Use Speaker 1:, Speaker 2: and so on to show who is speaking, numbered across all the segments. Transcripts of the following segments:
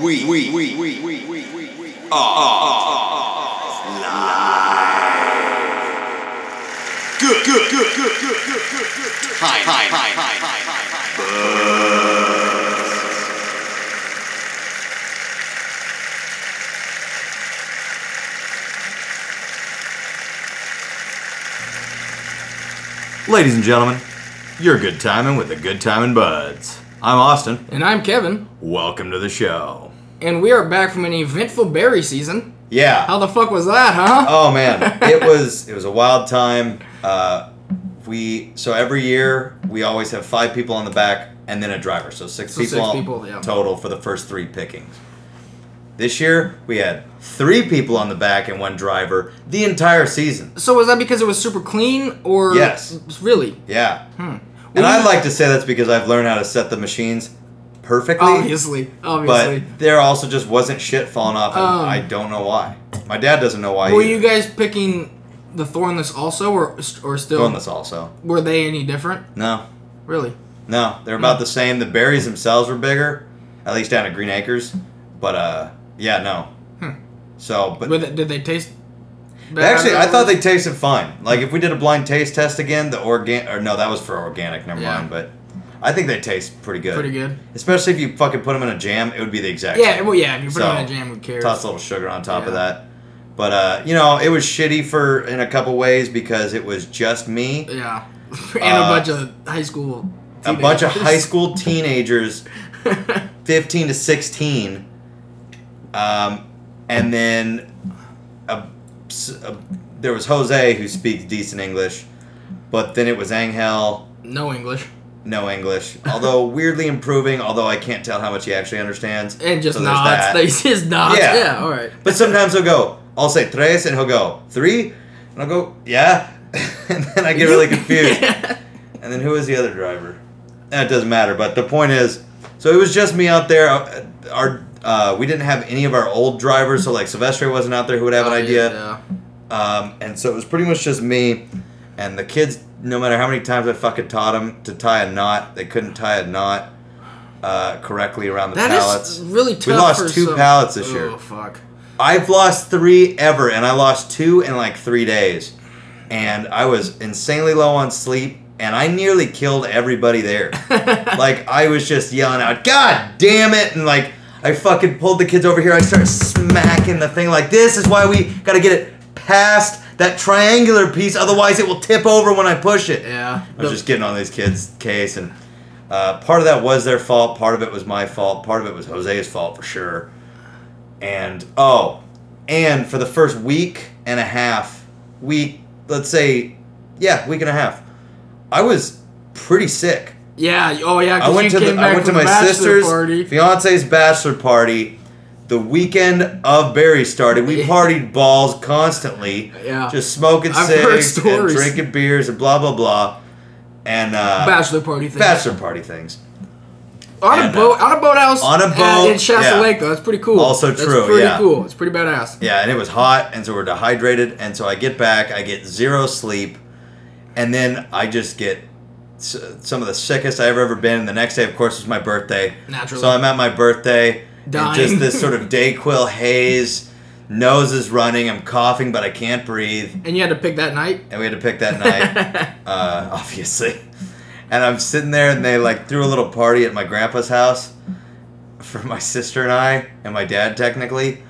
Speaker 1: We, we, we, we, we, we, we are, are live. Good, good, good, good, good, good, good, good, good. Hi, hi, hi, hi, hi, hi, hi.
Speaker 2: Ladies and gentlemen, you're good timing with the good timing buds. I'm Austin.
Speaker 3: And I'm Kevin,
Speaker 2: Welcome to the show.
Speaker 3: and we are back from an eventful berry season.
Speaker 2: Yeah.
Speaker 3: How the fuck was that, huh?
Speaker 2: oh man, it was it was a wild time. Uh, we so every year we always have five people on the back and then a driver, so six
Speaker 3: So six
Speaker 2: people,
Speaker 3: people, yeah.
Speaker 2: total for the first three pickings. This year we had three people on the back and one driver the entire season.
Speaker 3: So was that because it was super clean, or
Speaker 2: Yes.
Speaker 3: really?
Speaker 2: Yeah.
Speaker 3: Hmm.
Speaker 2: And
Speaker 3: Well,
Speaker 2: I'd
Speaker 3: you-
Speaker 2: like to say that's because I've learned how to set the machines perfectly.
Speaker 3: Obviously, obviously.
Speaker 2: But there also just wasn't shit falling off, and
Speaker 3: Um,
Speaker 2: I don't know why. My dad doesn't know why.
Speaker 3: were
Speaker 2: either.
Speaker 3: you guys picking the thornless also, or or still?
Speaker 2: doing this also?
Speaker 3: Were they any different?
Speaker 2: No,
Speaker 3: Really?
Speaker 2: no,
Speaker 3: Mm.
Speaker 2: they're about the same. The berries themselves were bigger, at least down at Green Acres. But uh, yeah, no.
Speaker 3: Hmm.
Speaker 2: So, but
Speaker 3: Were they- did they taste? better
Speaker 2: actually, I thought
Speaker 3: afterwards?
Speaker 2: they tasted fine. Like if we did a blind taste test again, the organ or no, that was for organic. Never
Speaker 3: Yeah.
Speaker 2: mind. But I think they taste pretty good.
Speaker 3: pretty good.
Speaker 2: Especially if you fucking put them in a jam, it would be the exact
Speaker 3: Yeah,
Speaker 2: same.
Speaker 3: well, yeah. If you put
Speaker 2: So,
Speaker 3: them in a jam, who cares?
Speaker 2: toss a little sugar on top of
Speaker 3: Yeah.
Speaker 2: that. But uh, you know, it was shitty for in a couple ways because it was just me,
Speaker 3: Yeah, and
Speaker 2: Uh,
Speaker 3: a bunch of high school.
Speaker 2: a bunch of high
Speaker 3: teenagers.
Speaker 2: school teenagers, fifteen to sixteen, um, and then a, s- a- there was Jose who speaks decent English, but then it was Angel,
Speaker 3: no English.
Speaker 2: no English, although weirdly improving, although I can't tell how much he actually understands.
Speaker 3: And just
Speaker 2: So there's
Speaker 3: nods.
Speaker 2: that.
Speaker 3: They just nods.
Speaker 2: Yeah.
Speaker 3: Yeah. all right.
Speaker 2: But sometimes he'll go, I'll say tres, and he'll go, three? And I'll go, yeah. and then I get really confused. And then who is the other driver? That doesn't matter. But the point is, so it was just me out there. Uh, Our uh, we didn't have any of our old drivers, so like Silvestre wasn't out there who would have an idea.
Speaker 3: Oh, Yeah.
Speaker 2: Um, and so it was pretty much just me and the kids. No matter how many times I fucking taught them to tie a knot, they couldn't tie a knot uh, correctly around the
Speaker 3: That is
Speaker 2: pallets.
Speaker 3: really tough.
Speaker 2: lost
Speaker 3: for
Speaker 2: two
Speaker 3: some-
Speaker 2: pallets this year.
Speaker 3: Oh fuck!
Speaker 2: I've lost three ever, and I lost two in like three days. And I was insanely low on sleep, and I nearly killed everybody there. like, I was just yelling out, God damn it! And like, I fucking pulled the kids over here. I started smacking the thing, like, this is why we gotta get it past that triangular piece, otherwise, it will tip over when I push it.
Speaker 3: Yeah.
Speaker 2: I was just getting on these kids' case, and uh, part of that was their fault, part of it was my fault, part of it was Jose's fault for sure. And oh, and for the first week and a half, week, let's say, yeah, week and a half, I was pretty sick.
Speaker 3: yeah. Oh yeah.
Speaker 2: I
Speaker 3: 'cause
Speaker 2: went
Speaker 3: you
Speaker 2: to the,
Speaker 3: came
Speaker 2: I
Speaker 3: back
Speaker 2: went to
Speaker 3: from the
Speaker 2: my
Speaker 3: bachelor
Speaker 2: sister's
Speaker 3: party.
Speaker 2: fiance's bachelor party. The weekend of Barry started. We partied balls constantly.
Speaker 3: Yeah.
Speaker 2: Just smoking
Speaker 3: I've heard
Speaker 2: cigs and
Speaker 3: stories.
Speaker 2: drinking beers and blah blah blah. And uh,
Speaker 3: bachelor party thing.
Speaker 2: bachelor party things.
Speaker 3: on a
Speaker 2: and, uh,
Speaker 3: boat. on a boathouse.
Speaker 2: on a
Speaker 3: at-
Speaker 2: boat,
Speaker 3: in Shasta
Speaker 2: yeah.
Speaker 3: Lake though. That's pretty cool.
Speaker 2: Also
Speaker 3: That's
Speaker 2: true,
Speaker 3: pretty
Speaker 2: yeah.
Speaker 3: cool. It's pretty badass.
Speaker 2: Yeah, and it was hot, and so we're dehydrated, and so I get back, I get zero sleep, and then I just get s- some of the sickest I've ever been. And the next day, of course, is my birthday.
Speaker 3: Naturally.
Speaker 2: So I'm at my birthday, and
Speaker 3: Dying.
Speaker 2: just this sort of Dayquil haze, nose is running, I'm coughing, but I can't breathe
Speaker 3: And you had to pick that night.
Speaker 2: and we had to pick that night, uh, obviously. And I'm sitting there, and they like threw a little party at my grandpa's house for my sister and I, and my dad technically.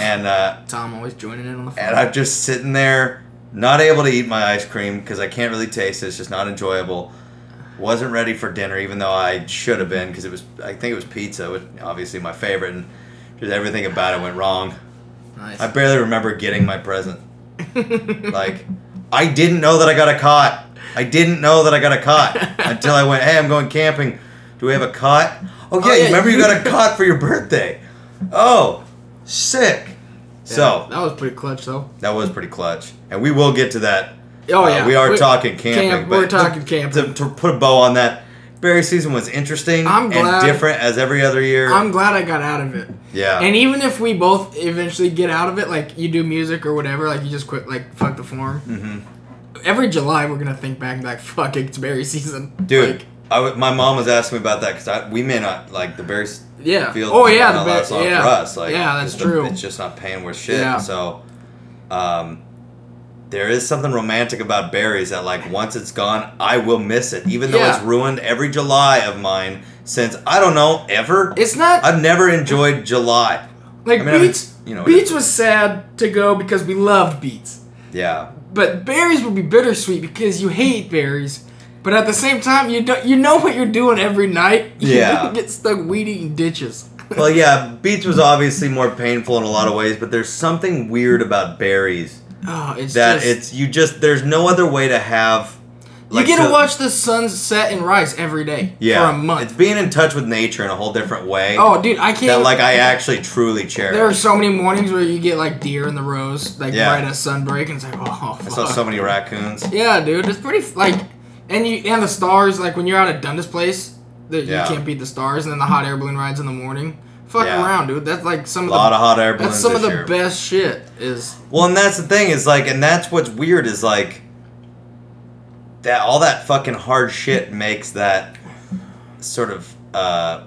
Speaker 2: And uh,
Speaker 3: Tom always joining in on the.
Speaker 2: and I'm just sitting there, not able to eat my ice cream because I can't really taste it. It's just not enjoyable. Wasn't ready for dinner, even though I should have been because it was. I think it was pizza, which obviously my favorite, and just everything about it went wrong.
Speaker 3: Nice.
Speaker 2: I barely remember getting my present. like, I didn't know that I got a cot. I didn't know that I got a cot until I went, hey, I'm going camping. Do we have a cot? Oh, yeah,
Speaker 3: Oh,
Speaker 2: you
Speaker 3: yeah,
Speaker 2: remember you
Speaker 3: you-
Speaker 2: got a cot for your birthday. Oh, sick. So,
Speaker 3: that was pretty clutch though.
Speaker 2: that was pretty clutch. And we will get to that.
Speaker 3: Oh
Speaker 2: Uh,
Speaker 3: yeah.
Speaker 2: we are
Speaker 3: We're-
Speaker 2: talking camping.
Speaker 3: Camp, we're
Speaker 2: but
Speaker 3: talking
Speaker 2: to,
Speaker 3: camping.
Speaker 2: to put a bow on that, Barry season was interesting
Speaker 3: I'm glad-
Speaker 2: and different as every other year.
Speaker 3: I'm glad I got out of it.
Speaker 2: yeah.
Speaker 3: And even if we both eventually get out of it, like you do music or whatever, like you just quit, like fuck the form. Mm-hmm. Every July, we're gonna think back and be like, fuck, it's berry season,
Speaker 2: Dude,
Speaker 3: Like,
Speaker 2: I w- my mom was asking me about that because we may not like the Bears.
Speaker 3: yeah.
Speaker 2: Field
Speaker 3: oh yeah, the
Speaker 2: not that
Speaker 3: best.
Speaker 2: song
Speaker 3: Yeah.
Speaker 2: for us. Like,
Speaker 3: yeah, that's
Speaker 2: it's the-
Speaker 3: true.
Speaker 2: it's just not paying worth shit.
Speaker 3: Yeah.
Speaker 2: So, um, there is something romantic about berries that like once it's gone, I will miss it, even though
Speaker 3: Yeah.
Speaker 2: it's ruined every July of mine since I don't know ever.
Speaker 3: it's not
Speaker 2: I've never enjoyed July.
Speaker 3: like
Speaker 2: I mean, I
Speaker 3: beats.
Speaker 2: mean, you know, it
Speaker 3: beats
Speaker 2: is-
Speaker 3: was sad to go because we loved beats,
Speaker 2: Yeah.
Speaker 3: but berries would be bittersweet because you hate berries. But at the same time, you don't, you know what you're doing every night. You
Speaker 2: Yeah.
Speaker 3: don't get stuck weed eating ditches.
Speaker 2: Well, yeah, beets was obviously more painful in a lot of ways, but there's something weird about berries
Speaker 3: Oh, it's
Speaker 2: that
Speaker 3: just,
Speaker 2: it's you just there's no other way to have. like,
Speaker 3: you get to,
Speaker 2: to-
Speaker 3: watch the sun set in rice every day
Speaker 2: yeah,
Speaker 3: for a month.
Speaker 2: It's being in touch with nature in a whole different way.
Speaker 3: oh, dude, I can't.
Speaker 2: that like I actually truly cherish.
Speaker 3: there are so many mornings where you get like deer in the rows, like
Speaker 2: Yeah.
Speaker 3: right at sunbreak, and it's like, oh, fuck.
Speaker 2: I saw so many raccoons.
Speaker 3: yeah, dude, it's pretty f- like, and you and the stars like when you're out at Dundas Place, that
Speaker 2: Yeah.
Speaker 3: you can't beat the stars, and then the hot air balloon rides in the morning. Fuck
Speaker 2: Yeah.
Speaker 3: around, dude. That's like some
Speaker 2: A
Speaker 3: of
Speaker 2: lot
Speaker 3: the
Speaker 2: of hot air
Speaker 3: that's
Speaker 2: balloons.
Speaker 3: some of
Speaker 2: this
Speaker 3: the
Speaker 2: year.
Speaker 3: best shit. Is
Speaker 2: Well, and that's the thing is like, and that's what's weird is like that all that fucking hard shit makes that sort of uh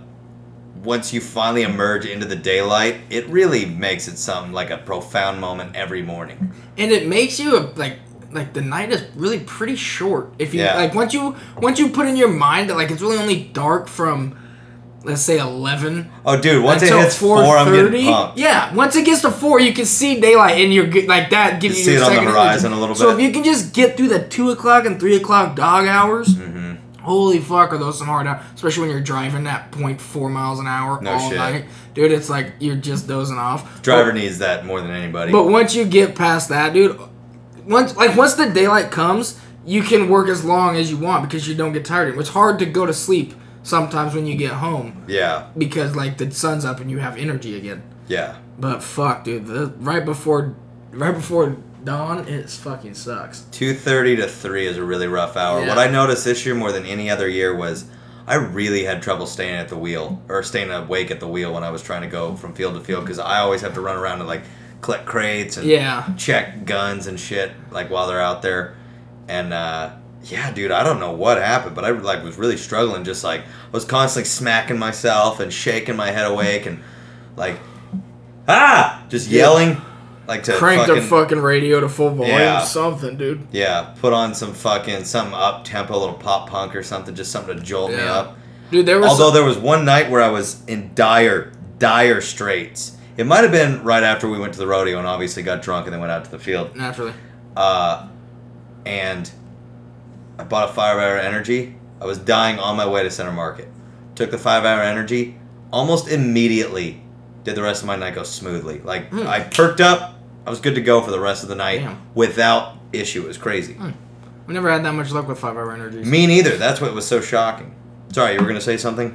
Speaker 2: once you finally emerge into the daylight, it really makes it something like a profound moment every morning.
Speaker 3: and it makes you a, like like the night is really pretty short if you
Speaker 2: Yeah.
Speaker 3: like once you once you put in your mind that like it's really only dark from let's say 11
Speaker 2: Oh, dude, once
Speaker 3: until
Speaker 2: it hits four, I'm getting
Speaker 3: 4:30.
Speaker 2: pumped.
Speaker 3: yeah once it gets to 4 you can see daylight and you're good like that gives
Speaker 2: You see
Speaker 3: you, your
Speaker 2: it on the
Speaker 3: second
Speaker 2: horizon
Speaker 3: illusion.
Speaker 2: a little
Speaker 3: so
Speaker 2: bit.
Speaker 3: if you can just get through the 2 o'clock and 3 o'clock dog hours
Speaker 2: Mm-hmm.
Speaker 3: holy fuck are those some hard hours especially when you're driving at 0.4 miles an hour
Speaker 2: No
Speaker 3: all
Speaker 2: shit.
Speaker 3: night dude it's like you're just dozing off
Speaker 2: Driver
Speaker 3: But-
Speaker 2: needs that more than anybody.
Speaker 3: but once you get past that, dude, once like once the daylight comes, you can work as long as you want because you don't get tired. It's hard to go to sleep sometimes when you get home
Speaker 2: yeah,
Speaker 3: because like the sun's up and you have energy again.
Speaker 2: yeah.
Speaker 3: But fuck, dude, the, right before right before dawn, it fucking sucks.
Speaker 2: two thirty to three is a really rough hour.
Speaker 3: Yeah.
Speaker 2: What I noticed this year more than any other year was I really had trouble staying at the wheel or staying awake at the wheel when I was trying to go from field to field because I always have to run around and like collect crates and
Speaker 3: Yeah.
Speaker 2: check guns and shit like while they're out there. And uh, yeah, dude, I don't know what happened, but I like was really struggling. Just like I was constantly smacking myself and shaking my head awake and like ah, just yelling like to
Speaker 3: Crank
Speaker 2: fucking,
Speaker 3: the fucking radio to full volume,
Speaker 2: Yeah.
Speaker 3: something, dude.
Speaker 2: yeah, put on some fucking some up tempo, little pop punk or something, just something to jolt me
Speaker 3: Yeah.
Speaker 2: up.
Speaker 3: Dude, there was
Speaker 2: Although there was one night where I was in dire, dire straits. It might have been right after we went to the rodeo and obviously got drunk and then went out to the field.
Speaker 3: naturally.
Speaker 2: Uh, and I bought a five hour energy. I was dying on my way to center market. Took the five hour energy. Almost immediately did the rest of my night go smoothly. Like
Speaker 3: Hmm.
Speaker 2: I perked up. I was good to go for the rest of the night
Speaker 3: Damn. Hmm.
Speaker 2: without issue. It was crazy.
Speaker 3: We never had that much luck with five hour energies.
Speaker 2: Me neither. That's what was so shocking. Sorry, you were gonna say something?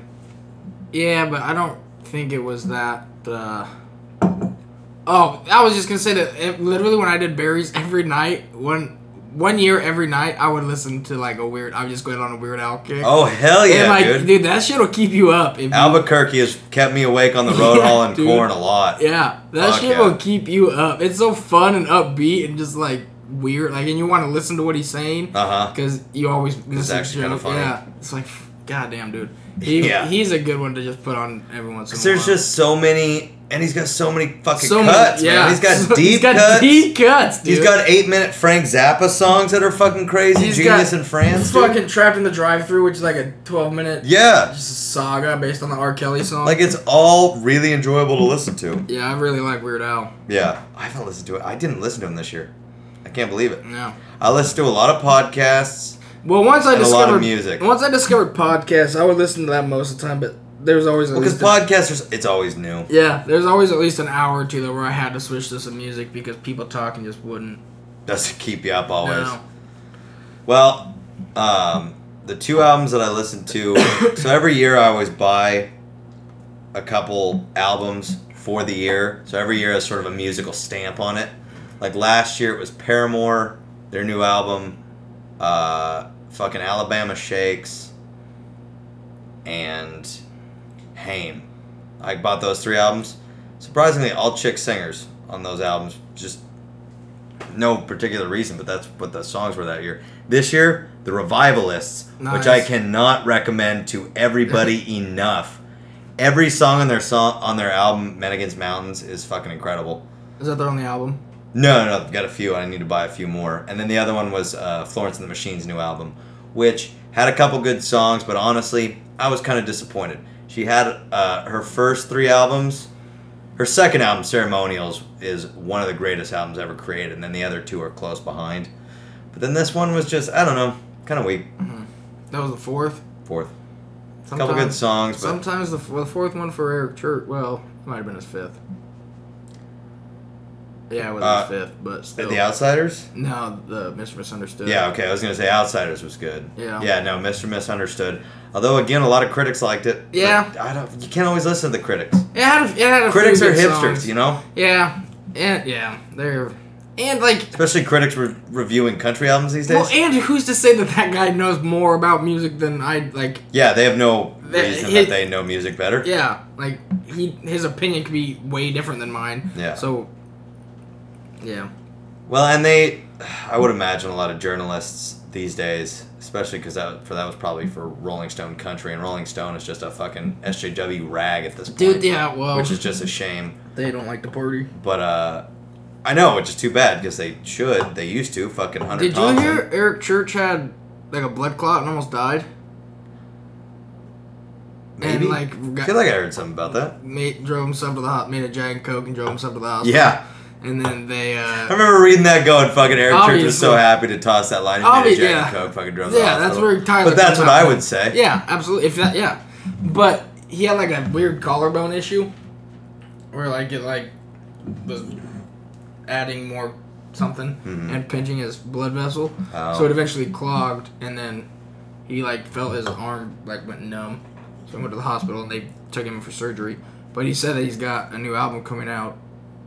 Speaker 3: Yeah, but I don't think it was that. Uh... Oh, I was just gonna say that it, literally when I did berries every night, one one year every night, I would listen to like a weird. I would just going on a weird Al kick.
Speaker 2: Oh hell yeah,
Speaker 3: and, like,
Speaker 2: dude.
Speaker 3: that shit will keep you up. If you-
Speaker 2: Albuquerque has kept me awake on the road
Speaker 3: Yeah,
Speaker 2: hauling
Speaker 3: dude.
Speaker 2: corn a lot.
Speaker 3: yeah, that
Speaker 2: Fuck
Speaker 3: shit
Speaker 2: yeah.
Speaker 3: will keep you up. It's so fun and upbeat and just like weird. Like, and you want to listen to what he's saying
Speaker 2: Uh huh.
Speaker 3: because you always listen
Speaker 2: actually
Speaker 3: to
Speaker 2: kinda
Speaker 3: it.
Speaker 2: funny.
Speaker 3: Yeah, it's like, goddamn, dude. He,
Speaker 2: Yeah.
Speaker 3: he's a good one to just put on every once in a while.
Speaker 2: There's just so many, and he's got so many fucking
Speaker 3: so
Speaker 2: cuts.
Speaker 3: much, yeah.
Speaker 2: man. he's got
Speaker 3: So-
Speaker 2: deep
Speaker 3: he's got
Speaker 2: cuts.
Speaker 3: deep cuts, dude.
Speaker 2: He's got eight minute Frank Zappa songs that are fucking crazy.
Speaker 3: He's
Speaker 2: Genius
Speaker 3: got
Speaker 2: in France. dude.
Speaker 3: fucking trapped in the drive-through, which is like a twelve minute
Speaker 2: Yeah.
Speaker 3: just a saga based on the R. Kelly song.
Speaker 2: Like it's all really enjoyable to listen to.
Speaker 3: yeah, I really like Weird Al.
Speaker 2: Yeah. I haven't listened to it. I didn't listen to him this year. I can't believe it.
Speaker 3: Yeah.
Speaker 2: I listened to a lot of podcasts.
Speaker 3: Well, once I
Speaker 2: And a
Speaker 3: discovered
Speaker 2: lot of music.
Speaker 3: Once I discovered podcasts, I would listen to that most of the time, but there's always at
Speaker 2: Because
Speaker 3: least a-
Speaker 2: podcasters, it's always new.
Speaker 3: yeah, there's always at least an hour or two though where I had to switch to some music because people talking just wouldn't.
Speaker 2: Doesn't keep you up always.
Speaker 3: No.
Speaker 2: Well, um, the two albums that I listen to. so every year I always buy a couple albums for the year. So every year has sort of a musical stamp on it. Like last year it was Paramore, their new album, uh, fucking Alabama Shakes, and Haim. I bought those three albums. Surprisingly, all chick singers on those albums. Just no particular reason, but that's what the songs were that year. This year, The Revivalists, which I
Speaker 3: Nice.
Speaker 2: cannot recommend to everybody enough. Every song on their song on their album Mennigan's Mountains is fucking incredible.
Speaker 3: Is that their only album?
Speaker 2: No, no, no, I've got a few. and I need to buy a few more. And then the other one was uh, Florence and the Machine's new album, which had a couple good songs, but honestly, I was kind of disappointed. She had uh, her first three albums. Her second album, Ceremonials, is one of the greatest albums ever created, and then the other two are close behind. But then this one was just, I don't know, kind of weak.
Speaker 3: That was the fourth.
Speaker 2: Fourth. A
Speaker 3: Sometimes,
Speaker 2: couple good songs, but
Speaker 3: Sometimes the, f- the fourth one for Eric Church. Well, it might have been his fifth. Yeah, it was
Speaker 2: Uh,
Speaker 3: his fifth, but still.
Speaker 2: The Outsiders?
Speaker 3: no, the Mr. Misunderstood.
Speaker 2: Yeah, okay, I was going to say Outsiders was good.
Speaker 3: Yeah.
Speaker 2: Yeah, no, Mr. Misunderstood. Although, again, a lot of critics liked it. but
Speaker 3: Yeah.
Speaker 2: I don't, you can't always listen to the critics.
Speaker 3: It had a, it had a few
Speaker 2: critics are
Speaker 3: good
Speaker 2: hipsters,
Speaker 3: songs.
Speaker 2: you know.
Speaker 3: Yeah, and yeah, they're and like
Speaker 2: Especially critics re- reviewing country albums these days.
Speaker 3: well, and who's to say that that guy knows more about music than I like?
Speaker 2: yeah, they have no
Speaker 3: They-
Speaker 2: reason
Speaker 3: it-
Speaker 2: that they know music better.
Speaker 3: Yeah, like he his opinion could be way different than mine.
Speaker 2: Yeah.
Speaker 3: So. Yeah.
Speaker 2: Well, and they, I would imagine a lot of journalists these days, especially because that for that was probably for Rolling Stone country, and Rolling Stone is just a fucking SJW rag at this point.
Speaker 3: Dude, yeah, well,
Speaker 2: which is just a shame.
Speaker 3: they don't like the party.
Speaker 2: But uh, I know, which is too bad because they should, they used to fucking hundred.
Speaker 3: Did you hear Eric Church had like a blood clot and almost died?
Speaker 2: Maybe.
Speaker 3: And like
Speaker 2: I
Speaker 3: got,
Speaker 2: feel like I heard something about that.
Speaker 3: made, drove himself to the hot made a giant coke and drove himself to the hospital.
Speaker 2: Yeah.
Speaker 3: And then they
Speaker 2: I
Speaker 3: uh
Speaker 2: remember reading that going fucking Eric Church was so
Speaker 3: Obviously.
Speaker 2: happy to toss that line. He
Speaker 3: Obvi-
Speaker 2: made a Jack
Speaker 3: yeah.
Speaker 2: and Coke fucking drove the
Speaker 3: Yeah, that's
Speaker 2: hospital.
Speaker 3: where Tyler
Speaker 2: But that's
Speaker 3: came
Speaker 2: what
Speaker 3: out
Speaker 2: I
Speaker 3: with-
Speaker 2: would say.
Speaker 3: Yeah, absolutely. If that yeah. But he had like a weird collarbone issue where like it like was adding more something and pinching his blood vessel.
Speaker 2: Mm-hmm. Oh.
Speaker 3: So it eventually clogged and then he like felt his arm like went numb. So he went to the hospital and they took him for surgery. But he said that he's got a new album coming out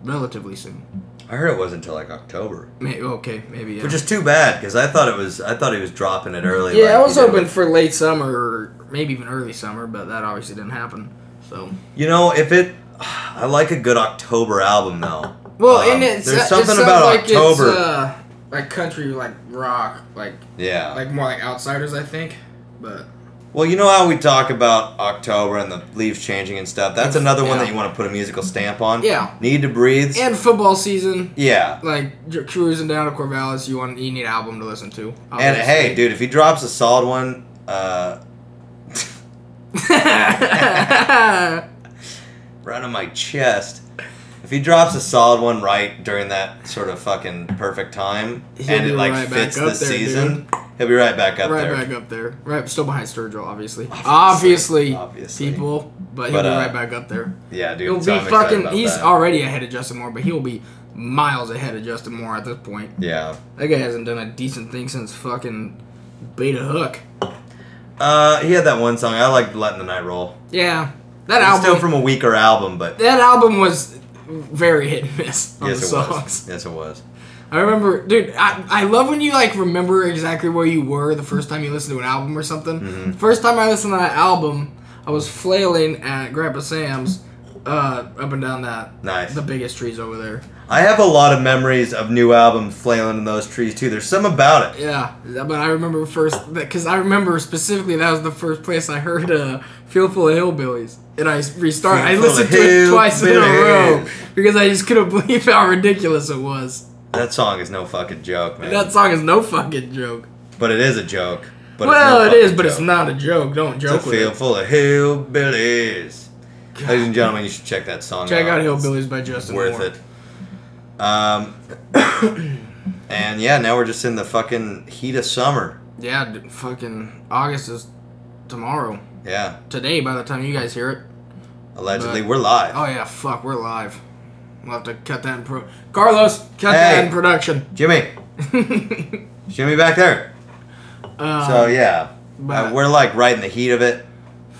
Speaker 3: relatively soon.
Speaker 2: I heard it wasn't until like October,
Speaker 3: Maybe, okay, maybe yeah.
Speaker 2: which is too bad because I thought it was. I thought he was dropping it early.
Speaker 3: yeah, I
Speaker 2: like
Speaker 3: was
Speaker 2: he did
Speaker 3: hoping
Speaker 2: with-
Speaker 3: for late summer or maybe even early summer, but that obviously didn't happen. So
Speaker 2: You know, if it, I like a good October album though.
Speaker 3: Well,
Speaker 2: Um,
Speaker 3: and it's uh,
Speaker 2: there's
Speaker 3: it
Speaker 2: something
Speaker 3: sounds
Speaker 2: about
Speaker 3: like
Speaker 2: October.
Speaker 3: It's, uh, like country, like rock, like
Speaker 2: yeah.
Speaker 3: like more like outsiders, I think. But
Speaker 2: well, you know how we talk about October and the leaves changing and stuff. That's another one
Speaker 3: Yeah.
Speaker 2: that you want to put a musical stamp on.
Speaker 3: Yeah.
Speaker 2: Need to breathe.
Speaker 3: and football season,
Speaker 2: yeah.
Speaker 3: like you're cruising down to Corvallis, you want you need an album to listen to.
Speaker 2: And hey, dude, if he drops a solid one, uh,
Speaker 3: hey,
Speaker 2: right on my chest. If he drops a solid one right during that sort of fucking perfect time,
Speaker 3: He'll
Speaker 2: and
Speaker 3: be
Speaker 2: it like
Speaker 3: right back
Speaker 2: fits
Speaker 3: up
Speaker 2: this
Speaker 3: there,
Speaker 2: season, he'll be right back up
Speaker 3: right
Speaker 2: there.
Speaker 3: back up there, right, still behind Sturgill, obviously,
Speaker 2: Obviously,
Speaker 3: obviously,
Speaker 2: obviously.
Speaker 3: people, but he'll
Speaker 2: But,
Speaker 3: be
Speaker 2: uh,
Speaker 3: right back up there.
Speaker 2: Yeah, dude.
Speaker 3: He'll
Speaker 2: so I'm
Speaker 3: be
Speaker 2: excited
Speaker 3: fucking.
Speaker 2: about
Speaker 3: He's
Speaker 2: that.
Speaker 3: already ahead of Justin Moore, but he'll be miles ahead of Justin Moore at this point.
Speaker 2: yeah.
Speaker 3: That guy hasn't done a decent thing since fucking Beta Hook.
Speaker 2: Uh, he had that one song I liked, "Letting the Night Roll."
Speaker 3: Yeah, that
Speaker 2: It's
Speaker 3: album.
Speaker 2: still from a weaker album, but
Speaker 3: that album was very hit and miss on
Speaker 2: yes,
Speaker 3: the
Speaker 2: it
Speaker 3: songs.
Speaker 2: was. Yes, it was.
Speaker 3: I remember, dude. I, I love when you like remember exactly where you were the first time you listened to an album or something.
Speaker 2: Mm-hmm.
Speaker 3: First time I listened to that album, I was flailing at Grandpa Sam's, uh, up and down that
Speaker 2: Nice.
Speaker 3: the biggest trees over there.
Speaker 2: I have a lot of memories of new albums flailing in those trees too. There's some about it.
Speaker 3: Yeah, but I remember first because I remember specifically that was the first place I heard uh, "Feel Full of Hillbillies," and I restart. I
Speaker 2: Feel Full
Speaker 3: listened
Speaker 2: of
Speaker 3: to it twice in a row
Speaker 2: Hillbillies.
Speaker 3: because I just couldn't believe how ridiculous it was.
Speaker 2: That song is no fucking joke, man.
Speaker 3: That song is no fucking joke.
Speaker 2: but it is a joke. But
Speaker 3: well,
Speaker 2: it's no
Speaker 3: it is,
Speaker 2: fucking
Speaker 3: but it's
Speaker 2: joke.
Speaker 3: not a joke. Don't
Speaker 2: It's a
Speaker 3: joke with
Speaker 2: field
Speaker 3: it.
Speaker 2: full of hillbillies. Ladies and gentlemen, you should check that song
Speaker 3: Check out
Speaker 2: out.
Speaker 3: "Hillbillies" by
Speaker 2: It's
Speaker 3: Justin.
Speaker 2: worth
Speaker 3: Moore.
Speaker 2: it. Um, and yeah, now we're just in the fucking heat of summer.
Speaker 3: Yeah, d- fucking August is tomorrow.
Speaker 2: Yeah,
Speaker 3: Today, by the time you guys hear it.
Speaker 2: allegedly
Speaker 3: But-
Speaker 2: we're live.
Speaker 3: Oh yeah, fuck, we're live. We'll have to cut that in pro. Carlos, cut
Speaker 2: Hey.
Speaker 3: that in production.
Speaker 2: Jimmy,
Speaker 3: Uh,
Speaker 2: Jimmy back there.
Speaker 3: Um,
Speaker 2: So yeah,
Speaker 3: but-
Speaker 2: uh, we're like right in the heat of it,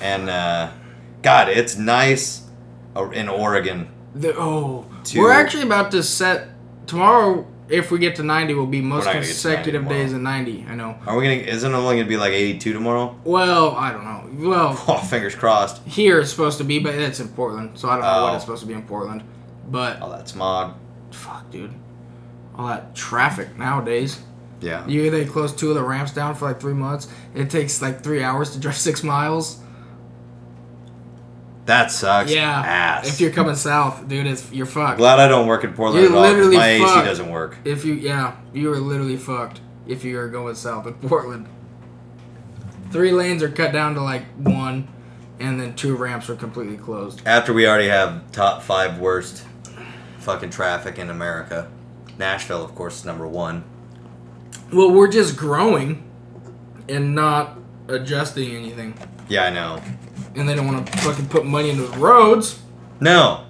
Speaker 2: and uh, God, it's nice uh, in Oregon.
Speaker 3: The, oh,
Speaker 2: To-
Speaker 3: we're actually about to set tomorrow if we get to 90 will be
Speaker 2: We're
Speaker 3: most
Speaker 2: not gonna get to 90
Speaker 3: consecutive
Speaker 2: tomorrow.
Speaker 3: days in 90. I know.
Speaker 2: Are we gonna? Isn't it only gonna be like 82 tomorrow?
Speaker 3: Well, I don't know. Well,
Speaker 2: Oh, fingers crossed.
Speaker 3: here it's supposed to be, but it's in Portland, so I don't know what
Speaker 2: Oh.
Speaker 3: it's supposed to be in Portland. But
Speaker 2: All that smog.
Speaker 3: fuck, dude, all that traffic nowadays.
Speaker 2: Yeah.
Speaker 3: You they close two of the ramps down for like three months. It takes like three hours to drive six miles.
Speaker 2: that sucks.
Speaker 3: Yeah,
Speaker 2: Ass.
Speaker 3: if you're coming south, dude, it's you're fucked.
Speaker 2: Glad I don't work in Portland
Speaker 3: You're
Speaker 2: at all. 'cause
Speaker 3: literally
Speaker 2: My AC
Speaker 3: fucked.
Speaker 2: doesn't work.
Speaker 3: If you yeah, you are literally fucked if you are going south in Portland. Three lanes are cut down to like one, and then two ramps are completely closed.
Speaker 2: After we already have top five worst fucking traffic in America, Nashville, of course, is number one.
Speaker 3: Well, we're just growing and not adjusting anything.
Speaker 2: Yeah, I know.
Speaker 3: And they don't want to fucking put money into the roads.
Speaker 2: No,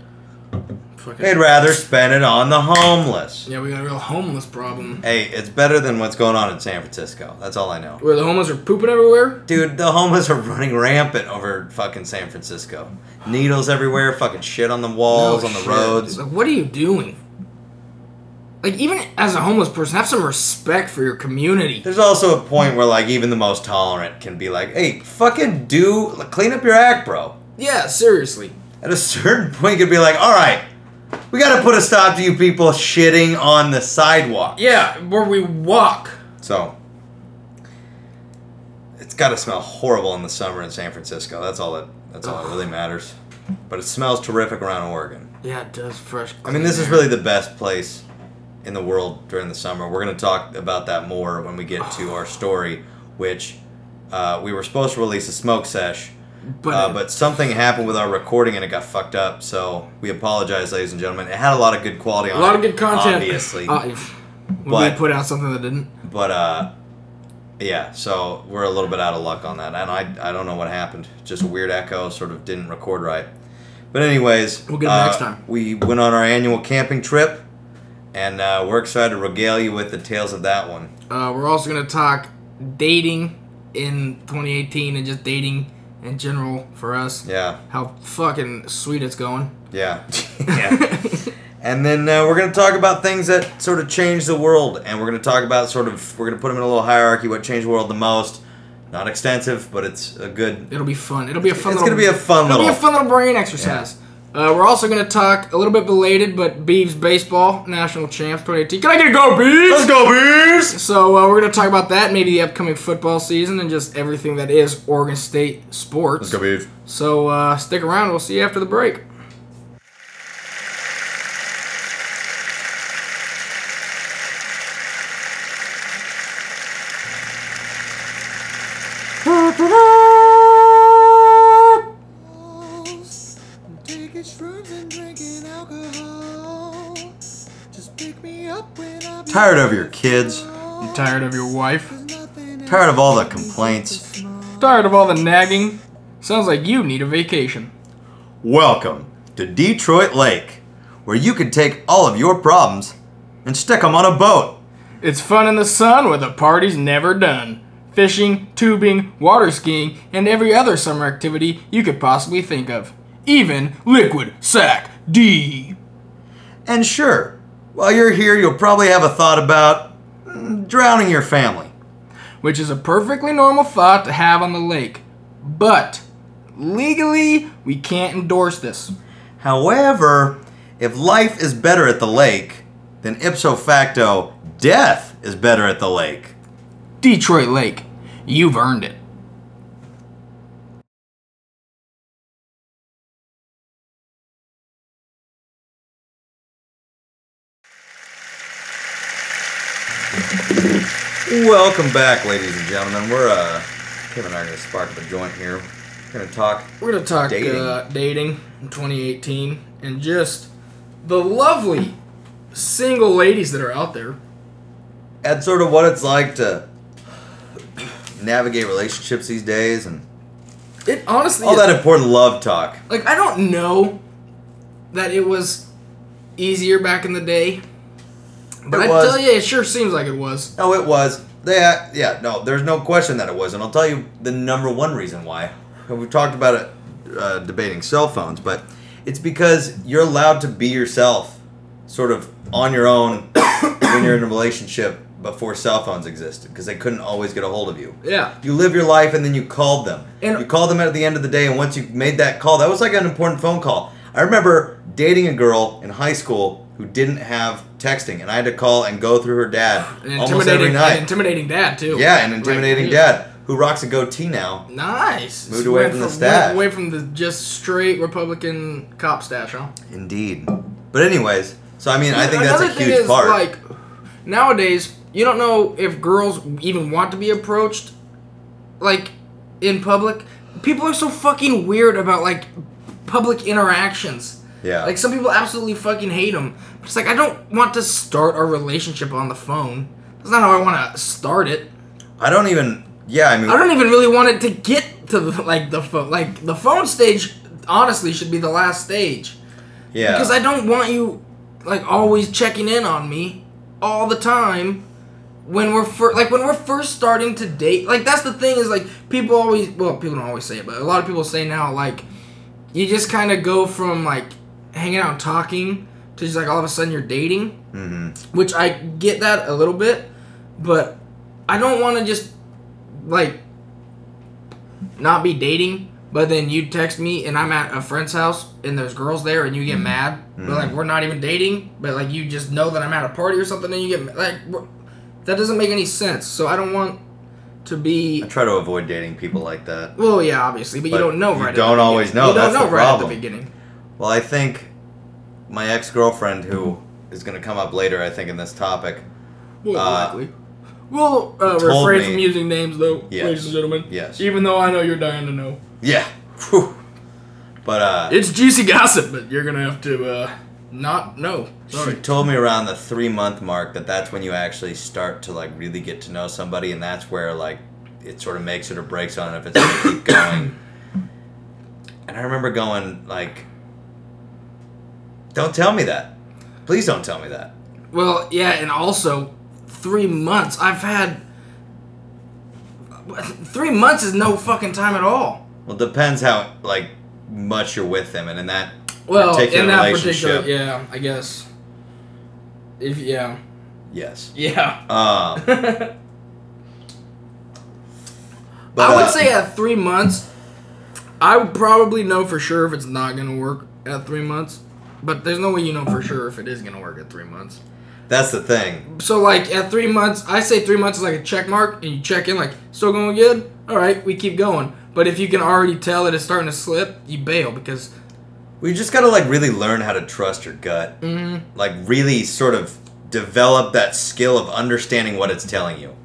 Speaker 3: Fucking,
Speaker 2: they'd rather spend it on the homeless.
Speaker 3: yeah, we got a real homeless problem.
Speaker 2: Hey, it's better than what's going on in San Francisco. That's all I know.
Speaker 3: Where the homeless are pooping everywhere.
Speaker 2: Dude, the homeless are running rampant over fucking San Francisco. Needles everywhere, fucking shit on the walls,
Speaker 3: No
Speaker 2: on the
Speaker 3: shit.
Speaker 2: roads.
Speaker 3: Like, what are you doing? Like, even as a homeless person, have some respect for your community.
Speaker 2: There's also a point where like even the most tolerant can be like, "Hey, fucking do clean up your act, bro."
Speaker 3: Yeah, seriously.
Speaker 2: At a certain point, you could be like, "All right, we got to put a stop to you people shitting on the sidewalk."
Speaker 3: Yeah, where we walk.
Speaker 2: So it's got to smell horrible in the summer in San Francisco. That's all that. That's all that really matters. But it smells terrific around Oregon.
Speaker 3: Yeah, it does fresh.
Speaker 2: I mean, this is really the best place in the world during the summer. We're going to talk about that more when we get to our story, which uh, we were supposed to release a smoke sesh,
Speaker 3: But,
Speaker 2: uh, but something happened with our recording and it got fucked up. So we apologize, ladies and gentlemen. It had a lot of good quality on
Speaker 3: a
Speaker 2: it.
Speaker 3: lot of good content.
Speaker 2: Obviously.
Speaker 3: Uh, if- would
Speaker 2: But-
Speaker 3: we put out something that didn't?
Speaker 2: but, uh,. Yeah, so we're a little bit out of luck on that, and I, I don't know what happened. Just a weird echo, sort of didn't record right. But anyways,
Speaker 3: We'll get it
Speaker 2: uh,
Speaker 3: next time.
Speaker 2: We went on our annual camping trip, and uh, we're excited to regale you with the tales of that one.
Speaker 3: Uh, we're also gonna talk dating in 2018 and just dating in general for us.
Speaker 2: Yeah,
Speaker 3: How fucking sweet it's going.
Speaker 2: yeah, yeah. And then uh, we're gonna talk about things that sort of change the world, and we're gonna talk about sort of we're gonna put them in a little hierarchy. What changed the world the most? Not extensive, but it's a good.
Speaker 3: It'll be fun. It'll be a fun.
Speaker 2: It's
Speaker 3: little,
Speaker 2: gonna be a fun
Speaker 3: It'll be
Speaker 2: little-
Speaker 3: a fun little brain exercise. Uh, we're also gonna talk a little bit belated, but Beavs baseball national champs 2018. Can I get a go, Beavs?
Speaker 2: go, beers!
Speaker 3: So uh, we're gonna talk about that, maybe the upcoming football season, and just everything that is Oregon State sports.
Speaker 2: Let's go, beers!
Speaker 3: So uh, stick around. We'll see you after the break.
Speaker 4: Taking shrooms and drinking alcohol. Just pick me up when I'm
Speaker 2: Tired of your kids.
Speaker 3: You tired of your wife?
Speaker 2: Tired of all the complaints.
Speaker 3: Tired of all the nagging? Sounds like you need a vacation.
Speaker 2: Welcome to Detroit Lake, where you can take all of your problems and stick them on a boat.
Speaker 3: It's fun in the sun where the party's never done. Fishing, tubing, water skiing, and every other summer activity you could possibly think of. Even liquid sack D.
Speaker 2: And sure, while you're here, you'll probably have a thought about mm, drowning your family.
Speaker 3: which is a perfectly normal thought to have on the lake. But legally, we can't endorse this.
Speaker 2: However, if life is better at the lake, then ipso facto, death is better at the lake.
Speaker 3: Detroit Lake, you've earned it.
Speaker 2: Welcome back, ladies and gentlemen. We're, uh, Kevin and I are going to spark up a joint here. We're going to talk.
Speaker 3: We're gonna talk
Speaker 2: Dating.
Speaker 3: dating, uh, dating in 2018 and just the lovely single ladies that are out there.
Speaker 2: at sort of what it's like to navigate relationships these days and
Speaker 3: It honestly,
Speaker 2: all that important love talk.
Speaker 3: like I don't know that it was easier back in the day, but
Speaker 2: It
Speaker 3: I
Speaker 2: was.
Speaker 3: tell you, it sure seems like it was.
Speaker 2: No, it was. They, yeah, no, there's no question that it was. And I'll tell you the number one reason why. And We've talked about it uh, debating cell phones, but it's because you're allowed to be yourself sort of on your own when you're in a relationship before cell phones existed because they couldn't always get a hold of you.
Speaker 3: Yeah.
Speaker 2: You live your life and then you called them.
Speaker 3: And-
Speaker 2: you called them at the end of the day, and once you made that call, that was like an important phone call. I remember dating a girl in high school who didn't have texting, and I had to call and go through her dad
Speaker 3: An
Speaker 2: almost every
Speaker 3: intimidating,
Speaker 2: night.
Speaker 3: an intimidating dad too.
Speaker 2: yeah, an
Speaker 3: Like,
Speaker 2: intimidating
Speaker 3: mm.
Speaker 2: dad who rocks a goatee now.
Speaker 3: Nice.
Speaker 2: Moved away
Speaker 3: Went
Speaker 2: from the stash.
Speaker 3: went Away from the just straight Republican cop stash, huh?
Speaker 2: Indeed. But anyways, so I mean, I think that's a
Speaker 3: Another thing
Speaker 2: huge
Speaker 3: is,
Speaker 2: part.
Speaker 3: Like nowadays, you don't know if girls even want to be approached, like in public. People are so fucking weird about like public interactions.
Speaker 2: yeah.
Speaker 3: Like some people absolutely fucking hate them. It's like I don't want to start a relationship on the phone. That's not how I want to start it.
Speaker 2: I don't even. Yeah, I mean,
Speaker 3: I don't even really want it to get to the, like the phone. Like the phone stage, honestly, should be the last stage
Speaker 2: yeah.
Speaker 3: because I don't want you like always checking in on me all the time when we're fir- like when we're first starting to date. Like that's the thing is like people always well people don't always say it, but a lot of people say now like you just kind of go from like hanging out and talking to just like all of a sudden you're dating
Speaker 2: mm-hmm.
Speaker 3: which I get that a little bit, but I don't want to just like not be dating. But then you text me and I'm at a friend's house and there's girls there and you
Speaker 2: Mm-hmm.
Speaker 3: get mad. But like we're not even dating, but like you just know that I'm at a party or something and you get ma- like wh- that doesn't make any sense. So I don't want to be
Speaker 2: I try to avoid dating people like that.
Speaker 3: well, yeah, obviously, but,
Speaker 2: But
Speaker 3: you don't know
Speaker 2: you
Speaker 3: right. at
Speaker 2: don't
Speaker 3: the
Speaker 2: always
Speaker 3: beginning.
Speaker 2: know,
Speaker 3: You don't
Speaker 2: that's
Speaker 3: know
Speaker 2: the
Speaker 3: right at
Speaker 2: problem.
Speaker 3: the beginning.
Speaker 2: Well, I think my ex girlfriend, who is going to come up later, I think, in this topic.
Speaker 3: Well,
Speaker 2: Uh,
Speaker 3: likely. We'll uh,
Speaker 2: told
Speaker 3: refrain
Speaker 2: me-
Speaker 3: from using names, though,
Speaker 2: Yes.
Speaker 3: ladies and gentlemen.
Speaker 2: Yes.
Speaker 3: Even though I know you're dying to know.
Speaker 2: Yeah. Whew. But uh,
Speaker 3: It's juicy gossip, but you're gonna have to uh, not know.
Speaker 2: she told me around the three month mark that that's when you actually start to like really get to know somebody, and that's where like it sort of makes it or breaks on if it's going to keep going. And I remember going like, "Don't tell me that. Please don't tell me that."
Speaker 3: Well, yeah, and also three months. I've had three months is no fucking time at all.
Speaker 2: Well, it depends how like much you're with them, and in that
Speaker 3: Well,
Speaker 2: particular
Speaker 3: in that
Speaker 2: relationship,
Speaker 3: particular, yeah, I guess. If yeah,
Speaker 2: yes.
Speaker 3: yeah.
Speaker 2: Um, but,
Speaker 3: I would
Speaker 2: uh,
Speaker 3: say at three months, I would probably know for sure if it's not gonna work at three months. But there's no way you know for sure if it is gonna work at three months.
Speaker 2: that's the thing.
Speaker 3: So like at three months, I say three months is like a check mark, and you check in like still going good. All right, we keep going. But if you can already tell that it's starting to slip, you bail because
Speaker 2: We just gotta like really learn how to trust your gut,
Speaker 3: mm,
Speaker 2: like really sort of develop that skill of understanding what it's telling you.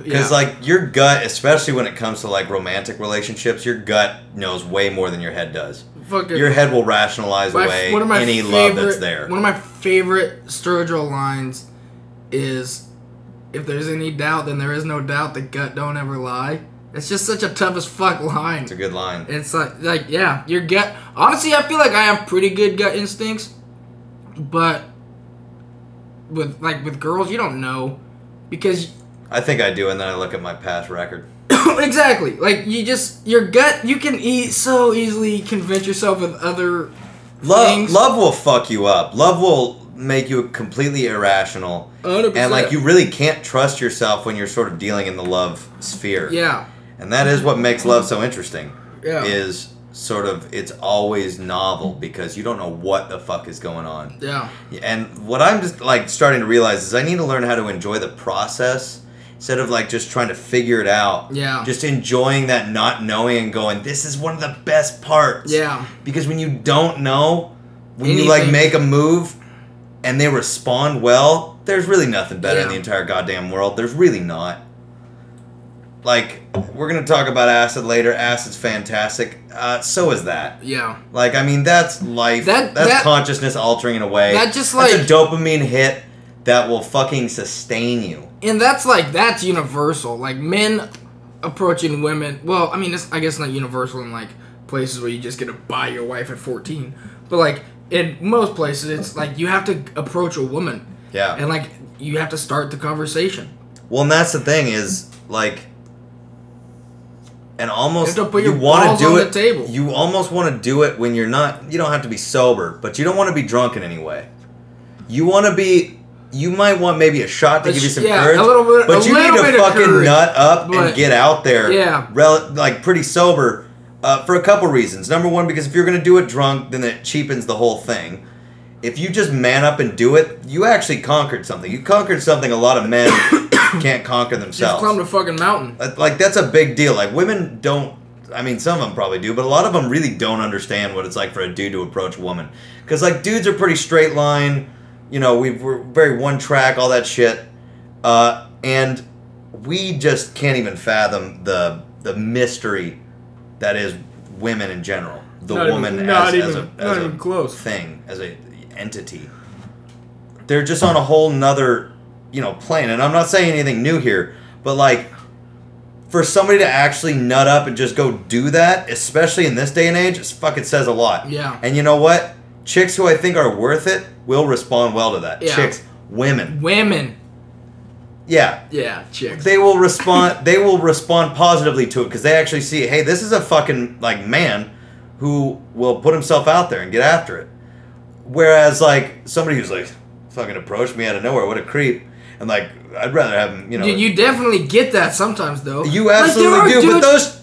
Speaker 3: yeah.
Speaker 2: Because like your gut, especially when it comes to like romantic relationships, your gut knows way more than your head does.
Speaker 3: fucking
Speaker 2: Your head will rationalize
Speaker 3: my-
Speaker 2: away any love that's there.
Speaker 3: One of my favorite Sturgill lines is, "If there's any doubt, then there is no doubt. The gut don't ever lie." It's just such a tough as fuck line.
Speaker 2: It's a good line.
Speaker 3: It's like like yeah, your gut. Honestly, I feel like I have pretty good gut instincts, but with like with girls, you don't know because
Speaker 2: I think I do, and then I look at my past record.
Speaker 3: exactly like you just your gut. You can eat so easily convince yourself with other
Speaker 2: Love,
Speaker 3: things.
Speaker 2: love will fuck you up. Love will make you completely irrational,
Speaker 3: 100%.
Speaker 2: and like you really can't trust yourself when you're sort of dealing in the love sphere.
Speaker 3: Yeah,
Speaker 2: and that is what makes love so interesting.
Speaker 3: Yeah.
Speaker 2: is sort of it's always novel because you don't know what the fuck is going on.
Speaker 3: yeah,
Speaker 2: And what I'm just like starting to realize is I need to learn how to enjoy the process instead of like just trying to figure it out.
Speaker 3: Yeah.
Speaker 2: Just enjoying that not knowing and going, this is one of the best parts.
Speaker 3: yeah.
Speaker 2: Because when you don't know, when you like
Speaker 3: Anything.
Speaker 2: make a move and they respond well, there's really nothing better in
Speaker 3: Yeah.
Speaker 2: the entire goddamn world. There's really not. Like, we're gonna talk about acid later. Acid's fantastic. Uh, so is that.
Speaker 3: Yeah,
Speaker 2: Like, I mean, that's life.
Speaker 3: That-
Speaker 2: that's
Speaker 3: that-
Speaker 2: consciousness altering in a way.
Speaker 3: that just, like-
Speaker 2: that's a dopamine hit that will fucking sustain you.
Speaker 3: and that's like that's universal. Like men approaching women. Well, I mean, it's, I guess not universal in like places where you just get to buy your wife at fourteen, but like in most places, it's like you have to approach a woman,
Speaker 2: Yeah.
Speaker 3: and like you have to start the conversation.
Speaker 2: Well, and that's the thing is like, and almost
Speaker 3: You have to put your
Speaker 2: want
Speaker 3: balls
Speaker 2: to do
Speaker 3: on the
Speaker 2: it.
Speaker 3: table.
Speaker 2: You almost want to do it when you're not. You don't have to be sober, but you don't want to be drunk in any way. You want to be. you might want maybe a shot to
Speaker 3: A
Speaker 2: give you
Speaker 3: sh-
Speaker 2: some
Speaker 3: yeah, a
Speaker 2: courage.
Speaker 3: little bit-
Speaker 2: but
Speaker 3: a
Speaker 2: you
Speaker 3: little
Speaker 2: need
Speaker 3: bit
Speaker 2: to
Speaker 3: of
Speaker 2: fucking
Speaker 3: courage,
Speaker 2: nut up and
Speaker 3: but-
Speaker 2: get out there.
Speaker 3: Yeah.
Speaker 2: rel- like pretty sober, uh, for a couple reasons. Number one, because if you're gonna do it drunk, then it cheapens the whole thing. If you just man up and do it, you actually conquered something. You conquered something a lot of men can't conquer
Speaker 3: Just
Speaker 2: themselves.
Speaker 3: climbed a fucking mountain.
Speaker 2: Like- like that's a big deal. Like women don't. I mean, some of them probably do, but a lot of them really don't understand what it's like for a dude to approach a woman. Because like dudes are pretty straight line. You know, we we're very one track, all that shit, uh, and we just can't even fathom the the mystery that is women in general. The
Speaker 3: Not even-
Speaker 2: woman
Speaker 3: not
Speaker 2: as, as
Speaker 3: even-
Speaker 2: a, as
Speaker 3: not
Speaker 2: a
Speaker 3: even close.
Speaker 2: thing, as a entity they're just on a whole nother you know plane and i'm not saying anything new here but like for somebody to actually nut up and just go do that especially in this day and age it fucking says a lot
Speaker 3: Yeah.
Speaker 2: and you know what chicks who i think are worth it will respond well to that
Speaker 3: Yeah.
Speaker 2: chicks women
Speaker 3: Women.
Speaker 2: yeah
Speaker 3: Yeah, chicks.
Speaker 2: they will respond they will respond positively to it because they actually see hey this is a fucking like man who will put himself out there and get after it whereas like somebody who's like fucking approached me out of nowhere what a creep and like i'd rather have him you know
Speaker 3: Dude, you definitely get that sometimes, though.
Speaker 2: you
Speaker 3: Like, there
Speaker 2: absolutely do
Speaker 3: are
Speaker 2: but
Speaker 3: dudes-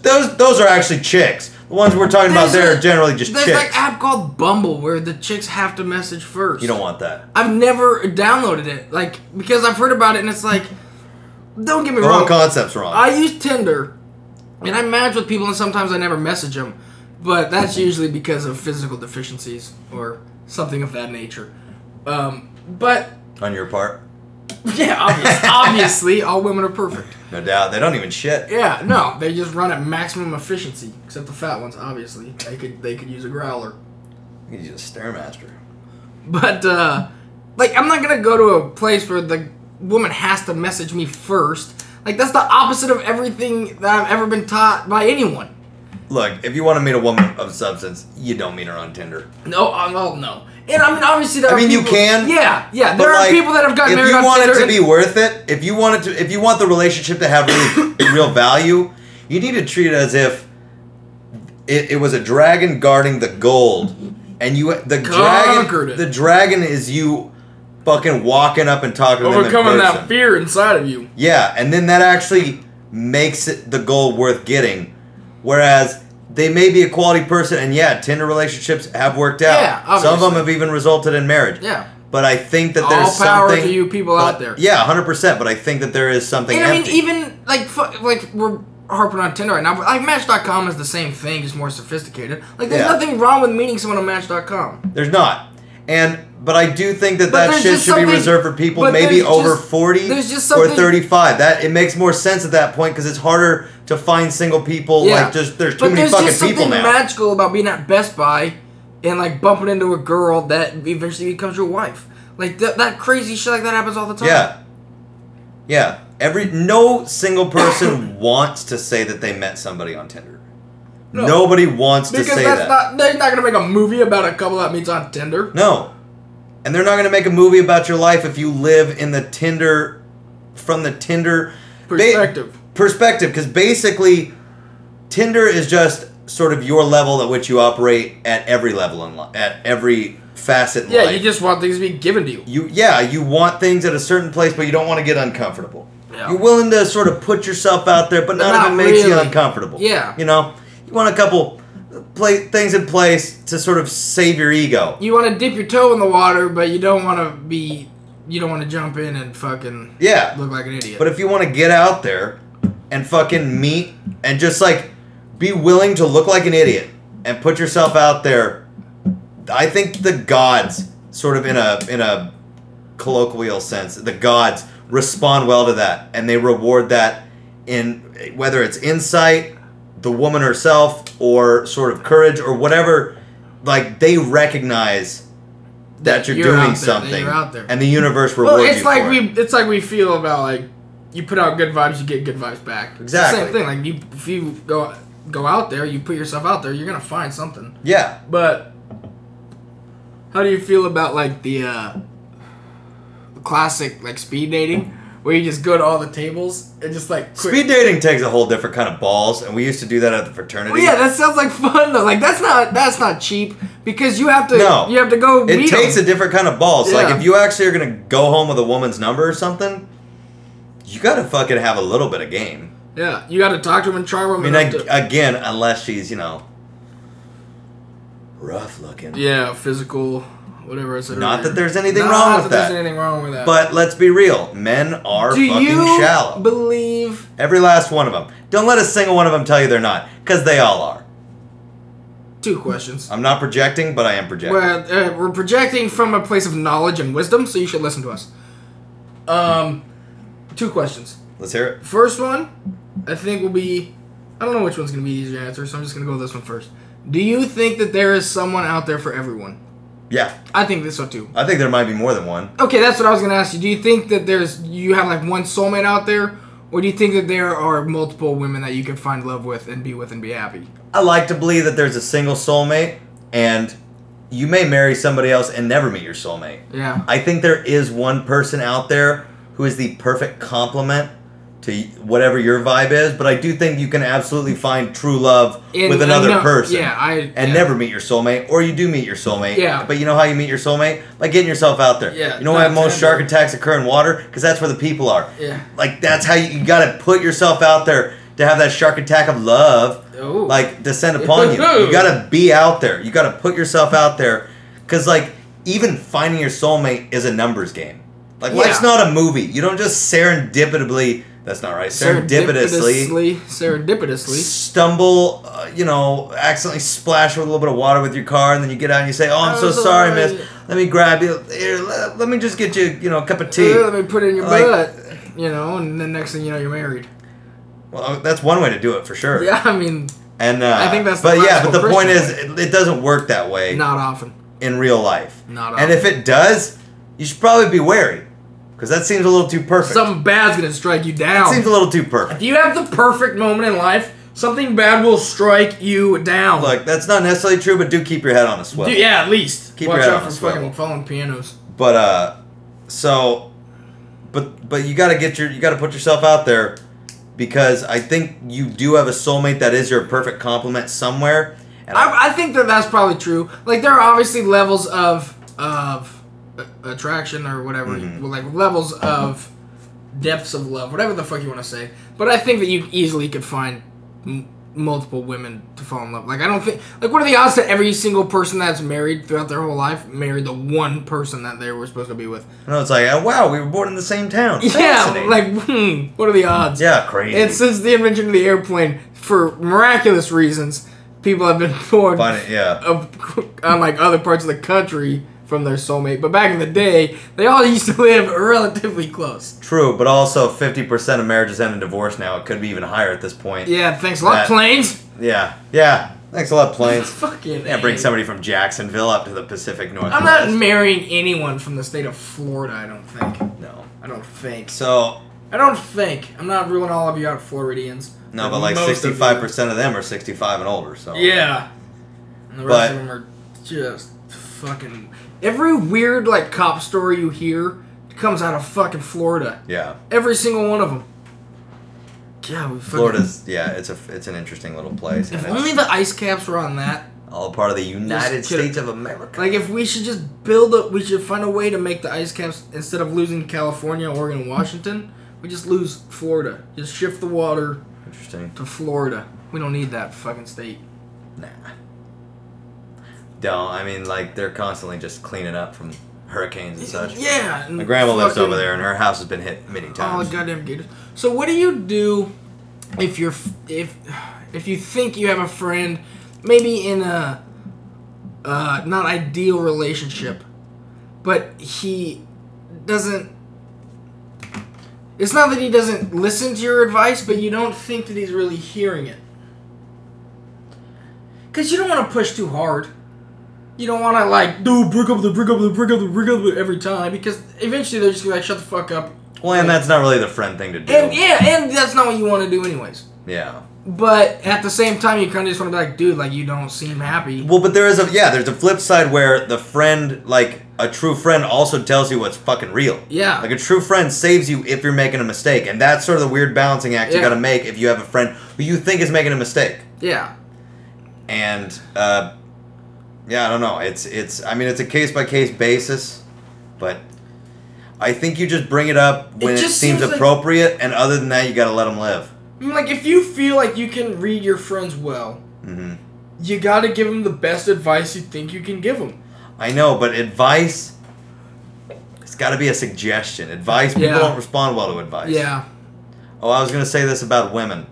Speaker 2: those those those are actually chicks the ones we're talking about
Speaker 3: there's
Speaker 2: there
Speaker 3: a-
Speaker 2: are generally just
Speaker 3: There's
Speaker 2: chicks
Speaker 3: like app called Bumble where the chicks have to message first.
Speaker 2: you don't want that
Speaker 3: I've never downloaded it, like because I've heard about it, and it's like, don't get me
Speaker 2: the whole
Speaker 3: wrong.
Speaker 2: concept's wrong
Speaker 3: I use Tinder, and I match with people, and sometimes I never message them, but that's usually because of physical deficiencies or something of that nature. Um, but
Speaker 2: on your part
Speaker 3: yeah, obvious, obviously, all women are perfect.
Speaker 2: no doubt they don't even shit
Speaker 3: Yeah, no, they just run at maximum efficiency, except the fat ones. Obviously, they could they could use a growler.
Speaker 2: he's just a stairmaster
Speaker 3: But uh like I'm not gonna go to a place where the woman has to message me first. Like that's the opposite of everything that I've ever been taught by anyone.
Speaker 2: Look, if you want to meet a woman of substance, you don't meet her on Tinder.
Speaker 3: No, I'm well, no. And I mean, obviously, there
Speaker 2: I
Speaker 3: are
Speaker 2: mean, you
Speaker 3: people-
Speaker 2: can,
Speaker 3: Yeah, yeah.
Speaker 2: But,
Speaker 3: There are
Speaker 2: like,
Speaker 3: people that have
Speaker 2: if
Speaker 3: gotten married
Speaker 2: you
Speaker 3: on
Speaker 2: want
Speaker 3: Tinder.
Speaker 2: it to
Speaker 3: and-
Speaker 2: be worth it, if you want it to, if you want the relationship to have really real value, you need to treat it as if it, it was a dragon guarding the gold, and you the
Speaker 3: Conquered
Speaker 2: dragon
Speaker 3: it.
Speaker 2: the dragon is you fucking walking up and talking
Speaker 3: overcoming
Speaker 2: to them in
Speaker 3: that
Speaker 2: person.
Speaker 3: fear inside of you.
Speaker 2: Yeah, and then that actually makes it the goal worth getting. Whereas they may be a quality person, and yeah, Tinder relationships have worked out.
Speaker 3: Yeah,
Speaker 2: some of them
Speaker 3: obviously.
Speaker 2: have even resulted in marriage.
Speaker 3: Yeah.
Speaker 2: but I think that
Speaker 3: All
Speaker 2: there's
Speaker 3: power
Speaker 2: something
Speaker 3: to you people
Speaker 2: but-
Speaker 3: out there.
Speaker 2: Yeah, hundred percent. But I think that there is something.
Speaker 3: And I mean,
Speaker 2: empty.
Speaker 3: even like fu- like we're harping on Tinder right now, but like Match.com is the same thing, just more sophisticated. Like there's
Speaker 2: Yeah.
Speaker 3: nothing wrong with meeting someone on Match.com.
Speaker 2: there's not. And but I do think that
Speaker 3: But
Speaker 2: that
Speaker 3: there's
Speaker 2: shit
Speaker 3: just
Speaker 2: should be
Speaker 3: something-
Speaker 2: reserved for people
Speaker 3: but
Speaker 2: maybe
Speaker 3: there's
Speaker 2: over
Speaker 3: just-
Speaker 2: forty
Speaker 3: there's just
Speaker 2: or
Speaker 3: something-
Speaker 2: thirty-five. That it makes more sense at that point because it's harder to find single people.
Speaker 3: Yeah.
Speaker 2: Like just there's too
Speaker 3: but
Speaker 2: many
Speaker 3: there's
Speaker 2: fucking
Speaker 3: just something
Speaker 2: people now.
Speaker 3: magical about being at Best Buy and like bumping into a girl that eventually becomes your wife. Like th- that crazy shit like that happens all the time.
Speaker 2: Yeah. Yeah. Every no single person wants to say that they met somebody on Tinder.
Speaker 3: No.
Speaker 2: Nobody wants to
Speaker 3: Because
Speaker 2: say
Speaker 3: that's
Speaker 2: that.
Speaker 3: not they're not gonna make a movie about a couple that meets on Tinder.
Speaker 2: no. And they're not going to make a movie about your life if you live in the Tinder from the Tinder ba-
Speaker 3: Perspective.
Speaker 2: perspective cuz basically Tinder is just sort of your level at which you operate at every level in life, at every facet in
Speaker 3: Yeah,
Speaker 2: life.
Speaker 3: you just want things to be given to you.
Speaker 2: you yeah you want things at a certain place but you don't want to get uncomfortable
Speaker 3: Yeah.
Speaker 2: you're willing to sort of put yourself out there but not,
Speaker 3: not
Speaker 2: even makes you
Speaker 3: really.
Speaker 2: uncomfortable
Speaker 3: Yeah.
Speaker 2: you know you want a couple play things in place to sort of save your ego
Speaker 3: You want to dip your toe in the water, but you don't want to be you don't want to jump in and fucking
Speaker 2: yeah
Speaker 3: look like an idiot.
Speaker 2: but if you want to get out there and fucking meet and just like be willing to look like an idiot and put yourself out there i think the gods sort of in a in a colloquial sense. The gods respond well to that, and they reward that in whether it's insight, the woman herself, or sort of courage, or whatever. Like they recognize that you're,
Speaker 3: You're out
Speaker 2: doing
Speaker 3: there, that
Speaker 2: something,
Speaker 3: you're out there.
Speaker 2: and the universe rewards
Speaker 3: well, it's
Speaker 2: you
Speaker 3: like
Speaker 2: for
Speaker 3: we
Speaker 2: it.
Speaker 3: it's like we feel about like you put out good vibes, you get good vibes back. It's the
Speaker 2: Exactly.
Speaker 3: same thing. Like you, if you go go out there, you put yourself out there, you're gonna find something.
Speaker 2: Yeah,
Speaker 3: But how do you feel about like the uh, classic like speed dating, where you just go to all the tables and just like quick-
Speaker 2: Speed dating takes a whole different kind of balls, and we used to do that at the fraternity.
Speaker 3: Well, yeah, that sounds like fun though. Like that's not that's not cheap because you have to
Speaker 2: No.
Speaker 3: you have to go.
Speaker 2: it
Speaker 3: meet
Speaker 2: takes
Speaker 3: them.
Speaker 2: a different kind of balls. Like
Speaker 3: Yeah.
Speaker 2: if you actually are gonna go home with a woman's number or something, you gotta fucking have a little bit of game.
Speaker 3: yeah. You got to talk to him and charm him.
Speaker 2: I mean,
Speaker 3: enough
Speaker 2: ag
Speaker 3: to-
Speaker 2: again, unless she's you know rough looking.
Speaker 3: yeah, physical, whatever. I said
Speaker 2: Not
Speaker 3: earlier.
Speaker 2: that there's anything
Speaker 3: Not
Speaker 2: wrong with
Speaker 3: that there's
Speaker 2: that.
Speaker 3: anything wrong with that.
Speaker 2: But let's be real, men are
Speaker 3: do
Speaker 2: fucking
Speaker 3: you
Speaker 2: shallow.
Speaker 3: believe?
Speaker 2: Every last one of them. Don't let a single one of them tell you they're not, because they all are.
Speaker 3: Two questions.
Speaker 2: I'm not projecting, but I am projecting.
Speaker 3: We're, uh, we're projecting from a place of knowledge and wisdom, so you should listen to us. Um, two questions.
Speaker 2: Let's hear it.
Speaker 3: First one, I think will be. I don't know which one's gonna be easier to answer, so I'm just gonna go with this one first. Do you think that there is someone out there for everyone?
Speaker 2: Yeah,
Speaker 3: I think this one too.
Speaker 2: I think there might be more than one.
Speaker 3: Okay, that's what I was gonna ask you. Do you think that there's you have like one soulmate out there, or do you think that there are multiple women that you can find love with and be with and be happy?
Speaker 2: I like to believe that there's a single soulmate, and you may marry somebody else and never meet your soulmate.
Speaker 3: Yeah.
Speaker 2: I think there is one person out there who is the perfect complement to whatever your vibe is, but I do think you can absolutely find true love
Speaker 3: In
Speaker 2: with another
Speaker 3: ano-
Speaker 2: person.
Speaker 3: uh, Yeah, I
Speaker 2: and
Speaker 3: yeah.
Speaker 2: never meet your soulmate, or you do meet your soulmate.
Speaker 3: Yeah.
Speaker 2: But you know how you meet your soulmate? By getting yourself out there.
Speaker 3: Yeah,
Speaker 2: You know why
Speaker 3: not
Speaker 2: most
Speaker 3: tender.
Speaker 2: shark attacks occur in water? Because that's where the people are.
Speaker 3: Yeah.
Speaker 2: Like that's how you, you gotta put yourself out there to have that shark attack of love.
Speaker 3: Ooh.
Speaker 2: Like descend upon you. You gotta be out there. You gotta put yourself out there. Cause like even finding your soulmate is a numbers game. Like
Speaker 3: Yeah.
Speaker 2: life's not a movie. You don't just serendipitously. That's not right. serendipitously
Speaker 3: serendipitously, serendipitously.
Speaker 2: stumble, uh, you know, accidentally splash with a little bit of water with your car, and then you get out and you say, "Oh, I'm
Speaker 3: I'm
Speaker 2: so
Speaker 3: sorry."
Speaker 2: sorry, miss. Let me grab you. Here, let, let me just get you, you know, a cup of tea."
Speaker 3: Uh, Let me put it in your
Speaker 2: Like-
Speaker 3: butt, you know, and then next thing you know, you're married.
Speaker 2: Well, that's one way to do it for sure.
Speaker 3: Yeah, I mean,
Speaker 2: And uh,
Speaker 3: I think that's the
Speaker 2: But yeah, but
Speaker 3: logical
Speaker 2: the point is,
Speaker 3: Christian
Speaker 2: it, it doesn't work that way
Speaker 3: not often.
Speaker 2: in real life.
Speaker 3: Not
Speaker 2: and
Speaker 3: often.
Speaker 2: if it does, you should probably be wary, because that seems a little too perfect.
Speaker 3: Something bad's gonna strike you down.
Speaker 2: seems a little too perfect.
Speaker 3: if you have the perfect moment in life, something bad will strike you down.
Speaker 2: Look, that's not necessarily true, but do keep your head on a swivel.
Speaker 3: Dude, yeah, at least.
Speaker 2: Keep
Speaker 3: Watch
Speaker 2: your head on
Speaker 3: out
Speaker 2: a
Speaker 3: for
Speaker 2: swivel.
Speaker 3: fucking falling pianos.
Speaker 2: But uh, so, but but you gotta get your you gotta put yourself out there because I think you do have a soulmate that is your perfect complement somewhere. And I,
Speaker 3: I, I think that that's probably true. Like there are obviously levels of of a- attraction or whatever,
Speaker 2: Mm-hmm.
Speaker 3: well, like levels of depths of love, whatever the fuck you want to say. But I think that you easily could find m- multiple women to fall in love. Like I don't think like what are the odds that every single person that's married throughout their whole life married the one person that they were supposed to be with?
Speaker 2: and I was like, oh, wow, we were born in the same town.
Speaker 3: Yeah,
Speaker 2: Fascinating.
Speaker 3: like hmm, what are the odds?
Speaker 2: yeah, crazy.
Speaker 3: And since the invention of the airplane, for miraculous reasons, people have been born
Speaker 2: Find it, yeah.
Speaker 3: of, unlike other parts of the country from their soulmate. But back in the day, they all used to live relatively close.
Speaker 2: True, but also fifty percent of marriages end in divorce now. It could be even higher at this point.
Speaker 3: Yeah, thanks a lot,
Speaker 2: That-
Speaker 3: planes.
Speaker 2: yeah, yeah. Thanks a lot, planes.
Speaker 3: Fucking.
Speaker 2: Yeah, bring
Speaker 3: A.
Speaker 2: somebody from Jacksonville up to the Pacific Northwest.
Speaker 3: I'm not marrying anyone from the state of Florida. I don't think.
Speaker 2: No.
Speaker 3: I don't think.
Speaker 2: So
Speaker 3: I don't think. I'm not ruling all of you out, Floridians.
Speaker 2: no, but like
Speaker 3: most of you-
Speaker 2: sixty-five percent of them are sixty-five and older. So
Speaker 3: Yeah. And the rest
Speaker 2: Oh, But-
Speaker 3: of them are just fucking. Every weird like cop story you hear comes out of fucking Florida.
Speaker 2: yeah.
Speaker 3: Every single one of them. Yeah, we fucking,
Speaker 2: Florida's yeah, it's a it's an interesting little place. And
Speaker 3: If
Speaker 2: it's
Speaker 3: only the ice caps were on that.
Speaker 2: all part of the United
Speaker 3: Just kidding.
Speaker 2: States of America.
Speaker 3: Like, if we should just build up, we should find a way to make the ice caps instead of losing California, Oregon, and Washington, we just lose Florida. Just shift the water
Speaker 2: interesting.
Speaker 3: to Florida. We don't need that fucking state.
Speaker 2: Nah. Don't. I mean, like they're constantly just cleaning up from hurricanes and such.
Speaker 3: Yeah. and
Speaker 2: My grandma lives
Speaker 3: fucking- Oh,
Speaker 2: over there, and her house has been hit many
Speaker 3: All
Speaker 2: times.
Speaker 3: the goddamn gators. So what do you do if you're f- if if you think you have a friend maybe in a uh, not ideal relationship, but he doesn't. It's not that he doesn't listen to your advice, but you don't think that he's really hearing it. Cause you don't want to push too hard. You don't want to like, dude, break up the break up the break up the break up the every time because eventually they're just gonna be like, shut the fuck up.
Speaker 2: well, and that's not really the friend thing to do.
Speaker 3: And yeah, and that's not what you want to do anyways.
Speaker 2: yeah.
Speaker 3: But at the same time, you kind of just want to be like, dude, like you don't seem happy.
Speaker 2: Well, but there is a yeah. There's a flip side where the friend, like a true friend, also tells you what's fucking real.
Speaker 3: Yeah.
Speaker 2: Like a true friend saves you if you're making a mistake, and that's sort of the weird balancing act you
Speaker 3: Yeah.
Speaker 2: got to make if you have a friend who you think is making a mistake.
Speaker 3: Yeah.
Speaker 2: And uh, yeah, I don't know. It's it's. I mean, it's a case by case basis, but I think you just bring it up when it,
Speaker 3: just
Speaker 2: seems,
Speaker 3: seems like-
Speaker 2: appropriate, and other than that, you got to let them live.
Speaker 3: I mean, like if you feel like you can read your friends well,
Speaker 2: hmm
Speaker 3: you got to give them the best advice you think you can give them.
Speaker 2: I know, but advice. It's got to be a suggestion. Advice. People
Speaker 3: Yeah.
Speaker 2: don't respond well to advice.
Speaker 3: Yeah.
Speaker 2: Oh, I was gonna say this about women.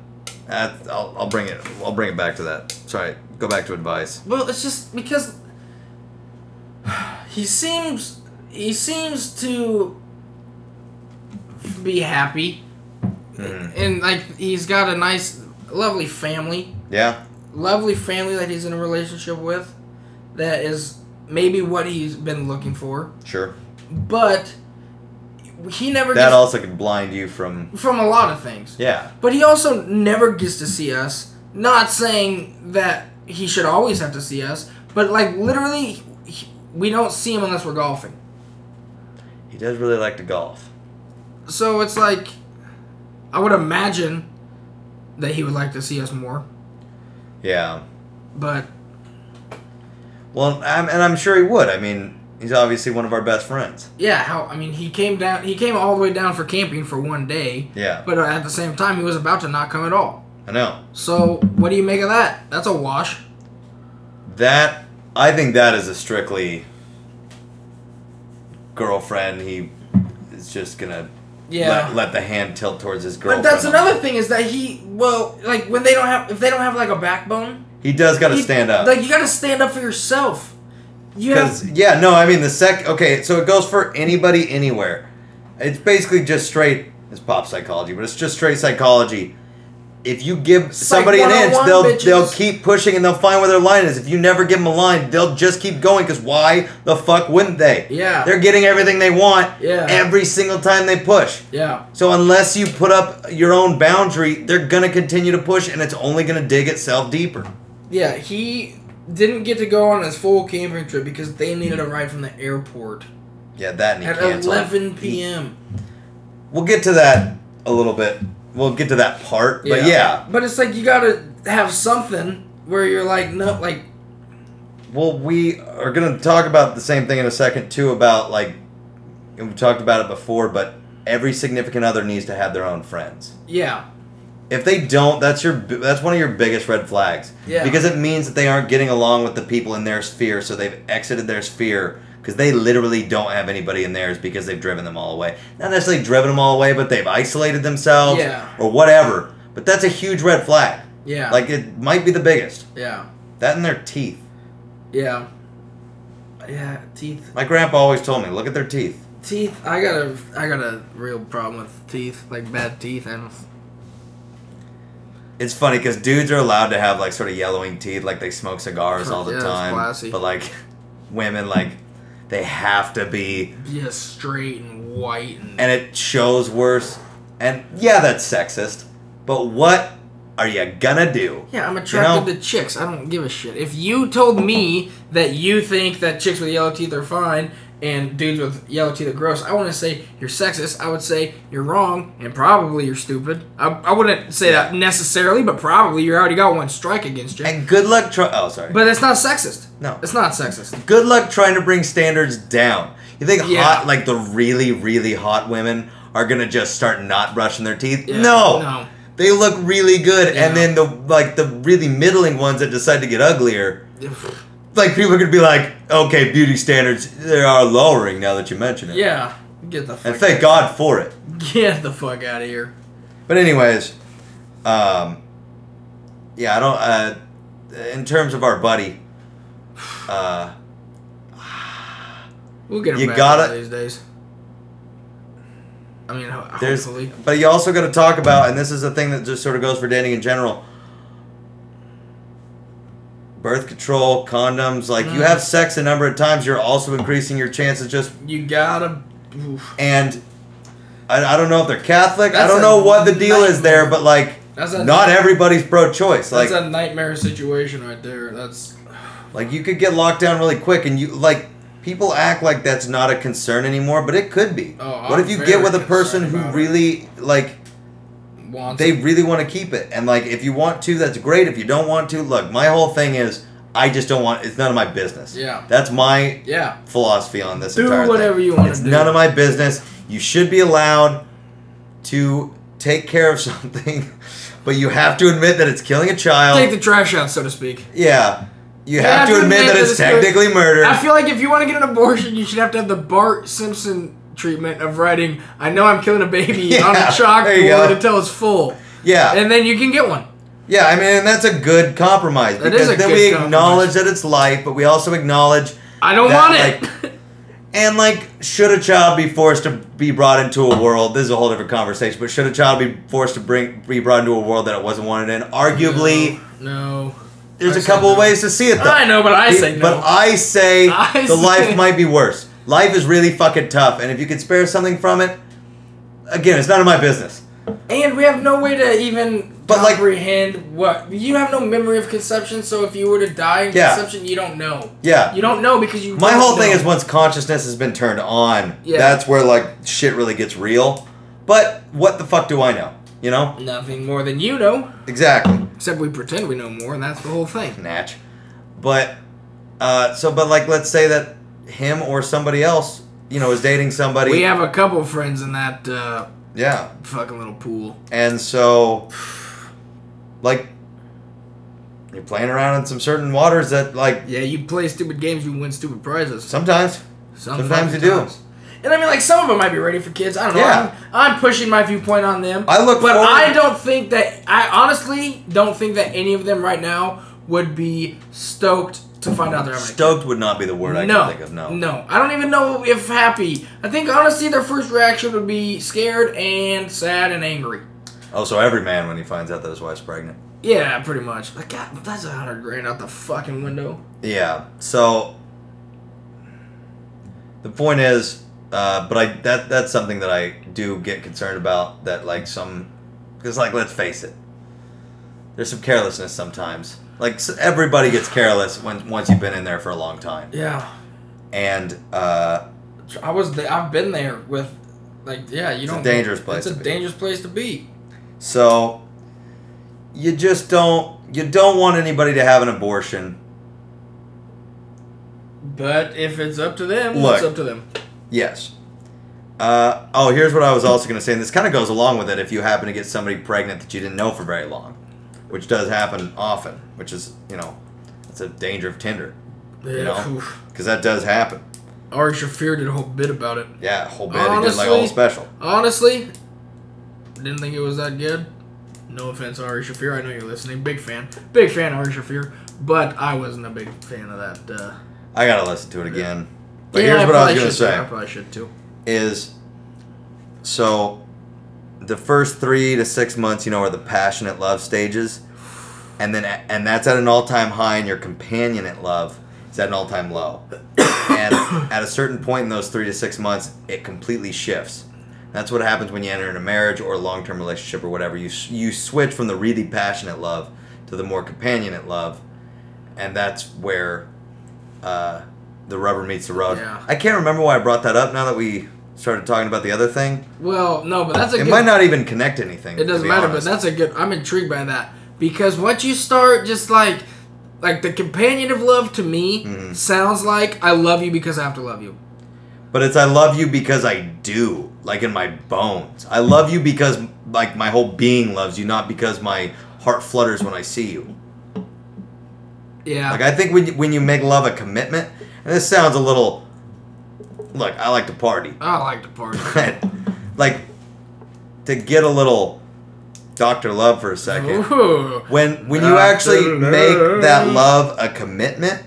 Speaker 2: Uh, I'll, I'll bring it. I'll bring it back to that. Sorry. Go back to advice.
Speaker 3: Well, it's just because he seems he seems to be happy, and like he's got a nice, lovely family,
Speaker 2: Yeah.
Speaker 3: lovely family that he's in a relationship with, that is maybe what he's been looking for,
Speaker 2: Sure.
Speaker 3: but he never
Speaker 2: That
Speaker 3: gets
Speaker 2: also can blind you from.
Speaker 3: from a lot of things.
Speaker 2: Yeah.
Speaker 3: But he also never gets to see us. Not saying that he should always have to see us, but like literally, he, we don't see him unless we're golfing.
Speaker 2: He does really like to golf.
Speaker 3: So it's like, I would imagine that he would like to see us more,
Speaker 2: Yeah.
Speaker 3: but
Speaker 2: Well, I'm, and I'm sure he would. I mean, he's obviously one of our best friends.
Speaker 3: yeah, how? I mean, he came down, he came all the way down for camping for one day,
Speaker 2: Yeah.
Speaker 3: but uh, at the same time, he was about to not come at all.
Speaker 2: I know.
Speaker 3: So what do you make of that? That's a wash.
Speaker 2: That I think that is a strictly girlfriend. He is just gonna let, let the hand tilt towards his
Speaker 3: but
Speaker 2: girlfriend.
Speaker 3: that's another thing is that he well, like when they don't have if they don't have like a backbone.
Speaker 2: He does got to
Speaker 3: You-
Speaker 2: stand up.
Speaker 3: Like you gotta stand up for yourself. You
Speaker 2: Because
Speaker 3: have
Speaker 2: yeah, no, I mean the sec. Okay, so it goes for anybody anywhere. It's basically just straight. It's pop psychology, but it's just straight psychology. If you give somebody an inch,
Speaker 3: 101,
Speaker 2: they'll
Speaker 3: bitches.
Speaker 2: they'll keep pushing and they'll find where their line is. If you never give them a line, they'll just keep going. Because why the fuck wouldn't they?
Speaker 3: Yeah.
Speaker 2: they're getting everything they want.
Speaker 3: Yeah.
Speaker 2: every single time they push.
Speaker 3: yeah,
Speaker 2: So unless you put up your own boundary, they're gonna continue to push, and it's only gonna dig itself deeper.
Speaker 3: yeah. He didn't get to go on his full camping trip because they needed a ride from the airport
Speaker 2: Yeah, that and he
Speaker 3: at
Speaker 2: canceled.
Speaker 3: 11 p.m.
Speaker 2: We'll get to that a little bit. We'll get to that part. But yeah,
Speaker 3: but it's like you gotta have something where you're like, no, like
Speaker 2: well, we are going to talk about the same thing in a second, too, about like, and we talked about it before, but every significant other needs to have their own friends.
Speaker 3: yeah,
Speaker 2: If they don't, that's your bi- that's one of your biggest red flags.
Speaker 3: Yeah.
Speaker 2: Because it means that they aren't getting along with the people in their sphere, so they've exited their sphere because they literally don't have anybody in theirs because they've driven them all away. Not necessarily driven them all away, but they've isolated themselves
Speaker 3: Yeah.
Speaker 2: or whatever. But that's a huge red flag.
Speaker 3: yeah,
Speaker 2: Like it might be the biggest.
Speaker 3: yeah,
Speaker 2: That and their teeth.
Speaker 3: yeah, yeah. Teeth,
Speaker 2: My grandpa always told me, look at their teeth.
Speaker 3: teeth. I got a, I got a real problem with teeth, like bad teeth. And
Speaker 2: It's funny because dudes are allowed to have like sort of yellowing teeth, like they smoke cigars all the
Speaker 3: Yeah, it's
Speaker 2: time.
Speaker 3: classy.
Speaker 2: But like women, like they have to be,
Speaker 3: yeah, straight and white and
Speaker 2: and it shows worse. And yeah, that's sexist. But what are you gonna do?
Speaker 3: Yeah, I'm attracted
Speaker 2: You know?
Speaker 3: to chicks. I don't give a shit. If you told me that you think that chicks with yellow teeth are fine and dudes with yellow teeth are gross, I wouldn't say you're sexist. I would say you're wrong and probably you're stupid. I, I wouldn't say that necessarily, but probably you already got one strike against you.
Speaker 2: And good luck try. Oh, sorry.
Speaker 3: But it's not sexist.
Speaker 2: No.
Speaker 3: It's not sexist.
Speaker 2: good luck trying to bring standards down. You think
Speaker 3: Yeah.
Speaker 2: hot, like the really, really hot women, are gonna just start not brushing their teeth?
Speaker 3: Yeah,
Speaker 2: no,
Speaker 3: no.
Speaker 2: they look really good,
Speaker 3: Yeah.
Speaker 2: and then the like the really middling ones that decide to get uglier, like people are gonna be like, okay, beauty standards they are lowering now that you mention it.
Speaker 3: Yeah. Get the
Speaker 2: and
Speaker 3: fuck
Speaker 2: thank God for it.
Speaker 3: Get the fuck out of here.
Speaker 2: But anyways, um, yeah, I don't. Uh, in terms of our buddy, uh,
Speaker 3: We'll get him
Speaker 2: You
Speaker 3: back
Speaker 2: gotta-
Speaker 3: one of these days. I mean, ho-
Speaker 2: There's,
Speaker 3: hopefully.
Speaker 2: but you also got to talk about, and this is the thing that just sort of goes for dating in general. Birth control, condoms, like you
Speaker 3: Mm.
Speaker 2: have sex a number of times, you're also increasing your chances. Just
Speaker 3: You gotta. oof.
Speaker 2: and I, I don't know if they're Catholic, I
Speaker 3: That's
Speaker 2: don't
Speaker 3: a
Speaker 2: know what the deal is
Speaker 3: nightmare.
Speaker 2: there, but like
Speaker 3: That's a
Speaker 2: Not everybody's pro-choice. Like
Speaker 3: That's a nightmare situation right there. That's
Speaker 2: Like you could get locked down really quick, and you like people act like that's not a concern anymore, but it could be.
Speaker 3: Oh,
Speaker 2: what
Speaker 3: I'm
Speaker 2: if you
Speaker 3: very
Speaker 2: get with a person
Speaker 3: concerned
Speaker 2: who
Speaker 3: about it.
Speaker 2: really like
Speaker 3: wants.
Speaker 2: they really want to keep it, and like if you want to, that's great. If you don't want to, look, my whole thing is I just don't want. It's none of my business.
Speaker 3: Yeah.
Speaker 2: that's my
Speaker 3: yeah.
Speaker 2: philosophy on this.
Speaker 3: Do
Speaker 2: entire
Speaker 3: whatever
Speaker 2: thing.
Speaker 3: you wanna
Speaker 2: It's
Speaker 3: do.
Speaker 2: none of my business. You should be allowed to take care of something, but you have to admit that it's killing a child.
Speaker 3: Take the trash out, so to speak.
Speaker 2: yeah. You have to admit, that it's
Speaker 3: good.
Speaker 2: technically murder.
Speaker 3: I feel like if you want to get an abortion, you should have to have the Bart Simpson treatment of writing, I know I'm killing a baby on a
Speaker 2: Yeah, there you
Speaker 3: chalkboard
Speaker 2: go.
Speaker 3: until it's full.
Speaker 2: yeah.
Speaker 3: And then you can get one.
Speaker 2: Yeah, I mean, and that's a good compromise
Speaker 3: That
Speaker 2: because
Speaker 3: is a
Speaker 2: then
Speaker 3: good
Speaker 2: we
Speaker 3: compromise.
Speaker 2: acknowledge that it's life, but we also acknowledge
Speaker 3: I don't
Speaker 2: That,
Speaker 3: want it.
Speaker 2: and like should a child be forced to be brought into a world? This is a whole different conversation, but should a child be forced to bring be brought into a world that it wasn't wanted in? Arguably,
Speaker 3: no.
Speaker 2: there's
Speaker 3: I
Speaker 2: a
Speaker 3: say
Speaker 2: couple
Speaker 3: no.
Speaker 2: of ways to see it. though.
Speaker 3: I know, but I
Speaker 2: The-
Speaker 3: say no.
Speaker 2: But I say the
Speaker 3: I say-
Speaker 2: life might be worse. Life is really fucking tough, and if you could spare something from it, again, it's none of my business.
Speaker 3: and we have no way to even
Speaker 2: But, like-
Speaker 3: comprehend what you have no memory of conception. So if you were to die in
Speaker 2: Yeah.
Speaker 3: conception, you don't know.
Speaker 2: Yeah.
Speaker 3: You don't know because you.
Speaker 2: My
Speaker 3: don't
Speaker 2: whole thing
Speaker 3: know.
Speaker 2: is once consciousness has been turned on,
Speaker 3: Yeah.
Speaker 2: that's where like shit really gets real. But what the fuck do I know? You know?
Speaker 3: nothing more than you know.
Speaker 2: Exactly.
Speaker 3: Except we pretend we know more, and that's the whole thing.
Speaker 2: Natch. But uh so but like let's say that him or somebody else, you know, is dating somebody.
Speaker 3: We have a couple friends in that uh,
Speaker 2: yeah.
Speaker 3: fucking little pool.
Speaker 2: And so like you're playing around in some certain waters that like
Speaker 3: Yeah, you play stupid games, you win stupid prizes.
Speaker 2: sometimes
Speaker 3: Some
Speaker 2: sometimes you
Speaker 3: fucking
Speaker 2: do.
Speaker 3: times. And I mean, like some of them might be ready for kids. I don't know.
Speaker 2: Yeah.
Speaker 3: I'm, I'm pushing my viewpoint on them.
Speaker 2: I look
Speaker 3: but
Speaker 2: forward-
Speaker 3: I don't think that I honestly don't think that any of them right now would be stoked to find out they're having. a kid.
Speaker 2: Stoked would not be the word I
Speaker 3: no,
Speaker 2: can think of, no.
Speaker 3: no. I don't even know if happy. I think honestly, their first reaction would be scared and sad and angry.
Speaker 2: Oh, so every man when he finds out that his wife's pregnant.
Speaker 3: Yeah, pretty much. Like, God, that's a hundred grand out the fucking window.
Speaker 2: Yeah. So the point is, uh, but I that that's something that I do get concerned about. That like some, because like let's face it, there's some carelessness sometimes. Like s- everybody gets careless when once you've been in there for a long time.
Speaker 3: Yeah,
Speaker 2: And uh,
Speaker 3: I was. There, I've been there with, like, yeah. You
Speaker 2: It's a
Speaker 3: don't.
Speaker 2: dangerous place
Speaker 3: It's a
Speaker 2: to be.
Speaker 3: dangerous place to be.
Speaker 2: so you just don't you don't want anybody to have an abortion.
Speaker 3: But if it's up to them,
Speaker 2: Look.
Speaker 3: it's up to them.
Speaker 2: Yes. Uh, oh, here's what I was also going to say, and this kind of goes along with it if you happen to get somebody pregnant that you didn't know for very long, which does happen often, which is, you know, it's a danger of Tinder, you know,
Speaker 3: Oof.
Speaker 2: because that does happen.
Speaker 3: Ari Shafir did a whole bit about it.
Speaker 2: Yeah, whole bit. He did like a whole
Speaker 3: Honestly-
Speaker 2: special.
Speaker 3: Honestly, didn't think it was that good. No offense, Ari Shafir. I know you're listening. Big fan. Big fan, Ari Shafir. But I wasn't a big fan of that. Uh,
Speaker 2: I got to listen to it again. But
Speaker 3: yeah,
Speaker 2: here's what I was
Speaker 3: probably
Speaker 2: going to
Speaker 3: should too.
Speaker 2: say.
Speaker 3: I probably should too.
Speaker 2: is so the first three to six months, you know, are the passionate love stages, and then and that's at an all time high, and your companionate love is at an all time low. and at a certain point in those three to six months, it completely shifts. That's what happens when you enter in a marriage or a long term relationship or whatever. You s- you switch from the really passionate love to the more companionate love, and that's where uh, the rubber meets the road.
Speaker 3: Yeah.
Speaker 2: I can't remember why I brought that up. Now that we started talking about the other thing,
Speaker 3: Well, no, but that's a
Speaker 2: it
Speaker 3: good.
Speaker 2: might not even connect anything.
Speaker 3: It doesn't matter, but that's a good. I'm intrigued by that because once you start just like, like the companion of love to me
Speaker 2: Mm-hmm.
Speaker 3: sounds like I love you because I have to love you.
Speaker 2: But it's I love you because I do, like in my bones. I love you because like my whole being loves you, not because my heart flutters when I see you.
Speaker 3: Yeah.
Speaker 2: Like I think when you, when you make love a commitment, and this sounds a little. Look, I like to party,
Speaker 3: I like to party.
Speaker 2: but like to get a little Doctor Love for a second.
Speaker 3: Ooh.
Speaker 2: When when you
Speaker 3: Dr.
Speaker 2: actually make that
Speaker 3: Love.
Speaker 2: love a commitment,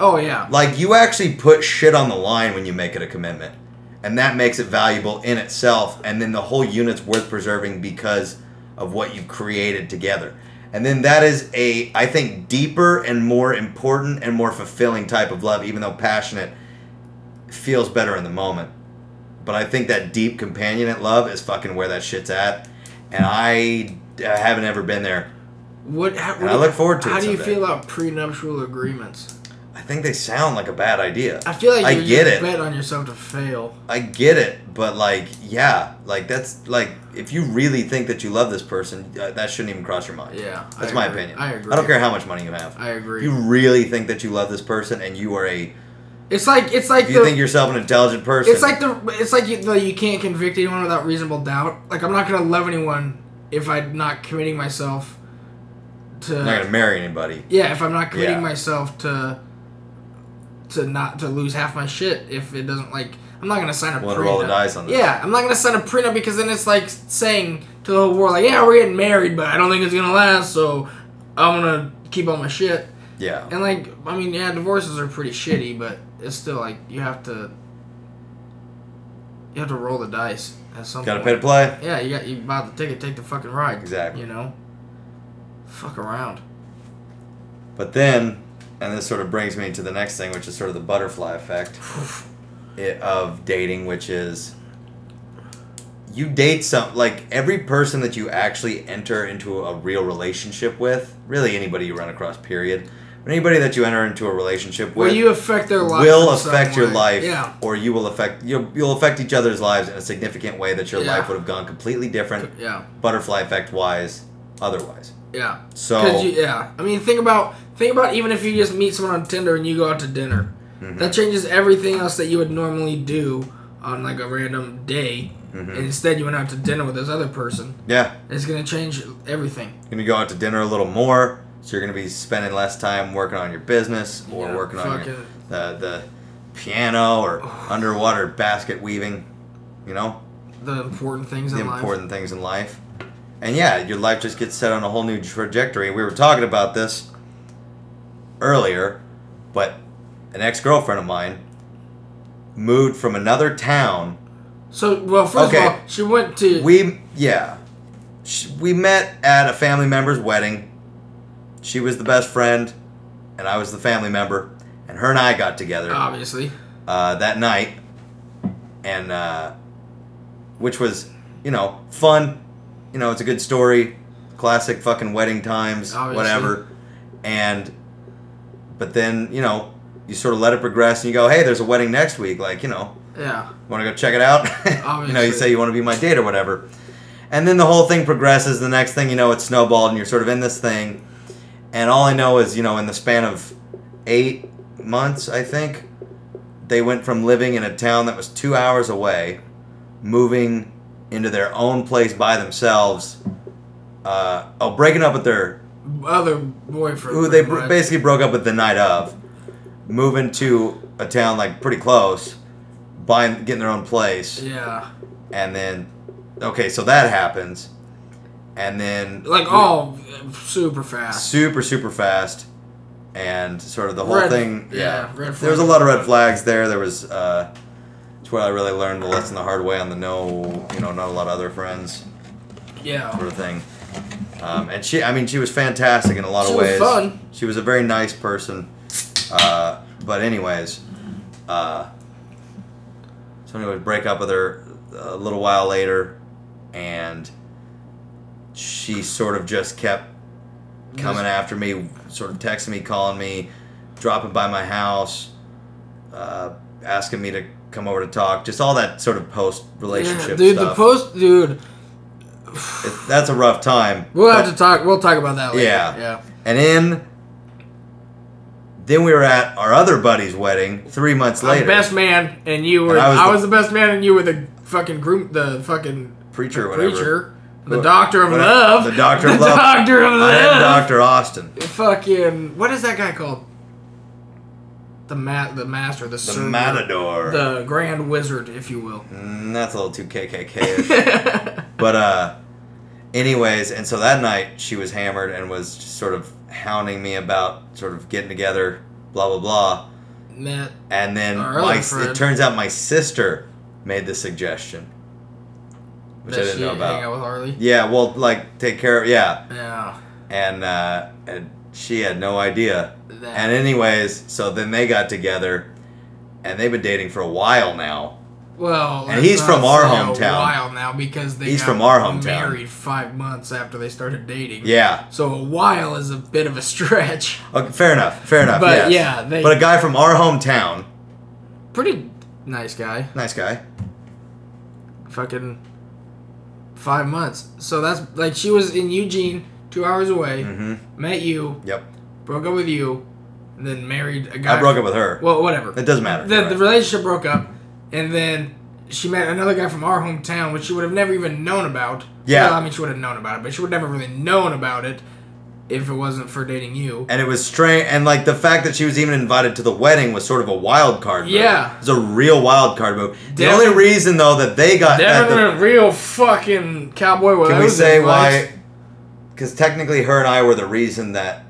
Speaker 3: Oh yeah.
Speaker 2: like you actually put shit on the line when you make it a commitment and that makes it valuable in itself and then the whole unit's worth preserving because of what you've created together and then that is a i think deeper and more important and more fulfilling type of love even though passionate feels better in the moment but i think that deep companionate love is fucking where that shit's at and i I haven't ever been there.
Speaker 3: What? How,
Speaker 2: And I look forward to it
Speaker 3: How do you
Speaker 2: someday.
Speaker 3: feel about prenuptial agreements?
Speaker 2: I think they sound like a bad idea.
Speaker 3: I feel like
Speaker 2: I
Speaker 3: you
Speaker 2: get it.
Speaker 3: bet on yourself to fail.
Speaker 2: I get it, but like, yeah, like that's like if you really think that you love this person, uh, that shouldn't even cross your mind.
Speaker 3: Yeah, I
Speaker 2: that's my
Speaker 3: agree.
Speaker 2: opinion.
Speaker 3: I agree.
Speaker 2: I don't care how much money you have.
Speaker 3: I
Speaker 2: If
Speaker 3: agree.
Speaker 2: you really think that you love this person and you are a,
Speaker 3: it's like it's like
Speaker 2: if you
Speaker 3: the,
Speaker 2: think yourself an intelligent person,
Speaker 3: It's like the it's like you, the, you can't convict anyone without reasonable doubt. Like I'm not gonna love anyone if I'm not committing myself to
Speaker 2: you're not gonna marry anybody.
Speaker 3: yeah. If I'm not committing
Speaker 2: Yeah.
Speaker 3: myself to to not to lose half my shit if it doesn't like I'm not gonna sign a
Speaker 2: Wanna
Speaker 3: prenup.
Speaker 2: roll the dice on this.
Speaker 3: Yeah, I'm not gonna sign a prenup because then it's like saying to the whole world like yeah we're getting married but I don't think it's gonna last so I'm gonna keep all my shit.
Speaker 2: Yeah,
Speaker 3: And like, I mean, yeah, divorces are pretty shitty, but it's still like you have to you have to roll the dice at some
Speaker 2: gotta pay to
Speaker 3: point.
Speaker 2: play.
Speaker 3: yeah, you got you bought the ticket, take the fucking ride.
Speaker 2: Exactly.
Speaker 3: You know, fuck around.
Speaker 2: But then, and this sort of brings me to the next thing, which is sort of the butterfly effect i- of dating, which is you date some like every person that you actually enter into a real relationship with, really anybody you run across, period, or anybody that you enter into a relationship
Speaker 3: Will
Speaker 2: with.
Speaker 3: you affect their life?
Speaker 2: Will
Speaker 3: in some
Speaker 2: affect your
Speaker 3: way.
Speaker 2: life,
Speaker 3: Yeah.
Speaker 2: or you will affect you'll, you'll affect each other's lives in a significant way that your
Speaker 3: Yeah.
Speaker 2: life would have gone completely different,
Speaker 3: Yeah.
Speaker 2: butterfly effect wise, otherwise.
Speaker 3: Yeah.
Speaker 2: So
Speaker 3: 'Cause you, yeah, I mean, think about think about even if you just meet someone on Tinder and you go out to dinner,
Speaker 2: Mm-hmm.
Speaker 3: that changes everything else that you would normally do on like a random day.
Speaker 2: Mm-hmm.
Speaker 3: And instead, you went out to dinner with this other person.
Speaker 2: yeah,
Speaker 3: It's gonna change everything.
Speaker 2: You're gonna go out to dinner a little more, so you're gonna be spending less time working on your business or
Speaker 3: Yeah,
Speaker 2: working on your,
Speaker 3: fucking-
Speaker 2: the the piano or underwater basket weaving. You know
Speaker 3: The important things
Speaker 2: the
Speaker 3: in life.
Speaker 2: important things in life, and yeah, your life just gets set on a whole new trajectory. We were talking about this earlier, but an ex girlfriend of mine moved from another town
Speaker 3: So, well, first
Speaker 2: Okay.
Speaker 3: of all, she went to.
Speaker 2: we yeah, Sh we met at a family member's wedding. She was the best friend, and I was the family member, and her and I got together
Speaker 3: obviously.
Speaker 2: uh, that night, and uh, which was you know fun. You know, it's a good story, classic fucking wedding times,
Speaker 3: Obviously.
Speaker 2: whatever. And but then you know you sort of let it progress, and you go, hey, there's a wedding next week, like you know
Speaker 3: Yeah.
Speaker 2: want to go check it out? you know, you
Speaker 3: Obviously.
Speaker 2: say you want to be my date or whatever. And then the whole thing progresses. The next thing you know, it's snowballed and you're sort of in this thing. And all I know is, you know, in the span of eight months, I think, they went from living in a town that was two hours away, moving into their own place by themselves. Uh, oh, breaking up with their
Speaker 3: Other boyfriend.
Speaker 2: who they
Speaker 3: pretty
Speaker 2: br-
Speaker 3: much.
Speaker 2: basically broke up with the night of, moving to a town like pretty close, buying getting their own place,
Speaker 3: Yeah.
Speaker 2: and then okay, so that happens, and then
Speaker 3: Like, oh. all super fast.
Speaker 2: super super fast, and sort of the whole
Speaker 3: Red-
Speaker 2: thing.
Speaker 3: yeah, red
Speaker 2: there was
Speaker 3: flags.
Speaker 2: a lot of red flags there. There was. Uh, it's where I really learned the lesson the hard way on the no, you know, not a lot of other friends sort
Speaker 3: Yeah.
Speaker 2: of thing. Um, and she, I mean, she was fantastic in a lot
Speaker 3: She
Speaker 2: of
Speaker 3: was
Speaker 2: ways.
Speaker 3: fun.
Speaker 2: She was a very nice person. Uh, but anyways, uh, so anyways, break up with her a little while later, and she sort of just kept coming after me, sort of texting me, calling me, dropping by my house, uh, asking me to come over to talk, just all that sort of post relationship
Speaker 3: Yeah, dude,
Speaker 2: stuff.
Speaker 3: the post, dude.
Speaker 2: It- that's a rough time.
Speaker 3: We'll
Speaker 2: But-
Speaker 3: have to talk. We'll talk about that later.
Speaker 2: Yeah.
Speaker 3: Yeah.
Speaker 2: And then, then we were at our other buddy's wedding three months
Speaker 3: I'm
Speaker 2: later.
Speaker 3: best man, and you were.
Speaker 2: And I
Speaker 3: I,
Speaker 2: was
Speaker 3: was,
Speaker 2: the-
Speaker 3: the, best man, and you were the fucking groom, the fucking
Speaker 2: Preacher or whatever.
Speaker 3: preacher,
Speaker 2: Wha-
Speaker 3: the doctor of
Speaker 2: whatever.
Speaker 3: love,
Speaker 2: The doctor of
Speaker 3: the
Speaker 2: love.
Speaker 3: doctor of
Speaker 2: I am
Speaker 3: love.
Speaker 2: Doctor Austin.
Speaker 3: Fucking what is that guy called? The mat, the master, the,
Speaker 2: The
Speaker 3: servant,
Speaker 2: Matador.
Speaker 3: the grand wizard, if you will.
Speaker 2: Mm, that's a little too KKK. but uh, anyways, and so that night she was hammered and was just sort of hounding me about sort of getting together, blah blah blah.
Speaker 3: Matt,
Speaker 2: And then
Speaker 3: Our other
Speaker 2: my, it
Speaker 3: friend.
Speaker 2: turns out my sister made the suggestion, which
Speaker 3: that
Speaker 2: I didn't
Speaker 3: she
Speaker 2: know about.
Speaker 3: hang out with Harley.
Speaker 2: Yeah, well, like take care of yeah.
Speaker 3: Yeah,
Speaker 2: and uh, and she had no idea.
Speaker 3: That-
Speaker 2: And anyways, so then they got together, and they've been dating for a while now,
Speaker 3: Well,
Speaker 2: And he's
Speaker 3: that's
Speaker 2: from
Speaker 3: not
Speaker 2: our
Speaker 3: saying
Speaker 2: hometown.
Speaker 3: A while now because they
Speaker 2: He's
Speaker 3: got
Speaker 2: from our hometown.
Speaker 3: Married five months after they started dating.
Speaker 2: Yeah.
Speaker 3: So a while is a bit of a stretch.
Speaker 2: Okay, fair enough. Fair enough.
Speaker 3: But,
Speaker 2: yes.
Speaker 3: yeah, they-
Speaker 2: but a guy from our hometown,
Speaker 3: Pretty nice guy.
Speaker 2: nice guy.
Speaker 3: Fucking five months. So that's like she was in Eugene, two hours away. Mm-hmm. Met you,
Speaker 2: Yep.
Speaker 3: broke up with you, and then married a guy.
Speaker 2: I broke up with her.
Speaker 3: Well, whatever.
Speaker 2: It doesn't matter.
Speaker 3: The,
Speaker 2: You're
Speaker 3: the
Speaker 2: right.
Speaker 3: relationship broke up, and then she met another guy from our hometown, which she would have never even known about.
Speaker 2: Yeah.
Speaker 3: Well, I mean, she would have known about it, but she would never really known about it if it wasn't for dating you.
Speaker 2: and it was strange. And like the fact that she was even invited to the wedding was sort of a wild card. Move.
Speaker 3: Yeah.
Speaker 2: It was a real wild card move. The
Speaker 3: Devin-
Speaker 2: only reason though that they got that
Speaker 3: Devin,
Speaker 2: the-
Speaker 3: a real fucking cowboy. with
Speaker 2: Can we
Speaker 3: those
Speaker 2: say
Speaker 3: advice.
Speaker 2: why? Because technically, her and I were the reason that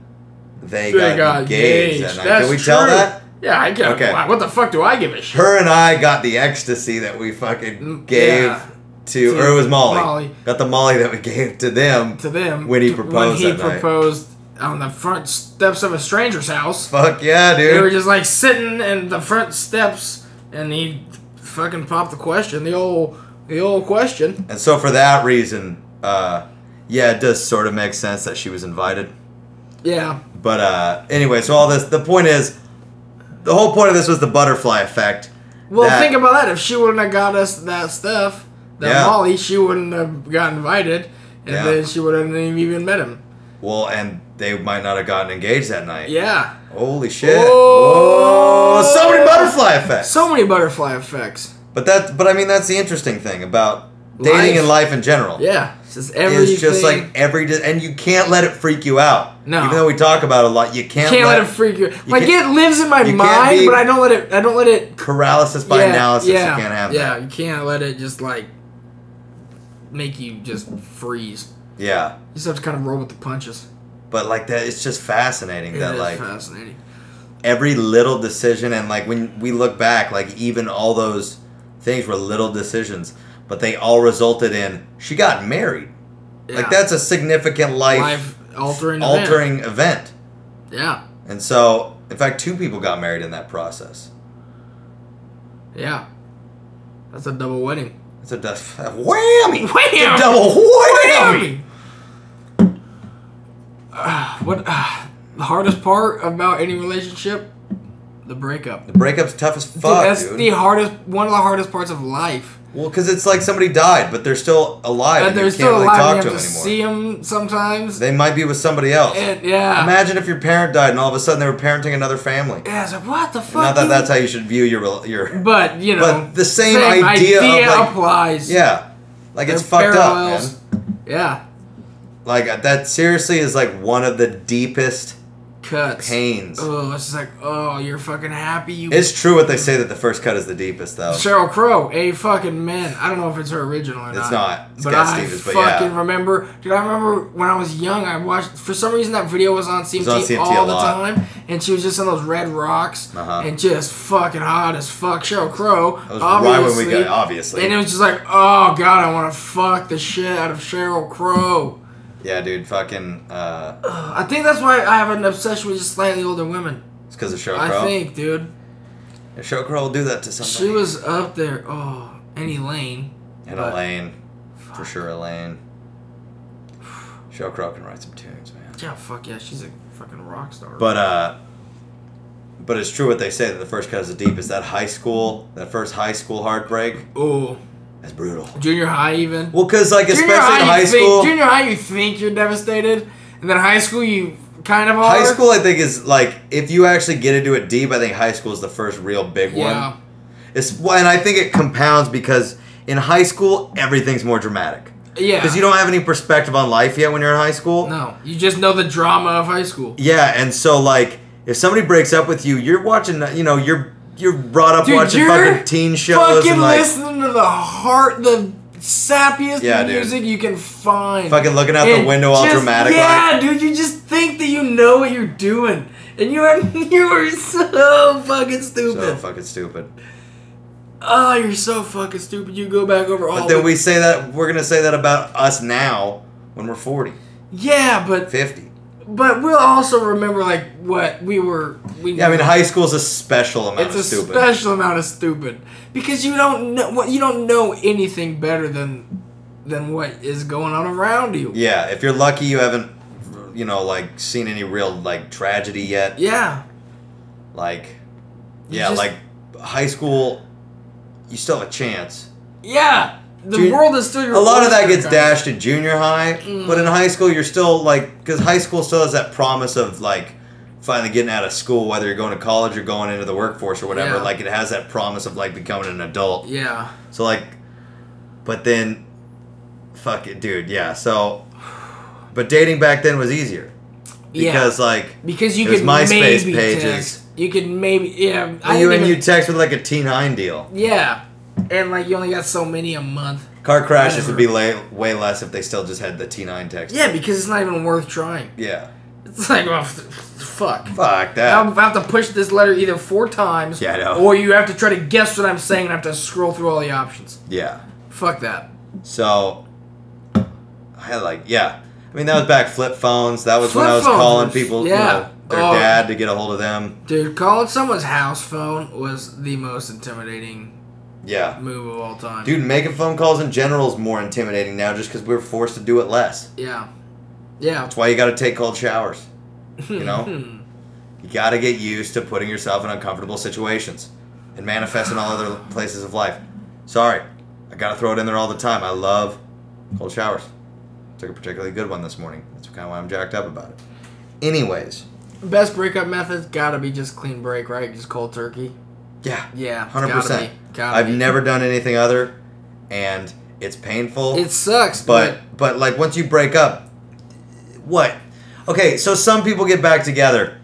Speaker 2: they,
Speaker 3: They
Speaker 2: got,
Speaker 3: got
Speaker 2: engaged.
Speaker 3: engaged.
Speaker 2: That night.
Speaker 3: That's
Speaker 2: Did we tell
Speaker 3: true.
Speaker 2: that?
Speaker 3: Yeah, I get
Speaker 2: Okay.
Speaker 3: okay. What the fuck do I give a shit?
Speaker 2: Her and I got the ecstasy that we fucking
Speaker 3: Mm,
Speaker 2: gave
Speaker 3: yeah.
Speaker 2: to,
Speaker 3: To
Speaker 2: or it was Molly.
Speaker 3: Molly.
Speaker 2: Got the Molly that we gave to them.
Speaker 3: to them
Speaker 2: when he
Speaker 3: to-
Speaker 2: proposed
Speaker 3: When he
Speaker 2: that night.
Speaker 3: proposed on the front steps of a stranger's house.
Speaker 2: Fuck yeah,
Speaker 3: They were
Speaker 2: dude.
Speaker 3: just like sitting in the front steps, and he fucking popped the question, the old, the old question.
Speaker 2: and so for that reason, uh, yeah, it does sort of make sense that she was invited.
Speaker 3: Yeah,
Speaker 2: But uh, anyway, so all this. The point is, the whole point of this was the butterfly effect.
Speaker 3: Well,
Speaker 2: that-
Speaker 3: think about that. If she wouldn't have got us that stuff, that
Speaker 2: Yeah.
Speaker 3: Molly, she wouldn't have got invited, and
Speaker 2: Yeah.
Speaker 3: then she wouldn't have even met him.
Speaker 2: Well, and they might not have gotten engaged that night.
Speaker 3: Yeah.
Speaker 2: Holy shit!
Speaker 3: Oh.
Speaker 2: Oh, so many butterfly effects.
Speaker 3: So many butterfly effects.
Speaker 2: but that, but I mean, that's the interesting thing about dating
Speaker 3: Life.
Speaker 2: and life in general.
Speaker 3: Yeah. It's just everything.
Speaker 2: It's just like every, di- and you can't let it freak you out.
Speaker 3: No.
Speaker 2: Even though we talk about it a lot, you can't,
Speaker 3: can't let it freak you. Like it
Speaker 2: can't-
Speaker 3: lives in my
Speaker 2: you can't
Speaker 3: mind,
Speaker 2: be-
Speaker 3: but I don't let it. I don't let it.
Speaker 2: paralysis by
Speaker 3: yeah,
Speaker 2: analysis.
Speaker 3: Yeah,
Speaker 2: you can't have
Speaker 3: Yeah,
Speaker 2: that.
Speaker 3: you can't let it just like make you just freeze.
Speaker 2: Yeah.
Speaker 3: You just have to kind of roll with the punches.
Speaker 2: But like that, it's just fascinating
Speaker 3: It is
Speaker 2: that like
Speaker 3: fascinating.
Speaker 2: every little decision and like when we look back like even all those things were little decisions but they all resulted in she got married
Speaker 3: Yeah.
Speaker 2: like that's a significant life,
Speaker 3: life altering.
Speaker 2: altering event.
Speaker 3: Yeah.
Speaker 2: and so in fact two people got married in that process
Speaker 3: Yeah. That's a double wedding.
Speaker 2: it's a, du- a whammy
Speaker 3: Wham!
Speaker 2: A double whammy
Speaker 3: Whammy! Ah, what ah, the hardest part about any relationship? The breakup.
Speaker 2: the breakup's tough as fuck
Speaker 3: that's
Speaker 2: dude.
Speaker 3: the hardest one of the hardest parts of life.
Speaker 2: well because it's like somebody died but they're still alive
Speaker 3: But
Speaker 2: and
Speaker 3: they're
Speaker 2: you
Speaker 3: still
Speaker 2: can't really talk
Speaker 3: alive. and
Speaker 2: to
Speaker 3: you
Speaker 2: them
Speaker 3: have to
Speaker 2: anymore
Speaker 3: see them sometimes.
Speaker 2: they might be with somebody else
Speaker 3: and, yeah.
Speaker 2: imagine if your parent died and all of a sudden they were parenting another family
Speaker 3: yeah. It's like what the fuck.
Speaker 2: Not that
Speaker 3: dude?
Speaker 2: that's how you should view your rel- your.
Speaker 3: But you know.
Speaker 2: But the same idea of, like-
Speaker 3: applies.
Speaker 2: Yeah, like it's
Speaker 3: They're
Speaker 2: fucked up, man.
Speaker 3: parallels. Yeah.
Speaker 2: Like uh, that seriously is like one of the deepest
Speaker 3: Cuts.
Speaker 2: pains.
Speaker 3: Oh, it's just like oh, you're fucking happy. You
Speaker 2: It's true what they say that the first cut is the deepest, though.
Speaker 3: Cheryl Crow, a fucking man. I don't know if it's her original or not.
Speaker 2: It's not. It's
Speaker 3: but
Speaker 2: Cat
Speaker 3: I
Speaker 2: Stevens, but yeah.
Speaker 3: fucking remember, dude. I remember when I was young. I watched for some reason that video was on CMT,
Speaker 2: was on CMT
Speaker 3: all
Speaker 2: a
Speaker 3: the
Speaker 2: lot.
Speaker 3: time, and she was just on those red rocks
Speaker 2: Uh-huh.
Speaker 3: and just fucking hot as fuck. Cheryl Crow.
Speaker 2: That was right when we got obviously.
Speaker 3: And it was just like, oh god, I want to fuck the shit out of Cheryl Crow.
Speaker 2: yeah, dude, fucking. Uh,
Speaker 3: I think that's why I have an obsession with just slightly older women.
Speaker 2: it's because of Show
Speaker 3: I
Speaker 2: Crow.
Speaker 3: think, dude.
Speaker 2: Show Crow will do that to
Speaker 3: She
Speaker 2: somebody.
Speaker 3: was up there. Oh, and Elaine.
Speaker 2: and
Speaker 3: but-
Speaker 2: Elaine, for sure, Elaine. Show Crow can write some tunes, man.
Speaker 3: Yeah, fuck yeah, she's a fucking rock star.
Speaker 2: But uh, but it's true what they say that the first cut is the deepest. That high school, that first high school heartbreak,
Speaker 3: oh,
Speaker 2: that's brutal.
Speaker 3: junior high even.
Speaker 2: Well, because like
Speaker 3: junior
Speaker 2: especially in
Speaker 3: you
Speaker 2: high
Speaker 3: think,
Speaker 2: school,
Speaker 3: Junior high, you think you're devastated, and then high school, you kind of are.
Speaker 2: high school I think is like if you actually get into it deep, I think high school is the first real big
Speaker 3: yeah,
Speaker 2: one. It's well, and I think it compounds because in high school everything's more dramatic
Speaker 3: yeah.
Speaker 2: because you don't have any perspective on life yet when you're in high school.
Speaker 3: No, you just know the drama of high school.
Speaker 2: Yeah, and so like if somebody breaks up with you, you're watching, you know, you're you're brought up
Speaker 3: Dude,
Speaker 2: watching
Speaker 3: you're
Speaker 2: fucking teen shows
Speaker 3: fucking
Speaker 2: and like.
Speaker 3: listening to the heart, the sappiest
Speaker 2: Yeah, dude.
Speaker 3: music you can find.
Speaker 2: Fucking looking out the
Speaker 3: And
Speaker 2: window all
Speaker 3: just-
Speaker 2: dramatic
Speaker 3: Yeah,
Speaker 2: like.
Speaker 3: dude, you just think that you know what you're doing, and you are you are so fucking stupid.
Speaker 2: So fucking stupid.
Speaker 3: oh, you're so fucking stupid. You go back over all.
Speaker 2: But then
Speaker 3: the-
Speaker 2: we say that we're gonna say that about us now when we're 40,
Speaker 3: Yeah, but
Speaker 2: 50.
Speaker 3: But we'll also remember like what we were. We
Speaker 2: Yeah, I mean, high school's a special amount
Speaker 3: it's
Speaker 2: of
Speaker 3: a
Speaker 2: stupid.
Speaker 3: special amount of stupid because you don't know what you don't know anything better than than what is going on around you.
Speaker 2: yeah, if you're lucky, you haven't, you know, like seen any real like tragedy yet.
Speaker 3: Yeah.
Speaker 2: Like,
Speaker 3: You
Speaker 2: yeah,
Speaker 3: just-
Speaker 2: like high school, you still have a chance.
Speaker 3: Yeah. The
Speaker 2: Dude,
Speaker 3: world is still your.
Speaker 2: A lot of that
Speaker 3: oyster,
Speaker 2: gets
Speaker 3: guys.
Speaker 2: dashed in junior high, but
Speaker 3: Mm.
Speaker 2: in high school, you're still like, because high school still has that promise of like finally getting out of school, whether you're going to college or going into the workforce or whatever.
Speaker 3: Yeah.
Speaker 2: Like, it has that promise of like becoming an adult.
Speaker 3: Yeah.
Speaker 2: So like, but then, fuck it, dude. Yeah. So, but dating back then was easier because like
Speaker 3: yeah. because you
Speaker 2: it was
Speaker 3: could
Speaker 2: MySpace
Speaker 3: maybe
Speaker 2: pages.
Speaker 3: text. You could maybe yeah. I
Speaker 2: you
Speaker 3: didn't
Speaker 2: and you
Speaker 3: even-
Speaker 2: text with like a T nine deal.
Speaker 3: yeah, and like you only got so many a month.
Speaker 2: Car crashes would be lay, way less if they still just had the T nine text.
Speaker 3: Yeah, because it's not even worth trying.
Speaker 2: Yeah.
Speaker 3: It's like oh, f- fuck.
Speaker 2: Fuck that.
Speaker 3: I have to push this letter either four times,
Speaker 2: Yeah, I know.
Speaker 3: or you have to try to guess what I'm saying and I have to scroll through all the options.
Speaker 2: yeah.
Speaker 3: Fuck that.
Speaker 2: So, I like yeah. I mean that was back flip phones. That was when
Speaker 3: Flip
Speaker 2: I was
Speaker 3: phones,
Speaker 2: calling people,
Speaker 3: yeah.
Speaker 2: you know, their
Speaker 3: Oh.
Speaker 2: dad to get a hold of them.
Speaker 3: Dude, calling someone's house phone was the most intimidating
Speaker 2: Yeah.
Speaker 3: move of all time.
Speaker 2: Dude, making phone calls in general is more intimidating now just because we're forced to do it less.
Speaker 3: Yeah. Yeah.
Speaker 2: That's why you got to take cold showers. You know, you got to get used to putting yourself in uncomfortable situations and manifest in all other places of life. Sorry, I got to throw it in there all the time. I love cold showers. Took a particularly good one this morning. That's kind of why I'm jacked up about it. Anyways,
Speaker 3: Best breakup methods gotta be just clean break, right? Just cold turkey.
Speaker 2: yeah,
Speaker 3: Yeah. it's
Speaker 2: hundred
Speaker 3: gotta
Speaker 2: percent.
Speaker 3: be. Gotta
Speaker 2: I've
Speaker 3: be.
Speaker 2: never done anything other, and it's painful.
Speaker 3: It sucks, but,
Speaker 2: But but like once you break up, what? Okay, so some people get back together,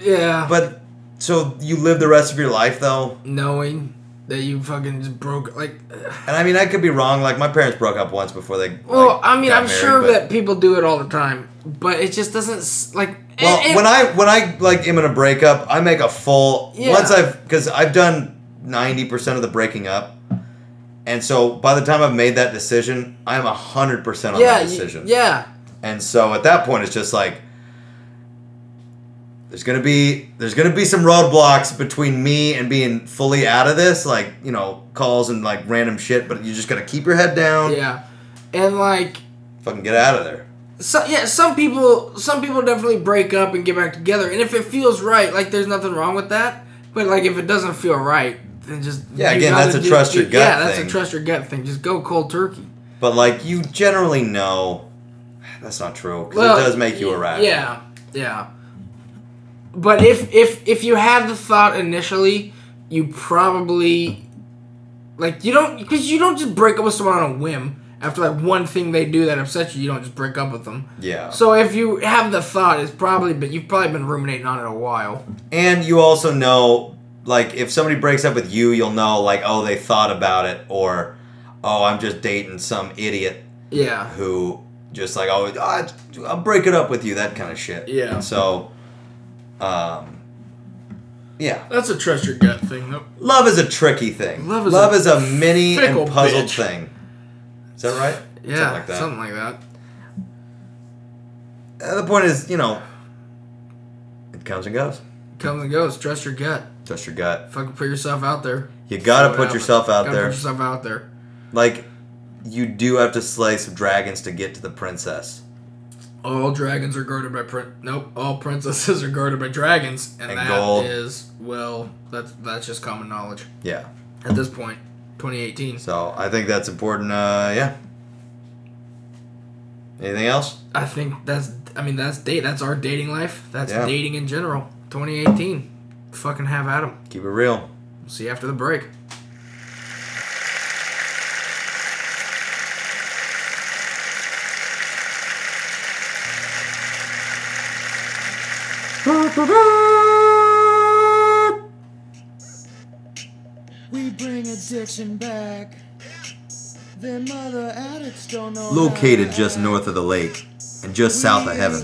Speaker 3: yeah.
Speaker 2: but so you live the rest of your life though.
Speaker 3: knowing that you fucking just broke like.
Speaker 2: And I mean, I could be wrong. Like my parents broke up once before they.
Speaker 3: Well,
Speaker 2: like,
Speaker 3: I mean,
Speaker 2: got
Speaker 3: I'm
Speaker 2: married,
Speaker 3: sure
Speaker 2: but-
Speaker 3: that people do it all the time, but it just doesn't s- like.
Speaker 2: Well,
Speaker 3: and- and-
Speaker 2: when I when I like am in a breakup, I make a full
Speaker 3: Yeah.
Speaker 2: once I've because I've done ninety percent of the breaking up, and so by the time I've made that decision, I'm hundred percent on
Speaker 3: yeah,
Speaker 2: that
Speaker 3: you-
Speaker 2: decision.
Speaker 3: yeah,
Speaker 2: And so at that point, it's just like there's gonna be there's gonna be some roadblocks between me and being fully out of this, like you know calls and like random shit. But you just gotta keep your head down,
Speaker 3: yeah, and like,
Speaker 2: fucking get out of there.
Speaker 3: so yeah, some people, some people definitely break up and get back together, and if it feels right, like there's nothing wrong with that. But like, if it doesn't feel right, then just
Speaker 2: Yeah,
Speaker 3: you
Speaker 2: again,
Speaker 3: gotta
Speaker 2: that's a
Speaker 3: do-
Speaker 2: trust your
Speaker 3: do- Yeah,
Speaker 2: gut
Speaker 3: that's a
Speaker 2: thing.
Speaker 3: trust your gut thing. Just go cold turkey.
Speaker 2: But like you generally know that's not true because it does make you
Speaker 3: y-
Speaker 2: a rat.
Speaker 3: Yeah, yeah. But if if if you had the thought initially, you probably like you don't because you don't just break up with someone on a whim after like one thing they do that upsets you. You don't just break up with them.
Speaker 2: Yeah.
Speaker 3: So if you have the thought, it's probably but you've probably been ruminating on it a while.
Speaker 2: And you also know, like, if somebody breaks up with you, you'll know, like, oh, they thought about it, or oh, I'm just dating some idiot
Speaker 3: Yeah.
Speaker 2: who just like, oh, I- I'll break it up with you, that kind of shit.
Speaker 3: Yeah.
Speaker 2: So, um, yeah,
Speaker 3: That's a trust your gut thing, though.
Speaker 2: love is a tricky thing.
Speaker 3: Love is a
Speaker 2: is a mini
Speaker 3: fickle
Speaker 2: and puzzled
Speaker 3: bitch.
Speaker 2: thing. Is that right?
Speaker 3: Yeah,
Speaker 2: Something like that.
Speaker 3: that.
Speaker 2: Uh, the point is, you know, it comes and goes.
Speaker 3: Comes and goes. Trust your gut.
Speaker 2: Trust your gut.
Speaker 3: Fucking put yourself out there.
Speaker 2: You gotta
Speaker 3: What
Speaker 2: put
Speaker 3: happens.
Speaker 2: yourself out
Speaker 3: Gotta
Speaker 2: there.
Speaker 3: Put yourself out there.
Speaker 2: Like, you do have to slay some dragons to get to the princess.
Speaker 3: All dragons are guarded by prin- nope. All princesses are guarded by dragons, and,
Speaker 2: And
Speaker 3: that is
Speaker 2: gold.
Speaker 3: well, that's that's just common knowledge
Speaker 2: Yeah.
Speaker 3: at this point, 2018.
Speaker 2: So I think that's important. Uh, yeah. Anything else?
Speaker 3: I think that's I mean that's date that's our dating life. That's
Speaker 2: Yeah.
Speaker 3: dating in general, 2018. Fucking have at 'em.
Speaker 2: Keep it real.
Speaker 3: See you after the break.
Speaker 4: We bring addiction back. Their mother addicts don't know.
Speaker 2: Located just north of the lake and just south of heaven,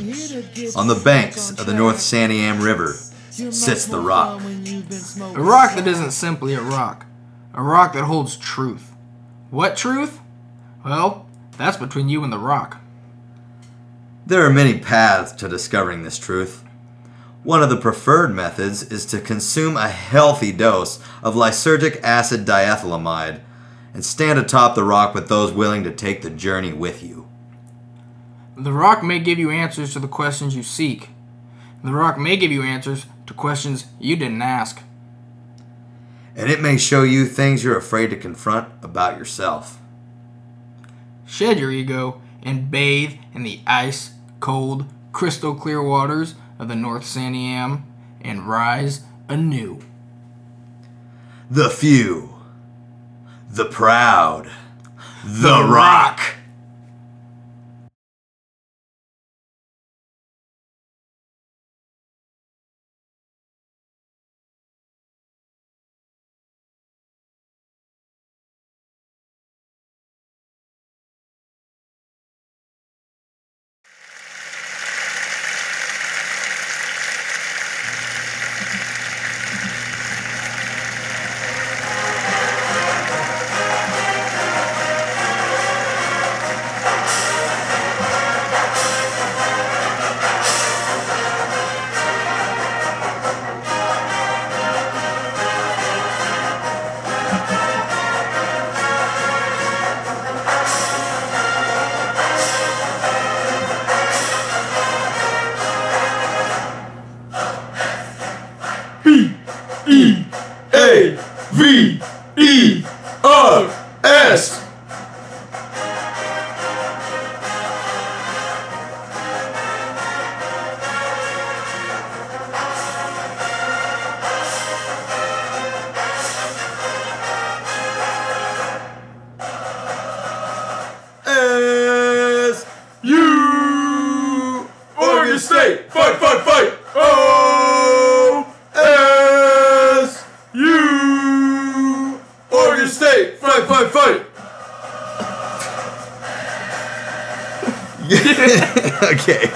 Speaker 2: on the banks of the North Saniam River, sits the rock.
Speaker 3: A rock that isn't simply a rock, a rock that holds truth. What truth? Well, that's between you and the rock.
Speaker 2: There are many paths to discovering this truth. One of the preferred methods is to consume a healthy dose of lysergic acid diethylamide and stand atop the rock with those willing to take the journey with you.
Speaker 3: The rock may give you answers to the questions you seek. The rock may give you answers to questions you didn't ask.
Speaker 2: And it may show you things you're afraid to confront about yourself.
Speaker 3: Shed your ego and bathe in the ice cold, crystal clear waters of the North Saniam and rise anew.
Speaker 2: The few, the proud, the rock.
Speaker 1: A V E R S. S U Oregon State. Fight, fight, fight. O S U Oregon State. Fight, fight, fight.
Speaker 2: okay.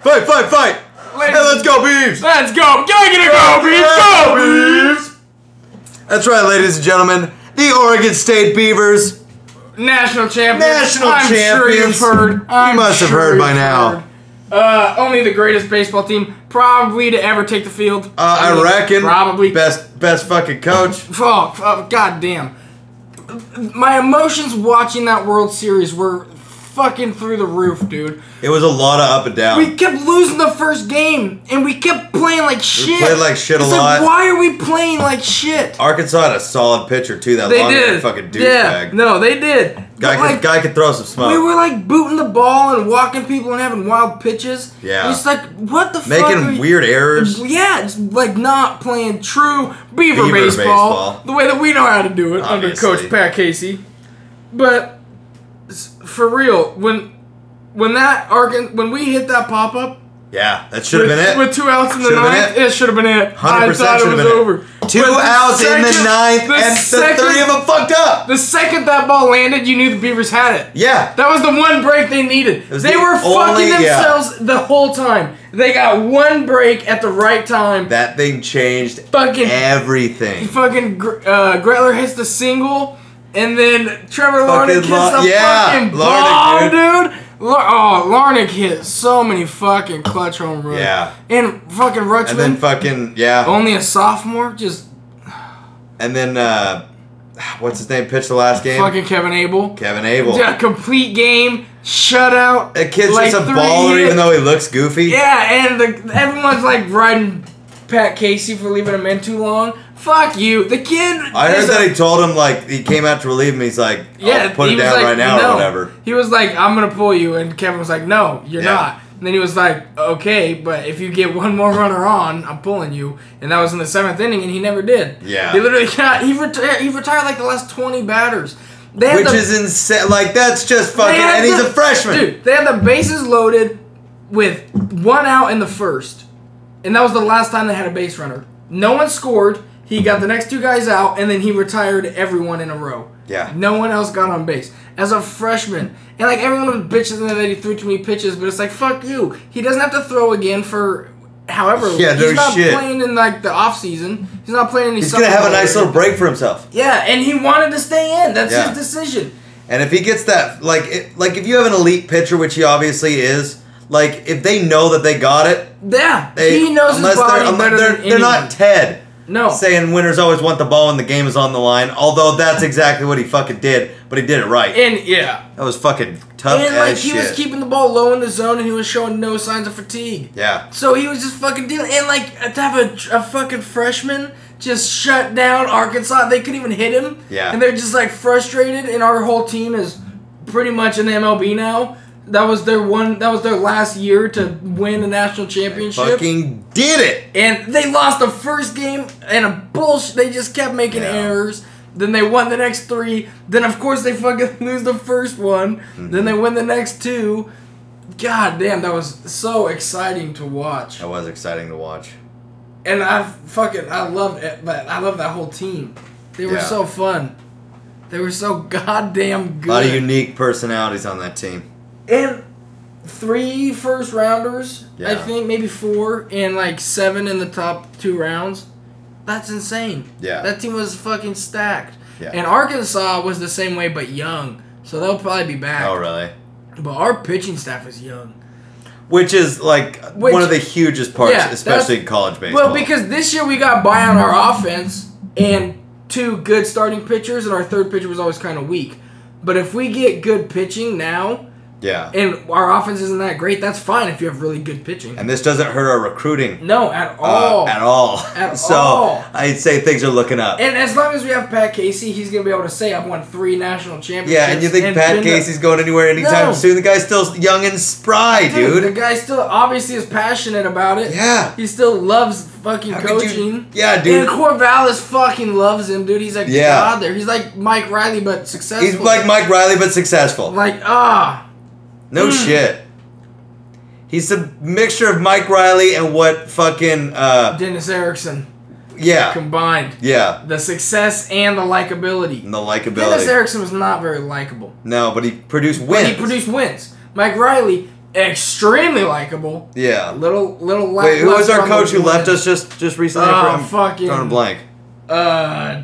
Speaker 1: Fight, fight, fight. Hey, let's go, Beavs.
Speaker 3: Let's go! Gotta get it, go,
Speaker 1: Go,
Speaker 3: Beavs! Go!
Speaker 1: Beavs.
Speaker 2: That's right, ladies and gentlemen. The Oregon State Beavers
Speaker 3: National champions.
Speaker 2: National
Speaker 3: I'm Sure you've
Speaker 2: champions.
Speaker 3: heard. I'm
Speaker 2: must have
Speaker 3: sure
Speaker 2: heard by
Speaker 3: you've
Speaker 2: now.
Speaker 3: heard. Uh, only the greatest baseball team probably to ever take the field.
Speaker 2: Uh, I reckon
Speaker 3: Probably.
Speaker 2: best best fucking coach.
Speaker 3: Oh, oh, goddamn. My emotions watching that World Series were fucking through the roof, dude.
Speaker 2: It was a lot of up and down.
Speaker 3: We kept losing the first game, and we kept playing like shit.
Speaker 2: played like shit a
Speaker 3: it's
Speaker 2: lot.
Speaker 3: Like, why are we playing like shit?
Speaker 2: Arkansas had a solid pitcher too. That
Speaker 3: They
Speaker 2: long
Speaker 3: did.
Speaker 2: fucking douchebag.
Speaker 3: yeah. No, they did.
Speaker 2: Guy
Speaker 3: But,
Speaker 2: could,
Speaker 3: like,
Speaker 2: guy could throw some smoke.
Speaker 3: We were like booting the ball and walking people and having wild pitches.
Speaker 2: Yeah.
Speaker 3: It's like what the fuck? are
Speaker 2: Making
Speaker 3: you-
Speaker 2: weird errors.
Speaker 3: Yeah, it's like not playing true Beaver,
Speaker 2: Beaver
Speaker 3: baseball,
Speaker 2: baseball.
Speaker 3: the way that we know how to do it under
Speaker 2: Obviously.
Speaker 3: Coach Pat Casey. But s- for real, when when that Arkan when we hit that pop up
Speaker 2: Yeah, that should have been it.
Speaker 3: with two outs in the
Speaker 2: Should've been
Speaker 3: ninth,
Speaker 2: it.
Speaker 3: it, should have been it. I
Speaker 2: 100%
Speaker 3: thought it
Speaker 2: should've
Speaker 3: was
Speaker 2: been it.
Speaker 3: over.
Speaker 2: two
Speaker 3: But the
Speaker 2: outs in the
Speaker 3: second-
Speaker 2: ninth, and the three of them fucked up.
Speaker 3: The second that ball landed, you knew the Beavers had it.
Speaker 2: yeah,
Speaker 3: That was the one break they needed.
Speaker 2: was
Speaker 3: They
Speaker 2: the
Speaker 3: were
Speaker 2: only-
Speaker 3: fucking
Speaker 2: yeah.
Speaker 3: themselves the whole time. They got one break at the right time.
Speaker 2: that thing changed
Speaker 3: fucking
Speaker 2: everything.
Speaker 3: fucking Gr- uh, Gretler hits the single, and then Trevor Larnick hits
Speaker 2: Lo-
Speaker 3: the
Speaker 2: yeah,
Speaker 3: fucking
Speaker 2: Larnick,
Speaker 3: ball, dude. La- oh, Larnick hit so many fucking clutch home runs.
Speaker 2: Yeah.
Speaker 3: and fucking Rutschman,
Speaker 2: And then fucking yeah,
Speaker 3: only a sophomore, just
Speaker 2: and then uh, what's his name? Pitched the last game.
Speaker 3: fucking Kevin Abel.
Speaker 2: Kevin Abel.
Speaker 3: Yeah, complete game shutout.
Speaker 2: That kid's
Speaker 3: like
Speaker 2: just a
Speaker 3: three
Speaker 2: baller,
Speaker 3: hits.
Speaker 2: even though he looks goofy.
Speaker 3: Yeah, and the, everyone's like riding Pat Casey for leaving him in too long. Fuck you. The kid.
Speaker 2: I heard
Speaker 3: is
Speaker 2: that
Speaker 3: a-
Speaker 2: he told him like he came out to relieve him. He's like, yeah,
Speaker 3: Yeah,
Speaker 2: put
Speaker 3: he
Speaker 2: it
Speaker 3: was
Speaker 2: down
Speaker 3: like,
Speaker 2: right now
Speaker 3: no.
Speaker 2: or whatever.
Speaker 3: He was like, "I'm gonna pull you," and Kevin was like, "No, you're
Speaker 2: Yeah.
Speaker 3: not." And then he was like, "Okay, but if you get one more runner on, I'm pulling you." And that was in the seventh inning, and he never did.
Speaker 2: Yeah.
Speaker 3: he literally got he retired. He retired like the last twenty batters. They had
Speaker 2: Which
Speaker 3: the-
Speaker 2: is insane. Like that's just
Speaker 3: they
Speaker 2: fucking. And
Speaker 3: had
Speaker 2: he's
Speaker 3: the-
Speaker 2: a freshman.
Speaker 3: Dude, they had the bases loaded with one out in the first, and that was the last time they had a base runner. No one scored. He got the next two guys out, and then he retired everyone in a row.
Speaker 2: Yeah.
Speaker 3: No one else got on base as a freshman, and like everyone was bitching that he threw too many pitches, but it's like fuck you. He doesn't have to throw again for. However,
Speaker 2: Yeah, no
Speaker 3: he's not
Speaker 2: shit.
Speaker 3: playing in like the off season. He's not playing any.
Speaker 2: He's gonna
Speaker 3: summer
Speaker 2: have a
Speaker 3: ball
Speaker 2: nice
Speaker 3: or-
Speaker 2: little break for himself.
Speaker 3: yeah, and he wanted to stay in. That's
Speaker 2: Yeah.
Speaker 3: his decision.
Speaker 2: And if he gets that, like, it, like if you have an elite pitcher, which he obviously is, like if they know that they got it,
Speaker 3: Yeah,
Speaker 2: they
Speaker 3: he knows his
Speaker 2: unless
Speaker 3: body
Speaker 2: they're, unless
Speaker 3: better
Speaker 2: they're,
Speaker 3: than
Speaker 2: they're
Speaker 3: anyone.
Speaker 2: not Ted.
Speaker 3: No.
Speaker 2: saying winners always want the ball when the game is on the line. Although that's exactly what he fucking did, but he did it right.
Speaker 3: and yeah,
Speaker 2: that was fucking tough
Speaker 3: and
Speaker 2: as
Speaker 3: like he
Speaker 2: shit.
Speaker 3: was keeping the ball low in the zone, and he was showing no signs of fatigue.
Speaker 2: yeah,
Speaker 3: So he was just fucking dealing, and like to have a, a fucking freshman just shut down Arkansas. They couldn't even hit him.
Speaker 2: Yeah.
Speaker 3: and they're just like frustrated, and our whole team is pretty much in the MLB now. That was their one. That was their last year to win a national championship.
Speaker 2: fucking did it.
Speaker 3: And they lost the first game and a bullshit. They just kept making
Speaker 2: Yeah.
Speaker 3: errors. Then they won the next three. Then of course they fucking lose the first one.
Speaker 2: Mm-hmm.
Speaker 3: Then they win the next two. God damn, that was so exciting to watch.
Speaker 2: That was exciting to watch.
Speaker 3: And I fucking I loved it, but I love that whole team. They were
Speaker 2: Yeah.
Speaker 3: so fun. They were so goddamn
Speaker 2: A lot of
Speaker 3: good.
Speaker 2: unique personalities on that team.
Speaker 3: and three first rounders, I
Speaker 2: Yeah.
Speaker 3: think maybe four, and like seven in the top two rounds. That's insane.
Speaker 2: Yeah.
Speaker 3: That team was fucking stacked.
Speaker 2: Yeah.
Speaker 3: And Arkansas was the same way, but young. So they'll probably be back.
Speaker 2: Oh, really?
Speaker 3: But our pitching staff is young.
Speaker 2: Which is like
Speaker 3: Which-
Speaker 2: one of the hugest parts,
Speaker 3: Yeah,
Speaker 2: especially
Speaker 3: that's-
Speaker 2: in college baseball.
Speaker 3: Well, because this year we got by on our offense and two good starting pitchers, and our third pitcher was always kind of weak. But if we get good pitching now,
Speaker 2: yeah,
Speaker 3: and our offense isn't that great, that's fine if you have really good pitching.
Speaker 2: and this doesn't hurt our recruiting
Speaker 3: no, at
Speaker 2: uh,
Speaker 3: all.
Speaker 2: at all.
Speaker 3: At
Speaker 2: so
Speaker 3: all.
Speaker 2: I'd say things are looking up.
Speaker 3: And as long as we have Pat Casey, he's gonna be able to say I've won three national championships.
Speaker 2: yeah, and you think Pat
Speaker 3: been the-
Speaker 2: Casey's going anywhere anytime
Speaker 3: No.
Speaker 2: soon? The guy's still young and spry,
Speaker 3: dude,
Speaker 2: dude.
Speaker 3: The guy still obviously is passionate about it.
Speaker 2: Yeah.
Speaker 3: He still loves fucking
Speaker 2: How could you-
Speaker 3: coaching.
Speaker 2: Yeah, dude.
Speaker 3: And Corvallis fucking loves him, dude. He's like
Speaker 2: Yeah.
Speaker 3: god there. He's like Mike Riley, but successful.
Speaker 2: He's like Mike Riley, but successful.
Speaker 3: Like ah,
Speaker 2: No shit. He's a mixture of Mike Riley and what fucking uh
Speaker 3: Dennis Erickson
Speaker 2: yeah
Speaker 3: combined.
Speaker 2: yeah
Speaker 3: The success and the likability.
Speaker 2: and the likability.
Speaker 3: Dennis Erickson was not very likable.
Speaker 2: no, but he produced
Speaker 3: But
Speaker 2: wins.
Speaker 3: he produced wins. Mike Riley, extremely likable.
Speaker 2: yeah.
Speaker 3: Little little lack-
Speaker 2: Wait, who was our
Speaker 3: left
Speaker 2: coach who
Speaker 3: on the
Speaker 2: left
Speaker 3: win.
Speaker 2: us just just recently?
Speaker 3: Oh,
Speaker 2: I'm
Speaker 3: fucking-
Speaker 2: drawing a blank.
Speaker 3: Uh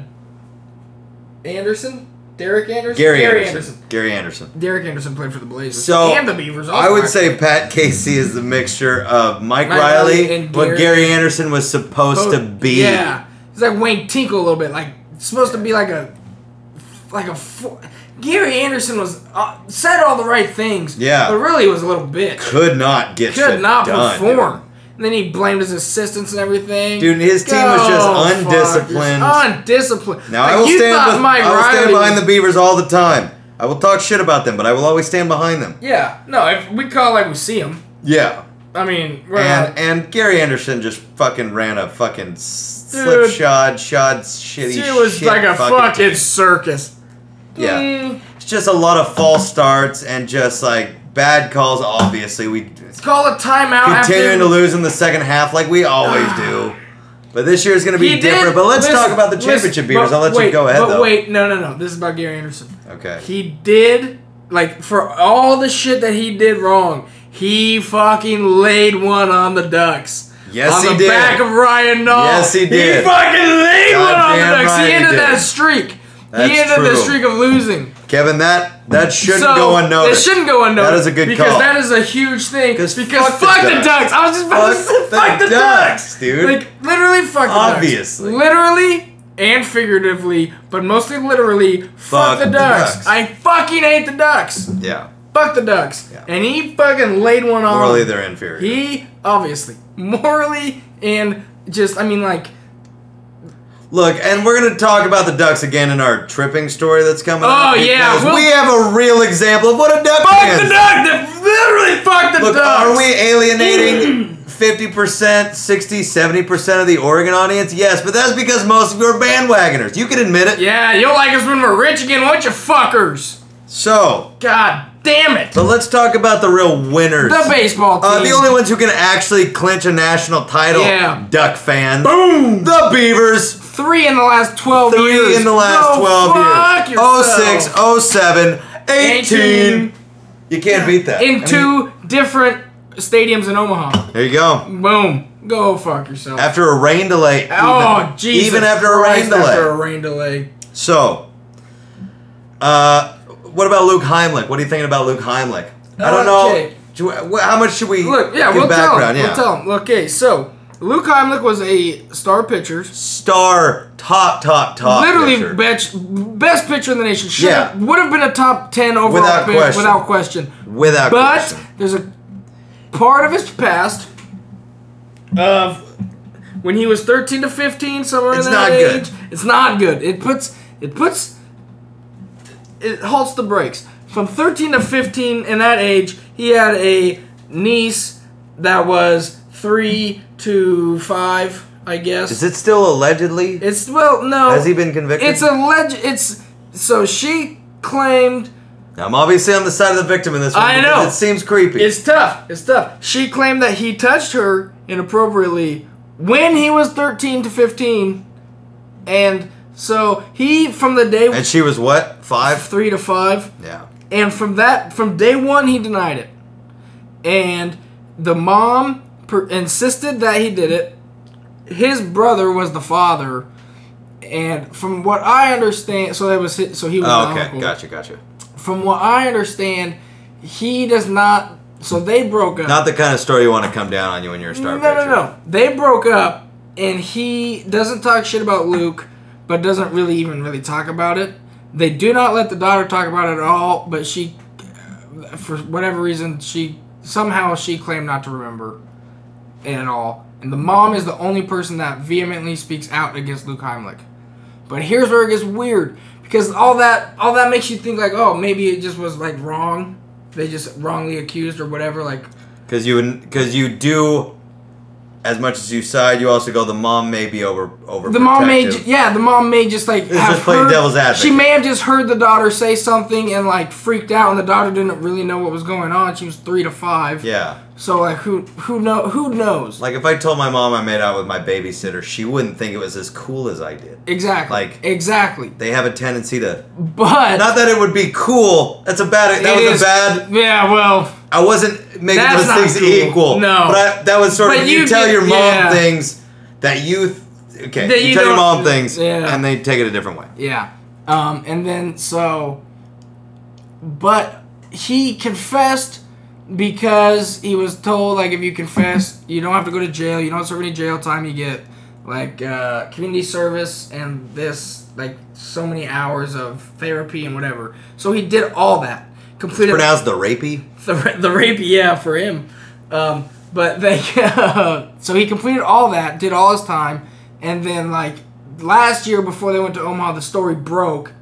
Speaker 3: Anderson? Derek Anderson?
Speaker 2: Gary, Anderson. Gary Anderson.
Speaker 3: Derek Anderson played for the Blazers.
Speaker 2: So
Speaker 3: and the Beavers.
Speaker 2: I would
Speaker 3: also.
Speaker 2: say Pat Casey is the mixture of Mike,
Speaker 3: Mike
Speaker 2: Riley,
Speaker 3: Riley and
Speaker 2: what
Speaker 3: Gary-
Speaker 2: Gary Anderson was supposed to be.
Speaker 3: Yeah, he's like Wayne Tinkle a little bit. Like supposed to be like a, like a. Fo- Gary Anderson was uh, said all the right things.
Speaker 2: Yeah.
Speaker 3: but really was a little bitch.
Speaker 2: Could not get shit
Speaker 3: Could not
Speaker 2: done, dude.
Speaker 3: perform. And then he blamed his assistants and everything.
Speaker 2: Dude, his team was just
Speaker 3: fuck,
Speaker 2: undisciplined.
Speaker 3: just Undisciplined.
Speaker 2: Now
Speaker 3: Like,
Speaker 2: I will
Speaker 3: you
Speaker 2: stand.
Speaker 3: thought
Speaker 2: With,
Speaker 3: Mike
Speaker 2: I will stand
Speaker 3: Riley
Speaker 2: behind
Speaker 3: was-
Speaker 2: the Beavers all the time. I will talk shit about them, but I will always stand behind them.
Speaker 3: Yeah, no, if we call like we see him.
Speaker 2: Yeah.
Speaker 3: I mean, we're
Speaker 2: And
Speaker 3: not-
Speaker 2: and Gary Anderson just fucking ran a fucking slip
Speaker 3: Dude.
Speaker 2: shod, shod, shitty.
Speaker 3: it was
Speaker 2: shit
Speaker 3: like a
Speaker 2: fucking-
Speaker 3: fucking circus.
Speaker 2: Yeah.
Speaker 3: Mm,
Speaker 2: It's just a lot of false starts and just like bad calls. Obviously, we
Speaker 3: call a timeout.
Speaker 2: continuing
Speaker 3: after,
Speaker 2: to lose in the second half like we always do. But this year is going to be
Speaker 3: He did-
Speaker 2: different. But let's
Speaker 3: listen,
Speaker 2: talk about the
Speaker 3: listen,
Speaker 2: championship Beavers.
Speaker 3: but
Speaker 2: I'll let you
Speaker 3: wait,
Speaker 2: go ahead
Speaker 3: but
Speaker 2: though.
Speaker 3: wait, no, no, no. This is about Gary Anderson.
Speaker 2: Okay.
Speaker 3: He did like for all the shit that he did wrong. He fucking laid one on the Ducks.
Speaker 2: Yes,
Speaker 3: on
Speaker 2: he
Speaker 3: the
Speaker 2: did.
Speaker 3: back of Ryan Nall.
Speaker 2: Yes, he did.
Speaker 3: He fucking laid one on the
Speaker 2: Goddamn
Speaker 3: Ducks.
Speaker 2: right
Speaker 3: he
Speaker 2: he
Speaker 3: ended
Speaker 2: did.
Speaker 3: that streak.
Speaker 2: That's
Speaker 3: he ended
Speaker 2: true.
Speaker 3: the streak of losing.
Speaker 2: Kevin, that that shouldn't
Speaker 3: so,
Speaker 2: go unnoticed.
Speaker 3: It shouldn't go unnoticed.
Speaker 2: That is a good
Speaker 3: because
Speaker 2: call.
Speaker 3: that is a huge thing.
Speaker 2: 'Cause
Speaker 3: Because
Speaker 2: fuck
Speaker 3: fuck,
Speaker 2: the
Speaker 3: the,
Speaker 2: Ducks.
Speaker 3: ducks. I was just about to
Speaker 2: Fuck
Speaker 3: say fuck
Speaker 2: the
Speaker 3: the,
Speaker 2: Ducks,
Speaker 3: ducks.
Speaker 2: dude.
Speaker 3: Like literally fuck
Speaker 2: Obviously.
Speaker 3: the ducks. Literally and figuratively, but mostly literally, fuck,
Speaker 2: Fuck
Speaker 3: the,
Speaker 2: the
Speaker 3: ducks.
Speaker 2: Ducks.
Speaker 3: I fucking hate the ducks.
Speaker 2: yeah.
Speaker 3: Fuck the ducks.
Speaker 2: Yeah.
Speaker 3: And he fucking laid one on.
Speaker 2: Morally,
Speaker 3: them.
Speaker 2: they're inferior.
Speaker 3: He obviously morally and just I mean like
Speaker 2: Look, and we're gonna talk about the ducks again in our tripping story that's coming.
Speaker 3: Oh,
Speaker 2: up
Speaker 3: yeah,
Speaker 2: because
Speaker 3: we'll-
Speaker 2: we have a real example of what a duck
Speaker 3: fuck
Speaker 2: is.
Speaker 3: the duck. They literally fuck the
Speaker 2: Look,
Speaker 3: ducks.
Speaker 2: are we alienating 50%, 60, 70% of the Oregon audience? Yes, but that's because most of you are bandwagoners. You can admit it.
Speaker 3: Yeah, you'll like us when we're rich again, won't you, fuckers?
Speaker 2: So,
Speaker 3: God damn it!
Speaker 2: but let's talk about the real winners.
Speaker 3: The baseball team.
Speaker 2: Uh, the only ones who can actually clinch a national title,
Speaker 3: Yeah.
Speaker 2: Duck fans.
Speaker 3: Boom!
Speaker 2: The Beavers.
Speaker 3: Three in the last 12
Speaker 2: Three
Speaker 3: years.
Speaker 2: in the last
Speaker 3: Go
Speaker 2: 12
Speaker 3: fuck
Speaker 2: years.
Speaker 3: yourself.
Speaker 2: 06, 07, 18.
Speaker 3: 18.
Speaker 2: You can't beat that. I
Speaker 3: In
Speaker 2: mean,
Speaker 3: two different stadiums in Omaha.
Speaker 2: There you go.
Speaker 3: Boom. Go fuck yourself.
Speaker 2: After a rain delay. Even,
Speaker 3: oh, Jesus.
Speaker 2: Even after a rain
Speaker 3: Christ,
Speaker 2: delay.
Speaker 3: After a rain delay.
Speaker 2: So, uh, What about Luke Heimlich? What are you thinking about Luke Heimlich? I don't
Speaker 3: Okay.
Speaker 2: know. Do we- wh- How much should we
Speaker 3: Uh, Look, yeah,
Speaker 2: give
Speaker 3: we'll tell him.
Speaker 2: background?
Speaker 3: We'll tell him. Okay, so Luke Heimlich was a star pitcher,
Speaker 2: Star, top, top, top.
Speaker 3: literally
Speaker 2: pitcher.
Speaker 3: best best pitcher in the nation. Should
Speaker 2: Yeah.
Speaker 3: would have been a top ten overall
Speaker 2: Without
Speaker 3: pick,
Speaker 2: question.
Speaker 3: without question.
Speaker 2: without
Speaker 3: but
Speaker 2: question.
Speaker 3: there's a part of his past of when he was 13 to 15 somewhere
Speaker 2: It's
Speaker 3: in that
Speaker 2: not good.
Speaker 3: age it's not good it puts it puts it halts the brakes from 13 to 15 in that age he had a niece that was 3 to 5 i guess
Speaker 2: Is it still allegedly?
Speaker 3: it's well no
Speaker 2: Has he been convicted?
Speaker 3: it's a leg it's so she claimed
Speaker 2: I'm obviously on the side of the victim in this one.
Speaker 3: I
Speaker 2: because
Speaker 3: know.
Speaker 2: It seems creepy.
Speaker 3: It's tough. It's tough. She claimed that he touched her inappropriately when he was 13 to 15. And so he, from the day
Speaker 2: and she was what? Five?
Speaker 3: three to five,
Speaker 2: Yeah.
Speaker 3: and from that, from day one, he denied it. And the mom per- insisted that he did it. His brother was the father. And from what I understand, so that was his, so he was
Speaker 2: Oh,
Speaker 3: the
Speaker 2: okay.
Speaker 3: uncle.
Speaker 2: Gotcha, gotcha.
Speaker 3: From what I understand, he does not. So they broke up.
Speaker 2: Not the kind of story you want to come down on you when you're a star
Speaker 3: No, no,
Speaker 2: pitcher.
Speaker 3: no. They broke up, and he doesn't talk shit about Luke, but doesn't really even really talk about it. They do not let the daughter talk about it at all, but she, for whatever reason, she somehow she claimed not to remember it at all. And the mom is the only person that vehemently speaks out against Luke Heimlich. But here's where it gets weird because all that all that makes you think like, oh, maybe it just was like wrong. They just wrongly accused or whatever. Like
Speaker 2: Because you because you do as much as you side, you also go. The mom may be over over.
Speaker 3: The mom may, ju- yeah, the mom may just like
Speaker 2: It's just playing devil's advocate.
Speaker 3: She may have just heard the daughter say something and like freaked out, and the daughter didn't really know what was going on. She was three to five,
Speaker 2: Yeah.
Speaker 3: So like, who who know who knows?
Speaker 2: Like if I told my mom I made out with my babysitter, she wouldn't think it was as cool as I did.
Speaker 3: exactly,
Speaker 2: like-
Speaker 3: exactly.
Speaker 2: They have a tendency to.
Speaker 3: But
Speaker 2: Not that it would be cool. That's a bad. That
Speaker 3: it
Speaker 2: was
Speaker 3: is-
Speaker 2: a bad.
Speaker 3: Yeah, well,
Speaker 2: I wasn't making those
Speaker 3: That's not
Speaker 2: things
Speaker 3: cool.
Speaker 2: equal.
Speaker 3: No.
Speaker 2: But I, that was sort
Speaker 3: But
Speaker 2: of you,
Speaker 3: you
Speaker 2: tell
Speaker 3: get-
Speaker 2: your mom
Speaker 3: yeah.
Speaker 2: things that you. Th- okay.
Speaker 3: That
Speaker 2: you,
Speaker 3: you
Speaker 2: tell your
Speaker 3: don't-
Speaker 2: mom things,
Speaker 3: yeah.
Speaker 2: and they take it a different way.
Speaker 3: yeah. Um, and then so, but he confessed because he was told like if you confess, you don't have to go to jail. You don't serve any jail time. You get like uh, community service and this like so many hours of therapy and whatever. So he did all that. Completed
Speaker 2: Pronounced the rapey.
Speaker 3: the ra- the rape, yeah, for him. Um, but they so he completed all that, did all his time, and then like last year before they went to Omaha, the story broke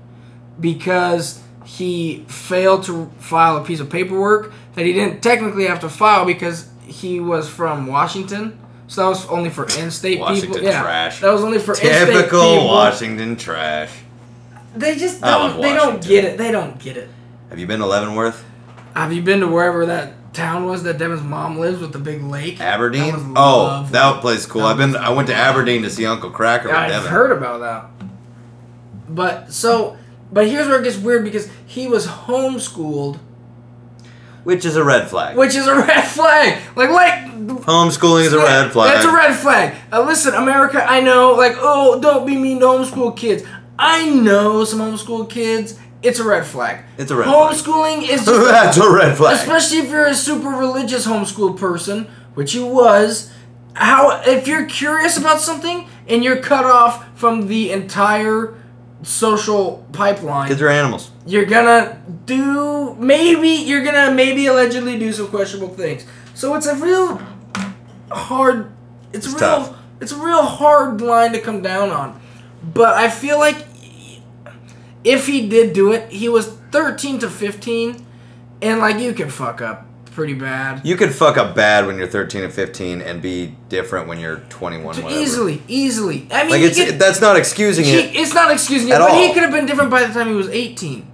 Speaker 3: because he failed to file a piece of paperwork that he didn't technically have to file because he was from Washington. So that was only for in-state people.
Speaker 2: Washington
Speaker 3: Yeah,
Speaker 2: trash.
Speaker 3: that was only for in-state
Speaker 2: Typical
Speaker 3: people.
Speaker 2: Washington trash.
Speaker 3: They just
Speaker 2: I love
Speaker 3: don't. They don't
Speaker 2: Washington.
Speaker 3: get it. They don't get it.
Speaker 2: Have you been to Leavenworth?
Speaker 3: Have you been to wherever that town was that Devin's mom lives with the big lake?
Speaker 2: Aberdeen?
Speaker 3: That was
Speaker 2: oh,
Speaker 3: lovely.
Speaker 2: that place is cool.
Speaker 3: That
Speaker 2: I've been.
Speaker 3: was
Speaker 2: I went to Aberdeen to see Uncle Cracker.
Speaker 3: Yeah,
Speaker 2: with
Speaker 3: I've
Speaker 2: Devin.
Speaker 3: heard about that. But so, but here's where it gets weird because he was homeschooled,
Speaker 2: which is a red flag.
Speaker 3: which is a red flag. Like, like
Speaker 2: Homeschooling is a red flag.
Speaker 3: That's a red flag. Uh, listen, America, I know, like, oh, don't be mean to homeschool kids. I know some homeschool kids. It's a red flag.
Speaker 2: It's a red flag.
Speaker 3: Homeschooling is just
Speaker 2: That's a red flag.
Speaker 3: especially if you're a super religious homeschool person, which he was. How if you're curious about something and you're cut off from the entire social
Speaker 2: Kids
Speaker 3: pipeline,
Speaker 2: are animals.
Speaker 3: you're gonna do maybe you're gonna maybe allegedly do some questionable things. So it's a real hard. It's, a real.
Speaker 2: tough.
Speaker 3: It's a real hard line to come down on, but I feel like if he did do it, he was 13 to 15, and like you can fuck up pretty bad.
Speaker 2: You could fuck up bad when you're 13 and 15 and be different when you're 21. Whatever.
Speaker 3: Easily, easily. I mean,
Speaker 2: Like
Speaker 3: he
Speaker 2: it's
Speaker 3: could-
Speaker 2: that's not excusing
Speaker 3: he-
Speaker 2: it.
Speaker 3: it's not excusing it,
Speaker 2: At
Speaker 3: but
Speaker 2: all.
Speaker 3: he could have been different by the time he was 18.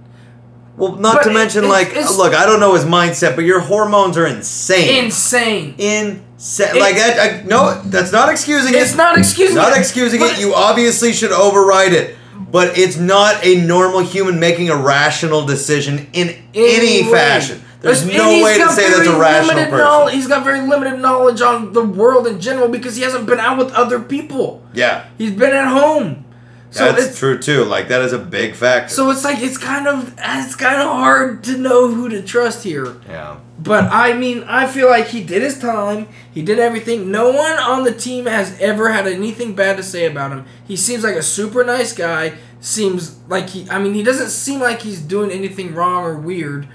Speaker 2: Well, not
Speaker 3: but
Speaker 2: to
Speaker 3: it-
Speaker 2: mention
Speaker 3: it's-
Speaker 2: like
Speaker 3: it's-
Speaker 2: look, I don't know his mindset, but your hormones are insane.
Speaker 3: Insane.
Speaker 2: insane. Like that. I, no, that's not excusing
Speaker 3: It's
Speaker 2: it.
Speaker 3: not excusing it.
Speaker 2: Not excusing
Speaker 3: but-
Speaker 2: it. You obviously should override it, but it's not a normal human making a rational decision in any
Speaker 3: way.
Speaker 2: fashion. There's
Speaker 3: And
Speaker 2: no
Speaker 3: he's
Speaker 2: way to
Speaker 3: got
Speaker 2: say that's a
Speaker 3: very
Speaker 2: rational
Speaker 3: limited
Speaker 2: person.
Speaker 3: knowl- he's got very limited knowledge on the world in general because he hasn't been out with other people.
Speaker 2: Yeah.
Speaker 3: He's been at home. So
Speaker 2: That's
Speaker 3: it's-
Speaker 2: true too. Like that is a big factor.
Speaker 3: So it's like it's kind of it's kind of hard to know who to trust here.
Speaker 2: yeah.
Speaker 3: But I mean, I feel like he did his time. He did everything. No one on the team has ever had anything bad to say about him. He seems like a super nice guy. Seems like he. I mean, he doesn't seem like he's doing anything wrong or weird.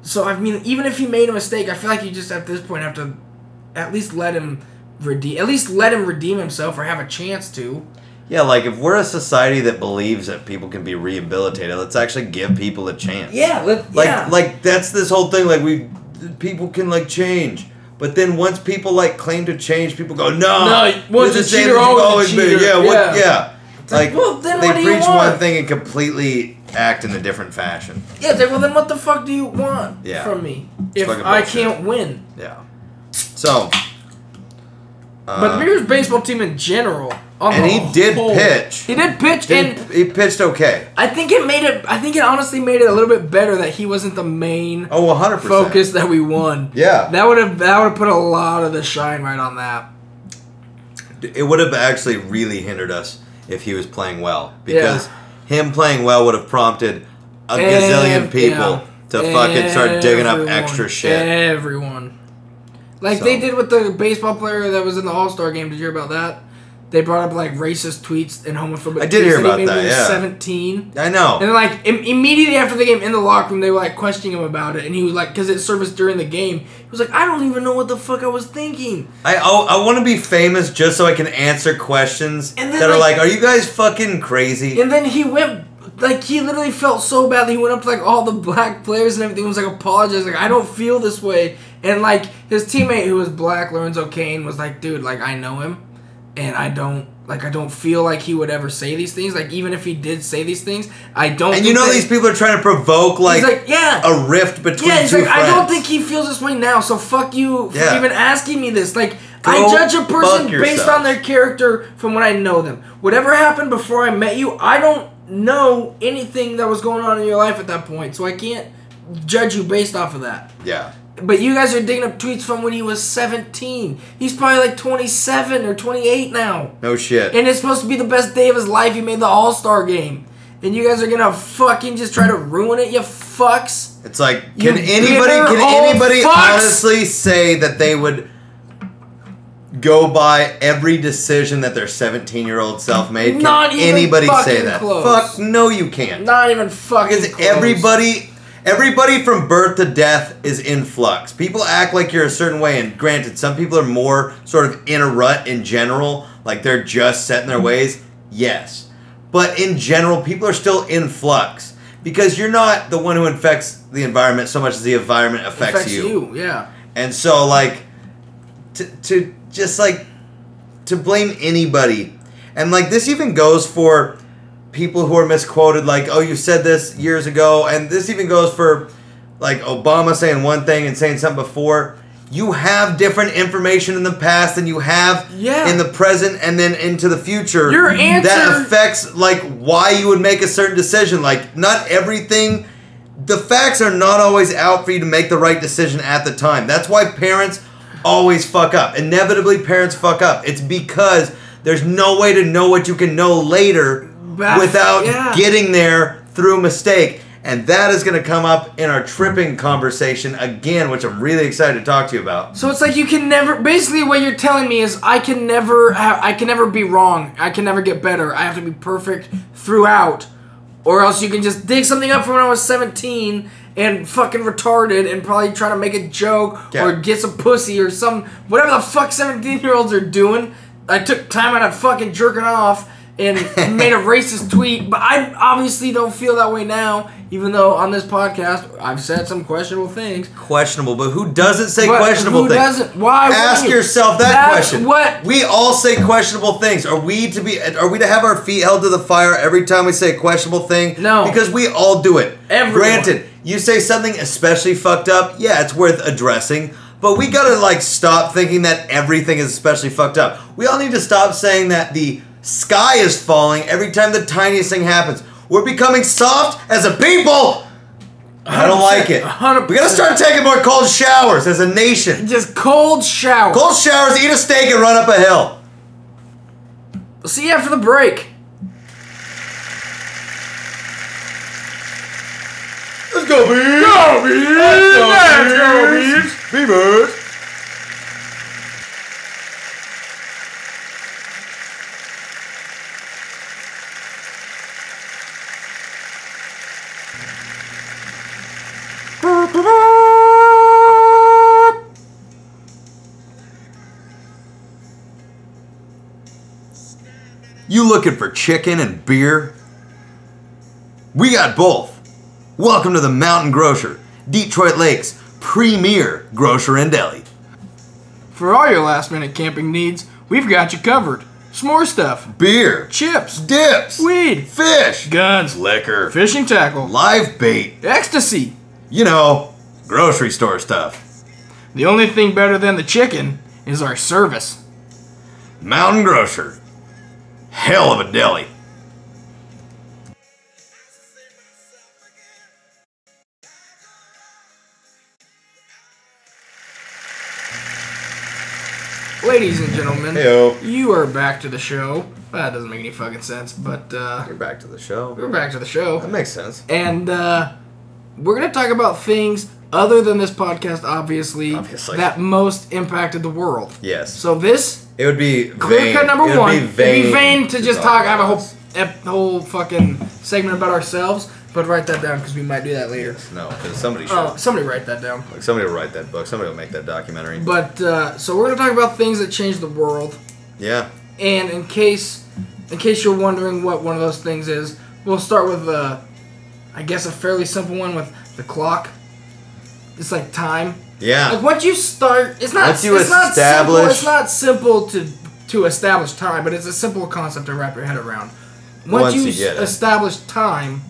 Speaker 3: So I mean, even if he made a mistake, I feel like you just at this point have to at least let him redeem. At least let him redeem himself or have a chance to.
Speaker 2: Yeah, like if we're a society that believes that people can be rehabilitated, let's actually give people a chance.
Speaker 3: Yeah. Let,
Speaker 2: Like
Speaker 3: yeah.
Speaker 2: like that's this whole thing like we people can like change. But then once people like claim to change, people go, "No,
Speaker 3: No, once
Speaker 2: you're
Speaker 3: a
Speaker 2: the same
Speaker 3: cheater,
Speaker 2: as you've
Speaker 3: always a
Speaker 2: always been."
Speaker 3: cheater.
Speaker 2: Yeah, what,
Speaker 3: Yeah.
Speaker 2: yeah.
Speaker 3: like,
Speaker 2: Like
Speaker 3: well, then
Speaker 2: they
Speaker 3: what do you
Speaker 2: preach one
Speaker 3: want?
Speaker 2: thing and completely act in a different fashion.
Speaker 3: Yeah, they, well then what the fuck do you want
Speaker 2: Yeah.
Speaker 3: from me if
Speaker 2: fucking
Speaker 3: I
Speaker 2: bullshit.
Speaker 3: can't win?
Speaker 2: Yeah. So, uh,
Speaker 3: But the Bears baseball team in general, on
Speaker 2: And
Speaker 3: the
Speaker 2: he did
Speaker 3: whole-
Speaker 2: pitch.
Speaker 3: He did pitch,
Speaker 2: did-
Speaker 3: and
Speaker 2: he pitched okay.
Speaker 3: I think it made it. I think it honestly made it a little bit better that he wasn't the main
Speaker 2: Oh, 100 percent.
Speaker 3: focus that we won.
Speaker 2: Yeah.
Speaker 3: that would have that would have put a lot of the shine right on that.
Speaker 2: it would have actually really hindered us if he was playing well because him playing well would have prompted a gazillion
Speaker 3: Ev-
Speaker 2: people to
Speaker 3: yeah.
Speaker 2: fucking start digging up
Speaker 3: Everyone.
Speaker 2: extra shit.
Speaker 3: Everyone. Like
Speaker 2: So.
Speaker 3: they did with the baseball player that was in the All Star game. Did you hear about that? They brought up like racist tweets and homophobic.
Speaker 2: I did
Speaker 3: tweets
Speaker 2: hear
Speaker 3: he
Speaker 2: about
Speaker 3: made when
Speaker 2: that,
Speaker 3: he was
Speaker 2: yeah.
Speaker 3: Seventeen.
Speaker 2: I
Speaker 3: And
Speaker 2: know.
Speaker 3: then, like Im- immediately after the game in the locker room, they were like questioning him about it, and he was like, because it surfaced during the game, he was like, I don't even know what the fuck I was thinking.
Speaker 2: I oh, I want to be famous just so I can answer questions
Speaker 3: And then,
Speaker 2: that are
Speaker 3: like-
Speaker 2: like, "Are you guys fucking crazy?"
Speaker 3: And then he went, like he literally felt so bad that he went up to like all the black players and everything was like apologizing, like I don't feel this way. And like his teammate who was black, Lorenzo Kane, was like, dude, like I know him, and I don't. Like I don't feel like he would ever say these things. Like even if he did say these things, I don't.
Speaker 2: and you
Speaker 3: think
Speaker 2: know
Speaker 3: that-
Speaker 2: these people are trying to provoke like,
Speaker 3: He's like, yeah,
Speaker 2: a rift between
Speaker 3: Yeah, he's
Speaker 2: two
Speaker 3: like, I don't
Speaker 2: friends.
Speaker 3: think he feels this way now, so fuck you for
Speaker 2: Yeah.
Speaker 3: even asking me this. Like, I
Speaker 2: Go
Speaker 3: judge a person
Speaker 2: fuck
Speaker 3: based
Speaker 2: yourself.
Speaker 3: on their character from when I know them. Whatever happened before I met you, I don't know anything that was going on in your life at that point, so I can't judge you based off of that.
Speaker 2: yeah.
Speaker 3: But you guys are digging up tweets from when he was 17. He's probably like 27 or 28 now.
Speaker 2: No shit.
Speaker 3: And it's supposed to be the best day of his life. He made the All Star game. And you guys are gonna fucking just try to ruin it, you fucks.
Speaker 2: It's like,
Speaker 3: You
Speaker 2: can anybody
Speaker 3: bitter
Speaker 2: can
Speaker 3: old
Speaker 2: anybody
Speaker 3: fucks!
Speaker 2: honestly say that they would go by every decision that their 17 year old self made? Can
Speaker 3: Not even
Speaker 2: anybody say
Speaker 3: fucking
Speaker 2: that?
Speaker 3: close.
Speaker 2: Fuck no, you can't.
Speaker 3: Not even fucking.
Speaker 2: because
Speaker 3: close.
Speaker 2: everybody. Everybody from birth to death is in flux. People act like you're a certain way, and granted, some people are more sort of in a rut in general, like they're just set in their ways. Yes. But in general, people are still in flux because you're not the one who infects the environment so much as the environment affects,
Speaker 3: affects you. Yeah.
Speaker 2: and so, like, to, to just like to blame anybody, and like this even goes for people who are misquoted, like, oh, you said this years ago, and this even goes for like Obama saying one thing and saying something before. You have different information in the past than you have
Speaker 3: Yeah.
Speaker 2: in the present and then into the future.
Speaker 3: Your answer-
Speaker 2: that affects like why you would make a certain decision. Like not everything the facts are not always out for you to make the right decision at the time. That's why parents always fuck up. Inevitably, parents fuck up. It's because there's no way to know what you can know later
Speaker 3: That's-
Speaker 2: without
Speaker 3: yeah.
Speaker 2: getting there through mistake. And that is going to come up in our tripping conversation again, which I'm really excited to talk to you about.
Speaker 3: So it's like you can never. Basically, what you're telling me is I can never. Have, I can never be wrong. I can never get better. I have to be perfect throughout, or else you can just dig something up from when I was 17 and fucking retarded and probably try to make a joke
Speaker 2: Yeah.
Speaker 3: or get some pussy or some whatever the fuck 17 year olds are doing. I took time out of fucking jerking off and made a racist tweet, but I obviously don't feel that way now. Even though on this podcast I've said some questionable things,
Speaker 2: Questionable, but who doesn't say
Speaker 3: But
Speaker 2: questionable
Speaker 3: who
Speaker 2: things?
Speaker 3: doesn't? Why would
Speaker 2: Ask
Speaker 3: you?
Speaker 2: yourself that
Speaker 3: That's
Speaker 2: question.
Speaker 3: what-
Speaker 2: we all say questionable things. Are we to be? Are we to have our feet held to the fire every time we say a questionable thing?
Speaker 3: No.
Speaker 2: because we all do it.
Speaker 3: Everyone.
Speaker 2: Granted, you say something especially fucked up. Yeah, it's worth addressing. But we gotta like stop thinking that everything is especially fucked up. We all need to stop saying that the sky is falling every time the tiniest thing happens. We're becoming soft as a people. I don't like it.
Speaker 3: 100%.
Speaker 2: We gotta start taking more cold showers as a nation.
Speaker 3: just cold shower.
Speaker 2: Cold showers, eat a steak, and run up a hill.
Speaker 3: See you after the break.
Speaker 2: Let's go, bees! Go, bees!
Speaker 3: Let's go,
Speaker 2: Beavers! You looking for chicken and beer? We got both. Welcome to the Mountain Grocer, Detroit Lakes' premier grocer and deli.
Speaker 3: For all your last minute camping needs, we've got you covered. S'more stuff,
Speaker 2: Beer,
Speaker 3: chips,
Speaker 2: dips,
Speaker 3: weed,
Speaker 2: fish,
Speaker 3: guns,
Speaker 2: liquor,
Speaker 3: fishing tackle,
Speaker 2: live bait,
Speaker 3: ecstasy.
Speaker 2: you know, grocery store stuff.
Speaker 3: The only thing better than the chicken is our service.
Speaker 2: Mountain Grocer. Hell of a deli.
Speaker 3: Ladies and gentlemen,
Speaker 2: Heyo.
Speaker 3: you are back to the show. That doesn't make any fucking sense, but uh,
Speaker 2: You're back to the show.
Speaker 3: we're back to the show.
Speaker 2: That makes sense.
Speaker 3: and uh, we're gonna talk about things other than this podcast, obviously,
Speaker 2: Obviously.
Speaker 3: that most impacted the world.
Speaker 2: Yes.
Speaker 3: So this
Speaker 2: it would be
Speaker 3: clear
Speaker 2: vain-
Speaker 3: cut number
Speaker 2: it would
Speaker 3: one.
Speaker 2: Be vain
Speaker 3: it'd be vain to just talk, have a
Speaker 2: about
Speaker 3: whole
Speaker 2: us.
Speaker 3: ep- whole fucking segment about ourselves. But write that down because we might do that later.
Speaker 2: No, because somebody should.
Speaker 3: Oh, somebody write that down.
Speaker 2: Like somebody will write that book. Somebody will make that documentary.
Speaker 3: But uh, so we're gonna talk about things that changed the world.
Speaker 2: yeah.
Speaker 3: And in case, in case you're wondering what one of those things is, we'll start with, uh, I guess, a fairly simple one with the clock. It's like time.
Speaker 2: Yeah.
Speaker 3: Like once you start, it's not.
Speaker 2: Once you
Speaker 3: it's not simple.
Speaker 2: establish-
Speaker 3: It's not simple to to establish time, but it's a simple concept to wrap your head around.
Speaker 2: Once
Speaker 3: Once, you,
Speaker 2: you get it.
Speaker 3: establish time,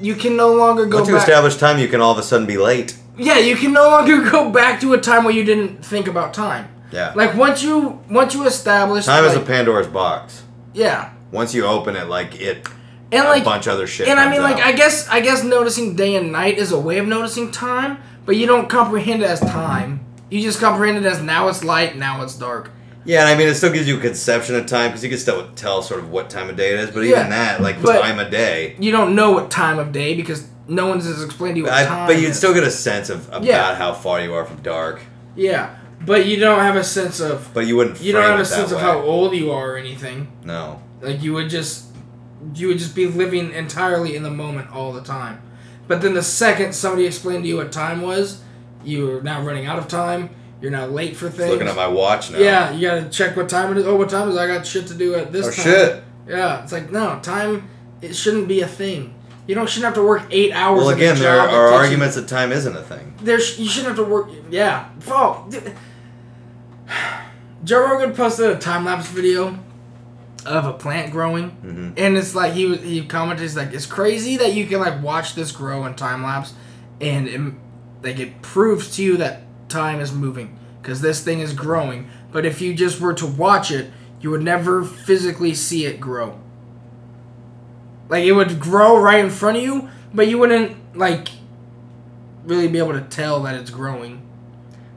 Speaker 3: you can no longer go
Speaker 2: Once you
Speaker 3: back.
Speaker 2: establish time, you can all of a sudden be late.
Speaker 3: Yeah, you can no longer go back to a time where you didn't think about time.
Speaker 2: Yeah.
Speaker 3: Like once you once you establish
Speaker 2: Time is a
Speaker 3: like-
Speaker 2: Pandora's box.
Speaker 3: yeah.
Speaker 2: Once you open it, like it,
Speaker 3: and like
Speaker 2: a bunch of other shit.
Speaker 3: and I
Speaker 2: comes
Speaker 3: mean like
Speaker 2: out.
Speaker 3: I guess I guess noticing day and night is a way of noticing time, but you don't comprehend it as time. You just comprehend it as now it's light, now it's dark.
Speaker 2: yeah, and I mean it still gives you a conception of time because you can still tell sort of what time of day it is. But
Speaker 3: Yeah.
Speaker 2: even that, like
Speaker 3: But-
Speaker 2: time of day,
Speaker 3: You don't know what time of day because no one's has explained to you what
Speaker 2: I,
Speaker 3: time.
Speaker 2: but you'd
Speaker 3: is.
Speaker 2: still get a sense of about
Speaker 3: Yeah.
Speaker 2: how far you are from dark.
Speaker 3: yeah, but you don't have a sense of
Speaker 2: But you wouldn't.
Speaker 3: you
Speaker 2: frame
Speaker 3: don't have
Speaker 2: it
Speaker 3: a
Speaker 2: that
Speaker 3: sense of
Speaker 2: way.
Speaker 3: how old you are or anything.
Speaker 2: No.
Speaker 3: Like you would just you would just be living entirely in the moment all the time. But then the second somebody explained to you what time was, you are now running out of time. You're now late for
Speaker 2: Just
Speaker 3: things.
Speaker 2: looking at my watch now.
Speaker 3: Yeah, you gotta check what time it is. Oh, what time is it? I got shit to do at this
Speaker 2: Oh,
Speaker 3: time.
Speaker 2: shit.
Speaker 3: Yeah, it's like no time. It shouldn't be a thing. You don't shouldn't have to work eight hours.
Speaker 2: Well,
Speaker 3: at a
Speaker 2: again, there
Speaker 3: job that
Speaker 2: are
Speaker 3: takes you-
Speaker 2: arguments that time isn't a thing.
Speaker 3: there sh- you shouldn't have to work. Yeah. Oh. d- Joe Rogan posted a time lapse video of a plant growing, and it's like he was- he commented, he's like, "It's crazy that you can like watch this grow in time lapse, and it, like it proves to you that time is moving because this thing is growing. But if you just were to watch it, you would never physically see it grow." Like it would grow right in front of you, but you wouldn't like really be able to tell that it's growing.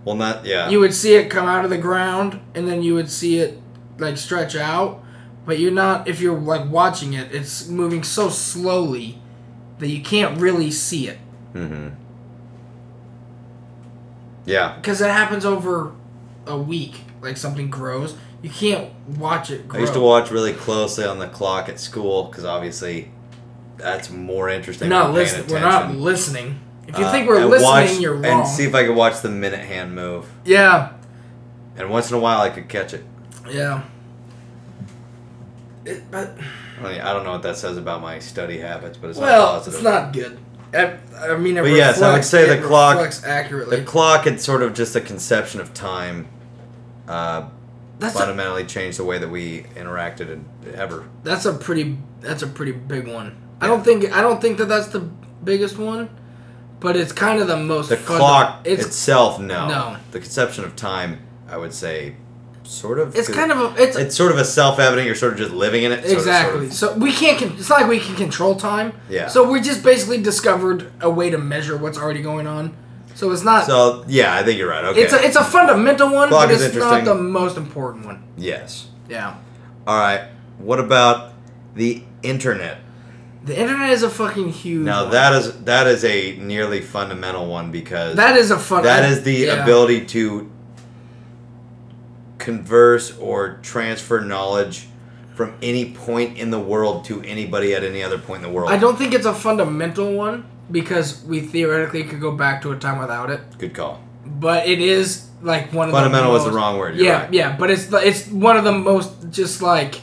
Speaker 2: Well, not yeah.
Speaker 3: You would see it come out of the ground, and then you would see it like stretch out. But you're not if you're like watching it. It's moving so slowly that you can't really see it
Speaker 2: mm-hmm. Yeah.
Speaker 3: because it happens over a week. Like something grows, you can't watch it grow.
Speaker 2: I used to watch really closely on the clock at school because obviously that's more interesting.
Speaker 3: We're not
Speaker 2: than paying
Speaker 3: listening. We're not
Speaker 2: attention.
Speaker 3: listening. If you
Speaker 2: Uh,
Speaker 3: think we're
Speaker 2: and
Speaker 3: listening,
Speaker 2: watch-
Speaker 3: you're wrong.
Speaker 2: And see if I could watch the minute hand move.
Speaker 3: yeah,
Speaker 2: And once in a while, I could catch it.
Speaker 3: yeah. It, but
Speaker 2: I, mean, I don't know what that says about my study habits, but it's not
Speaker 3: Well,
Speaker 2: positive.
Speaker 3: it's not good. I, I mean, it
Speaker 2: But
Speaker 3: reflects,
Speaker 2: yes, I would say the
Speaker 3: it
Speaker 2: clock-
Speaker 3: reflects accurately.
Speaker 2: the clock and sort of just the conception of time uh,
Speaker 3: that's a,
Speaker 2: fundamentally changed the way that we interacted and ever.
Speaker 3: that's a pretty that's a pretty big one. I don't think I don't think that that's the biggest one, but it's kind of the most.
Speaker 2: The
Speaker 3: funda-
Speaker 2: clock
Speaker 3: It's it's,
Speaker 2: itself, no.
Speaker 3: no.
Speaker 2: The conception of time, I would say, sort of.
Speaker 3: kind of a it's,
Speaker 2: It's sort of a self-evident. You're sort of just living in it. sort of- sort of-
Speaker 3: exactly. So we can't. Con- it's not like we can control time.
Speaker 2: Yeah.
Speaker 3: So we just basically discovered a way to measure what's already going on. So it's not.
Speaker 2: So yeah, I think you're right. Okay.
Speaker 3: It's a it's a fundamental one,
Speaker 2: Clock
Speaker 3: but
Speaker 2: is
Speaker 3: it's not
Speaker 2: interesting.
Speaker 3: the most important one.
Speaker 2: yes.
Speaker 3: Yeah.
Speaker 2: All right. What about the internet?
Speaker 3: The internet is a fucking huge.
Speaker 2: Now
Speaker 3: one.
Speaker 2: that is that is a nearly fundamental one because
Speaker 3: that is a fun.
Speaker 2: that is the
Speaker 3: yeah.
Speaker 2: ability to converse or transfer knowledge from any point in the world to anybody at any other point in the world.
Speaker 3: I don't think it's a fundamental one because we theoretically could go back to a time without it.
Speaker 2: Good call.
Speaker 3: But it is like one of
Speaker 2: Fundamental
Speaker 3: the
Speaker 2: was
Speaker 3: most,
Speaker 2: the wrong word. You're
Speaker 3: Yeah,
Speaker 2: right.
Speaker 3: yeah, but it's the- it's one of the most just like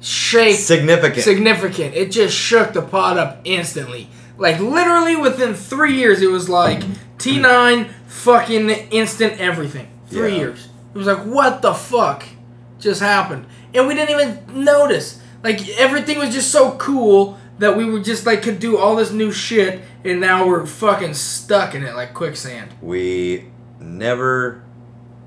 Speaker 3: shake
Speaker 2: Significant.
Speaker 3: significant. It just shook the pot up instantly. Like literally within three years, it was like T nine fucking instant everything. Three
Speaker 2: Yeah.
Speaker 3: years. It was like what the fuck just happened, and we didn't even notice. Like everything was just so cool that we were just like could do all this new shit, and now we're fucking stuck in it like quicksand.
Speaker 2: we never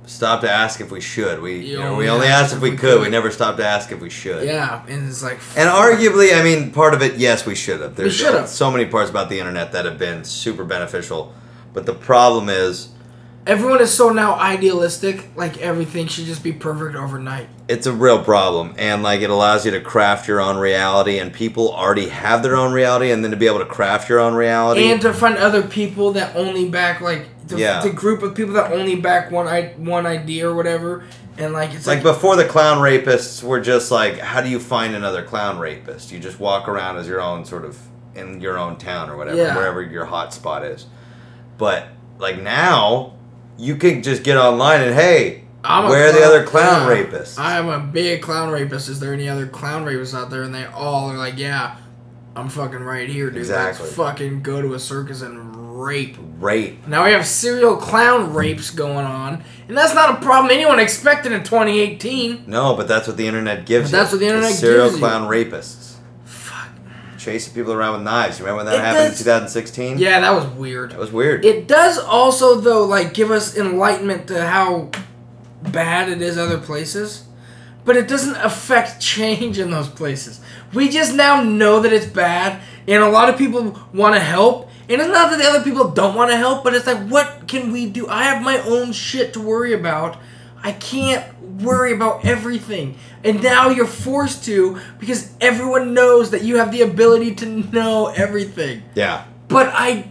Speaker 2: stopped to ask if we should. We you know,
Speaker 3: Yeah,
Speaker 2: we
Speaker 3: we
Speaker 2: only asked if we could. We never stopped to ask if we should.
Speaker 3: Yeah, and it's like
Speaker 2: And arguably, I mean, part of it, yes, we should have. There's
Speaker 3: should have.
Speaker 2: so many parts about the internet that have been super beneficial, but the problem is
Speaker 3: everyone is so now idealistic. Like everything should just be perfect overnight.
Speaker 2: it's a real problem, and like it allows you to craft your own reality, and people already have their own reality, and then to be able to craft your own reality.
Speaker 3: and to find other people that only back like the,
Speaker 2: Yeah.
Speaker 3: the group of people that only back one i one idea or whatever, and like it's
Speaker 2: like
Speaker 3: like,
Speaker 2: before the clown rapists were just like how do you find another clown rapist you just walk around as your own sort of in your own town or whatever
Speaker 3: Yeah.
Speaker 2: wherever your hot spot is but like now you can just get online and hey
Speaker 3: a
Speaker 2: where are the
Speaker 3: clown-
Speaker 2: other clown
Speaker 3: yeah,
Speaker 2: rapists
Speaker 3: I'm a big clown rapist. Is there any other clown rapists out there? And they all are like, yeah, I'm fucking right here, dude.
Speaker 2: Exactly.
Speaker 3: Let's fucking go to a circus and rape.
Speaker 2: rape
Speaker 3: Now we have serial clown rapes going on, and that's not a problem anyone expected in 2018.
Speaker 2: no but that's what the internet gives
Speaker 3: But that's
Speaker 2: you
Speaker 3: what the internet
Speaker 2: It's serial
Speaker 3: gives you.
Speaker 2: clown rapists
Speaker 3: Fuck.
Speaker 2: chasing people around with knives remember when that
Speaker 3: It
Speaker 2: happened in
Speaker 3: does-
Speaker 2: 2016
Speaker 3: Yeah, that was weird.
Speaker 2: that was weird
Speaker 3: It does also though like give us enlightenment to how bad it is other places, but it doesn't affect change in those places. We just now know that it's bad and a lot of people want to help. And it's not that the other people don't want to help, but it's like what can we do? I have my own shit to worry about. I can't worry about everything. And now you're forced to because everyone knows that you have the ability to know everything.
Speaker 2: yeah
Speaker 3: But I,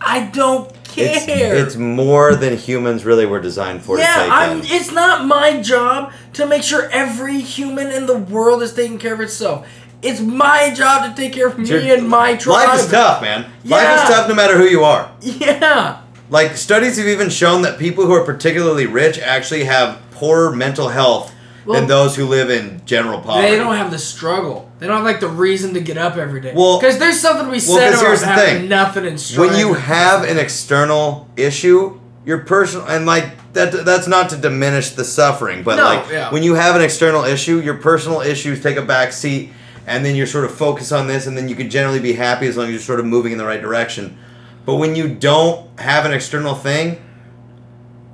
Speaker 3: I don't care.
Speaker 2: it's, it's more than humans really were designed for to
Speaker 3: yeah,
Speaker 2: take
Speaker 3: I'm,
Speaker 2: in.
Speaker 3: it's not my job to make sure every human in the world is taking care of itself. It's my job to take care of me
Speaker 2: Dude,
Speaker 3: and my tribe.
Speaker 2: Life is tough, man. Life
Speaker 3: Yeah.
Speaker 2: is tough no matter who you are.
Speaker 3: Yeah,
Speaker 2: Like, studies have even shown that people who are particularly rich actually have poorer mental health
Speaker 3: Well,
Speaker 2: than those who live in general poverty.
Speaker 3: they don't have the struggle. They don't have like the reason to get up every day.
Speaker 2: Well-
Speaker 3: because there's something we
Speaker 2: well,
Speaker 3: said
Speaker 2: 'cause
Speaker 3: about
Speaker 2: here's the
Speaker 3: having
Speaker 2: thing.
Speaker 3: nothing in struggle.
Speaker 2: when you have an external issue, your personal and like that that's not to diminish the suffering, but
Speaker 3: No,
Speaker 2: like
Speaker 3: yeah.
Speaker 2: when you have an external issue, your personal issues take a back seat and then you're sort of focused on this and then you can generally be happy as long as you're sort of moving in the right direction. But when you don't have an external thing,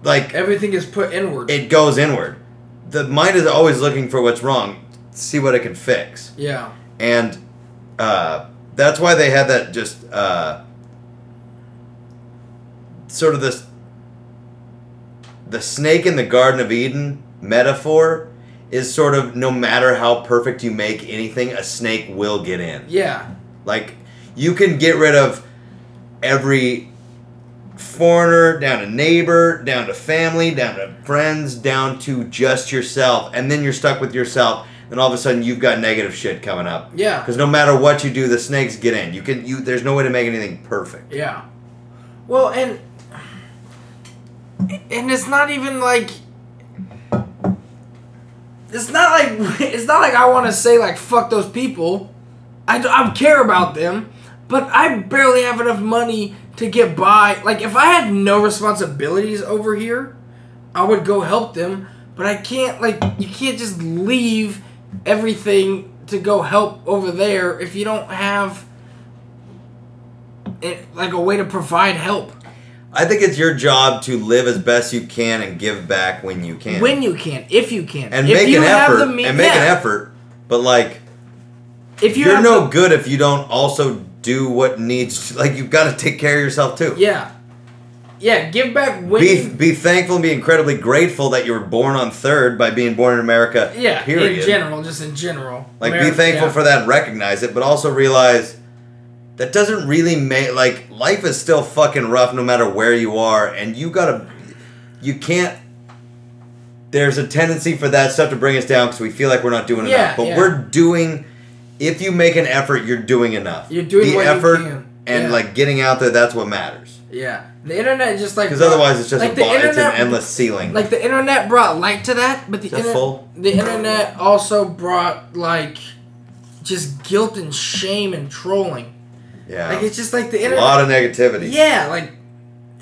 Speaker 2: like
Speaker 3: everything is put inward.
Speaker 2: it goes inward. The mind is always looking for what's wrong, see what it can fix
Speaker 3: yeah,
Speaker 2: and uh, that's why they had that just uh, sort of this the snake in the Garden of Eden metaphor is sort of no matter how perfect you make anything, a snake will get in.
Speaker 3: yeah,
Speaker 2: Like you can get rid of every foreigner down to neighbor, down to family, down to friends, down to just yourself, and then you're stuck with yourself. And all of a sudden, you've got negative shit coming up.
Speaker 3: yeah.
Speaker 2: Because no matter what you do, the snakes get in. You can you. There's no way to make anything perfect.
Speaker 3: Yeah. Well, and and it's not even like it's not like it's not like I want to say like fuck those people. I d- I care about them, but I barely have enough money to get by. Like if I had no responsibilities over here, I would go help them, but I can't like you can't just leave everything to go help over there if you don't have it, like a way to provide help
Speaker 2: I think it's your job to live as best you can and give back when you can.
Speaker 3: when you can, if you can,
Speaker 2: and
Speaker 3: if
Speaker 2: make
Speaker 3: you
Speaker 2: an
Speaker 3: have
Speaker 2: effort
Speaker 3: the mean-
Speaker 2: and make
Speaker 3: yeah.
Speaker 2: an effort. But like
Speaker 3: If you
Speaker 2: you're
Speaker 3: have
Speaker 2: no
Speaker 3: the-
Speaker 2: good if you don't also do what needs. Like you've got to take care of yourself too.
Speaker 3: yeah, yeah, give back when
Speaker 2: be,
Speaker 3: you,
Speaker 2: be thankful and be incredibly grateful that you were born on third by being born in America.
Speaker 3: yeah,
Speaker 2: period.
Speaker 3: in general, just in general.
Speaker 2: like be
Speaker 3: Ameri-
Speaker 2: thankful
Speaker 3: yeah.
Speaker 2: for that and recognize it, but also realize that doesn't really make like life is still fucking rough no matter where you are and you gotta you can't there's a tendency for that stuff to bring us down because we feel like we're not doing
Speaker 3: Yeah,
Speaker 2: enough but
Speaker 3: yeah.
Speaker 2: we're doing if you make an effort you're doing enough
Speaker 3: You're doing
Speaker 2: the
Speaker 3: what you
Speaker 2: effort
Speaker 3: can.
Speaker 2: and
Speaker 3: Yeah.
Speaker 2: like getting out there that's what matters
Speaker 3: Yeah, the internet just like
Speaker 2: because
Speaker 3: brought-
Speaker 2: otherwise it's just
Speaker 3: like
Speaker 2: a
Speaker 3: the
Speaker 2: bo- it's an
Speaker 3: internet-
Speaker 2: endless ceiling
Speaker 3: Like the internet brought light to that, but the
Speaker 2: that
Speaker 3: inter-
Speaker 2: full?
Speaker 3: the internet also brought like just guilt and shame and trolling.
Speaker 2: yeah
Speaker 3: Like it's just like the
Speaker 2: a
Speaker 3: internet.
Speaker 2: lot of negativity
Speaker 3: Yeah, like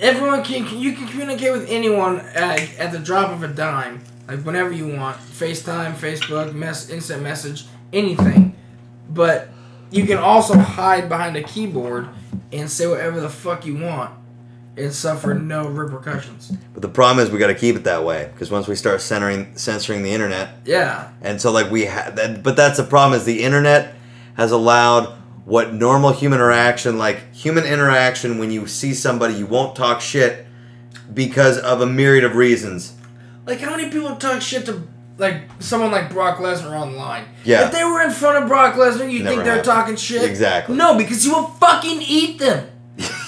Speaker 3: everyone can you can communicate with anyone at, at the drop of a dime, like whenever you want. FaceTime, Facebook, mess, instant message, anything. But you can also hide behind a keyboard and say whatever the fuck you want and suffer no repercussions.
Speaker 2: but the problem is we gotta keep it that way because once we start centering censoring the internet
Speaker 3: Yeah,
Speaker 2: And so like we ha- that, but that's the problem is the internet has allowed what normal human interaction like human interaction when you see somebody you won't talk shit because of a myriad of reasons.
Speaker 3: like how many people talk shit to like someone like Brock Lesnar online?
Speaker 2: Yeah.
Speaker 3: if they were in front of Brock Lesnar, you
Speaker 2: Never
Speaker 3: think they're
Speaker 2: happened.
Speaker 3: talking shit?
Speaker 2: Exactly.
Speaker 3: No, because he will fucking eat them.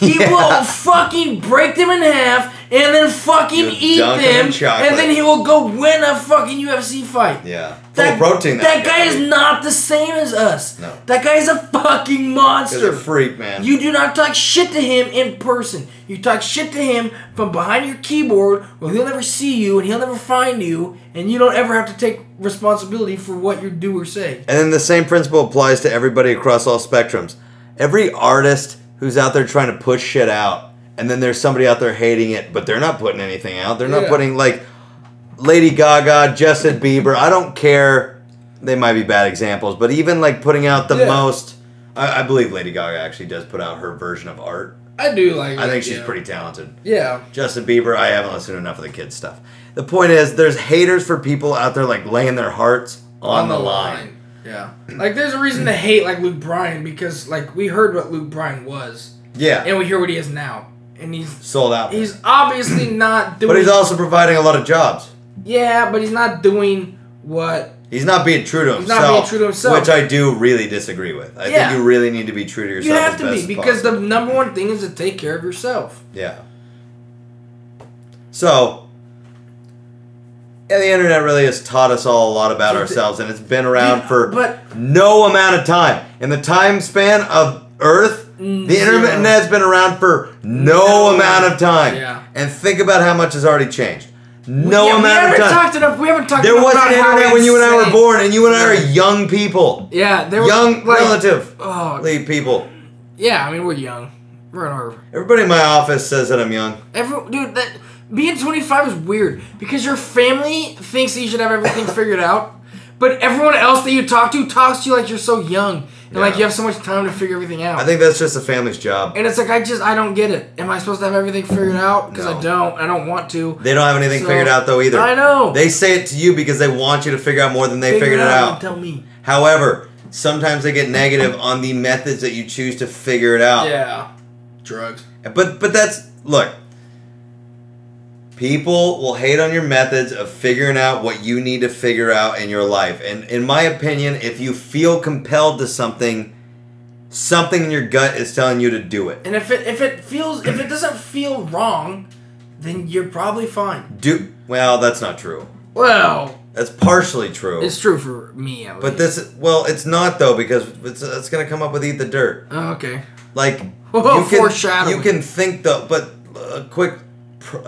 Speaker 3: He will fucking break them in half and then fucking
Speaker 2: You'll
Speaker 3: eat
Speaker 2: dunk
Speaker 3: them,
Speaker 2: them in chocolate.
Speaker 3: and then he will go win a fucking UFC fight.
Speaker 2: Yeah. Full
Speaker 3: That,
Speaker 2: of protein.
Speaker 3: That, guy is not the same as us.
Speaker 2: No.
Speaker 3: That guy is a fucking
Speaker 2: He's a
Speaker 3: monster.
Speaker 2: freak, man.
Speaker 3: You do not talk shit to him in person. You talk shit to him from behind your keyboard where he'll never see you and he'll never find you, and you don't ever have to take responsibility for what you do or say.
Speaker 2: And then the same principle applies to everybody across all spectrums. Every artist who's out there trying to push shit out, and then there's somebody out there hating it, but they're not putting anything out. They're not
Speaker 3: Yeah.
Speaker 2: putting, like, Lady Gaga, Justin Bieber, I don't care. They might be bad examples, but even, like, putting out the
Speaker 3: Yeah.
Speaker 2: most. I, I believe Lady Gaga actually does put out her version of art.
Speaker 3: I do like.
Speaker 2: I think she's pretty talented.
Speaker 3: Yeah.
Speaker 2: Justin Bieber, I haven't listened to enough of the kids' stuff. The point is, there's haters for people out there, like, laying their hearts on, the, line.
Speaker 3: Yeah. Like there's a reason to hate like Luke Bryan because like we heard what Luke Bryan was
Speaker 2: Yeah.
Speaker 3: and we hear what he is now. And he's
Speaker 2: sold out.
Speaker 3: he's obviously not doing
Speaker 2: but he's also providing a lot of jobs.
Speaker 3: Yeah, but he's not doing what
Speaker 2: He's not being true to himself.
Speaker 3: He's not being true to himself.
Speaker 2: Which I do really disagree with. I
Speaker 3: Yeah.
Speaker 2: think you really need to be true to yourself.
Speaker 3: you have
Speaker 2: as
Speaker 3: to
Speaker 2: best
Speaker 3: be
Speaker 2: as
Speaker 3: because the
Speaker 2: possible.
Speaker 3: number one thing is to take care of yourself.
Speaker 2: yeah. So, yeah, the internet really has taught us all a lot about
Speaker 3: Dude,
Speaker 2: ourselves, and it's been around
Speaker 3: Dude,
Speaker 2: for
Speaker 3: but-
Speaker 2: no amount of time. In the time span of Earth, the
Speaker 3: zero.
Speaker 2: internet's been around for no,
Speaker 3: Mm, No.
Speaker 2: amount of time.
Speaker 3: Yeah.
Speaker 2: And think about how much has already changed. No
Speaker 3: Yeah,
Speaker 2: amount
Speaker 3: we
Speaker 2: of
Speaker 3: haven't
Speaker 2: time.
Speaker 3: talked enough. We haven't talked
Speaker 2: There
Speaker 3: enough
Speaker 2: was
Speaker 3: about
Speaker 2: an
Speaker 3: how
Speaker 2: internet when you and I were
Speaker 3: insane-
Speaker 2: born, and you and I are young people.
Speaker 3: Yeah, there were
Speaker 2: young
Speaker 3: like,
Speaker 2: relative.
Speaker 3: Oh,
Speaker 2: Leave people.
Speaker 3: yeah. I mean, we're young. We're in our
Speaker 2: Everybody in my office says that I'm young.
Speaker 3: Every, dude, that being 25 is weird because your family thinks that you should have everything figured out, but everyone else that you talk to talks to you like you're so young and like
Speaker 2: Yeah.
Speaker 3: you have so much time to figure everything out.
Speaker 2: I think that's just a family's job.
Speaker 3: and it's like I just I don't get it. Am I supposed to have everything figured out? Because
Speaker 2: No.
Speaker 3: I don't. I don't want to.
Speaker 2: They don't have anything
Speaker 3: So-
Speaker 2: figured out though either.
Speaker 3: I know.
Speaker 2: They say it to you because they want you to figure out more than they
Speaker 3: Figure
Speaker 2: figured it
Speaker 3: and
Speaker 2: out.
Speaker 3: Tell me.
Speaker 2: However, sometimes they get negative on the methods that you choose to figure it out.
Speaker 3: Yeah. Drugs.
Speaker 2: But but that's look. People will hate on your methods of figuring out what you need to figure out in your life. And in my opinion, if you feel compelled to something, something in your gut is telling you to do it.
Speaker 3: And if it if it feels if it doesn't feel wrong, then you're probably fine.
Speaker 2: Do well, that's not true.
Speaker 3: Well,
Speaker 2: That's partially true.
Speaker 3: it's true for me. At
Speaker 2: but
Speaker 3: least.
Speaker 2: this well, it's not though because it's, it's going to come up with eat the dirt.
Speaker 3: Oh, okay.
Speaker 2: Like
Speaker 3: Oh,
Speaker 2: you can,
Speaker 3: foreshadowing.
Speaker 2: You can think though, but a quick pr-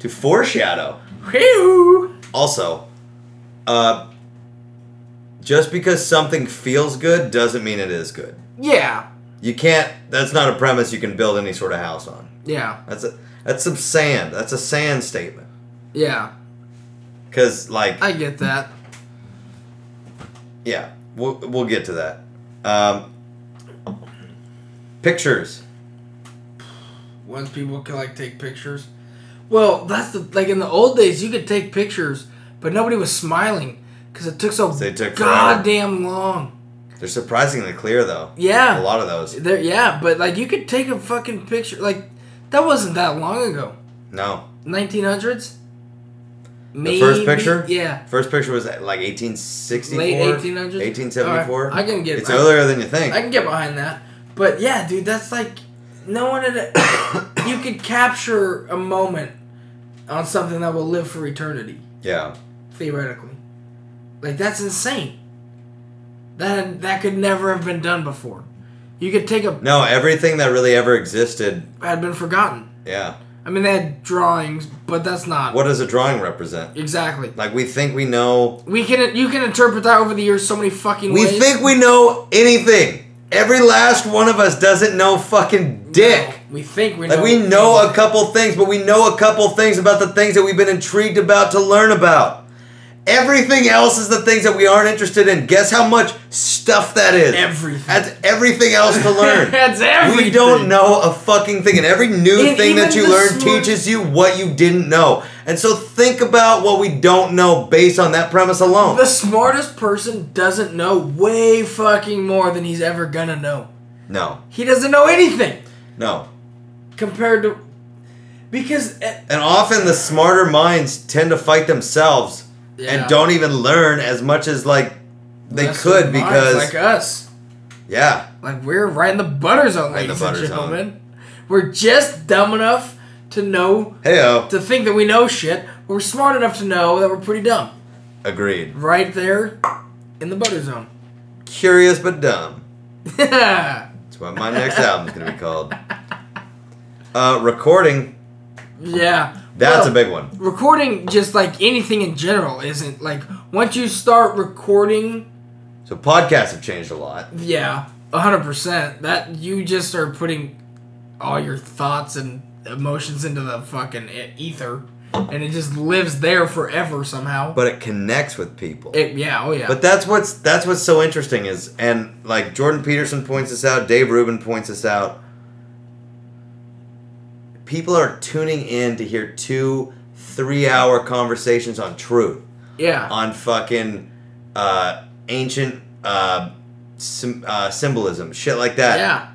Speaker 2: to foreshadow.
Speaker 3: Whew.
Speaker 2: Also, uh, just because something feels good doesn't mean it is good.
Speaker 3: Yeah.
Speaker 2: You can't. That's not a premise you can build any sort of house on.
Speaker 3: Yeah.
Speaker 2: That's a that's some sand. That's a sand statement.
Speaker 3: Yeah.
Speaker 2: Cause like
Speaker 3: I get that.
Speaker 2: yeah, we'll we'll get to that. Um, pictures.
Speaker 3: Once people can like take pictures. Well, that's the like in the old days you could take pictures, but nobody was smiling because it took so
Speaker 2: They took forever.
Speaker 3: goddamn long.
Speaker 2: They're surprisingly clear though.
Speaker 3: Yeah.
Speaker 2: A lot of those.
Speaker 3: There, yeah, but like you could take a fucking picture. Like that wasn't that long ago.
Speaker 2: No.
Speaker 3: 1900s.
Speaker 2: The
Speaker 3: Maybe,
Speaker 2: first picture?
Speaker 3: Yeah.
Speaker 2: First picture was like 1864.
Speaker 3: Late 1800s?
Speaker 2: 1874.
Speaker 3: All right, I can get-
Speaker 2: It's
Speaker 3: I-
Speaker 2: earlier than you think.
Speaker 3: I can get behind that. But yeah, dude, that's like no one had. you could capture a moment on something that will live for eternity,
Speaker 2: Yeah.
Speaker 3: theoretically. Like that's insane. That that could never have been done before. You could take a
Speaker 2: No, everything that really ever existed.
Speaker 3: had been forgotten.
Speaker 2: Yeah.
Speaker 3: I mean, they had drawings, but that's not
Speaker 2: What does a drawing represent?
Speaker 3: exactly.
Speaker 2: Like we think we know.
Speaker 3: We can you can interpret that over the years so many fucking
Speaker 2: We
Speaker 3: ways.
Speaker 2: think we know anything. Every last one of us doesn't know fucking dick.
Speaker 3: No, we think we
Speaker 2: Like
Speaker 3: know.
Speaker 2: we know a couple things, but we know a couple things about the things that we've been intrigued about to learn about. Everything else is the things that we aren't interested in. Guess how much stuff that is.
Speaker 3: Everything.
Speaker 2: That's everything else to learn.
Speaker 3: That's everything.
Speaker 2: We don't know a fucking thing, and every new
Speaker 3: And
Speaker 2: thing that
Speaker 3: even
Speaker 2: you
Speaker 3: the
Speaker 2: learn
Speaker 3: smart-
Speaker 2: teaches you what you didn't know. And so think about what we don't know based on that premise alone.
Speaker 3: The smartest person doesn't know way fucking more than he's ever gonna know.
Speaker 2: No,
Speaker 3: He doesn't know anything
Speaker 2: no.
Speaker 3: compared to because eh,
Speaker 2: And often the smarter minds tend to fight themselves
Speaker 3: Yeah.
Speaker 2: and don't even learn as much as like they
Speaker 3: that's
Speaker 2: could
Speaker 3: the minds
Speaker 2: because
Speaker 3: like us,
Speaker 2: yeah,
Speaker 3: like we're right in the butter zone,
Speaker 2: Right in the
Speaker 3: ladies
Speaker 2: butter
Speaker 3: and
Speaker 2: zone.
Speaker 3: gentlemen. We're just dumb enough to know
Speaker 2: heyo,
Speaker 3: to think that we know shit. But we're smart enough to know that we're pretty dumb.
Speaker 2: agreed.
Speaker 3: Right there in the butter zone.
Speaker 2: Curious but dumb.
Speaker 3: yeah.
Speaker 2: That's what my next album's gonna be called. Uh, recording. That's
Speaker 3: Well,
Speaker 2: a big one.
Speaker 3: recording just like anything in general isn't like once you start recording
Speaker 2: So podcasts have changed a lot.
Speaker 3: yeah 100% that you just start putting all your thoughts and emotions into the fucking e- ether and it just lives there forever somehow
Speaker 2: but it connects with people.
Speaker 3: it, yeah oh yeah
Speaker 2: but that's what's that's what's so interesting is and like Jordan Peterson points this out, Dave Rubin points this out. People are tuning in to hear two, three hour conversations on truth,
Speaker 3: yeah
Speaker 2: on fucking uh, ancient uh, sym uh, symbolism, shit like that.
Speaker 3: yeah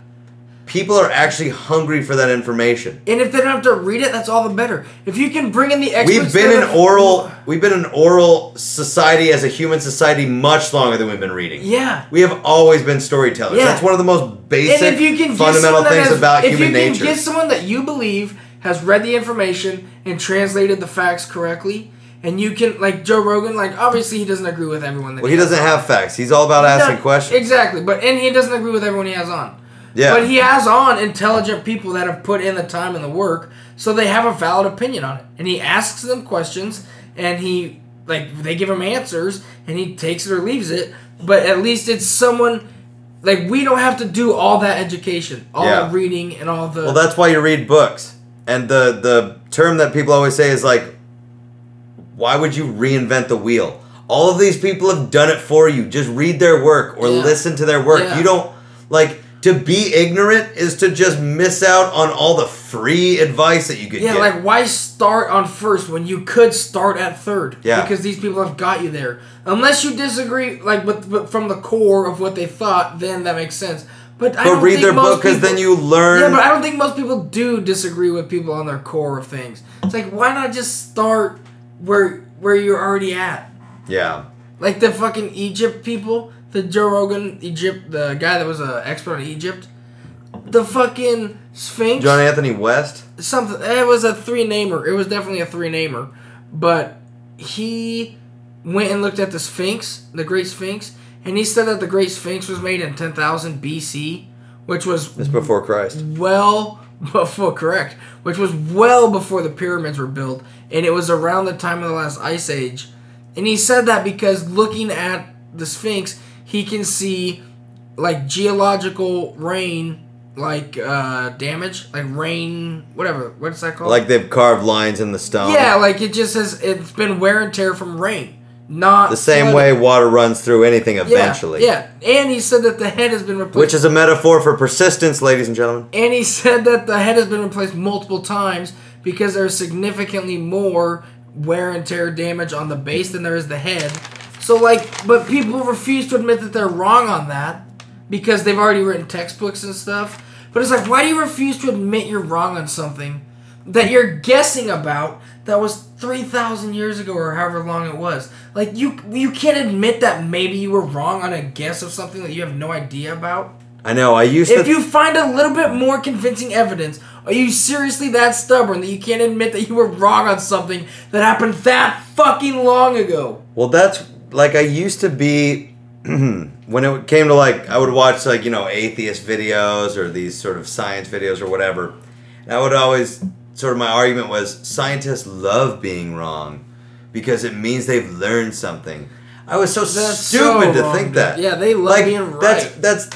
Speaker 2: People are actually hungry for that information.
Speaker 3: and if they don't have to read it that's all the better if you can bring in the experts
Speaker 2: We've been
Speaker 3: that
Speaker 2: an
Speaker 3: are-
Speaker 2: oral we've been an oral society as a human society much longer than we've been reading.
Speaker 3: yeah
Speaker 2: We have always been storytellers.
Speaker 3: Yeah.
Speaker 2: That's one of the most basic,
Speaker 3: and if you can get
Speaker 2: fundamental
Speaker 3: someone that
Speaker 2: things
Speaker 3: has-
Speaker 2: about
Speaker 3: if
Speaker 2: human
Speaker 3: you can
Speaker 2: nature.
Speaker 3: get someone that you believe has read the information and translated the facts correctly, and you can like Joe Rogan, like obviously he doesn't agree with everyone. That
Speaker 2: well, he doesn't have facts. He's all about
Speaker 3: on.
Speaker 2: asking
Speaker 3: No,
Speaker 2: questions.
Speaker 3: Exactly, but and he doesn't agree with everyone he has on.
Speaker 2: Yeah.
Speaker 3: But he has on intelligent people that have put in the time and the work, so they have a valid opinion on it. And he asks them questions, and he like they give him answers, and he takes it or leaves it. But at least it's someone like we don't have to do all that education, all
Speaker 2: Yeah.
Speaker 3: the reading, and all the
Speaker 2: well, that's why you read books. And the the term that people always say is like, why would you reinvent the wheel? All of these people have done it for you. Just read their work or
Speaker 3: Yeah.
Speaker 2: listen to their work.
Speaker 3: Yeah.
Speaker 2: You don't like to be ignorant is to just miss out on all the free advice that you could
Speaker 3: yeah,
Speaker 2: get.
Speaker 3: like why start on first when you could start at third?
Speaker 2: Yeah.
Speaker 3: because these people have got you there. Unless you disagree, like, but, but from the core of what they thought, then that makes sense. But I
Speaker 2: but
Speaker 3: don't
Speaker 2: read
Speaker 3: think
Speaker 2: their
Speaker 3: most
Speaker 2: book because then
Speaker 3: people-
Speaker 2: you learn.
Speaker 3: Yeah, but I don't think most people do disagree with people on their core of things. It's like why not just start where where you're already at?
Speaker 2: yeah.
Speaker 3: Like the fucking Egypt people, the Joe Rogan Egypt, the guy that was an expert on Egypt, the fucking Sphinx.
Speaker 2: John Anthony West.
Speaker 3: something. It was a three namer. It was definitely a three namer, but he went and looked at the Sphinx, the Great Sphinx, and he said that the Great Sphinx was made in 10,000 BC, which was
Speaker 2: It's before Christ.
Speaker 3: well before correct which was well before the pyramids were built and it was around the time of the last ice age and he said that because looking at the sphinx he can see like geological rain like uh damage like rain whatever what's that called
Speaker 2: Like um, they've carved lines in the stone.
Speaker 3: Oh. yeah like it just has it's been wear and tear from rain not
Speaker 2: the same way water runs through anything eventually.
Speaker 3: yeah, yeah and he said that the head has been replaced
Speaker 2: Which is a metaphor for persistence, ladies and gentlemen.
Speaker 3: And he said that the head has been replaced multiple times because there's significantly more wear and tear damage on the base than there is the head. So, like, but people refuse to admit that they're wrong on that because they've already written textbooks and stuff. But it's like, why do you refuse to admit you're wrong on something that you're guessing about that was 3,000 years ago or however long it was? Like, you, you can't admit that maybe you were wrong on a guess of something that you have no idea about.
Speaker 2: I know. I used
Speaker 3: If
Speaker 2: to.
Speaker 3: you find a little bit more convincing evidence, are you seriously that stubborn that you can't admit that you were wrong on something that happened that fucking long ago?
Speaker 2: well, that's like I used to be. when it came to like, I would watch like you know atheist videos or these sort of science videos or whatever, and I would always sort of my argument was scientists love being wrong because it means they've learned something. I was so
Speaker 3: That's
Speaker 2: stupid
Speaker 3: so
Speaker 2: to
Speaker 3: wrong,
Speaker 2: think
Speaker 3: dude.
Speaker 2: that.
Speaker 3: Yeah, they love
Speaker 2: like,
Speaker 3: being right.
Speaker 2: That's that's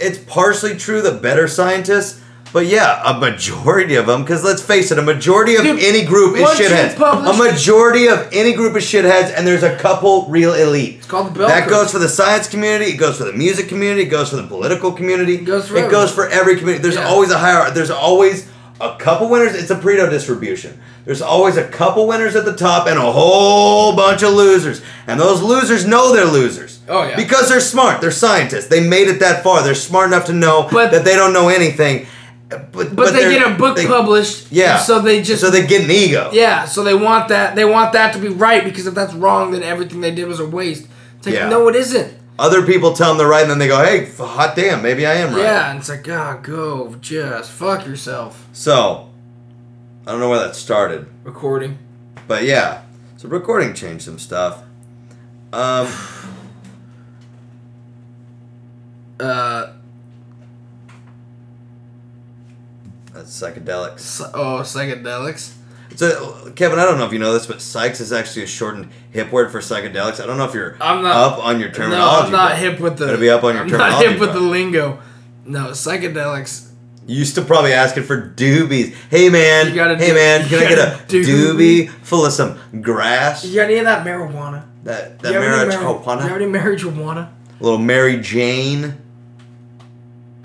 Speaker 2: it's partially true. The better scientists. But yeah, a majority of them, because let's face it, a majority of
Speaker 3: Dude,
Speaker 2: any group is
Speaker 3: once you
Speaker 2: shitheads.
Speaker 3: publish-
Speaker 2: A majority of any group is shitheads, and there's a couple real elite. It's
Speaker 3: called the bell
Speaker 2: That
Speaker 3: curve.
Speaker 2: goes for the science community. It goes for the music community. It goes for the political community. It
Speaker 3: goes for
Speaker 2: it goes
Speaker 3: everyone.
Speaker 2: for every community. There's
Speaker 3: Yeah.
Speaker 2: always a hierarchy. There's always a couple winners. It's a Pareto distribution. There's always a couple winners at the top and a whole bunch of losers. And those losers know they're losers.
Speaker 3: Oh, yeah.
Speaker 2: Because they're smart. They're scientists. They made it that far. They're smart enough to know
Speaker 3: But-
Speaker 2: that they don't know anything. But, but,
Speaker 3: But, they
Speaker 2: they're-
Speaker 3: get a book
Speaker 2: they-
Speaker 3: published.
Speaker 2: Yeah.
Speaker 3: So they just
Speaker 2: So they get an ego.
Speaker 3: Yeah, so they want that they want that to be right because if that's wrong then everything they did was a waste. It's like
Speaker 2: Yeah.
Speaker 3: no it isn't.
Speaker 2: Other people tell them they're right, and then they go, "Hey, f- hot damn, maybe I am right."
Speaker 3: Yeah, and it's like, ah, go just fuck yourself.
Speaker 2: So, I don't know where that started,
Speaker 3: Recording.
Speaker 2: but yeah. So recording changed some stuff. Um,
Speaker 3: Uh
Speaker 2: that's psychedelics.
Speaker 3: s- oh, psychedelics.
Speaker 2: So, Kevin, I don't know if you know this, but psychs is actually a shortened hip word for psychedelics. I don't know if you're
Speaker 3: I'm not-
Speaker 2: up on your
Speaker 3: No,
Speaker 2: terminology.
Speaker 3: I'm not
Speaker 2: but
Speaker 3: hip with the
Speaker 2: Gotta be up on your
Speaker 3: I'm
Speaker 2: terminology.
Speaker 3: not hip with
Speaker 2: bro.
Speaker 3: the lingo. No, psychedelics
Speaker 2: You used to probably asking for doobies. Hey man,
Speaker 3: You gotta
Speaker 2: hey
Speaker 3: do-
Speaker 2: man,
Speaker 3: you
Speaker 2: can I get a
Speaker 3: gotta
Speaker 2: doobie
Speaker 3: doobie.
Speaker 2: full of some grass?
Speaker 3: You got any of that marijuana?
Speaker 2: That
Speaker 3: you
Speaker 2: that
Speaker 3: ever do
Speaker 2: marriage oh,
Speaker 3: mari- You
Speaker 2: marijuana,
Speaker 3: already married marijuana?
Speaker 2: little Mary Jane.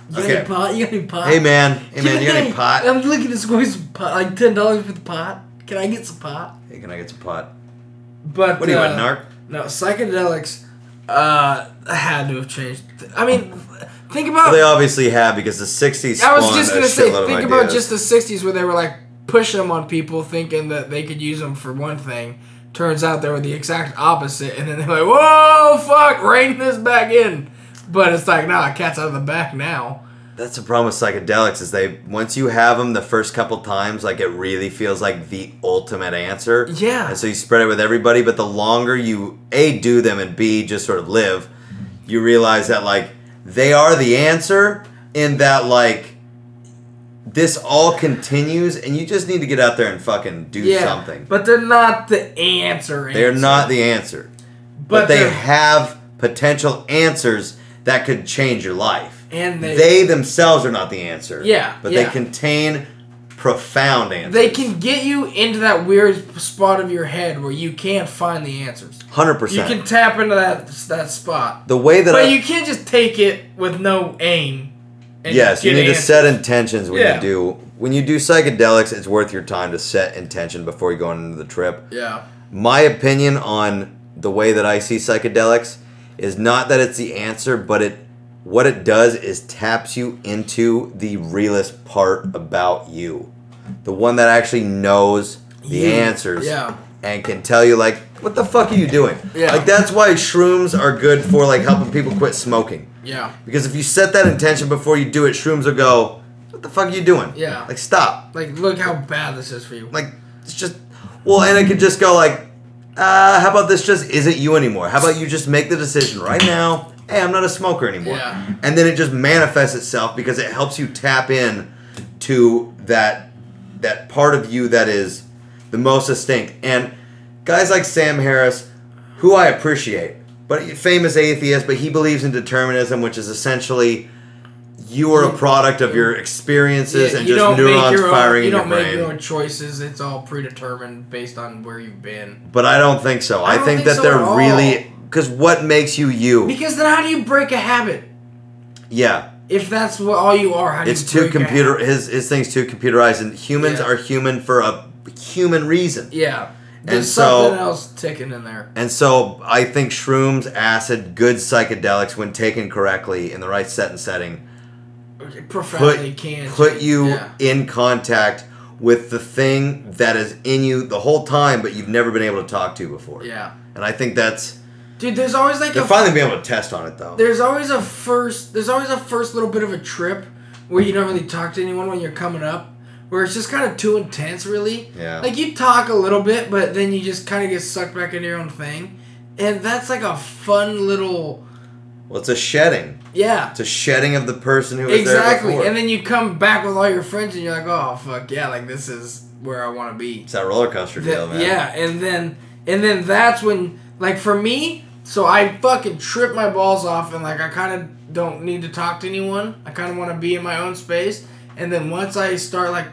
Speaker 3: You
Speaker 2: Okay.
Speaker 3: got any pot? You got any pot?
Speaker 2: Hey man, hey man, you got any
Speaker 3: Hey,
Speaker 2: pot?
Speaker 3: I'm looking to squeeze some pot, like ten dollars for the pot. Can I get some pot?
Speaker 2: Hey, can I get some pot?
Speaker 3: But
Speaker 2: What do you
Speaker 3: uh,
Speaker 2: want, narc?
Speaker 3: No, psychedelics uh, had to have changed. I mean, think about.
Speaker 2: Well, they obviously have because the '60s.
Speaker 3: I was
Speaker 2: spawned
Speaker 3: just
Speaker 2: a
Speaker 3: gonna say,
Speaker 2: shitload of
Speaker 3: think about
Speaker 2: ideas.
Speaker 3: just the '60s where they were like pushing them on people, thinking that they could use them for one thing. Turns out they were the exact opposite, and then they're like, "Whoa, fuck, rein this back in." But it's like, nah, cat's out of the back now.
Speaker 2: That's the problem with psychedelics is they once you have them the first couple times, like it really feels like the ultimate answer.
Speaker 3: Yeah.
Speaker 2: And so you spread it with everybody, but the longer you a do them and b just sort of live, you realize that like they are the answer in that like this all continues and you just need to get out there and fucking do
Speaker 3: Yeah,
Speaker 2: something.
Speaker 3: but they're not the answer.
Speaker 2: They're
Speaker 3: answer.
Speaker 2: not the answer. But,
Speaker 3: But
Speaker 2: they
Speaker 3: they're-
Speaker 2: have potential answers that could change your life.
Speaker 3: And
Speaker 2: they,
Speaker 3: they-
Speaker 2: themselves are not the answer.
Speaker 3: Yeah,
Speaker 2: But
Speaker 3: yeah.
Speaker 2: they contain profound answers.
Speaker 3: They can get you into that weird spot of your head where you can't find the answers.
Speaker 2: 100%.
Speaker 3: You can tap into that that spot,
Speaker 2: the way that I,
Speaker 3: but you can't just take it with no aim. And
Speaker 2: Yes, you
Speaker 3: get
Speaker 2: need to
Speaker 3: answers.
Speaker 2: set intentions when
Speaker 3: Yeah.
Speaker 2: you do when you do psychedelics, it's worth your time to set intention before you go on the trip.
Speaker 3: Yeah,
Speaker 2: my opinion on the way that I see psychedelics is not that it's the answer, but it what it does is taps you into the realest part about you. The one that actually knows the
Speaker 3: You.
Speaker 2: answers
Speaker 3: Yeah.
Speaker 2: and can tell you like what the fuck are you doing?
Speaker 3: Yeah.
Speaker 2: Like that's why shrooms are good for like helping people quit smoking.
Speaker 3: yeah,
Speaker 2: Because if you set that intention before you do it, shrooms will go, what the fuck are you doing?
Speaker 3: Yeah.
Speaker 2: Like stop
Speaker 3: like look how bad this is for you.
Speaker 2: like it's just well and it could just go like uh how about this just isn't you anymore how about you just make the decision right now hey i'm not a smoker anymore
Speaker 3: Yeah.
Speaker 2: and then it just manifests itself because it helps you tap in to that that part of you that is the most distinct and guys like sam harris who i appreciate but famous atheist but he believes in determinism which is essentially you are a product of your experiences
Speaker 3: Yeah,
Speaker 2: and just neurons
Speaker 3: own,
Speaker 2: firing
Speaker 3: You
Speaker 2: in your
Speaker 3: don't
Speaker 2: brain.
Speaker 3: make your own choices. It's all predetermined based on where you've been.
Speaker 2: But I don't think so. I,
Speaker 3: don't
Speaker 2: think,
Speaker 3: think
Speaker 2: that
Speaker 3: so at
Speaker 2: they're
Speaker 3: all.
Speaker 2: really because what makes you you?
Speaker 3: Because then, how do you break a habit?
Speaker 2: yeah,
Speaker 3: If that's what all you are, how do
Speaker 2: it's
Speaker 3: you
Speaker 2: too
Speaker 3: break a
Speaker 2: computer.
Speaker 3: habit?
Speaker 2: His his thing's too computerized, and humans
Speaker 3: Yeah.
Speaker 2: are human for a human reason.
Speaker 3: Yeah, there's
Speaker 2: so-
Speaker 3: something else ticking in there.
Speaker 2: And so I think shrooms, acid, good psychedelics, when taken correctly in the right set and setting,
Speaker 3: profoundly
Speaker 2: put
Speaker 3: can
Speaker 2: put you
Speaker 3: Yeah.
Speaker 2: in contact with the thing that is in you the whole time, but you've never been able to talk to before.
Speaker 3: Yeah.
Speaker 2: And I think that's
Speaker 3: Dude, there's always like
Speaker 2: They're
Speaker 3: a
Speaker 2: finally being able to test on it though.
Speaker 3: there's always a first there's always a first little bit of a trip where you don't really talk to anyone when you're coming up where it's just kind of too intense really
Speaker 2: Yeah.
Speaker 3: like you talk a little bit but then you just kind of get sucked back into your own thing and that's like a fun little
Speaker 2: Well, it's a shedding.
Speaker 3: yeah
Speaker 2: It's a shedding of the person who was
Speaker 3: exactly
Speaker 2: there before.
Speaker 3: and then you come back with all your friends and you're like oh fuck yeah like this is where i want to be
Speaker 2: it's that roller coaster
Speaker 3: Th-
Speaker 2: deal, man.
Speaker 3: Yeah, and then and then that's when like for me, so I fucking trip my balls off and like I kind of don't need to talk to anyone. I kind of want to be in my own space. And then once I start like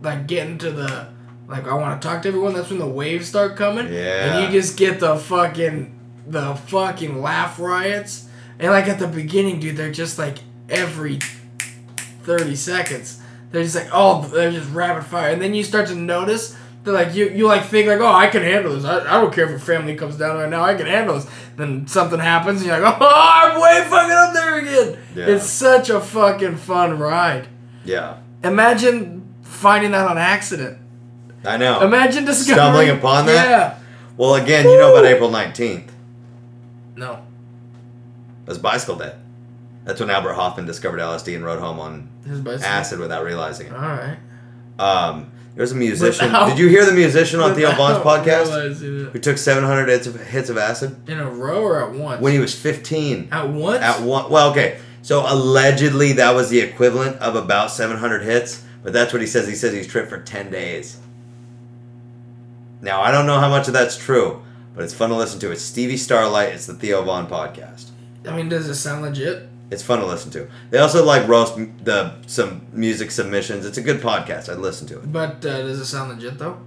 Speaker 3: like getting to the like I want to talk to everyone, that's when the waves start coming.
Speaker 2: Yeah.
Speaker 3: And you just get the fucking the fucking laugh riots. And like at the beginning, dude, they're just like every 30 seconds. They're just like, oh, they're just rapid fire. And then you start to notice that, like, you, you like think, like, oh, I can handle this. I, I don't care if a family comes down right now. I can handle this. Then something happens and you're like, oh, I'm way fucking up there again.
Speaker 2: Yeah.
Speaker 3: It's such a fucking fun ride.
Speaker 2: Yeah.
Speaker 3: Imagine finding that on accident.
Speaker 2: I know.
Speaker 3: Imagine discovering.
Speaker 2: Stumbling upon that?
Speaker 3: Yeah.
Speaker 2: well, again, you know about April 19th.
Speaker 3: No.
Speaker 2: That's bicycle day. That's when Albert Hoffman discovered LSD and rode home on
Speaker 3: His bicycle.
Speaker 2: acid without realizing it.
Speaker 3: All right.
Speaker 2: Um, there's a musician.
Speaker 3: Without-
Speaker 2: Did you hear the musician on Theo Vaughn's
Speaker 3: Without
Speaker 2: podcast
Speaker 3: realizing
Speaker 2: who
Speaker 3: it.
Speaker 2: took 700 hits of, hits of acid
Speaker 3: In a row or at once?
Speaker 2: when he was 15?
Speaker 3: at once?
Speaker 2: At one. Well, okay. So allegedly that was the equivalent of about 700 hits, but that's what he says. He says he's tripped for 10 days. Now I don't know how much of that's true, but it's fun to listen to. It's Stevie Starlight. It's the Theo Vaughn podcast.
Speaker 3: I mean, does it sound legit?
Speaker 2: It's fun to listen to. They also like roast m- the some music submissions. It's a good podcast. I'd listen to it.
Speaker 3: But uh, does it sound legit though?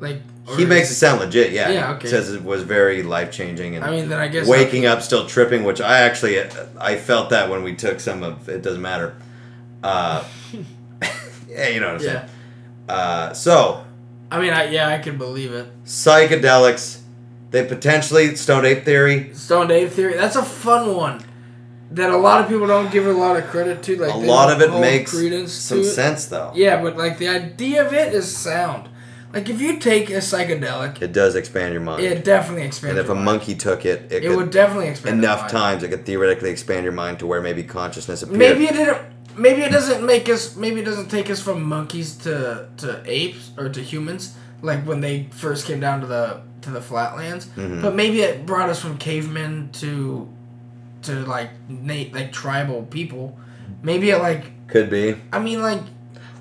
Speaker 3: Like
Speaker 2: He
Speaker 3: or-
Speaker 2: makes it sound legit. Yeah.
Speaker 3: Yeah, okay.
Speaker 2: Says it was very life changing and
Speaker 3: I mean, then I guess
Speaker 2: waking up still tripping, which I actually I felt that when we took some of it doesn't matter. Uh, yeah, you know what I'm
Speaker 3: Yeah.
Speaker 2: saying. Uh, so
Speaker 3: I mean, I yeah, I can believe it.
Speaker 2: psychedelics, they potentially Stone Ape Theory.
Speaker 3: Stone Dave theory. That's a fun one. That a lot of people don't give a lot of credit to. Like
Speaker 2: a
Speaker 3: they
Speaker 2: lot
Speaker 3: don't
Speaker 2: of it
Speaker 3: hold
Speaker 2: makes
Speaker 3: credence
Speaker 2: some
Speaker 3: to it.
Speaker 2: sense though.
Speaker 3: Yeah, but like the idea of it is sound. Like if you take a psychedelic,
Speaker 2: It does expand your mind.
Speaker 3: it definitely
Speaker 2: and
Speaker 3: expands.
Speaker 2: if a
Speaker 3: your mind.
Speaker 2: monkey took it, it,
Speaker 3: it
Speaker 2: could
Speaker 3: would definitely expand your
Speaker 2: enough
Speaker 3: mind.
Speaker 2: times it could theoretically expand your mind to where maybe consciousness appeared.
Speaker 3: Maybe it didn't. Maybe it doesn't make us. Maybe it doesn't take us from monkeys to to apes or to humans, like when they first came down to the to the flatlands.
Speaker 2: Mm-hmm.
Speaker 3: But maybe it brought us from cavemen to to like na- like tribal people. Maybe it like
Speaker 2: could be.
Speaker 3: I mean like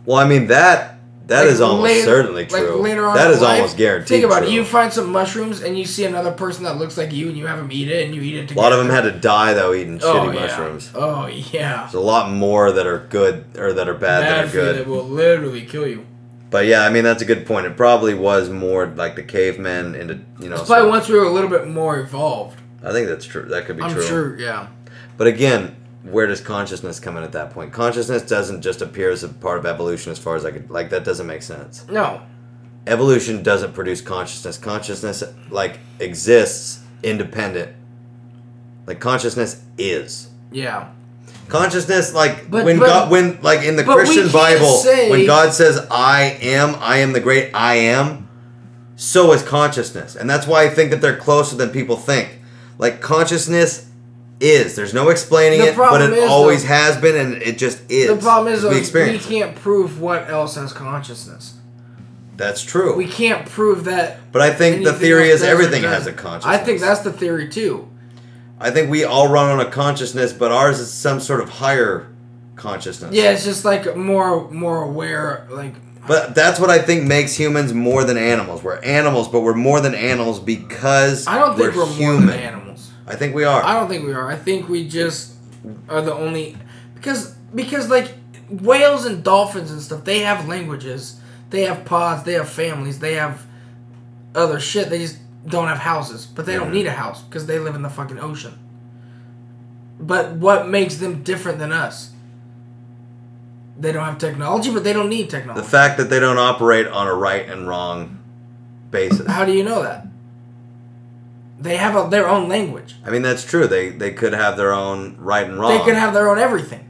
Speaker 2: Well, I mean that that
Speaker 3: like
Speaker 2: is almost
Speaker 3: later-
Speaker 2: certainly
Speaker 3: like,
Speaker 2: true.
Speaker 3: later on
Speaker 2: that
Speaker 3: in
Speaker 2: is
Speaker 3: life,
Speaker 2: almost guaranteed.
Speaker 3: Think about
Speaker 2: true.
Speaker 3: it. You find some mushrooms and you see another person that looks like you, and you have them eat it, and you eat it
Speaker 2: A
Speaker 3: together.
Speaker 2: lot of them had to die though eating
Speaker 3: oh,
Speaker 2: shitty
Speaker 3: yeah.
Speaker 2: mushrooms.
Speaker 3: Oh yeah.
Speaker 2: There's a lot more that are good or that are bad,
Speaker 3: Bad
Speaker 2: than are
Speaker 3: for you
Speaker 2: good.
Speaker 3: that will literally kill you.
Speaker 2: But yeah, I mean that's a good point. It probably was more like the cavemen into you know.
Speaker 3: It's probably
Speaker 2: so-
Speaker 3: once we were a little bit more evolved.
Speaker 2: I think that's true. That could be
Speaker 3: I'm
Speaker 2: true.
Speaker 3: sure, yeah.
Speaker 2: But again, where does consciousness come in at that point? Consciousness doesn't just appear as a part of evolution, as far as I could like. That doesn't make sense.
Speaker 3: No.
Speaker 2: Evolution doesn't produce consciousness. Consciousness like exists independent. Like consciousness is.
Speaker 3: Yeah.
Speaker 2: Consciousness, like
Speaker 3: But-
Speaker 2: when
Speaker 3: but-
Speaker 2: God, when like in the
Speaker 3: but we
Speaker 2: Christian
Speaker 3: can't
Speaker 2: Bible,
Speaker 3: say-
Speaker 2: when God says, "I am, I am the great I am," so is consciousness, and that's why I think that they're closer than people think. Like consciousness is. There's no explaining
Speaker 3: The
Speaker 2: it, but
Speaker 3: problem
Speaker 2: it
Speaker 3: is,
Speaker 2: always
Speaker 3: though-
Speaker 2: has been, and it just is.
Speaker 3: The problem is,
Speaker 2: It's
Speaker 3: though,
Speaker 2: we
Speaker 3: is we
Speaker 2: experience. it.
Speaker 3: can't prove what else has consciousness.
Speaker 2: That's true.
Speaker 3: We can't prove that.
Speaker 2: but I think the
Speaker 3: anything
Speaker 2: theory
Speaker 3: else
Speaker 2: is
Speaker 3: does or
Speaker 2: everything
Speaker 3: doesn't.
Speaker 2: has a consciousness.
Speaker 3: I think that's the theory too.
Speaker 2: I think we all run on a consciousness, but ours is some sort of higher consciousness.
Speaker 3: Yeah, it's just like more more aware. Like
Speaker 2: But that's what I think makes humans more than animals. We're animals, but we're more than animals because
Speaker 3: I don't think we're, more than animals.
Speaker 2: I think we are.
Speaker 3: I don't think we are. I think we just are the only because because like whales and dolphins and stuff, they have languages, they have pods, they have families, they have other shit. They just don't have houses, but they don't need a house because they live in the fucking ocean. But what makes them different than us? They don't have technology, but they don't need technology.
Speaker 2: the fact that they don't operate on a right and wrong basis.
Speaker 3: How do you know that? They have a, their own language.
Speaker 2: I mean, that's true. They they could have their own right and wrong.
Speaker 3: They could have their own everything.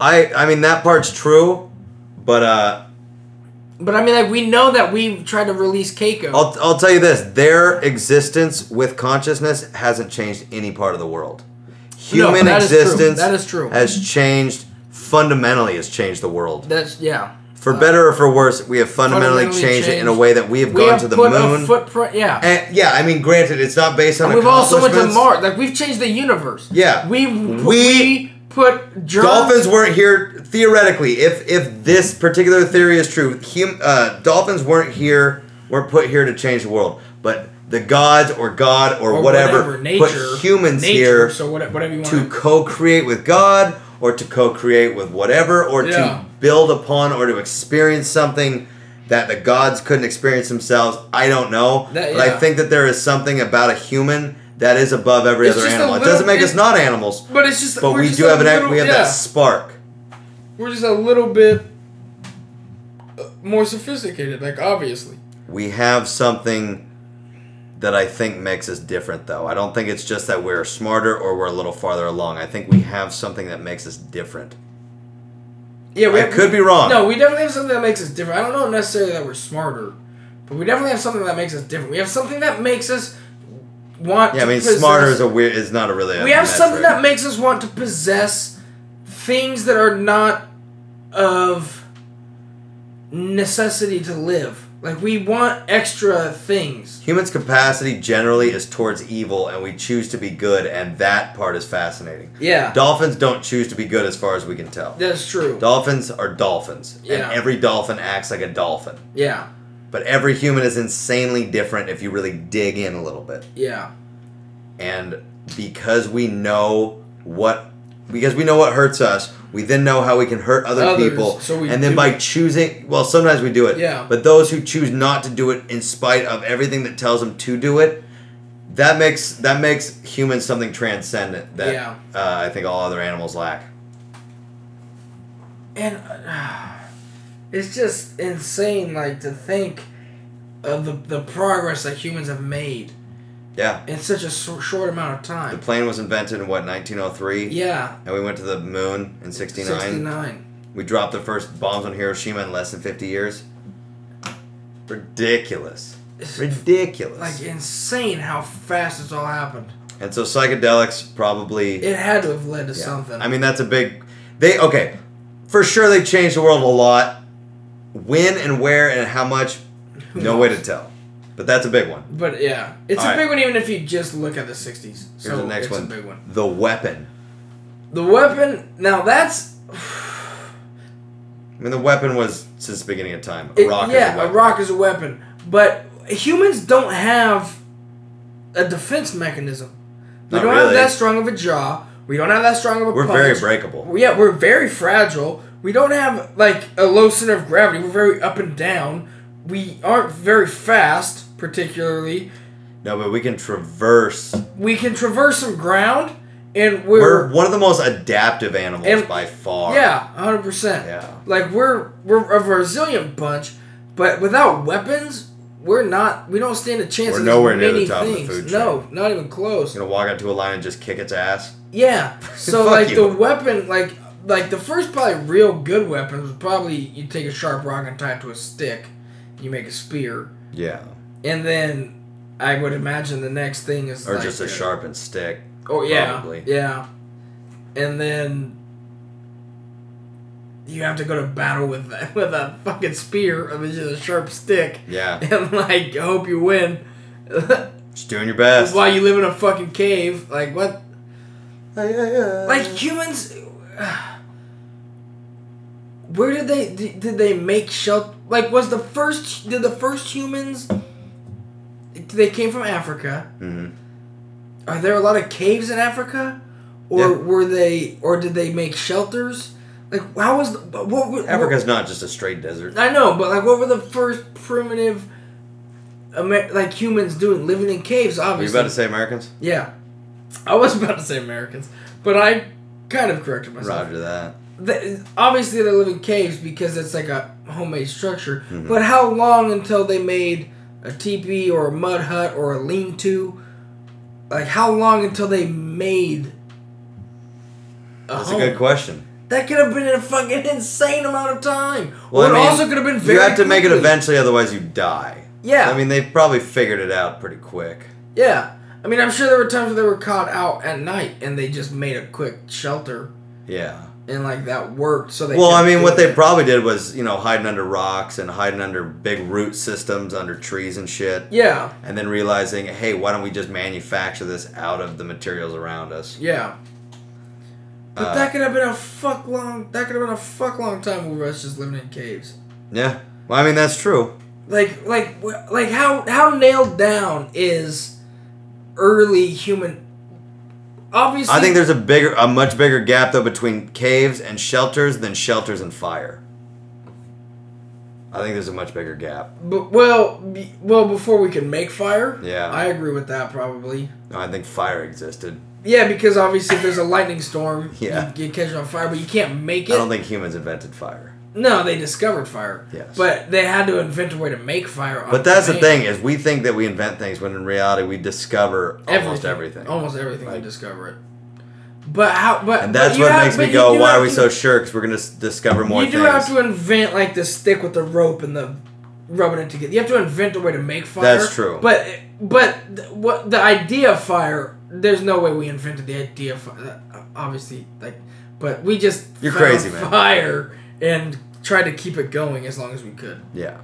Speaker 2: I I mean that part's true, but uh,
Speaker 3: But I mean, like we know that we've tried to release Keiko.
Speaker 2: I'll, I'll tell you this their existence with consciousness hasn't changed any part of the world.
Speaker 3: No,
Speaker 2: Human
Speaker 3: that is true.
Speaker 2: existence
Speaker 3: That is true.
Speaker 2: has changed, fundamentally, has changed the world.
Speaker 3: That's yeah.
Speaker 2: For better or for worse, we have fundamentally,
Speaker 3: fundamentally
Speaker 2: changed, it in a
Speaker 3: changed.
Speaker 2: way that we have
Speaker 3: We
Speaker 2: gone
Speaker 3: have
Speaker 2: to the
Speaker 3: put
Speaker 2: moon.
Speaker 3: a footprint. Yeah.
Speaker 2: and, yeah, I mean, granted, it's not based on.
Speaker 3: We've also went to
Speaker 2: accomplishments.
Speaker 3: Mars. Like we've changed the universe.
Speaker 2: Yeah.
Speaker 3: We
Speaker 2: We-
Speaker 3: we, put germs.
Speaker 2: Dolphins weren't here theoretically. If if this particular theory is true, hum, uh, dolphins weren't here. Weren't put here to change the world, but the gods or God or,
Speaker 3: or
Speaker 2: whatever,
Speaker 3: nature,
Speaker 2: put humans
Speaker 3: nature,
Speaker 2: here
Speaker 3: So whatever, whatever you want.
Speaker 2: to co-create with God or to co-create with whatever or
Speaker 3: Yeah.
Speaker 2: to build upon or to experience something that the gods couldn't experience themselves. I don't know.
Speaker 3: That-
Speaker 2: But I
Speaker 3: yeah.
Speaker 2: think that there is something about a human that is above every
Speaker 3: It's
Speaker 2: other
Speaker 3: just a
Speaker 2: animal. it
Speaker 3: little
Speaker 2: doesn't make
Speaker 3: bit-
Speaker 2: us not animals, but,
Speaker 3: but it's just. we're
Speaker 2: we
Speaker 3: just
Speaker 2: do
Speaker 3: a
Speaker 2: have an e,
Speaker 3: little,
Speaker 2: we have
Speaker 3: yeah,
Speaker 2: that spark.
Speaker 3: We're just a little bit uh, more sophisticated. Like obviously.
Speaker 2: We have something that I think makes us different though. I don't think it's just that we're smarter or we're a little farther along. I think we have something that makes us different.
Speaker 3: Yeah, we
Speaker 2: I could be wrong.
Speaker 3: No, we definitely have something that makes us different. I don't know necessarily that we're smarter, but we definitely have something that makes us different. We have something that makes us want.
Speaker 2: Yeah, I
Speaker 3: to
Speaker 2: mean,
Speaker 3: possess-
Speaker 2: smarter is a weird. Is not a really. a
Speaker 3: We have
Speaker 2: metric.
Speaker 3: something that makes us want to possess things that are not of necessity to live. Like we want extra things.
Speaker 2: humans' capacity generally is towards evil, and we choose to be good, and that part is fascinating.
Speaker 3: Yeah,
Speaker 2: Dolphins don't choose to be good, as far as we can tell.
Speaker 3: that's true.
Speaker 2: Dolphins are dolphins,
Speaker 3: Yeah.
Speaker 2: and every dolphin acts like a dolphin.
Speaker 3: Yeah,
Speaker 2: But every human is insanely different if you really dig in a little bit.
Speaker 3: yeah,
Speaker 2: And because we know what, because we know what hurts us, we then know how we can hurt other
Speaker 3: Others,
Speaker 2: people.
Speaker 3: so we
Speaker 2: and then
Speaker 3: do
Speaker 2: by
Speaker 3: it.
Speaker 2: choosing, well, sometimes we do it.
Speaker 3: Yeah.
Speaker 2: But those who choose not to do it, in spite of everything that tells them to do it, that makes that makes humans something transcendent that
Speaker 3: Yeah.
Speaker 2: uh, I think all other animals lack.
Speaker 3: and uh, it's just insane. Like to think of the the progress that humans have made
Speaker 2: Yeah.
Speaker 3: in such a so- short amount of
Speaker 2: The
Speaker 3: time.
Speaker 2: plane was invented in what 1903.
Speaker 3: Yeah,
Speaker 2: And we went to the moon in 69.
Speaker 3: sixty nine.
Speaker 2: We dropped the first bombs on Hiroshima in less than 50 years. Ridiculous. Ridiculous.
Speaker 3: Like insane how fast it's all happened.
Speaker 2: and so psychedelics probably.
Speaker 3: It had to have led to
Speaker 2: yeah.
Speaker 3: something.
Speaker 2: I mean, that's a big. They okay, for sure they changed the world a lot. When and where and how much, no way to tell. But that's a big one.
Speaker 3: But yeah, it's
Speaker 2: All
Speaker 3: a
Speaker 2: right.
Speaker 3: big one even if you just look at the 60s. So
Speaker 2: Here's the next
Speaker 3: it's
Speaker 2: one.
Speaker 3: a big one.
Speaker 2: The weapon.
Speaker 3: The weapon, now that's
Speaker 2: I mean, the weapon was since the beginning of time. A
Speaker 3: it-
Speaker 2: rock is
Speaker 3: yeah,
Speaker 2: a weapon.
Speaker 3: rock is a weapon, but humans don't have a defense mechanism. We
Speaker 2: Not
Speaker 3: don't have
Speaker 2: really.
Speaker 3: that strong of a jaw. We don't have that strong of a
Speaker 2: We're
Speaker 3: punch.
Speaker 2: very breakable.
Speaker 3: Yeah, we're very fragile. We don't have like a low center of gravity. We're very up and down. We aren't very fast, particularly.
Speaker 2: No, but we can traverse
Speaker 3: We can traverse some ground, and
Speaker 2: We're one of the most adaptive animals
Speaker 3: And-
Speaker 2: by far.
Speaker 3: Yeah, hundred percent.
Speaker 2: Yeah.
Speaker 3: Like we're we're a resilient bunch, but without weapons, we're not. We don't stand a chance.
Speaker 2: We're
Speaker 3: against
Speaker 2: nowhere near the
Speaker 3: many
Speaker 2: top of the
Speaker 3: things.
Speaker 2: food
Speaker 3: No, not even close.
Speaker 2: You gonna walk up to a lion and just kick its ass?
Speaker 3: Yeah. So
Speaker 2: Fuck
Speaker 3: like
Speaker 2: you.
Speaker 3: the weapon, like like the first probably real good weapon was probably you take a sharp rock and tie it to a stick, you make a spear,
Speaker 2: Yeah.
Speaker 3: and then I would imagine the next thing is
Speaker 2: Or
Speaker 3: like
Speaker 2: just a sharpened stick.
Speaker 3: Oh yeah,
Speaker 2: probably.
Speaker 3: yeah, and then you have to go to battle with a, with a fucking spear, I mean, just a sharp stick,
Speaker 2: Yeah.
Speaker 3: and like I hope you win.
Speaker 2: Just doing your best.
Speaker 3: While you live in a fucking cave, like what? Like
Speaker 2: Like
Speaker 3: humans, where did they did did they make shelter? Like was the first did the first humans? They came from Africa.
Speaker 2: Mhm.
Speaker 3: Are there a lot of caves in Africa, or
Speaker 2: Yeah.
Speaker 3: were they, or did they make shelters? Like how was the, what, what, what
Speaker 2: Africa's not just a straight desert.
Speaker 3: I know, but like what were the first primitive, Amer- like humans doing living in caves?
Speaker 2: Were you
Speaker 3: Obviously,
Speaker 2: about to say Americans?
Speaker 3: yeah, I was about to say Americans, but I kind of corrected myself.
Speaker 2: Roger that.
Speaker 3: They, obviously, they live in caves because it's like a homemade structure.
Speaker 2: Mm-hmm.
Speaker 3: But how long until they made a teepee or a mud hut or a lean-to? Like how long until they made a
Speaker 2: That's
Speaker 3: home? Oh.
Speaker 2: a good question.
Speaker 3: That could have been a fucking insane amount of time.
Speaker 2: Well,
Speaker 3: or
Speaker 2: I
Speaker 3: it
Speaker 2: mean,
Speaker 3: also could have been very.
Speaker 2: You have to make it
Speaker 3: quickly.
Speaker 2: eventually, otherwise you die.
Speaker 3: Yeah.
Speaker 2: I mean, they probably figured it out pretty quick.
Speaker 3: Yeah. I mean, I'm sure there were times where they were caught out at night and they just made a quick shelter
Speaker 2: Yeah.
Speaker 3: and like that worked. So they.
Speaker 2: Well,
Speaker 3: kept
Speaker 2: I mean, what
Speaker 3: doing
Speaker 2: they
Speaker 3: it.
Speaker 2: probably did was, you know, hiding under rocks and hiding under big root systems under trees and shit.
Speaker 3: Yeah.
Speaker 2: And then realizing, hey, why don't we just manufacture this out of the materials around us?
Speaker 3: Yeah. But
Speaker 2: Uh,
Speaker 3: that could have been a fuck long. That could have been a fuck long time we were us just living in caves.
Speaker 2: Yeah. Well, I mean, that's true.
Speaker 3: Like, like, wh- like, how how nailed down is early human? Obviously,
Speaker 2: I think there's a bigger, a much bigger gap though between caves and shelters than shelters and fire. I think there's a much bigger gap.
Speaker 3: But, well, be, well, before we could make fire.
Speaker 2: Yeah.
Speaker 3: I agree with that probably.
Speaker 2: No, I think fire existed.
Speaker 3: Yeah, because obviously if there's a lightning storm,
Speaker 2: Yeah.
Speaker 3: you, you catch on fire, but you can't make
Speaker 2: I don't
Speaker 3: it.
Speaker 2: think humans invented fire.
Speaker 3: no, they discovered fire.
Speaker 2: Yes.
Speaker 3: But they had to invent a way to make fire. On
Speaker 2: But that's the
Speaker 3: command.
Speaker 2: thing is we think that we invent things when in reality we discover almost everything.
Speaker 3: Almost everything we
Speaker 2: Like-
Speaker 3: discover it. But how? But
Speaker 2: And that's
Speaker 3: but you
Speaker 2: what
Speaker 3: have-
Speaker 2: makes
Speaker 3: but
Speaker 2: me
Speaker 3: you
Speaker 2: go,
Speaker 3: do
Speaker 2: why
Speaker 3: have
Speaker 2: are we
Speaker 3: to-
Speaker 2: so sure? Because we're going to discover more
Speaker 3: You do
Speaker 2: things.
Speaker 3: have to invent like the stick with the rope and the rubbing it together. You have to invent a way to make fire.
Speaker 2: That's true.
Speaker 3: But but th- what the idea of fire? There's no way we invented the idea of fire. Obviously, like, but we just
Speaker 2: You're
Speaker 3: found
Speaker 2: crazy, man.
Speaker 3: Fire and tried to keep it going as long as we could.
Speaker 2: yeah.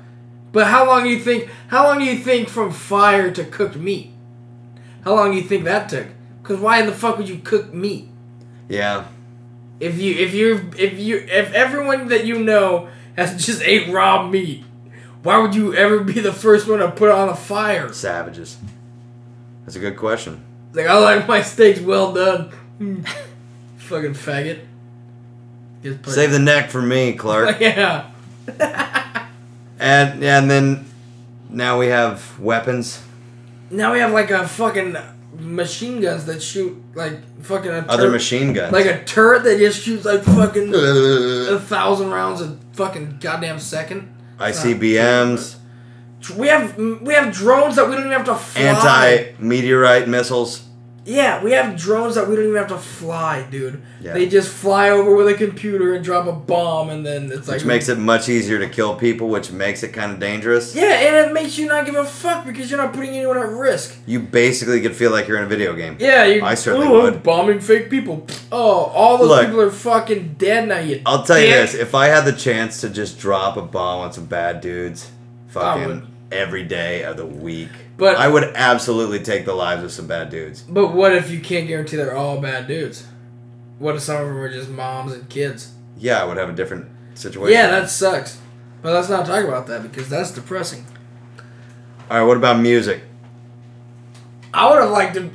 Speaker 3: But how long do you think? How long do you think from fire to cooked meat? How long do you think that took? Because why the fuck would you cook meat
Speaker 2: Yeah.
Speaker 3: if you if you if you if everyone that you know has just ate raw meat? Why would you ever be the first one to put it on the fire?
Speaker 2: Savages. That's a good question.
Speaker 3: Like I like my steaks well done. Hmm. Fucking faggot. Gets put-
Speaker 2: Save the neck for me, Clark.
Speaker 3: yeah.
Speaker 2: And and then now we have weapons,
Speaker 3: Now we have like a fucking machine guns that shoot like fucking a
Speaker 2: other
Speaker 3: tur-
Speaker 2: machine guns.
Speaker 3: like a turret that just shoots like fucking a thousand rounds a fucking goddamn second.
Speaker 2: ICBMs,
Speaker 3: We have we have drones that we don't even have to fly.
Speaker 2: anti meteorite missiles.
Speaker 3: Yeah, we have drones that we don't even have to fly, dude.
Speaker 2: Yeah.
Speaker 3: They just fly over with a computer and drop a bomb, and then it's like
Speaker 2: Which makes it much easier to kill people, which makes it kind of dangerous.
Speaker 3: Yeah, and it makes you not give a fuck because you're not putting anyone at risk.
Speaker 2: You basically could feel like you're in a video game.
Speaker 3: Yeah, you.
Speaker 2: I certainly
Speaker 3: Ooh, I'm
Speaker 2: would.
Speaker 3: bombing fake people. Oh, all those
Speaker 2: Look.
Speaker 3: people are fucking dead now. You.
Speaker 2: I'll tell you
Speaker 3: dick.
Speaker 2: this: if I had the chance to just drop a bomb on some bad dudes,
Speaker 3: would.
Speaker 2: fucking every day of the week,
Speaker 3: But-
Speaker 2: I would absolutely take the lives of some bad dudes.
Speaker 3: But what if you can't guarantee they're all bad dudes? What if some of them are just moms and kids?
Speaker 2: Yeah, I would have a different situation.
Speaker 3: Yeah, that sucks. But let's not talk about that because that's depressing.
Speaker 2: all right. What about music?
Speaker 3: I would have liked to.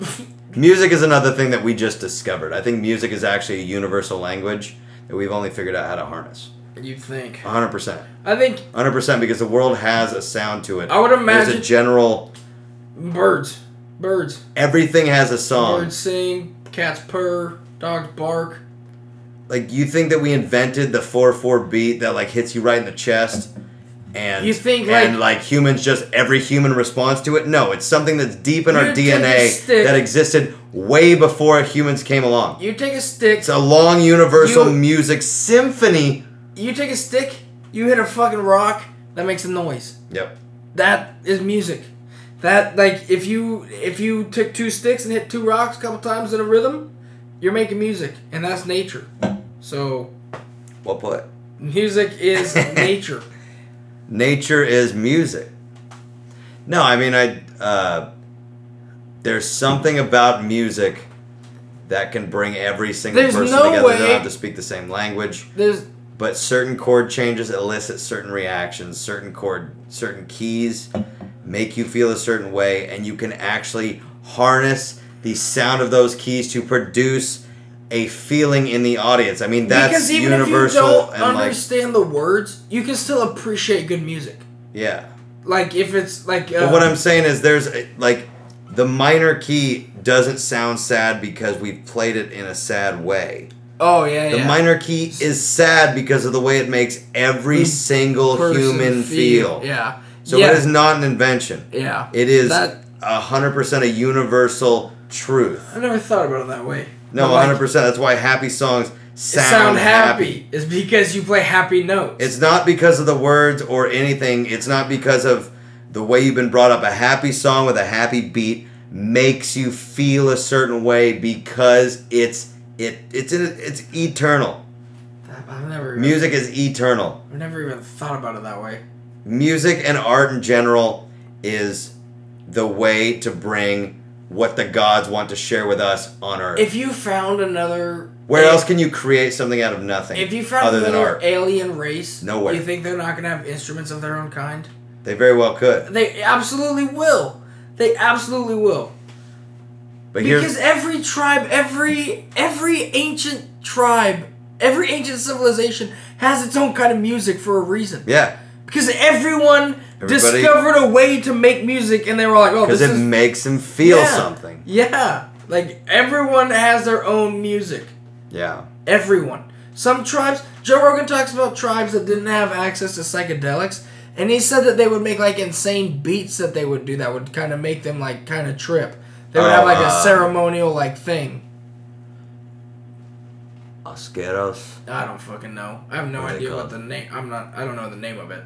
Speaker 2: Music is another thing that we just discovered. I think music is actually a universal language that we've only figured out how to harness.
Speaker 3: you think?
Speaker 2: 100%.
Speaker 3: I think
Speaker 2: 100% because the world has a sound to it.
Speaker 3: I would
Speaker 2: There's
Speaker 3: imagine-
Speaker 2: a general.
Speaker 3: birds, birds,
Speaker 2: Everything has a song.
Speaker 3: birds sing, cats purr, dogs bark.
Speaker 2: Like, you think that we invented the 4 4 beat that, like, hits you right in the chest. And,
Speaker 3: You think,
Speaker 2: and like, humans just every human responds to it? No, it's something that's deep in our
Speaker 3: You take a
Speaker 2: DNA
Speaker 3: stick-
Speaker 2: that existed way before humans came along.
Speaker 3: You take a stick.
Speaker 2: It's a long universal
Speaker 3: You-
Speaker 2: music symphony.
Speaker 3: You take a stick. You hit a fucking rock. That makes a noise.
Speaker 2: Yep.
Speaker 3: That is music. That like if you if you took two sticks and hit two rocks a couple times in a rhythm, you're making music, and that's nature. So
Speaker 2: Well put.
Speaker 3: music is nature.
Speaker 2: nature is music. No, I mean I. Uh, there's something about music that can bring every single
Speaker 3: There's
Speaker 2: person
Speaker 3: no
Speaker 2: together. They
Speaker 3: way-
Speaker 2: don't have to speak the same language,
Speaker 3: There's
Speaker 2: but certain chord changes elicit certain reactions. Certain chord, certain keys make you feel a certain way, and you can actually harness the sound of those keys to produce a feeling in the audience. I mean, that's
Speaker 3: because even
Speaker 2: universal
Speaker 3: if you don't
Speaker 2: and
Speaker 3: understand the words, you can still appreciate good music.
Speaker 2: like yeah.
Speaker 3: Like if it's like uh,
Speaker 2: But what I'm saying is, there's a- like the minor key doesn't sound sad because we've played it in a sad way.
Speaker 3: oh yeah
Speaker 2: The
Speaker 3: yeah.
Speaker 2: minor key is sad because of the way it makes every single
Speaker 3: Mm. person
Speaker 2: human feel.
Speaker 3: yeah
Speaker 2: So
Speaker 3: yeah.
Speaker 2: it is not an invention.
Speaker 3: yeah
Speaker 2: It is
Speaker 3: That-
Speaker 2: a hundred percent a universal truth.
Speaker 3: I never thought about it that way
Speaker 2: No,
Speaker 3: But,
Speaker 2: hundred
Speaker 3: like,
Speaker 2: percent. That's why happy songs sound, happy.
Speaker 3: It's because you play happy notes.
Speaker 2: It's not because of the words or anything. It's not because of the way you've been brought up. A happy song with a happy beat makes you feel a certain way because it's it it's in, it's eternal.
Speaker 3: I've never even-
Speaker 2: Music is eternal.
Speaker 3: I've never even thought about it that way.
Speaker 2: Music and art in general is the way to bring what the gods want to share with us on earth.
Speaker 3: If you found another,
Speaker 2: Where else can you create something out of nothing?
Speaker 3: If you found
Speaker 2: other than
Speaker 3: another
Speaker 2: art,
Speaker 3: alien race,
Speaker 2: Nowhere.
Speaker 3: You think they're not gonna have instruments of their own kind?
Speaker 2: they very well could.
Speaker 3: They absolutely will. They absolutely will.
Speaker 2: But
Speaker 3: Because
Speaker 2: here's
Speaker 3: every tribe, every every ancient tribe, every ancient civilization has its own kind of music for a reason.
Speaker 2: yeah,
Speaker 3: Because everyone
Speaker 2: Everybody-
Speaker 3: discovered a way to make music, and they were like, "Oh,
Speaker 2: because
Speaker 3: this
Speaker 2: it
Speaker 3: is
Speaker 2: makes them feel
Speaker 3: yeah.
Speaker 2: something.
Speaker 3: Yeah, like everyone has their own music.
Speaker 2: Yeah,
Speaker 3: Everyone. Some tribes. Joe Rogan talks about tribes that didn't have access to psychedelics, and he said that they would make like insane beats that they would do that would kind of make them like kind of trip. They would have
Speaker 2: Oh,
Speaker 3: like a
Speaker 2: uh,
Speaker 3: ceremonial like thing.
Speaker 2: Oscaros.
Speaker 3: I don't fucking know. I have no
Speaker 2: What are they
Speaker 3: idea
Speaker 2: called?
Speaker 3: what the name. I'm not. I don't know the name of it.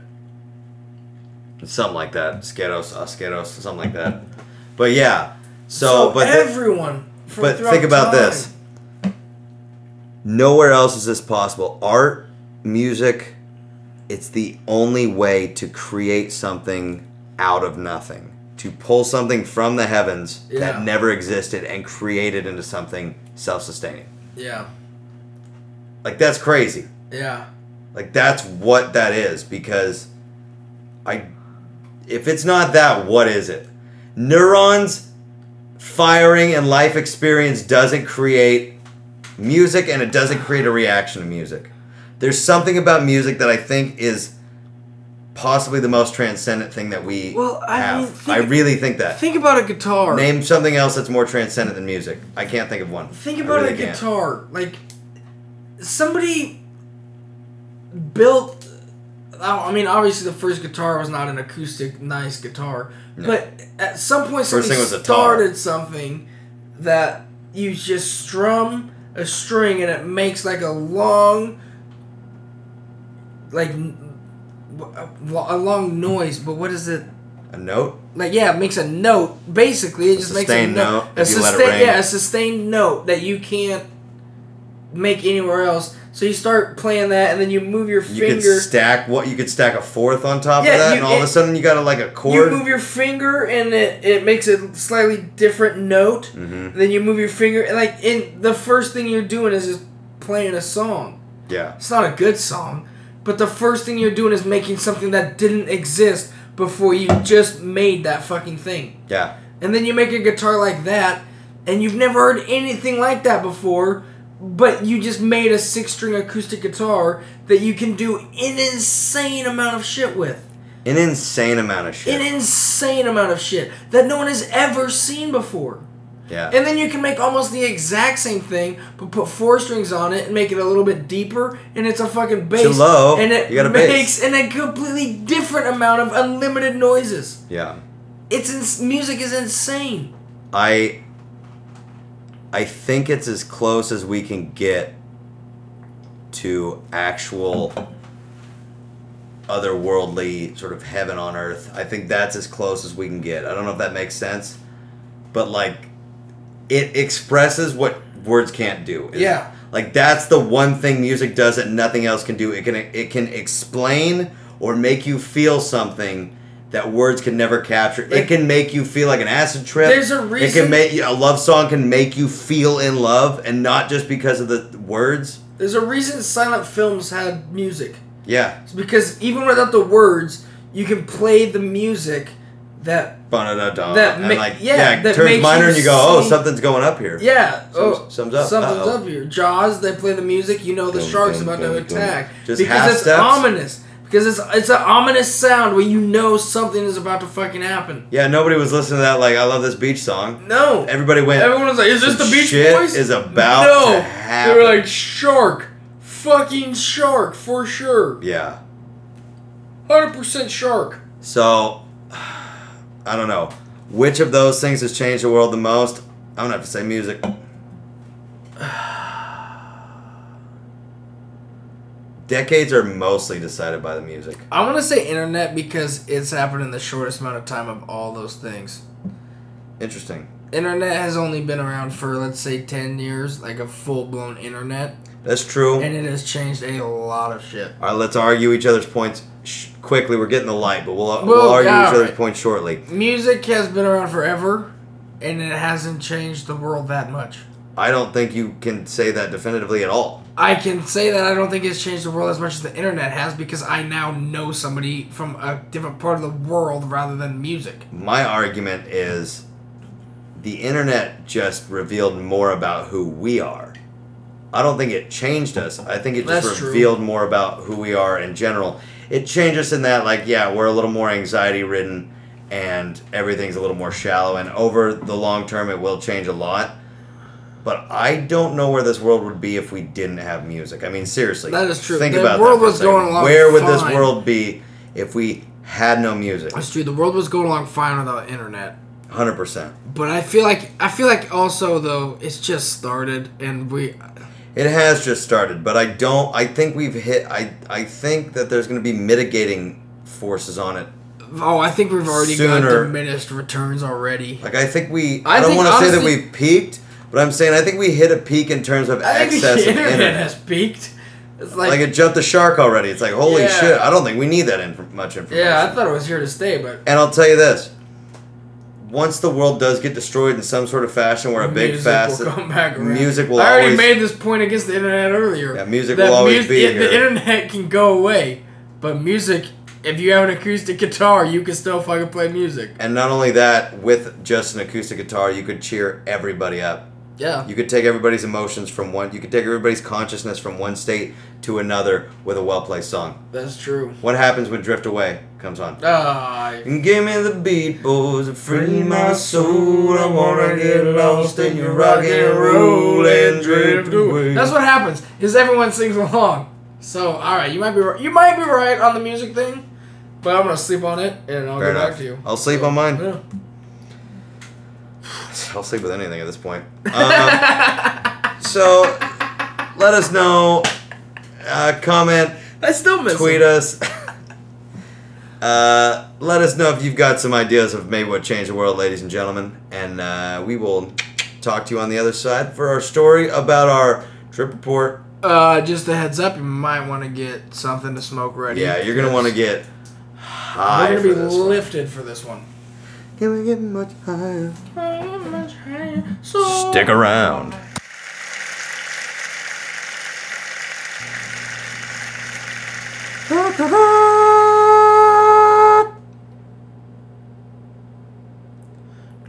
Speaker 2: something like that. Skeros, Oscaros, something like that. But yeah, so, but the-
Speaker 3: everyone. from
Speaker 2: but
Speaker 3: throughout
Speaker 2: think about
Speaker 3: time-
Speaker 2: this. Nowhere else is this possible. Art, music, it's the only way to create something out of nothing. To pull something from the heavens
Speaker 3: Yeah.
Speaker 2: that never existed and create it into something self sustaining.
Speaker 3: Yeah.
Speaker 2: Like, that's crazy.
Speaker 3: Yeah.
Speaker 2: Like, that's what that is because I. If it's not that, what is it? Neurons firing and life experience doesn't create music and it doesn't create a reaction to music. There's something about music that I think is possibly the most transcendent thing that we
Speaker 3: Well, I
Speaker 2: have.
Speaker 3: mean, think-
Speaker 2: I really think that.
Speaker 3: Think about a guitar.
Speaker 2: Name something else that's more transcendent than music. I can't think of one.
Speaker 3: Think
Speaker 2: I
Speaker 3: about
Speaker 2: really
Speaker 3: a
Speaker 2: can't.
Speaker 3: guitar. Like somebody built. oh, I I mean, obviously, the first guitar was not an acoustic, nice guitar, but at some point,
Speaker 2: First
Speaker 3: somebody
Speaker 2: thing was a tar.
Speaker 3: started something that you just strum a string and it makes like a long, like n- a long noise. But what is it?
Speaker 2: A note?
Speaker 3: like yeah, it makes a note. Basically, it just makes a
Speaker 2: sustained
Speaker 3: note.
Speaker 2: note,
Speaker 3: a
Speaker 2: if you let it
Speaker 3: sustain,
Speaker 2: ring.
Speaker 3: yeah, a sustained note that you can't make anywhere else. So you start playing that, and then you move your
Speaker 2: You
Speaker 3: finger.
Speaker 2: could stack what you could stack a fourth on top
Speaker 3: Yeah,
Speaker 2: of that,
Speaker 3: you-
Speaker 2: and all of
Speaker 3: it-
Speaker 2: a sudden you got a, like a
Speaker 3: you
Speaker 2: chord.
Speaker 3: move your finger, and it, it makes a slightly different note.
Speaker 2: Mm-hmm.
Speaker 3: Then you move your finger, and like in the first thing you're doing is just playing a song.
Speaker 2: yeah,
Speaker 3: It's not a good song, but the first thing you're doing is making something that didn't exist before you just made that fucking thing.
Speaker 2: yeah.
Speaker 3: and then you make a guitar like that, and you've never heard anything like that before, but you just made a six string acoustic guitar that you can do an insane amount of shit with.
Speaker 2: An insane amount of shit.
Speaker 3: An insane amount of shit that no one has ever seen before.
Speaker 2: yeah,
Speaker 3: And then you can make almost the exact same thing, but put four strings on it and make it a little bit deeper, and it's a fucking bass.
Speaker 2: Too low,
Speaker 3: And it
Speaker 2: you got a
Speaker 3: makes
Speaker 2: bass.
Speaker 3: an, a completely different amount of unlimited noises.
Speaker 2: yeah.
Speaker 3: It's ins- music is insane.
Speaker 2: I I think it's as close as we can get to actual otherworldly sort of heaven on earth. I think that's as close as we can get. I don't know if that makes sense, but like it expresses what words can't do. is-
Speaker 3: Yeah.
Speaker 2: Like that's the one thing music does that nothing else can do. It can it can explain or make you feel something that words can never capture.
Speaker 3: Like-
Speaker 2: it can make you feel like an acid trip trip.
Speaker 3: There's a
Speaker 2: It can
Speaker 3: reason-
Speaker 2: make a love song can make you feel in love, and not just because of the words.
Speaker 3: There's a reason silent films had music.
Speaker 2: Yeah.
Speaker 3: It's because even without the words, you can play the music that
Speaker 2: Ba-da-da-da.
Speaker 3: That
Speaker 2: and
Speaker 3: ma-
Speaker 2: like
Speaker 3: yeah,
Speaker 2: it
Speaker 3: that
Speaker 2: turns
Speaker 3: makes
Speaker 2: minor,
Speaker 3: you
Speaker 2: and you go, oh,
Speaker 3: see-
Speaker 2: something's going up here.
Speaker 3: yeah,
Speaker 2: Sums-
Speaker 3: oh,
Speaker 2: sums up.
Speaker 3: something's
Speaker 2: Uh-oh.
Speaker 3: up here. Jaws, they play the music. You know the
Speaker 2: Dun,
Speaker 3: shark's
Speaker 2: dun,
Speaker 3: about to
Speaker 2: dun, dun.
Speaker 3: attack
Speaker 2: Just half
Speaker 3: because it's
Speaker 2: steps?
Speaker 3: ominous. Because it's it's an ominous sound where you know something is about to fucking happen.
Speaker 2: Yeah. Nobody was listening to that. Like, I love this beach song.
Speaker 3: No,
Speaker 2: Everybody went.
Speaker 3: everyone was like, "Is this
Speaker 2: "Some
Speaker 3: the Beach
Speaker 2: shit
Speaker 3: Boys?"
Speaker 2: is about
Speaker 3: no,
Speaker 2: to happen.
Speaker 3: they were like shark, fucking shark for sure,
Speaker 2: yeah.
Speaker 3: hundred percent shark.
Speaker 2: So, I don't know which of those things has changed the world the most. I'm gonna have to say music. decades are mostly decided by the music.
Speaker 3: I want to say internet because it's happened in the shortest amount of time of all those things.
Speaker 2: Interesting.
Speaker 3: Internet has only been around for let's say ten years, like a full blown internet,
Speaker 2: That's true.
Speaker 3: and it has changed a lot of shit.
Speaker 2: All right, let's argue each other's points sh- quickly. We're getting the light, but we'll, we'll,
Speaker 3: Well,
Speaker 2: argue
Speaker 3: yeah,
Speaker 2: each other's
Speaker 3: alright.
Speaker 2: points shortly.
Speaker 3: Music has been around forever, and it hasn't changed the world that much.
Speaker 2: I don't think you can say that definitively at all.
Speaker 3: I can say that I don't think it's changed the world as much as the internet has because I now know somebody from a different part of the world rather than music.
Speaker 2: My argument is the internet just revealed more about who we are. I don't think it changed us. I think it just
Speaker 3: That's true.
Speaker 2: revealed more about who we are in general. It changed us in that, like, yeah, we're a little more anxiety ridden and everything's a little more shallow. And over the long term, it will change a lot. But I don't know where this world would be if we didn't have music. I mean, seriously.
Speaker 3: That is true.
Speaker 2: Think
Speaker 3: The
Speaker 2: about that
Speaker 3: world
Speaker 2: for a
Speaker 3: was
Speaker 2: second.
Speaker 3: going along
Speaker 2: Where would this
Speaker 3: fine.
Speaker 2: world be if we had no music?
Speaker 3: That's true. The world was going along fine without internet,
Speaker 2: Hundred percent.
Speaker 3: but I feel like I feel like also though it's just started, and we
Speaker 2: It has just started, but I don't. I think we've hit. I I think that there's going to be mitigating forces on it.
Speaker 3: oh I think we've already got
Speaker 2: Sooner-
Speaker 3: diminished returns already.
Speaker 2: Like I think we.
Speaker 3: I
Speaker 2: I, don't
Speaker 3: think
Speaker 2: want to say that
Speaker 3: honestly-
Speaker 2: we peaked, but I'm saying I think we hit a peak in terms of
Speaker 3: I think the
Speaker 2: excess of
Speaker 3: internet,
Speaker 2: internet.
Speaker 3: has peaked. It's like,
Speaker 2: Like it jumped the shark already. It's like holy
Speaker 3: Yeah.
Speaker 2: shit. I don't think we need that inf- much information.
Speaker 3: yeah, I thought it was here to stay, but
Speaker 2: And I'll tell you this: once the world does get destroyed in some sort of fashion, where a big
Speaker 3: music
Speaker 2: facet,
Speaker 3: will come back around.
Speaker 2: music will
Speaker 3: I already
Speaker 2: always
Speaker 3: made this point against the internet earlier.
Speaker 2: Yeah, music will always be
Speaker 3: yeah, The
Speaker 2: here.
Speaker 3: internet can go away, but music. If you have an acoustic guitar, you can still fucking play music.
Speaker 2: And not only that, with just an acoustic guitar, you could cheer everybody up.
Speaker 3: Yeah.
Speaker 2: You could take everybody's emotions from one, you could take everybody's consciousness from one state to another with a well placed song.
Speaker 3: That's true.
Speaker 2: What happens when Drift Away comes on?
Speaker 3: Ah,
Speaker 2: And give me the beat, boys, and free my soul. I wanna get lost in your rock and roll and drift away.
Speaker 3: That's what happens because everyone sings along. So all right, you might be right. you might be right on the music thing, but I'm gonna sleep on it and I'll
Speaker 2: Fair
Speaker 3: get
Speaker 2: enough.
Speaker 3: back to you.
Speaker 2: I'll sleep on mine.
Speaker 3: Yeah.
Speaker 2: I'll sleep with anything at this point. Um, so, let us know. Uh, comment,
Speaker 3: I still miss
Speaker 2: tweet
Speaker 3: it.
Speaker 2: us. Uh, let us know if you've got some ideas of maybe what changed the world, ladies and gentlemen. And uh, we will talk to you on the other side for our story about our trip report.
Speaker 3: Uh, just a heads up, you might want to get something to smoke ready.
Speaker 2: Yeah, you're gonna want to get
Speaker 3: We're
Speaker 2: high
Speaker 3: gonna
Speaker 2: for
Speaker 3: be
Speaker 2: this. one.
Speaker 3: lifted for this one.
Speaker 2: Can we get much higher?
Speaker 3: So
Speaker 2: Stick around.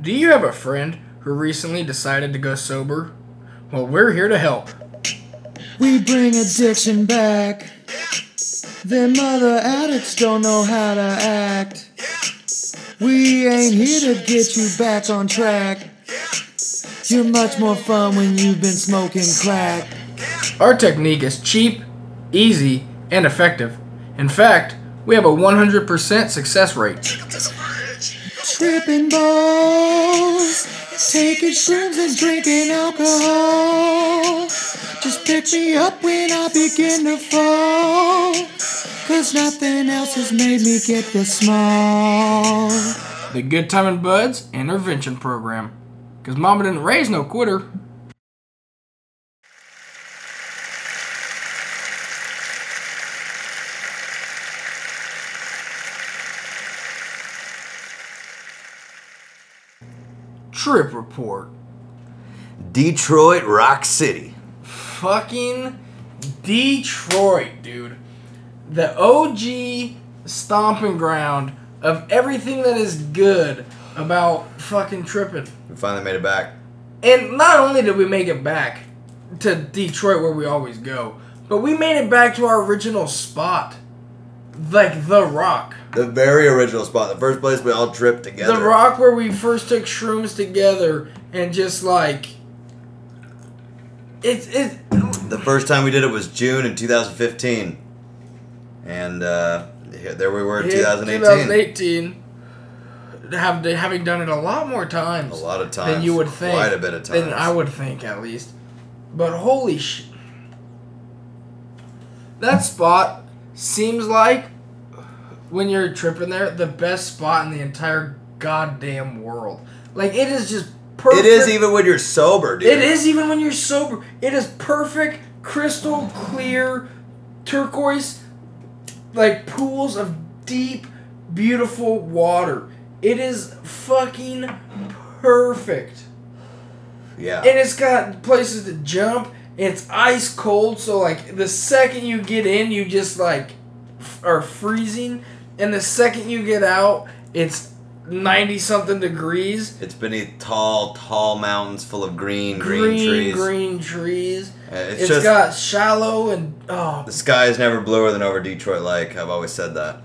Speaker 3: Do you have a friend who recently decided to go sober? Well, we're here to help.
Speaker 4: We bring addiction back. Their mother addicts don't know how to act. We ain't here to get you back on track. You're much more fun when you've been smoking crack.
Speaker 3: Our technique is cheap, easy, and effective. In fact, we have a 100% success rate.
Speaker 4: Tripping balls, taking shrooms and drinking alcohol. Just pick me up when I begin to fall. Cause nothing else has made me get this small.
Speaker 3: The Good Time and Buds Intervention Program. Because Mama didn't raise no quitter. Trip report.
Speaker 2: Detroit Rock City.
Speaker 3: fucking Detroit, dude. The OG stomping ground of everything that is good about fucking tripping.
Speaker 2: We finally made it back.
Speaker 3: And not only did we make it back to Detroit where we always go, but we made it back to our original spot. Like The Rock.
Speaker 2: The very original spot, the first place we all tripped together.
Speaker 3: The Rock where we first took shrooms together and just like it's it's
Speaker 2: The first time we did it was June in 2015. And uh, here- there we were in
Speaker 3: Yeah,
Speaker 2: 2018.
Speaker 3: 2018. Have having done it a lot more times.
Speaker 2: A lot of times.
Speaker 3: Than you would think.
Speaker 2: Quite a bit of times.
Speaker 3: Than I would think, at least. But holy sh! That spot seems like when you're tripping there, the best spot in the entire goddamn world. Like it is just perfect.
Speaker 2: It is even when you're sober, dude.
Speaker 3: It is even when you're sober. It is perfect, crystal clear, turquoise, like pools of deep, beautiful water. It is fucking perfect.
Speaker 2: Yeah.
Speaker 3: And it's got places to jump. It's ice cold, so like the second you get in, you just like f- are freezing, and the second you get out, it's ninety something degrees.
Speaker 2: It's beneath tall, tall mountains full of green, green,
Speaker 3: Green,
Speaker 2: trees.
Speaker 3: green trees.
Speaker 2: Uh, It's,
Speaker 3: It's
Speaker 2: just
Speaker 3: got shallow and oh,
Speaker 2: the sky is never bluer than over Detroit Lake. I've always said that.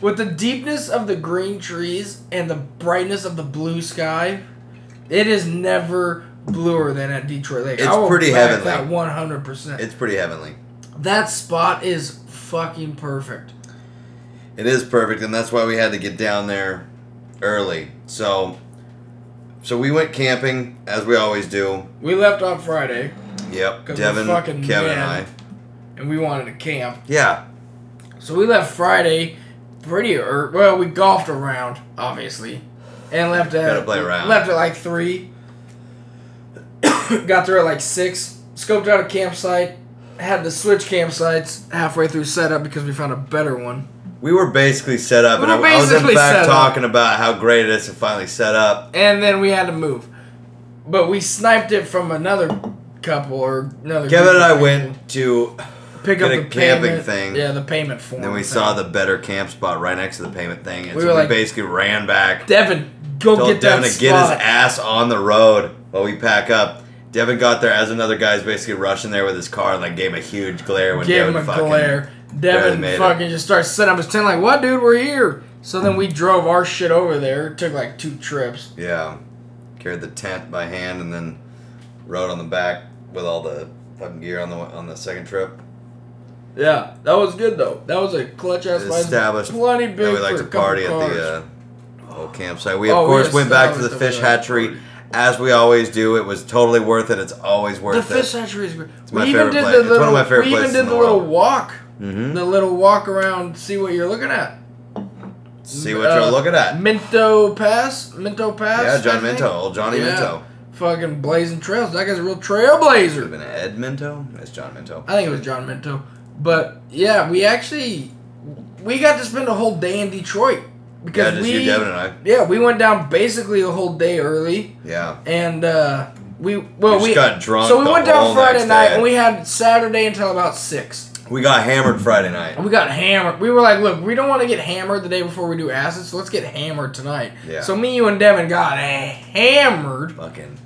Speaker 3: with the deepness of the green trees and the brightness of the blue sky, it is never bluer than at Detroit Lake.
Speaker 2: It's
Speaker 3: I will
Speaker 2: pretty
Speaker 3: back
Speaker 2: heavenly.
Speaker 3: That one hundred percent.
Speaker 2: It's pretty heavenly.
Speaker 3: That spot is fucking perfect.
Speaker 2: It is perfect, and that's why we had to get down there early. So, so we went camping as we always do.
Speaker 3: We left on Friday
Speaker 2: Yep,
Speaker 3: 'Cause we're
Speaker 2: Devin,
Speaker 3: fucking
Speaker 2: Kevin, and I.
Speaker 3: men. and we wanted to camp.
Speaker 2: Yeah,
Speaker 3: So we left Friday pretty early. Well, we golfed around, obviously, and left at
Speaker 2: Gotta play around.
Speaker 3: left at like three. Got there at like six. Scoped out a campsite. Had to switch campsites halfway through setup because we found a better one.
Speaker 2: we were basically set up,
Speaker 3: We
Speaker 2: and I,
Speaker 3: were
Speaker 2: I was in
Speaker 3: basically set
Speaker 2: fact
Speaker 3: up.
Speaker 2: talking about how great it is to finally set up.
Speaker 3: And then we had to move, but we sniped it from another couple or another.
Speaker 2: Kevin
Speaker 3: group
Speaker 2: and
Speaker 3: of
Speaker 2: I
Speaker 3: people.
Speaker 2: went to,
Speaker 3: pick up
Speaker 2: did a
Speaker 3: the
Speaker 2: camping
Speaker 3: payment-
Speaker 2: thing.
Speaker 3: Yeah, the payment form.
Speaker 2: and then we
Speaker 3: thing.
Speaker 2: saw the better camp spot right next to the payment thing, and
Speaker 3: We
Speaker 2: so
Speaker 3: were
Speaker 2: we
Speaker 3: like-
Speaker 2: basically ran back.
Speaker 3: Devin, go
Speaker 2: told
Speaker 3: get
Speaker 2: Devin
Speaker 3: that
Speaker 2: to get his
Speaker 3: spot.
Speaker 2: ass on the road while we pack up. Devin got there as another guy's basically rushing there with his car and like gave him a huge glare when
Speaker 3: Gave
Speaker 2: Devin
Speaker 3: him a
Speaker 2: fucking
Speaker 3: glare.
Speaker 2: barely
Speaker 3: Devin
Speaker 2: made it.
Speaker 3: fucking just starts setting up his tent like, "What, dude? We're here." So then we drove our shit over there. It took like two trips.
Speaker 2: yeah carried the tent by hand and then rode on the back with all the fucking gear on the on the second trip.
Speaker 3: Yeah, that was good though. That was a clutch ass fight.
Speaker 2: Established
Speaker 3: Plenty big
Speaker 2: that we like
Speaker 3: for
Speaker 2: to
Speaker 3: a couple
Speaker 2: party at
Speaker 3: cars.
Speaker 2: the uh, old campsite. We of
Speaker 3: Oh, we
Speaker 2: course went back to the
Speaker 3: established that we
Speaker 2: fish
Speaker 3: like to
Speaker 2: hatchery as we always do. It was totally worth it. It's always
Speaker 3: The
Speaker 2: worth
Speaker 3: fish
Speaker 2: it.
Speaker 3: hatchery is great. It's
Speaker 2: my favorite place. It's one of my favorite
Speaker 3: We
Speaker 2: places
Speaker 3: even did
Speaker 2: in
Speaker 3: the,
Speaker 2: the
Speaker 3: little
Speaker 2: world.
Speaker 3: walk.
Speaker 2: Mhm.
Speaker 3: The little walk around, see what you're looking at.
Speaker 2: See what you're
Speaker 3: Uh,
Speaker 2: looking at.
Speaker 3: Minto Pass, Minto Pass.
Speaker 2: Yeah, John
Speaker 3: I think?
Speaker 2: Minto, old Johnny
Speaker 3: Yeah.
Speaker 2: Minto.
Speaker 3: Fucking blazing trails. That guy's a real
Speaker 2: Could have
Speaker 3: trailblazer.
Speaker 2: been Ed Minto. That's John Minto.
Speaker 3: I think it was John Minto. But yeah, we actually we got to spend a whole day in Detroit
Speaker 2: Yeah,
Speaker 3: because
Speaker 2: just
Speaker 3: we
Speaker 2: you, Devin, and I.
Speaker 3: yeah we went down basically a whole day early
Speaker 2: Yeah.
Speaker 3: and uh, we well
Speaker 2: We just
Speaker 3: we
Speaker 2: got drunk
Speaker 3: So we
Speaker 2: the
Speaker 3: went down
Speaker 2: whole
Speaker 3: Friday
Speaker 2: next
Speaker 3: night
Speaker 2: day.
Speaker 3: and we had Saturday until about six.
Speaker 2: We got hammered Friday night.
Speaker 3: We got hammered. We were like, look, we don't want to get hammered the day before we do acid, so let's get hammered tonight.
Speaker 2: Yeah.
Speaker 3: So me, you, and Devin got hammered.
Speaker 2: Fucking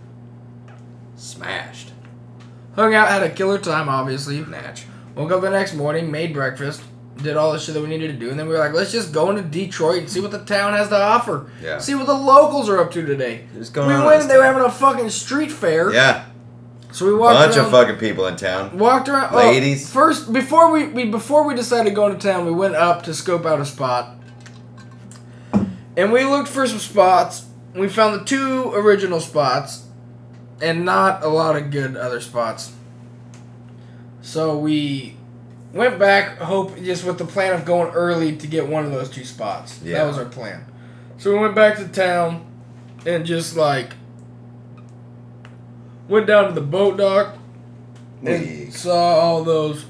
Speaker 2: smashed.
Speaker 3: Hung out, had a killer time, obviously.
Speaker 2: Natch.
Speaker 3: Woke up the next morning, made breakfast, did all the shit that we needed to do, and then we were like, let's just go into Detroit and see what the town has to offer.
Speaker 2: Yeah.
Speaker 3: See what the locals are up to today.
Speaker 2: What's going
Speaker 3: we
Speaker 2: on in
Speaker 3: went
Speaker 2: this
Speaker 3: and they were
Speaker 2: town?
Speaker 3: having a fucking street fair.
Speaker 2: Yeah.
Speaker 3: So we walked
Speaker 2: Bunch
Speaker 3: around,
Speaker 2: of fucking people in town.
Speaker 3: walked around. oh,
Speaker 2: Ladies.
Speaker 3: first, before we, we before we decided to go into town, we went up to scope out a spot, and we looked for some spots. We found the two original spots, and not a lot of good other spots. So we went back, hope just with the plan of going early to get one of those two spots.
Speaker 2: Yeah.
Speaker 3: That was our plan. So we went back to town, and just like went down to the boat dock and
Speaker 2: We-
Speaker 3: saw all those.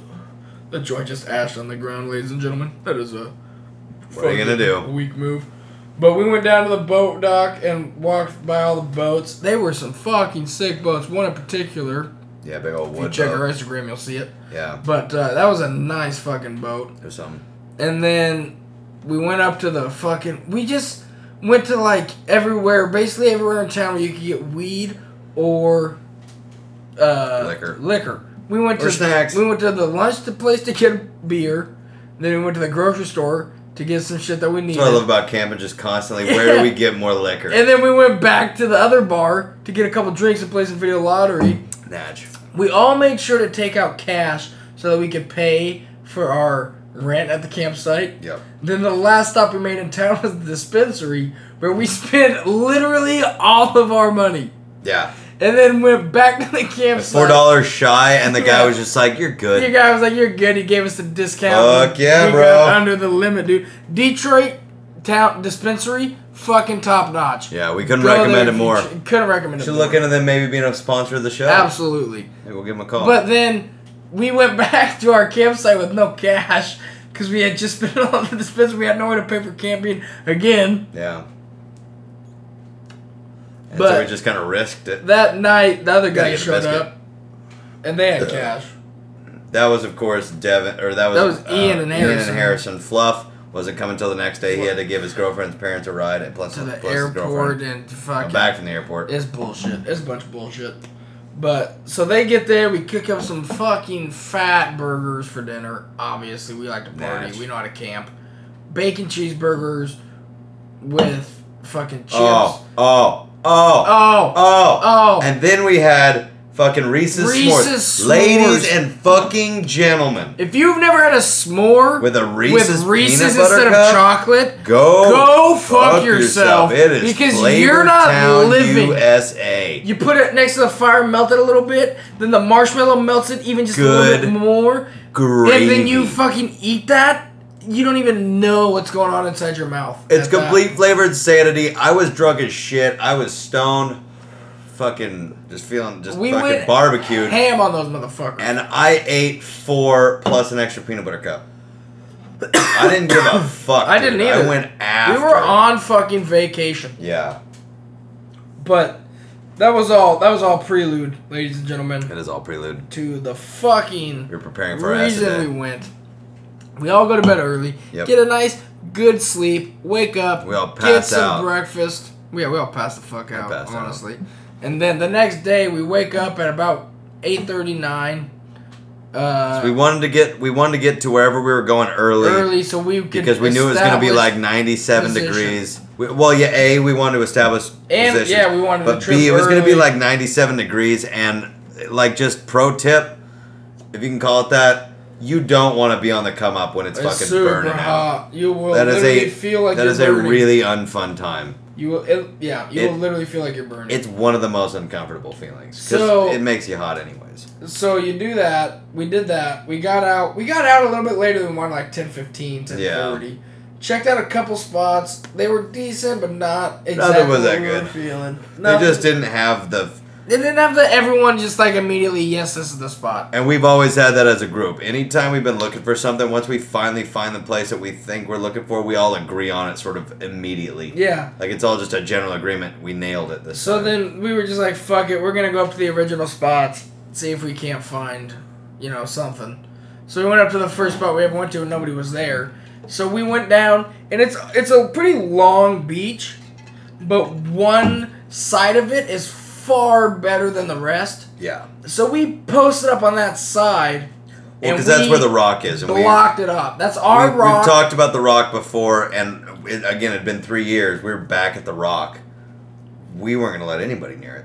Speaker 3: The joint just ashed on the ground, ladies and gentlemen. That is a.
Speaker 2: What are you gonna
Speaker 3: fucking
Speaker 2: do?
Speaker 3: Weak move. But we went down to the boat dock and walked by all the boats. They were some fucking sick boats. One in particular.
Speaker 2: Yeah, big old
Speaker 3: If you
Speaker 2: wood.
Speaker 3: check
Speaker 2: boat.
Speaker 3: our Instagram, you'll see it.
Speaker 2: Yeah.
Speaker 3: But uh, that was a nice fucking boat.
Speaker 2: Or something.
Speaker 3: And then we went up to the fucking. We just went to like everywhere, basically everywhere in town where you could get weed or uh,
Speaker 2: Liquor.
Speaker 3: Liquor. We went
Speaker 2: Or
Speaker 3: to
Speaker 2: snacks.
Speaker 3: We went to the lunch to place to get beer. Then we went to the grocery store to get some shit that we needed.
Speaker 2: That's what I love about camping, just constantly. Where do
Speaker 3: Yeah.
Speaker 2: we get more liquor?
Speaker 3: and then we went back to the other bar to get a couple drinks and play some video lottery.
Speaker 2: Natch.
Speaker 3: We all made sure to take out cash so that we could pay for our rent at the campsite.
Speaker 2: Yep.
Speaker 3: Then the last stop we made in town was the dispensary, where we spent literally all of our money.
Speaker 2: Yeah.
Speaker 3: and then went back to the campsite.
Speaker 2: Four dollars shy, and the guy
Speaker 3: Yeah.
Speaker 2: was just like, "You're good."
Speaker 3: Your guy was like, "You're good." He gave us a discount.
Speaker 2: Fuck yeah,
Speaker 3: We
Speaker 2: bro.
Speaker 3: got under the limit, dude. Detroit town dispensary, fucking top notch.
Speaker 2: yeah, we couldn't
Speaker 3: Go there
Speaker 2: recommend it
Speaker 3: if you
Speaker 2: more.
Speaker 3: ch- Couldn't recommend it.
Speaker 2: Should
Speaker 3: more.
Speaker 2: look into them maybe being a sponsor of the show.
Speaker 3: Absolutely.
Speaker 2: Maybe we'll give them a call.
Speaker 3: But then we went back to our campsite with no cash because we had just been on the dispensary. We had nowhere to pay for camping again.
Speaker 2: yeah. And so
Speaker 3: But-
Speaker 2: we just kind of risked it.
Speaker 3: That night, the other
Speaker 2: Gotta
Speaker 3: guy
Speaker 2: get a
Speaker 3: showed
Speaker 2: biscuit.
Speaker 3: up, and they
Speaker 2: Uh,
Speaker 3: had cash.
Speaker 2: That was, of course, Devin, or that was, uh,
Speaker 3: That was Ian and
Speaker 2: Ian
Speaker 3: Harrison.
Speaker 2: and Harrison. Fluff wasn't coming until the next day. He had to give his girlfriend's parents a ride, and plus,
Speaker 3: To the
Speaker 2: plus his
Speaker 3: airport
Speaker 2: girlfriend
Speaker 3: and
Speaker 2: Come
Speaker 3: fucking.
Speaker 2: back from the airport.
Speaker 3: It's bullshit. It's a bunch of bullshit. But so they get there, we cook up some fucking fat burgers for dinner. Obviously, we like to party.
Speaker 2: Natch.
Speaker 3: We know how to camp. Bacon cheeseburgers with fucking chips.
Speaker 2: Oh, oh, oh,
Speaker 3: Oh.
Speaker 2: oh,
Speaker 3: Oh.
Speaker 2: And then we had fucking Reese's,
Speaker 3: Reese's
Speaker 2: s'mores. ladies
Speaker 3: s'mores.
Speaker 2: and fucking gentlemen.
Speaker 3: If you've never had a s'more
Speaker 2: With a Reese's peanut butter cup?
Speaker 3: instead of chocolate,
Speaker 2: Go,
Speaker 3: Go fuck yourself.
Speaker 2: It is
Speaker 3: Because you're not
Speaker 2: Flavortown,
Speaker 3: living.
Speaker 2: USA.
Speaker 3: you put it next to the fire, melt it a little bit, then the marshmallow melts it even just a
Speaker 2: Good
Speaker 3: little bit more.
Speaker 2: Gravy.
Speaker 3: And then you fucking eat that, you don't even know what's going on inside your mouth.
Speaker 2: It's
Speaker 3: at that.
Speaker 2: complete flavor insanity. I was drunk as shit. I was stoned. Fucking just feeling just
Speaker 3: We
Speaker 2: fucking
Speaker 3: went
Speaker 2: barbecued.
Speaker 3: ham on those motherfuckers.
Speaker 2: and I ate four plus an extra peanut butter cup. I didn't give a fuck.
Speaker 3: I
Speaker 2: dude.
Speaker 3: didn't either.
Speaker 2: I went after.
Speaker 3: We were on fucking vacation,
Speaker 2: Yeah,
Speaker 3: but that was all. That was all prelude, ladies and gentlemen,
Speaker 2: it is all prelude.
Speaker 3: to the fucking
Speaker 2: You're preparing for us
Speaker 3: reason we
Speaker 2: today.
Speaker 3: went. We all go to bed early,
Speaker 2: Yep.
Speaker 3: get a nice good sleep, wake up,
Speaker 2: We all
Speaker 3: get
Speaker 2: pass
Speaker 3: some
Speaker 2: out.
Speaker 3: breakfast. Yeah, we all pass the fuck out,
Speaker 2: pass out.
Speaker 3: honestly. And then the next day we wake up at about eight thirty nine. Uh,
Speaker 2: We wanted to get we wanted to get to wherever we were going early,
Speaker 3: early, so we could
Speaker 2: because we knew it was going to be like
Speaker 3: establish-
Speaker 2: 97
Speaker 3: position.
Speaker 2: degrees. We, well, yeah, a we wanted to establish
Speaker 3: And,
Speaker 2: positions,
Speaker 3: yeah, we wanted to
Speaker 2: but
Speaker 3: trip
Speaker 2: b it was going to be
Speaker 3: early.
Speaker 2: like 97 degrees and like just pro tip, if you can call it that, you don't want to be on the come up when it's,
Speaker 3: it's
Speaker 2: fucking
Speaker 3: super
Speaker 2: burning out.
Speaker 3: hot. You will
Speaker 2: That is
Speaker 3: literally
Speaker 2: a
Speaker 3: feel like
Speaker 2: that
Speaker 3: you're
Speaker 2: is a
Speaker 3: burning.
Speaker 2: really unfun time.
Speaker 3: you will it, yeah you
Speaker 2: It-
Speaker 3: will literally feel like you're burning.
Speaker 2: It's one of the most uncomfortable feelings 'cause
Speaker 3: So-
Speaker 2: it makes you hot anyways.
Speaker 3: so you do that we did that we got out we got out a little bit later than one like 10 15 10
Speaker 2: Yeah.
Speaker 3: 30 checked out a couple spots they were decent but not exactly
Speaker 2: was that
Speaker 3: what we were
Speaker 2: good.
Speaker 3: feeling
Speaker 2: They
Speaker 3: Nothing-
Speaker 2: just didn't have the
Speaker 3: they didn't have the everyone just like immediately yes this is the spot
Speaker 2: And we've always had that as a group. Anytime we've been looking for something, once we finally find the place that we think we're looking for, we all agree on it sort of immediately.
Speaker 3: yeah
Speaker 2: Like it's all just a general agreement. We nailed it this
Speaker 3: so
Speaker 2: time.
Speaker 3: then we were just like fuck it we're gonna go up to the original spots see if we can't find you know something so we went up to the first spot we ever went to and nobody was there so we went down and it's it's a pretty long beach but one side of it is far better than the rest.
Speaker 2: Yeah.
Speaker 3: So we posted up on that side.
Speaker 2: Well,
Speaker 3: and
Speaker 2: because that's
Speaker 3: we
Speaker 2: where the rock is. And we,
Speaker 3: blocked it up. That's our
Speaker 2: we,
Speaker 3: rock.
Speaker 2: have talked about the rock before, and it, again, it'd been three years. We were back at the rock. We weren't going to let anybody near it.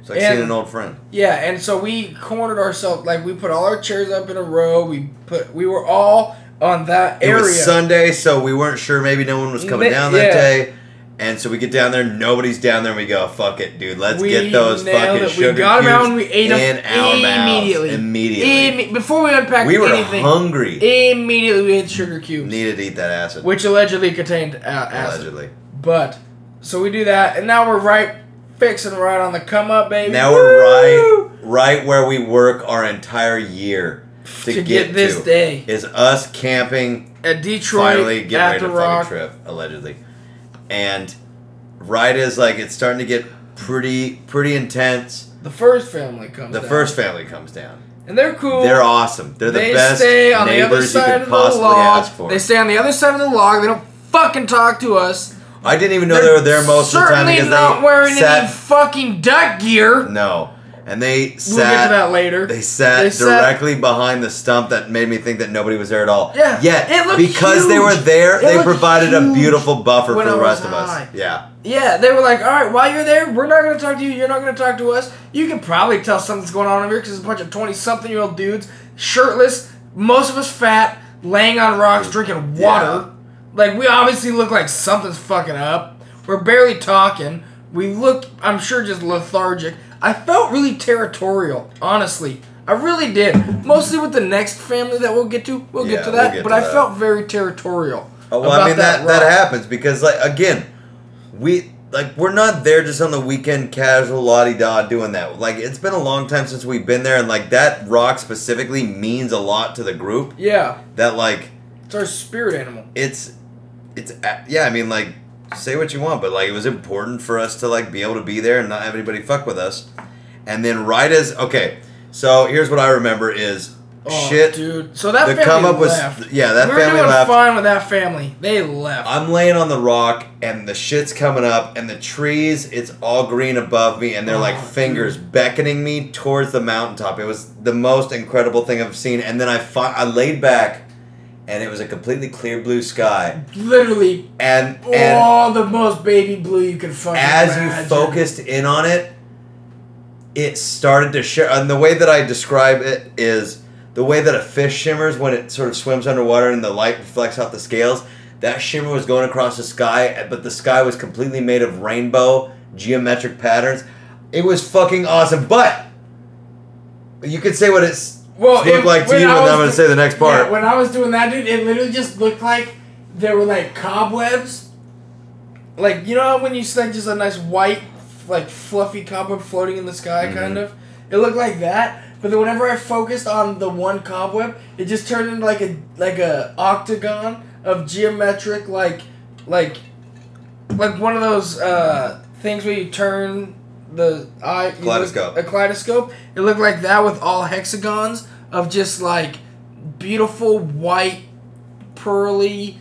Speaker 2: It's like
Speaker 3: And-
Speaker 2: seeing an old friend.
Speaker 3: yeah, and so we cornered ourselves. Like we put all our chairs up in a row. We put we were all on that
Speaker 2: It
Speaker 3: area.
Speaker 2: was Sunday, so we weren't sure. Maybe no one was coming
Speaker 3: Ma-
Speaker 2: down that
Speaker 3: yeah.
Speaker 2: day. And so we get down there, nobody's down there, and we go, fuck it, dude. Let's
Speaker 3: We
Speaker 2: get those
Speaker 3: nailed
Speaker 2: fucking
Speaker 3: it.
Speaker 2: sugar
Speaker 3: We got 'em out
Speaker 2: cubes
Speaker 3: and we ate
Speaker 2: in
Speaker 3: them
Speaker 2: our mouths
Speaker 3: immediately.
Speaker 2: Immediately.
Speaker 3: Imme- before we unpacked
Speaker 2: we were
Speaker 3: anything,
Speaker 2: hungry.
Speaker 3: immediately we had sugar cubes,
Speaker 2: Needed to eat that acid.
Speaker 3: which allegedly contained uh, acid.
Speaker 2: allegedly.
Speaker 3: But so we do that, and now we're right fixing right on the come up, baby.
Speaker 2: Now we're
Speaker 3: Woo!
Speaker 2: right, right where we work our entire year to,
Speaker 3: To get this
Speaker 2: to,
Speaker 3: day.
Speaker 2: is us camping
Speaker 3: at Detroit
Speaker 2: finally getting
Speaker 3: at
Speaker 2: ready
Speaker 3: the
Speaker 2: to
Speaker 3: Rock.
Speaker 2: fucking trip, allegedly. And right is like it's starting to get pretty, pretty intense.
Speaker 3: The first family comes.
Speaker 2: The
Speaker 3: down.
Speaker 2: first family comes down.
Speaker 3: and they're cool.
Speaker 2: They're awesome. They're the
Speaker 3: they
Speaker 2: best
Speaker 3: stay on the other
Speaker 2: neighbors you
Speaker 3: side
Speaker 2: could
Speaker 3: of the log.
Speaker 2: possibly ask for.
Speaker 3: They stay on the other side of the log. They don't fucking talk to us.
Speaker 2: I didn't even know they were there most of the time
Speaker 3: certainly
Speaker 2: because
Speaker 3: not
Speaker 2: they
Speaker 3: wearing
Speaker 2: sat.
Speaker 3: any fucking duck gear.
Speaker 2: no, and they sat.
Speaker 3: we'll get to that later.
Speaker 2: They sat
Speaker 3: They
Speaker 2: directly behind the stump that made me think that nobody was there at all.
Speaker 3: Yeah,
Speaker 2: Yet,
Speaker 3: it looked
Speaker 2: because they were
Speaker 3: huge.
Speaker 2: there,
Speaker 3: It
Speaker 2: they
Speaker 3: looked
Speaker 2: provided a
Speaker 3: huge
Speaker 2: beautiful buffer for
Speaker 3: when
Speaker 2: the
Speaker 3: I was
Speaker 2: rest of
Speaker 3: high.
Speaker 2: us. Yeah.
Speaker 3: Yeah, they were like, all right, while you're there, we're not going to talk to you. You're not going to talk to us. You can probably tell something's going on over here because it's a bunch of 20 something year old dudes, shirtless, most of us fat, laying on rocks, drinking water. Like, we obviously look like something's fucking up. We're barely talking. We looked, I'm sure, just lethargic. I felt really territorial, honestly. I really did. Mostly with the next family that we'll get to. We'll
Speaker 2: Yeah,
Speaker 3: get to
Speaker 2: we'll
Speaker 3: that.
Speaker 2: get
Speaker 3: but
Speaker 2: to
Speaker 3: I
Speaker 2: that.
Speaker 3: felt very territorial.
Speaker 2: Oh, well,
Speaker 3: about
Speaker 2: I mean that
Speaker 3: rock.
Speaker 2: that happens because like again, we like we're not there just on the weekend casual la di da doing that. Like it's been a long time since we've been there, and like that rock specifically means a lot to the group.
Speaker 3: Yeah,
Speaker 2: That like
Speaker 3: it's our spirit animal.
Speaker 2: it's it's a- yeah. I mean like say what you want, but like it was important for us to like be able to be there and not have anybody fuck with us. And then right as okay, so here's what I remember is
Speaker 3: Oh,
Speaker 2: shit.
Speaker 3: dude. So that
Speaker 2: the
Speaker 3: family
Speaker 2: come up was-
Speaker 3: left.
Speaker 2: yeah, that
Speaker 3: we were
Speaker 2: family
Speaker 3: doing
Speaker 2: left.
Speaker 3: fine with that family. They left.
Speaker 2: I'm laying on the rock and the shit's coming up and the trees, it's all green above me and they're like
Speaker 3: Oh,
Speaker 2: fingers beckoning me towards the mountaintop. It was the most incredible thing I've seen. And then I fi- I laid back and it was a completely clear blue sky.
Speaker 3: Literally,
Speaker 2: And and
Speaker 3: all the most baby blue you can fucking
Speaker 2: as
Speaker 3: imagine.
Speaker 2: you focused in on it, it started to shimmer. And the way that I describe it is the way that a fish shimmers when it sort of swims underwater and the light reflects off the scales. That shimmer was going across the sky, but the sky was completely made of rainbow geometric patterns. It was fucking awesome. But you could say what it's
Speaker 3: well,
Speaker 2: looked
Speaker 3: it-
Speaker 2: like to
Speaker 3: when
Speaker 2: you,
Speaker 3: I
Speaker 2: and
Speaker 3: was
Speaker 2: I'm going to
Speaker 3: do-
Speaker 2: say the next part.
Speaker 3: Yeah, when I was doing that, dude, it literally just looked like there were like cobwebs. Like you know how when you see like just a nice white, like fluffy cobweb floating in the sky,
Speaker 2: Mm-hmm.
Speaker 3: kind of. It looked like that, but then whenever I focused on the one cobweb, it just turned into like a like a octagon of geometric like like like one of those uh, things where you turn the eye you look-
Speaker 2: Kaleidoscope.
Speaker 3: a kaleidoscope. It looked like that with all hexagons of just like beautiful white pearly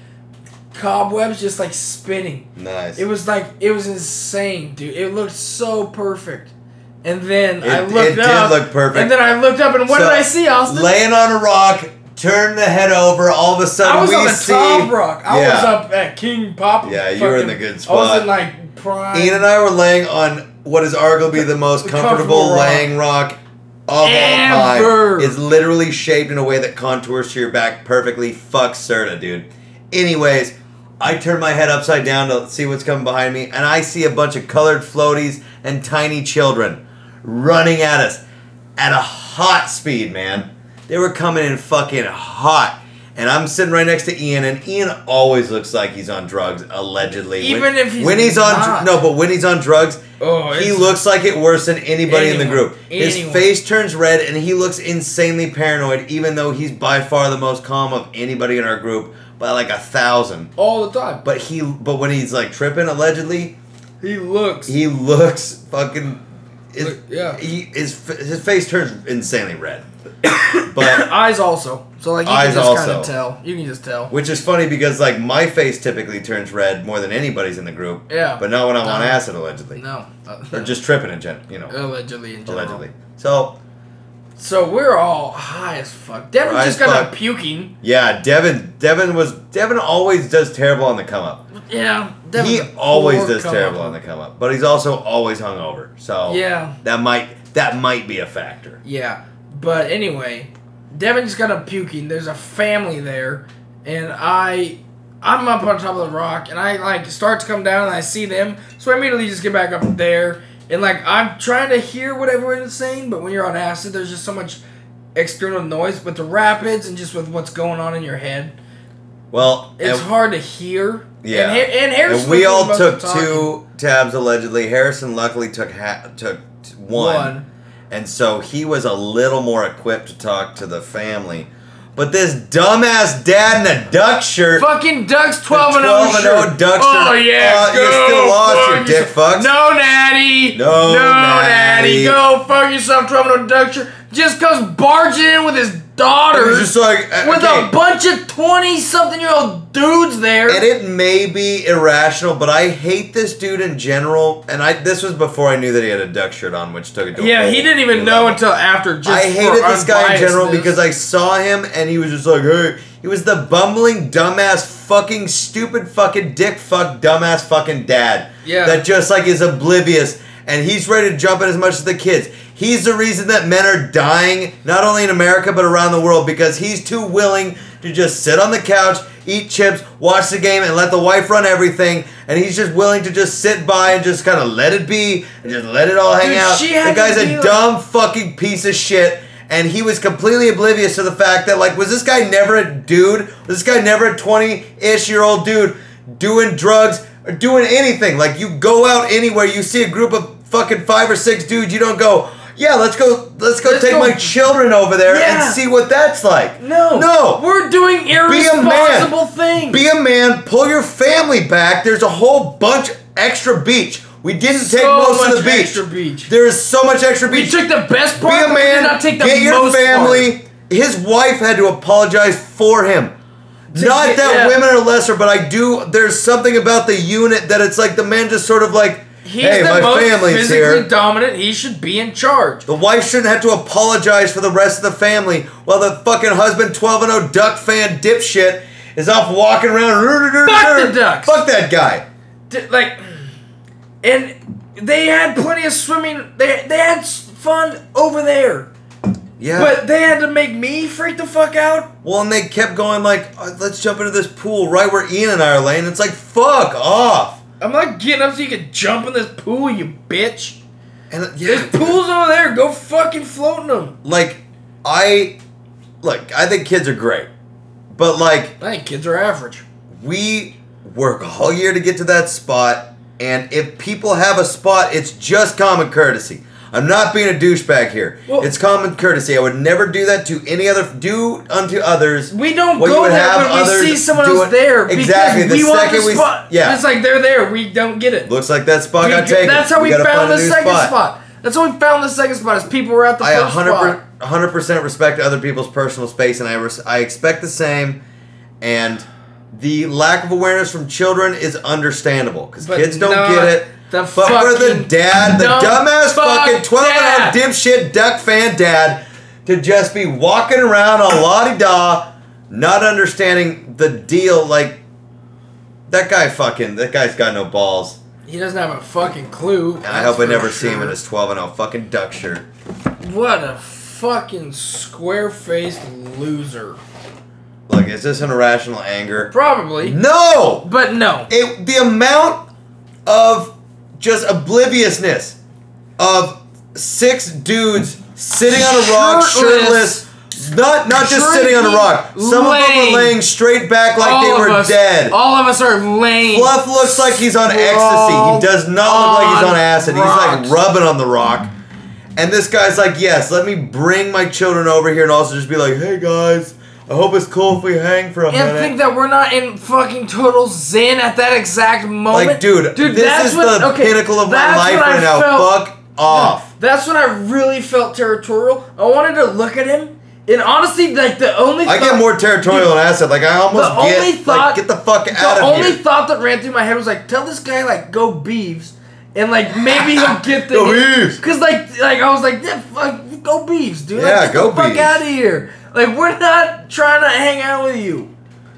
Speaker 3: cobwebs just like spinning.
Speaker 2: nice.
Speaker 3: It was like it was insane, dude. It looked so perfect. And then I
Speaker 2: It- it
Speaker 3: looked
Speaker 2: did
Speaker 3: up.
Speaker 2: look perfect.
Speaker 3: And then I looked up, and what
Speaker 2: So,
Speaker 3: did I see, Austin?
Speaker 2: Laying on a rock, turn the head over. All of a sudden,
Speaker 3: I was
Speaker 2: we
Speaker 3: on the
Speaker 2: see
Speaker 3: top rock. I
Speaker 2: Yeah.
Speaker 3: was up at King Pop.
Speaker 2: Yeah, you were in the good
Speaker 3: I was
Speaker 2: spot.
Speaker 3: in like prime.
Speaker 2: Ian and I were laying on what is arguably the most comfortable,
Speaker 3: Comfortable rock.
Speaker 2: laying rock of all
Speaker 3: Ever.
Speaker 2: time. It's literally shaped in a way that contours to your back perfectly. Fuck Serta, dude. Anyways, I turn my head upside down to see what's coming behind me, and I see a bunch of colored floaties and tiny children running at us at a hot speed, man. They were coming in fucking hot. And I'm sitting right next to Ian, and Ian always looks like he's on drugs, allegedly.
Speaker 3: Even if he's
Speaker 2: when he's on dr-
Speaker 3: not.
Speaker 2: no, but when he's on drugs,
Speaker 3: Oh,
Speaker 2: he
Speaker 3: it's-
Speaker 2: looks like it worse than anybody in the
Speaker 3: Anyone.
Speaker 2: group. His
Speaker 3: Anyone.
Speaker 2: face turns red and he looks insanely paranoid, even though he's by far the most calm of anybody in our group by like a thousand.
Speaker 3: all the time.
Speaker 2: But he, but when he's like tripping allegedly,
Speaker 3: he looks.
Speaker 2: he looks fucking. His,
Speaker 3: Look, yeah.
Speaker 2: he, his f- his face turns insanely red, but
Speaker 3: eyes also. So like you
Speaker 2: Eyes
Speaker 3: can just kind of
Speaker 2: also.
Speaker 3: tell. You can just tell.
Speaker 2: which is funny because like my face typically turns red more than anybody's in the group.
Speaker 3: Yeah.
Speaker 2: but not when I'm on
Speaker 3: No.
Speaker 2: acid allegedly,
Speaker 3: No. Uh,
Speaker 2: or just tripping in general, you know,
Speaker 3: allegedly in general.
Speaker 2: allegedly. So
Speaker 3: So we're all high as fuck. Devin
Speaker 2: We're high
Speaker 3: just
Speaker 2: as
Speaker 3: got out
Speaker 2: fuck.
Speaker 3: puking.
Speaker 2: Yeah, Devin. Devin was Devin always does terrible on the come up.
Speaker 3: Yeah.
Speaker 2: he
Speaker 3: Devin's a
Speaker 2: always
Speaker 3: poor
Speaker 2: does
Speaker 3: cum.
Speaker 2: terrible on the come up, but he's also always hungover. So
Speaker 3: Yeah.
Speaker 2: that might that might be a factor.
Speaker 3: Yeah. But anyway, Devin just got up puking. There's a family there, and I. I'm up on top of the rock, and I like start to come down, and I see them. So I immediately just get back up there, and like I'm trying to hear what everyone's saying, but when you're on acid, there's just so much external noise with the rapids and just with what's going on in your head.
Speaker 2: Well,
Speaker 3: It's
Speaker 2: and,
Speaker 3: hard to hear.
Speaker 2: Yeah.
Speaker 3: And, Ha- and Harrison.
Speaker 2: and we
Speaker 3: was doing
Speaker 2: all
Speaker 3: most
Speaker 2: took
Speaker 3: of the talking.
Speaker 2: two tabs allegedly. Harrison luckily took ha- took t- one,
Speaker 3: One.
Speaker 2: and so he was a little more equipped to talk to the family. But this dumbass dad in a duck shirt.
Speaker 3: Fucking Ducks 12 and 0
Speaker 2: 12 and 0
Speaker 3: shirt.
Speaker 2: Ducks
Speaker 3: Oh
Speaker 2: shirt.
Speaker 3: yeah,
Speaker 2: Uh,
Speaker 3: go
Speaker 2: you still lost,
Speaker 3: fuck
Speaker 2: you dick
Speaker 3: yourself.
Speaker 2: fucks.
Speaker 3: No natty.
Speaker 2: No
Speaker 3: natty.
Speaker 2: natty.
Speaker 3: Go fuck yourself, 12 and 0 Ducks shirt. Just comes barging in with his
Speaker 2: It
Speaker 3: daughter.
Speaker 2: was just like uh,
Speaker 3: with
Speaker 2: okay.
Speaker 3: a bunch of 20 something year old dudes there.
Speaker 2: and it may be irrational, but I hate this dude in general. And I this was before I knew that he had a duck shirt on, which took it. To a
Speaker 3: yeah,
Speaker 2: whole
Speaker 3: he didn't even
Speaker 2: new
Speaker 3: know
Speaker 2: level.
Speaker 3: until after just
Speaker 2: I hated
Speaker 3: for
Speaker 2: this guy in general
Speaker 3: unbiasedness.
Speaker 2: because I saw him and he was just like, hey, he was the bumbling, dumbass, fucking, stupid, fucking, dick, fuck, dumbass, fucking dad.
Speaker 3: Yeah.
Speaker 2: That just like is oblivious and he's ready to jump at as much as the kids. He's the reason that men are dying, not only in America, but around the world, because he's too willing to just sit on the couch, eat chips, watch the game, and let the wife run everything. And he's just willing to just sit by and just kind of let it be and just let it all hang
Speaker 3: Dude,
Speaker 2: out.
Speaker 3: she had
Speaker 2: The guy's
Speaker 3: to
Speaker 2: a
Speaker 3: be like-
Speaker 2: dumb fucking piece of shit. And he was completely oblivious to the fact that, like, was this guy never a dude? Was this guy never a 20 ish year old dude doing drugs or doing anything? Like, you go out anywhere, you see a group of fucking five or six dudes, you don't go, yeah, let's go, let's go
Speaker 3: Let's
Speaker 2: take
Speaker 3: go-
Speaker 2: my children over there
Speaker 3: Yeah.
Speaker 2: and see what that's like.
Speaker 3: No.
Speaker 2: No.
Speaker 3: We're doing irresponsible things.
Speaker 2: Be a man. Pull your family back. There's a whole bunch extra beach. We didn't take most of the
Speaker 3: much
Speaker 2: beach.
Speaker 3: extra beach.
Speaker 2: There is so much extra
Speaker 3: we
Speaker 2: beach.
Speaker 3: took the best
Speaker 2: Be
Speaker 3: part.
Speaker 2: a
Speaker 3: but we
Speaker 2: man.
Speaker 3: did not take the
Speaker 2: get your
Speaker 3: most
Speaker 2: family. His wife had to apologize for him. Not
Speaker 3: get-
Speaker 2: that
Speaker 3: yeah.
Speaker 2: women are lesser, but I do. There's something about the unit that it's like the man just sort of like,
Speaker 3: He's
Speaker 2: hey,
Speaker 3: the
Speaker 2: my
Speaker 3: most
Speaker 2: family's
Speaker 3: physically
Speaker 2: here.
Speaker 3: dominant. He should be in charge.
Speaker 2: The wife shouldn't have to apologize for the rest of the family while the fucking husband 12 and 0 duck fan dipshit is off walking around.
Speaker 3: Fuck the Ducks.
Speaker 2: Fuck that guy.
Speaker 3: D- Like, and they had plenty of swimming. They they had s- fun over there,
Speaker 2: Yeah.
Speaker 3: but they had to make me freak the fuck out.
Speaker 2: well, and they kept going like, "Uh, let's jump into this pool right where Ian and I are laying. It's like, fuck off.
Speaker 3: I'm not getting up so you can jump in this pool, you bitch.
Speaker 2: And uh, yeah,
Speaker 3: There's pools over there. Go fucking floating them.
Speaker 2: like, I, look, I think kids are great, but like,
Speaker 3: I think kids are average.
Speaker 2: we work all year to get to that spot and if people have a spot it's just common courtesy i'm not being a douchebag here
Speaker 3: Well-
Speaker 2: it's common courtesy i would never do that to any other do unto others
Speaker 3: We don't
Speaker 2: what you
Speaker 3: go
Speaker 2: would
Speaker 3: there
Speaker 2: have
Speaker 3: when we
Speaker 2: others
Speaker 3: see someone
Speaker 2: do
Speaker 3: else
Speaker 2: it-
Speaker 3: there
Speaker 2: exactly
Speaker 3: because we
Speaker 2: the
Speaker 3: want
Speaker 2: second
Speaker 3: the
Speaker 2: we
Speaker 3: spot.
Speaker 2: yeah
Speaker 3: It's like they're there. We don't get it.
Speaker 2: looks like that spot
Speaker 3: We
Speaker 2: got
Speaker 3: go-
Speaker 2: taken
Speaker 3: That's how we,
Speaker 2: gotta
Speaker 3: found
Speaker 2: find a
Speaker 3: the
Speaker 2: new
Speaker 3: second spot. That's how we found the second spot. Is people were at the
Speaker 2: I
Speaker 3: first spot.
Speaker 2: 100 percent respect other people's personal space, and I res- I expect the same. And the lack of awareness from children is understandable because
Speaker 3: But
Speaker 2: kids don't
Speaker 3: not
Speaker 2: get it.
Speaker 3: the
Speaker 2: but for the
Speaker 3: fucking
Speaker 2: dad, the
Speaker 3: dumb
Speaker 2: dumbass
Speaker 3: fuck
Speaker 2: fucking 12
Speaker 3: dad.
Speaker 2: and a dipshit duck fan dad, to just be walking around on la di da, not understanding the deal. Like that guy, fucking that guy's got no balls.
Speaker 3: He doesn't have a fucking clue.
Speaker 2: And I hope I never see him in his 12 and 0 fucking duck shirt.
Speaker 3: What a fucking square faced loser.
Speaker 2: Look, is this an irrational anger?
Speaker 3: Probably.
Speaker 2: No!
Speaker 3: But no.
Speaker 2: it the amount of just obliviousness of six dudes sitting on a rock
Speaker 3: Shirtless.
Speaker 2: shirtless, not not just sitting on a rock some of them
Speaker 3: Laying.
Speaker 2: were laying straight back like
Speaker 3: all
Speaker 2: they
Speaker 3: of
Speaker 2: were
Speaker 3: us,
Speaker 2: dead
Speaker 3: All of us are lame.
Speaker 2: Bluff looks like he's on ecstasy. He does not look like he's on acid.
Speaker 3: Rocks.
Speaker 2: He's like rubbing on the rock. And this guy's like, yes, let me bring my children over here and also just be like, hey guys, I hope it's cool if we hang for a
Speaker 3: And
Speaker 2: minute.
Speaker 3: think that we're not in fucking total zen at that exact moment.
Speaker 2: Like, dude, this is the pinnacle of my
Speaker 3: that's
Speaker 2: life
Speaker 3: when I
Speaker 2: right now.
Speaker 3: felt-
Speaker 2: Fuck off.
Speaker 3: That's when I really felt territorial. I wanted to look at him, and honestly, like the only
Speaker 2: I get
Speaker 3: thought-
Speaker 2: more territorial and acid. Like, I almost
Speaker 3: The
Speaker 2: get,
Speaker 3: only
Speaker 2: like,
Speaker 3: thought-
Speaker 2: get the fuck
Speaker 3: The
Speaker 2: out of
Speaker 3: only
Speaker 2: here.
Speaker 3: thought that ran through my head was like, tell this guy like go beeves, and like maybe he'll get the
Speaker 2: Go Beavs.
Speaker 3: Cause like like I was like yeah fuck go beeves dude.
Speaker 2: Yeah,
Speaker 3: like, get
Speaker 2: go
Speaker 3: the fuck
Speaker 2: Beavs.
Speaker 3: out of here. Like we're not trying to hang out with you.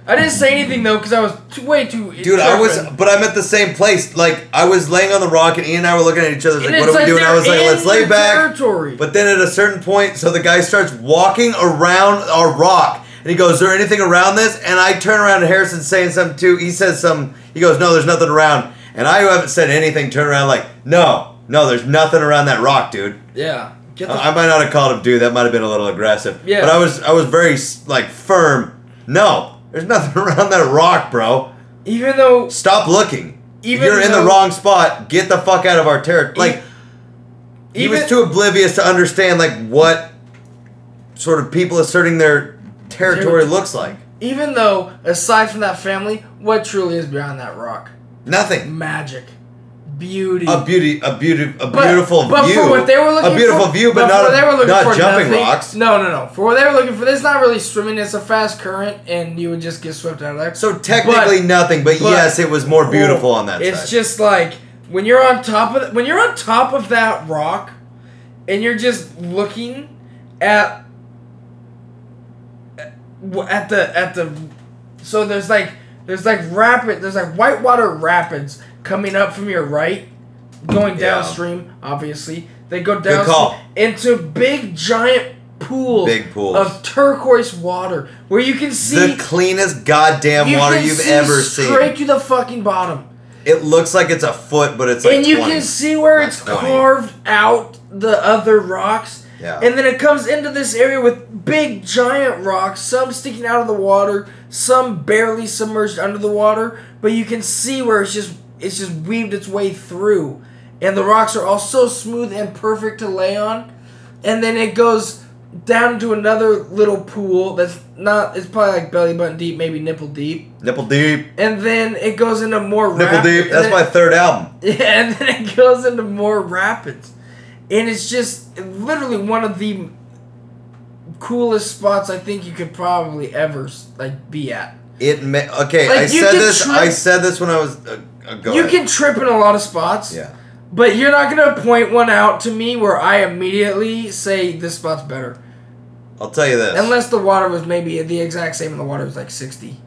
Speaker 3: I didn't say anything though because I was too, way too.
Speaker 2: Dude, I was,
Speaker 3: determined.
Speaker 2: but I'm at the same place. Like, I was laying on the rock, and Ian and I were looking at each other, like,
Speaker 3: And
Speaker 2: what
Speaker 3: it's
Speaker 2: are we doing? I
Speaker 3: they're
Speaker 2: was like,
Speaker 3: in
Speaker 2: let's lay
Speaker 3: your
Speaker 2: back.
Speaker 3: Territory.
Speaker 2: But then at a certain point, so the guy starts walking around a rock, and he goes, "Is there anything around this?" And I turn around, and Harrison's saying something too. He says something. He goes, "No, there's nothing around." And I who haven't said anything. Turn around, like, "No, no, there's nothing around that rock, dude."
Speaker 3: yeah, get the
Speaker 2: I I might not have called him dude. That might have been a little aggressive.
Speaker 3: Yeah.
Speaker 2: But I was I was very like firm. No, there's nothing around that rock, bro.
Speaker 3: even though
Speaker 2: Stop looking.
Speaker 3: Even
Speaker 2: You're in the
Speaker 3: though-
Speaker 2: wrong spot. Get the fuck out of our territory. Like he
Speaker 3: even
Speaker 2: was too oblivious to understand like what sort of people asserting their territory
Speaker 3: Territory.
Speaker 2: looks like.
Speaker 3: even though aside from that family, what truly is behind that rock?
Speaker 2: Nothing.
Speaker 3: Magic, beauty.
Speaker 2: A beauty, a beauty, a
Speaker 3: But-
Speaker 2: beautiful
Speaker 3: but
Speaker 2: view.
Speaker 3: for what they were looking
Speaker 2: a beautiful
Speaker 3: for,
Speaker 2: view, but,
Speaker 3: for
Speaker 2: not
Speaker 3: what
Speaker 2: a-
Speaker 3: they were looking
Speaker 2: not
Speaker 3: for,
Speaker 2: jumping
Speaker 3: nothing.
Speaker 2: rocks.
Speaker 3: No, no, no. For what they were looking for, it's not really swimming. It's a fast current, and you would just get swept out of there.
Speaker 2: So technically
Speaker 3: But-
Speaker 2: nothing, but,
Speaker 3: but-
Speaker 2: yes, it was more beautiful on that
Speaker 3: It's
Speaker 2: side.
Speaker 3: just like when you're on top of when you're on top of that rock, and you're just looking at at the at the so there's like there's like rapid there's like whitewater rapids coming up from your right, going
Speaker 2: Yeah.
Speaker 3: downstream obviously They go
Speaker 2: Good
Speaker 3: down
Speaker 2: call.
Speaker 3: into big giant pools,
Speaker 2: Big pools.
Speaker 3: of turquoise water where you can see
Speaker 2: the cleanest goddamn
Speaker 3: you
Speaker 2: water
Speaker 3: can
Speaker 2: you've
Speaker 3: see
Speaker 2: ever
Speaker 3: straight
Speaker 2: seen.
Speaker 3: to the fucking bottom.
Speaker 2: It looks like it's a foot, but it's like
Speaker 3: and you
Speaker 2: 20.
Speaker 3: can see where
Speaker 2: Not
Speaker 3: it's
Speaker 2: 20.
Speaker 3: carved out the other rocks.
Speaker 2: Yeah.
Speaker 3: And then it comes into this area with big giant rocks, some sticking out of the water, some barely submerged under the water, but you can see where it's just it's just weaved its way through. And the rocks are all so smooth and perfect to lay on. And then it goes down to another little pool that's not it's probably like belly button deep, maybe nipple deep.
Speaker 2: nipple deep,
Speaker 3: And then it goes into more
Speaker 2: nipple
Speaker 3: rap-
Speaker 2: deep.
Speaker 3: and
Speaker 2: That's
Speaker 3: then-
Speaker 2: my third album.
Speaker 3: yeah, and then it goes into more rapids. And it's just literally one of the coolest spots I think you could probably ever like be at.
Speaker 2: It may, okay.
Speaker 3: Like,
Speaker 2: I
Speaker 3: you
Speaker 2: said
Speaker 3: can
Speaker 2: this.
Speaker 3: try-
Speaker 2: I said this when I was. Uh, uh, go
Speaker 3: you
Speaker 2: ahead.
Speaker 3: can trip in a lot of spots,
Speaker 2: Yeah.
Speaker 3: but you're not gonna point one out to me where I immediately say this spot's better.
Speaker 2: I'll tell you this.
Speaker 3: Unless the water was maybe the exact same and the water was like sixty.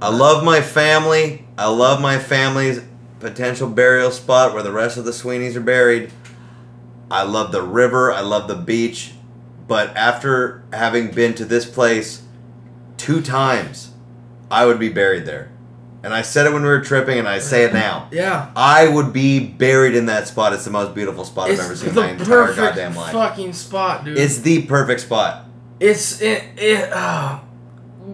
Speaker 2: I love my family. I love my family's potential burial spot where the rest of the Sweeneys are buried. I love the river. I love the beach. But after having been to this place two times, I would be buried there. And I said it when we were tripping, and I say it now.
Speaker 3: Yeah.
Speaker 2: I would be buried in that spot. It's the most beautiful spot
Speaker 3: It's
Speaker 2: I've ever seen in my
Speaker 3: the
Speaker 2: entire
Speaker 3: perfect
Speaker 2: goddamn life.
Speaker 3: fucking spot, dude.
Speaker 2: It's the perfect spot.
Speaker 3: it's it, it uh,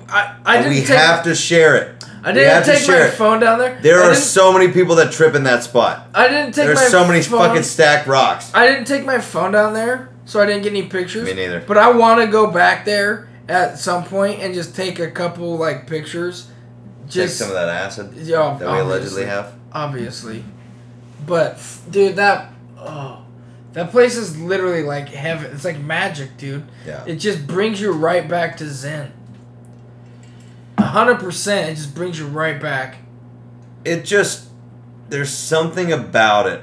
Speaker 3: I, I
Speaker 2: And
Speaker 3: didn't
Speaker 2: we
Speaker 3: take-
Speaker 2: have to share it.
Speaker 3: I
Speaker 2: We have
Speaker 3: didn't
Speaker 2: to
Speaker 3: take
Speaker 2: share
Speaker 3: my
Speaker 2: it.
Speaker 3: phone down there.
Speaker 2: There
Speaker 3: I
Speaker 2: are
Speaker 3: didn't-
Speaker 2: so many people that trip in that spot.
Speaker 3: I didn't take my
Speaker 2: There's so many
Speaker 3: phone.
Speaker 2: fucking stacked rocks.
Speaker 3: I didn't take my phone down there, so I didn't get any pictures.
Speaker 2: Me neither.
Speaker 3: But I want to go back there at some point and just take a couple like pictures.
Speaker 2: Take
Speaker 3: Just
Speaker 2: some of that acid
Speaker 3: Yeah,
Speaker 2: that we allegedly
Speaker 3: obviously.
Speaker 2: have.
Speaker 3: obviously. But f- dude, that oh, that place is literally like heaven. It's like magic, dude.
Speaker 2: Yeah.
Speaker 3: It just brings you right back to Zen. A hundred percent. It just brings you right back.
Speaker 2: It just there's something about it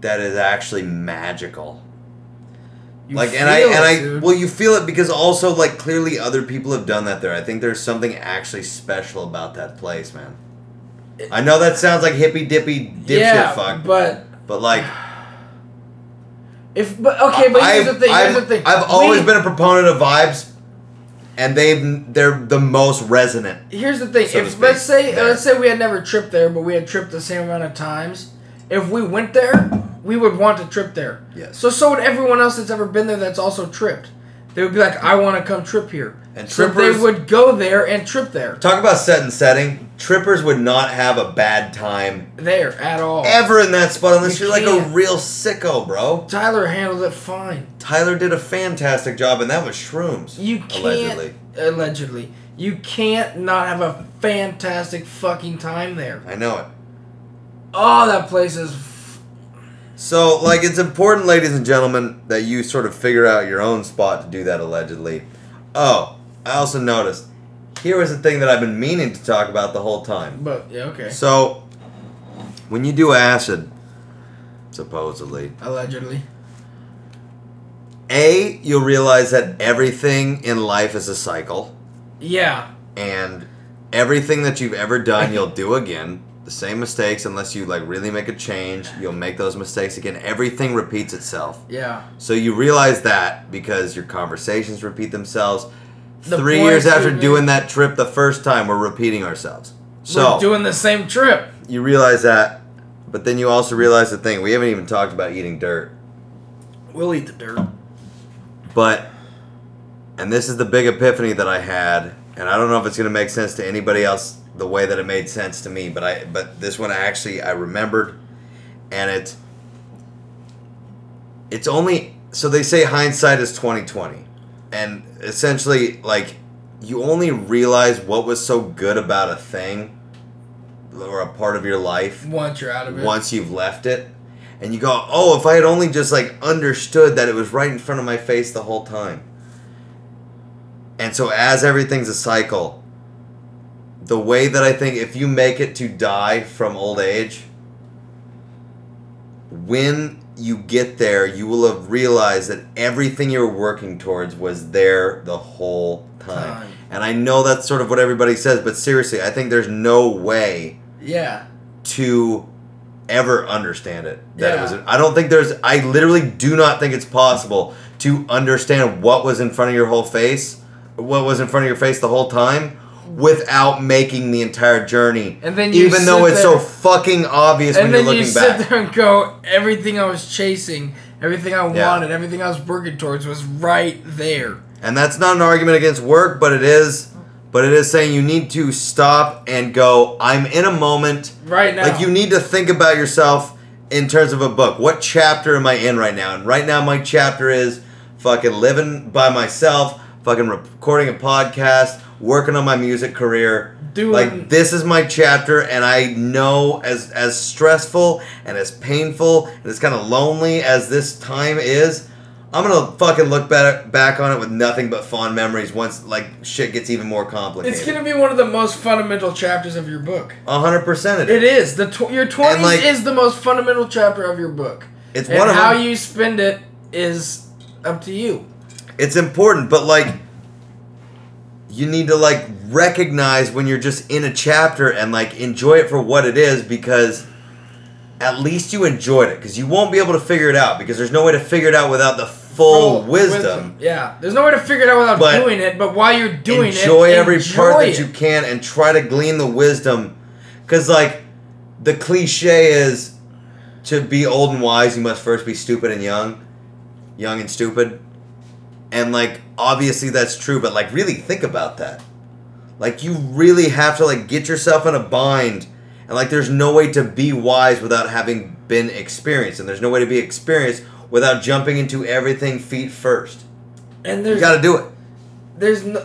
Speaker 2: that is actually magical.
Speaker 3: You
Speaker 2: like
Speaker 3: feel
Speaker 2: and I
Speaker 3: it,
Speaker 2: and I
Speaker 3: dude.
Speaker 2: well you feel it because also like clearly other people have done that there. I think there's something actually special about that place, man. I know that sounds like hippy dippy dipshit
Speaker 3: yeah,
Speaker 2: fuck, but,
Speaker 3: but
Speaker 2: like
Speaker 3: If but okay, but here's
Speaker 2: I've,
Speaker 3: the thing. Here's
Speaker 2: I've-
Speaker 3: the thing.
Speaker 2: I've always
Speaker 3: We-
Speaker 2: been a proponent of vibes, and they've they're the most resonant.
Speaker 3: Here's the thing.
Speaker 2: so to
Speaker 3: if
Speaker 2: speak,
Speaker 3: let's say
Speaker 2: there.
Speaker 3: let's say we had never tripped there, but we had tripped the same amount of times. If we went there, we would want to trip there.
Speaker 2: Yes.
Speaker 3: So so would everyone else that's ever been there that's also tripped. They would be like, I want to come trip here.
Speaker 2: And
Speaker 3: so
Speaker 2: trippers-
Speaker 3: they would go there and trip there.
Speaker 2: Talk about set and setting. Trippers would not have a bad time
Speaker 3: There at all.
Speaker 2: ever in that spot unless
Speaker 3: You
Speaker 2: you're like a
Speaker 3: can't.
Speaker 2: real sicko, bro.
Speaker 3: Tyler handled it fine.
Speaker 2: Tyler did a fantastic job, and that was shrooms.
Speaker 3: You can't
Speaker 2: allegedly.
Speaker 3: allegedly. You can't not have a fantastic fucking time there.
Speaker 2: I know it.
Speaker 3: Oh, that place is. F-
Speaker 2: So, like, it's important, ladies and gentlemen, that you sort of figure out your own spot to do that allegedly. Oh, I also noticed here was the thing that I've been meaning to talk about the whole time.
Speaker 3: but yeah, okay.
Speaker 2: So, when you do acid, supposedly,
Speaker 3: Allegedly.
Speaker 2: A, you'll realize that everything in life is a cycle,
Speaker 3: Yeah.
Speaker 2: and everything that you've ever done, you'll do again. The same mistakes, unless you like really make a change, you'll make those mistakes again. Everything repeats itself.
Speaker 3: Yeah.
Speaker 2: So you realize that because your conversations repeat themselves.
Speaker 3: The
Speaker 2: Three years
Speaker 3: points you
Speaker 2: after
Speaker 3: made-
Speaker 2: doing that trip the first time, we're repeating ourselves. So
Speaker 3: We're doing the same trip.
Speaker 2: you realize that, but then you also realize the thing we haven't even talked about eating dirt.
Speaker 3: We'll eat the dirt.
Speaker 2: But, and this is the big epiphany that I had, and I don't know if it's gonna make sense to anybody else the way that it made sense to me, but I but this one I actually I remembered, and it's it's only so they say hindsight is twenty twenty, and essentially like you only realize what was so good about a thing or a part of your life
Speaker 3: Once you're out of it.
Speaker 2: once you've left it and you go oh if i had only just like understood that it was right in front of my face the whole time and so as everything's a cycle the way that i think if you make it to die from old age when you get there you will have realized that everything you're working towards was there the whole time.
Speaker 3: Time.
Speaker 2: and i know that's sort of what everybody says but seriously i think there's no way
Speaker 3: Yeah.
Speaker 2: to ever understand it. That it
Speaker 3: Yeah.
Speaker 2: was. I don't think there's. I literally do not think it's possible to understand what was in front of your whole face, what was in front of your face the whole time, without making the entire journey.
Speaker 3: And then you
Speaker 2: even though
Speaker 3: sit
Speaker 2: it's so
Speaker 3: there-
Speaker 2: fucking obvious when
Speaker 3: and
Speaker 2: you're
Speaker 3: then you
Speaker 2: looking
Speaker 3: sit
Speaker 2: back.
Speaker 3: there and go, everything I was chasing, everything I
Speaker 2: Yeah.
Speaker 3: wanted, everything I was working towards was right there.
Speaker 2: And that's not an argument against work, but it is. But it is saying you need to stop and go. I'm in a moment.
Speaker 3: Right now.
Speaker 2: Like you need to think about yourself in terms of a book. What chapter am I in right now? And right now my chapter is fucking living by myself, fucking recording a podcast, working on my music career.
Speaker 3: Doing-
Speaker 2: like this is my chapter and I know as as stressful and as painful and as kind of lonely as this time is, I'm gonna fucking look back back on it with nothing but fond memories once like shit gets even more complicated.
Speaker 3: It's gonna be one of the most fundamental chapters of your book.
Speaker 2: hundred percent it is.
Speaker 3: It is the tw- your twenties
Speaker 2: like-
Speaker 3: is the most fundamental chapter of your book.
Speaker 2: It's
Speaker 3: and
Speaker 2: one of
Speaker 3: how
Speaker 2: them.
Speaker 3: you spend it is up to you.
Speaker 2: it's important but like you need to like recognize when you're just in a chapter and like enjoy it for what it is because at least you enjoyed it because you won't be able to figure it out because there's no way to figure it out without the full wisdom,
Speaker 3: Yeah, there's no way to figure it out without
Speaker 2: But
Speaker 3: doing it. But while you're doing
Speaker 2: enjoy
Speaker 3: it,
Speaker 2: every part
Speaker 3: enjoy
Speaker 2: that you
Speaker 3: it.
Speaker 2: can and try to glean the wisdom because like the cliche is to be old and wise you must first be stupid and young young and stupid and like obviously that's true but like really think about that like you really have to like get yourself in a bind and like there's no way to be wise without having been experienced and there's no way to be experienced without jumping into everything feet first
Speaker 3: And
Speaker 2: you
Speaker 3: there's
Speaker 2: gotta do it
Speaker 3: there's no,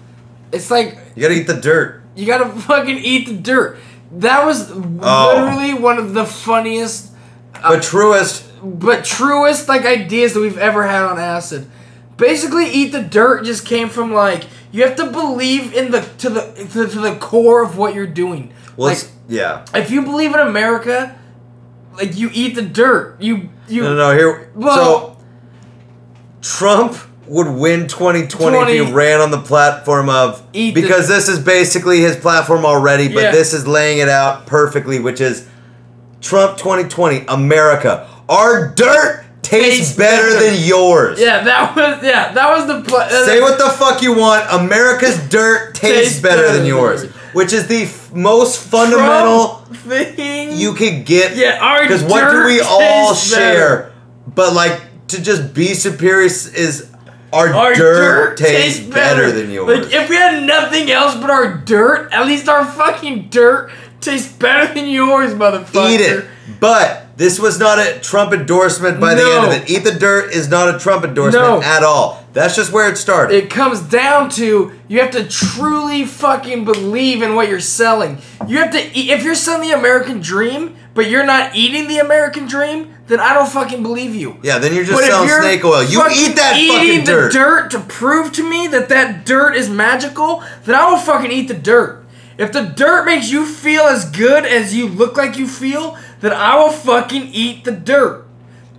Speaker 5: It's like
Speaker 2: you gotta eat the dirt
Speaker 5: you gotta fucking eat the dirt. That
Speaker 2: Oh.
Speaker 5: was literally one of the funniest
Speaker 2: but truest
Speaker 5: but truest like ideas that we've ever had on acid. Basically, eat the dirt just came from like you have to believe in the to the to, to the core of what you're doing.
Speaker 2: Well,
Speaker 5: like
Speaker 2: it's- yeah.
Speaker 5: if you believe in America, like you eat the dirt. You you
Speaker 2: No, no, no, here.
Speaker 5: Well-
Speaker 2: so, Trump would win 2020 if he
Speaker 5: 20
Speaker 2: ran on the platform of.
Speaker 5: Eat the-
Speaker 2: because this is basically his platform already, but
Speaker 3: Yeah.
Speaker 2: this is laying it out perfectly, which is Trump 2020, America. Our dirt tastes,
Speaker 3: Tastes
Speaker 2: better,
Speaker 3: better.
Speaker 2: than yours.
Speaker 3: yeah, that was yeah, that was the pl-
Speaker 5: uh,
Speaker 2: Say what the fuck you want. America's dirt tastes,
Speaker 3: Tastes
Speaker 2: better,
Speaker 3: better
Speaker 2: than
Speaker 3: than
Speaker 2: yours,
Speaker 3: yours.
Speaker 2: which is the f- most fundamental.
Speaker 3: thing.
Speaker 2: you could get
Speaker 3: Yeah, our
Speaker 2: because what do
Speaker 3: dirt
Speaker 2: we all
Speaker 3: tastes
Speaker 2: share but like to just be superior is, is our,
Speaker 3: our
Speaker 2: dirt, tastes better, than yours
Speaker 3: Like if we had nothing else but our dirt, at least our fucking dirt tastes better than yours, motherfucker.
Speaker 2: eat it but this was not a trump endorsement by the end of
Speaker 3: No.
Speaker 2: it eat the dirt is not a trump endorsement
Speaker 3: No.
Speaker 2: at all that's just where it started
Speaker 3: It comes down to you have to truly fucking believe in what you're selling. You have to eat. If you're selling the American dream, but you're not eating the American dream, then I don't fucking believe you.
Speaker 2: yeah then you're just
Speaker 3: But if
Speaker 2: selling
Speaker 3: you're
Speaker 2: snake oil you
Speaker 3: fucking
Speaker 2: eat that
Speaker 3: eating
Speaker 2: fucking dirt.
Speaker 3: the dirt to prove to me that that dirt is magical, then I will fucking eat the dirt. If the dirt makes you feel as good as you look like you feel, then I will fucking eat the dirt.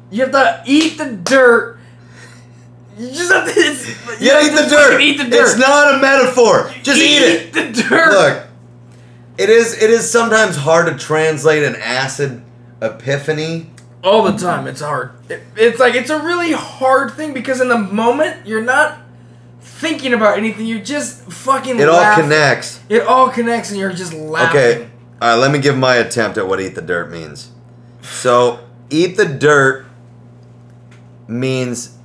Speaker 3: You have to eat the dirt. You just have to. It's,
Speaker 2: you gotta eat
Speaker 3: have to
Speaker 2: the dirt
Speaker 3: fucking Eat the dirt.
Speaker 2: it's not a metaphor just eat, it
Speaker 3: the dirt.
Speaker 2: Look, it is it is sometimes hard to translate an acid epiphany.
Speaker 3: all the time. It's hard. It, it's like it's a really hard thing because in the moment you're not thinking about anything. You're just fucking.
Speaker 2: It all
Speaker 3: laughing.
Speaker 2: connects.
Speaker 3: It all connects, and you're just laughing.
Speaker 2: Okay, all right. Let me give my attempt at what "eat the dirt" means. So, "eat the dirt" means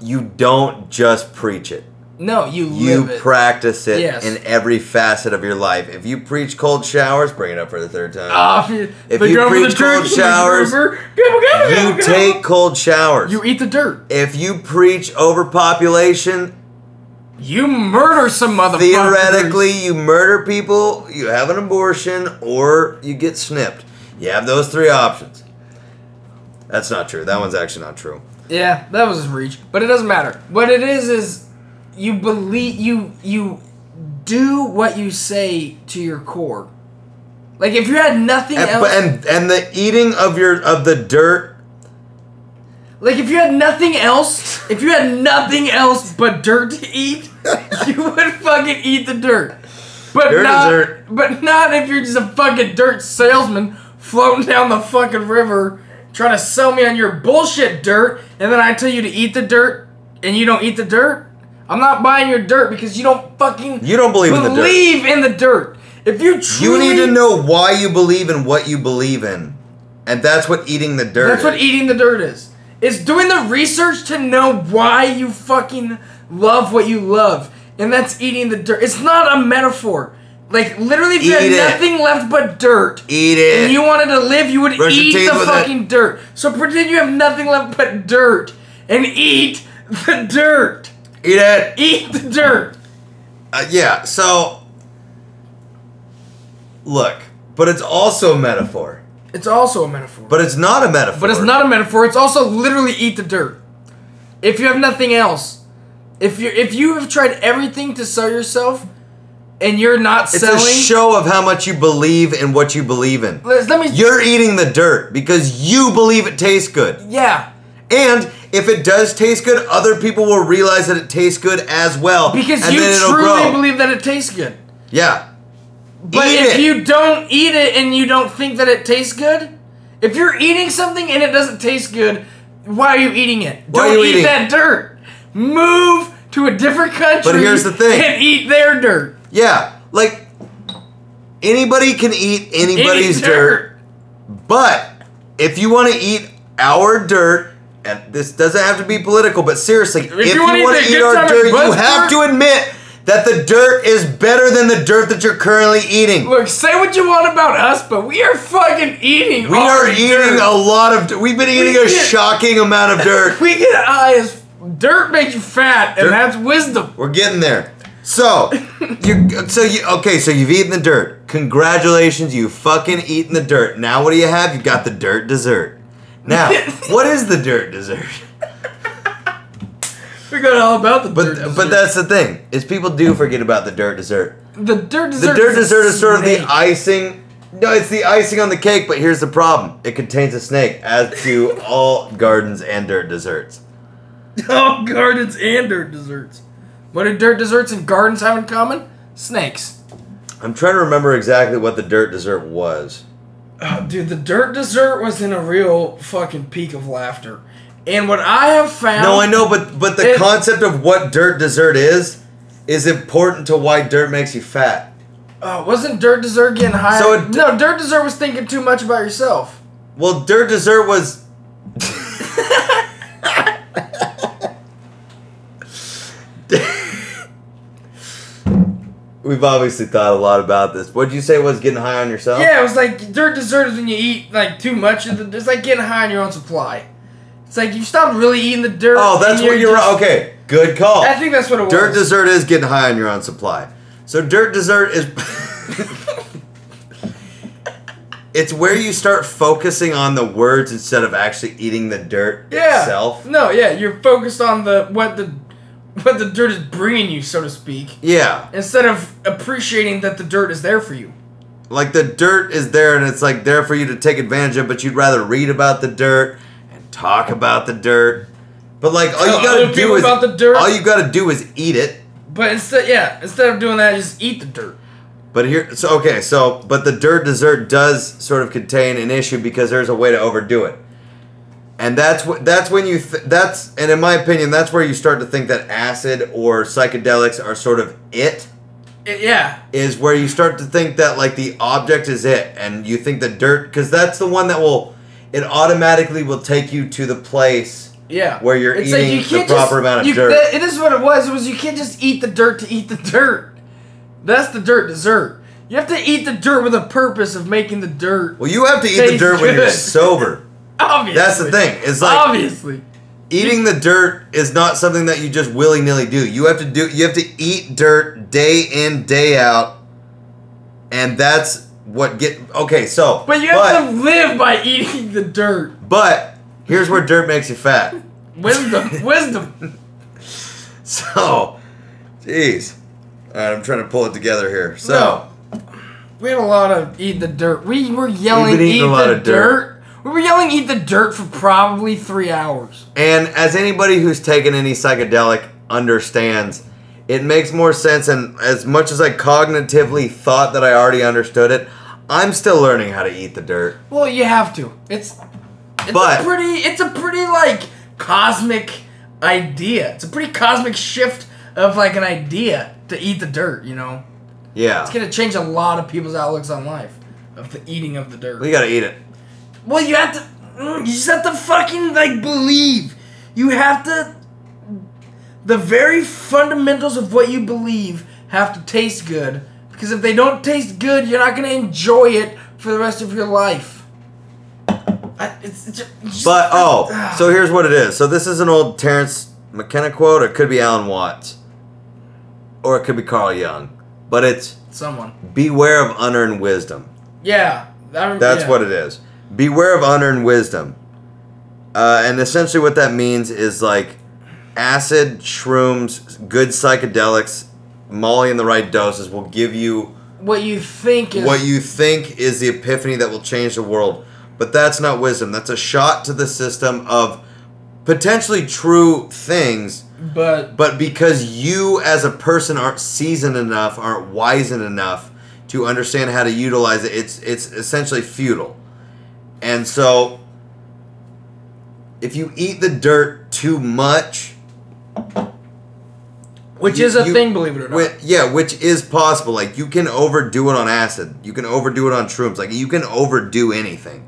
Speaker 2: you don't just preach it.
Speaker 3: No, you
Speaker 2: You
Speaker 3: live it.
Speaker 2: practice it
Speaker 3: Yes.
Speaker 2: in every facet of your life. If you preach cold showers, bring it up for the third time.
Speaker 3: Ah, if you,
Speaker 2: If
Speaker 3: the
Speaker 2: you
Speaker 3: girl with the
Speaker 2: preach cold
Speaker 3: drink, the
Speaker 2: showers,
Speaker 3: groover, gobble, gobble,
Speaker 2: you
Speaker 3: gobble,
Speaker 2: take
Speaker 3: gobble.
Speaker 2: cold showers.
Speaker 3: You eat the dirt.
Speaker 2: if you preach overpopulation,
Speaker 3: You murder some motherfucker.
Speaker 2: theoretically you murder people you have an abortion or you get snipped you have those three options that's not true that one's actually not true
Speaker 3: Yeah, that was a reach, but it doesn't matter. What it is is you believe you you do what you say to your core. Like if you had nothing
Speaker 2: and,
Speaker 3: else,
Speaker 2: but- and and the eating of your of the dirt
Speaker 3: like if you had nothing else, if you had nothing else but dirt to eat, you would fucking eat the dirt. But
Speaker 2: Dirt is
Speaker 3: not,
Speaker 2: dirt.
Speaker 3: but not if you're just a fucking dirt salesman floating down the fucking river trying to sell me on your bullshit dirt, and then I tell you to eat the dirt, and you don't eat the dirt? I'm not buying your dirt because you don't fucking
Speaker 2: You don't believe in the dirt.
Speaker 3: believe in the dirt. If you
Speaker 2: You
Speaker 3: truly
Speaker 2: need to know why you believe in what you believe in. And that's what eating the dirt
Speaker 3: That's what e-
Speaker 2: is.
Speaker 3: eating the dirt is. It's doing the research to know why you fucking love what you love. And that's eating the dirt. It's not a metaphor. Like literally if you
Speaker 2: Eat
Speaker 3: had
Speaker 2: it.
Speaker 3: nothing left but dirt
Speaker 2: Eat it.
Speaker 3: and you wanted to live, you would
Speaker 2: Brush your
Speaker 3: eat
Speaker 2: teeth
Speaker 3: the
Speaker 2: with it.
Speaker 3: fucking dirt. So pretend you have nothing left but dirt and eat the dirt.
Speaker 2: eat it.
Speaker 3: Eat the dirt.
Speaker 2: Uh, yeah, so. Look, but it's also a metaphor.
Speaker 3: It's also a metaphor.
Speaker 2: But it's not a metaphor.
Speaker 3: But it's not a metaphor. It's also literally eat the dirt. If you have nothing else, if you if you have tried everything to sell yourself, and you're not
Speaker 2: It's
Speaker 3: selling,
Speaker 2: a show of how much you believe in what you believe in.
Speaker 3: let, let me.
Speaker 2: You're eating the dirt because you believe it tastes good.
Speaker 3: yeah,
Speaker 2: And if it does taste good, other people will realize that it tastes good as well.
Speaker 3: because
Speaker 2: and
Speaker 3: you
Speaker 2: then it'll
Speaker 3: truly
Speaker 2: grow.
Speaker 3: believe that it tastes good.
Speaker 2: Yeah.
Speaker 3: But
Speaker 2: Eat
Speaker 3: if
Speaker 2: it.
Speaker 3: you don't eat it and you don't think that it tastes good, if you're eating something and it doesn't taste good, why are you eating it?
Speaker 2: Why are
Speaker 3: don't
Speaker 2: you
Speaker 3: eat
Speaker 2: eating
Speaker 3: that dirt. Move to a different country.
Speaker 2: here's the thing.
Speaker 3: And eat their dirt.
Speaker 2: Yeah, like anybody can eat anybody's
Speaker 3: Eat
Speaker 2: dirt, but if you want to eat our dirt, and this doesn't have to be political, but seriously, if,
Speaker 3: you
Speaker 2: you
Speaker 3: wanna eat
Speaker 2: want
Speaker 3: the
Speaker 2: to eat
Speaker 3: good
Speaker 2: our
Speaker 3: time
Speaker 2: dirt,
Speaker 3: and
Speaker 2: you
Speaker 3: buzz
Speaker 2: have
Speaker 3: dirt-
Speaker 2: to admit that the dirt is better than the dirt that you're currently eating.
Speaker 3: Look, say what you want about us, but we are fucking eating.
Speaker 2: we
Speaker 3: all
Speaker 2: are
Speaker 3: the
Speaker 2: eating
Speaker 3: dirt.
Speaker 2: a lot of. di- We've been eating a
Speaker 3: get-
Speaker 2: shocking amount of dirt.
Speaker 3: We get high as dirt makes you fat, and
Speaker 2: Dirt-
Speaker 3: that's wisdom.
Speaker 2: We're getting there. So, you so you okay? So you've eaten the dirt. Congratulations, you fucking eaten the dirt. Now what do you have? You got the dirt dessert. Now, what is the dirt dessert?
Speaker 3: We got all about the
Speaker 2: But
Speaker 3: dirt. dessert.
Speaker 2: but that's the thing is people do forget about the dirt dessert.
Speaker 3: the dirt
Speaker 2: The
Speaker 3: dessert.
Speaker 2: dirt dessert
Speaker 3: a
Speaker 2: is sort of the
Speaker 3: snake.
Speaker 2: icing. No, it's the icing on the cake. But here's the problem: it contains a snake, as do all gardens and dirt desserts.
Speaker 3: all Oh, gardens and dirt desserts. What do dirt desserts and gardens have in common? Snakes.
Speaker 2: I'm trying to remember exactly what the dirt dessert was.
Speaker 3: Oh, dude, the dirt dessert was in a real fucking peak of laughter. And what I have found.
Speaker 2: No, I know, but but the
Speaker 3: It-
Speaker 2: concept of what dirt dessert is is important to why dirt makes you fat.
Speaker 3: Uh, wasn't dirt dessert getting high?
Speaker 2: So it-
Speaker 3: no, dirt dessert was thinking too much about yourself.
Speaker 2: Well, dirt dessert was. We've obviously thought a lot about this. What'd you say was getting high on yourself?
Speaker 3: Yeah, it was like dirt dessert is when you eat like too much. Of the, it's like getting high on your own supply. It's like you stop really eating the dirt.
Speaker 2: Oh, that's
Speaker 3: and
Speaker 2: what you're.
Speaker 3: just-
Speaker 2: Okay, good call.
Speaker 3: I think that's what it
Speaker 2: Dirt
Speaker 3: was.
Speaker 2: dessert is getting high on your own supply. So dirt dessert is It's where you start focusing on the words instead of actually eating the dirt
Speaker 3: yeah.
Speaker 2: itself.
Speaker 3: No, yeah, you're focused on the what the what the dirt is bringing you, so to speak,
Speaker 2: Yeah.
Speaker 3: instead of appreciating that the dirt is there for you.
Speaker 2: Like the dirt is there and it's like there for you to take advantage of, but you'd rather read about the dirt and talk about the dirt. But like all
Speaker 3: Tell
Speaker 2: you gotta
Speaker 3: other people
Speaker 2: do is
Speaker 3: about the dirt.
Speaker 2: all you gotta do is eat it.
Speaker 3: But instead, yeah, instead of doing that, just eat the dirt.
Speaker 2: But here, so okay, so but the dirt dessert does sort of contain an issue because there's a way to overdo it, and that's what that's when you th- that's and in my opinion that's where you start to think that acid or psychedelics are sort of it
Speaker 3: I- yeah,
Speaker 2: is where you start to think that like the object is it and you think the dirt because that's the one that will it automatically will take you to the place
Speaker 3: yeah.
Speaker 2: Where you're
Speaker 3: it's
Speaker 2: eating
Speaker 3: like
Speaker 2: the
Speaker 3: you can't
Speaker 2: proper
Speaker 3: just-
Speaker 2: amount of
Speaker 3: you-
Speaker 2: dirt.
Speaker 3: that- it is what it was. It was you can't just eat the dirt to eat the dirt. That's the dirt dessert. You have to eat the dirt with a purpose of making the dirt
Speaker 2: well you have to eat the
Speaker 3: Tastes
Speaker 2: dirt when you're
Speaker 3: good.
Speaker 2: sober
Speaker 3: obvious.
Speaker 2: that's the thing it's like
Speaker 3: obviously.
Speaker 2: eating the dirt is not something that you just willy-nilly do you have to do you have to eat dirt day in day out and that's what get okay so
Speaker 3: But you have to live by eating the dirt.
Speaker 2: but here's where dirt makes you fat
Speaker 3: Wisdom, wisdom.
Speaker 2: so jeez all right i'm trying to pull it together here so
Speaker 3: We had a lot of eat the dirt. We were yelling
Speaker 2: We've been
Speaker 3: eat
Speaker 2: eating
Speaker 3: the
Speaker 2: a lot of
Speaker 3: dirt. We were yelling eat the dirt for probably three hours.
Speaker 2: and as anybody who's taken any psychedelic understands it makes more sense and as much as i cognitively thought that i already understood it I'm still learning how to eat the dirt.
Speaker 3: Well, you have to. It's it's
Speaker 2: But-
Speaker 3: a pretty it's a pretty like cosmic idea. It's a pretty cosmic shift of like an idea to eat the dirt, you know.
Speaker 2: Yeah.
Speaker 3: It's gonna change a lot of people's outlooks on life of the eating of the dirt.
Speaker 2: We gotta eat it.
Speaker 3: Well, you have to. mm, You just have to fucking like believe. You have to. The very fundamentals of what you believe have to taste good. Because if they don't taste good, you're not gonna enjoy it for the rest of your life. I, it's, it's ju- you just- ah,
Speaker 2: But oh, so here's what it is. So this is an old Terrence McKenna quote, or it could be Alan Watts, or it could be Carl Young. But it's
Speaker 3: someone.
Speaker 2: beware of unearned wisdom.
Speaker 3: Yeah, I rem-
Speaker 2: That's
Speaker 3: yeah.
Speaker 2: what it is. Beware of unearned wisdom. Uh, and essentially, what that means is like acid, shrooms, good psychedelics, Molly in the right doses will give you
Speaker 3: What you think is
Speaker 2: what you think is the epiphany that will change the world. But that's not wisdom. That's a shot to the system of potentially true things,
Speaker 3: But
Speaker 2: but because you as a person aren't seasoned enough, aren't wizened enough to understand how to utilize it, it's it's essentially futile. And so if you eat the dirt too much,
Speaker 3: which
Speaker 2: you-
Speaker 3: is a
Speaker 2: you-
Speaker 3: thing, believe it or not.
Speaker 2: Whi- yeah, which is possible. Like you can overdo it on acid. You can overdo it on shrooms. Like you can overdo anything.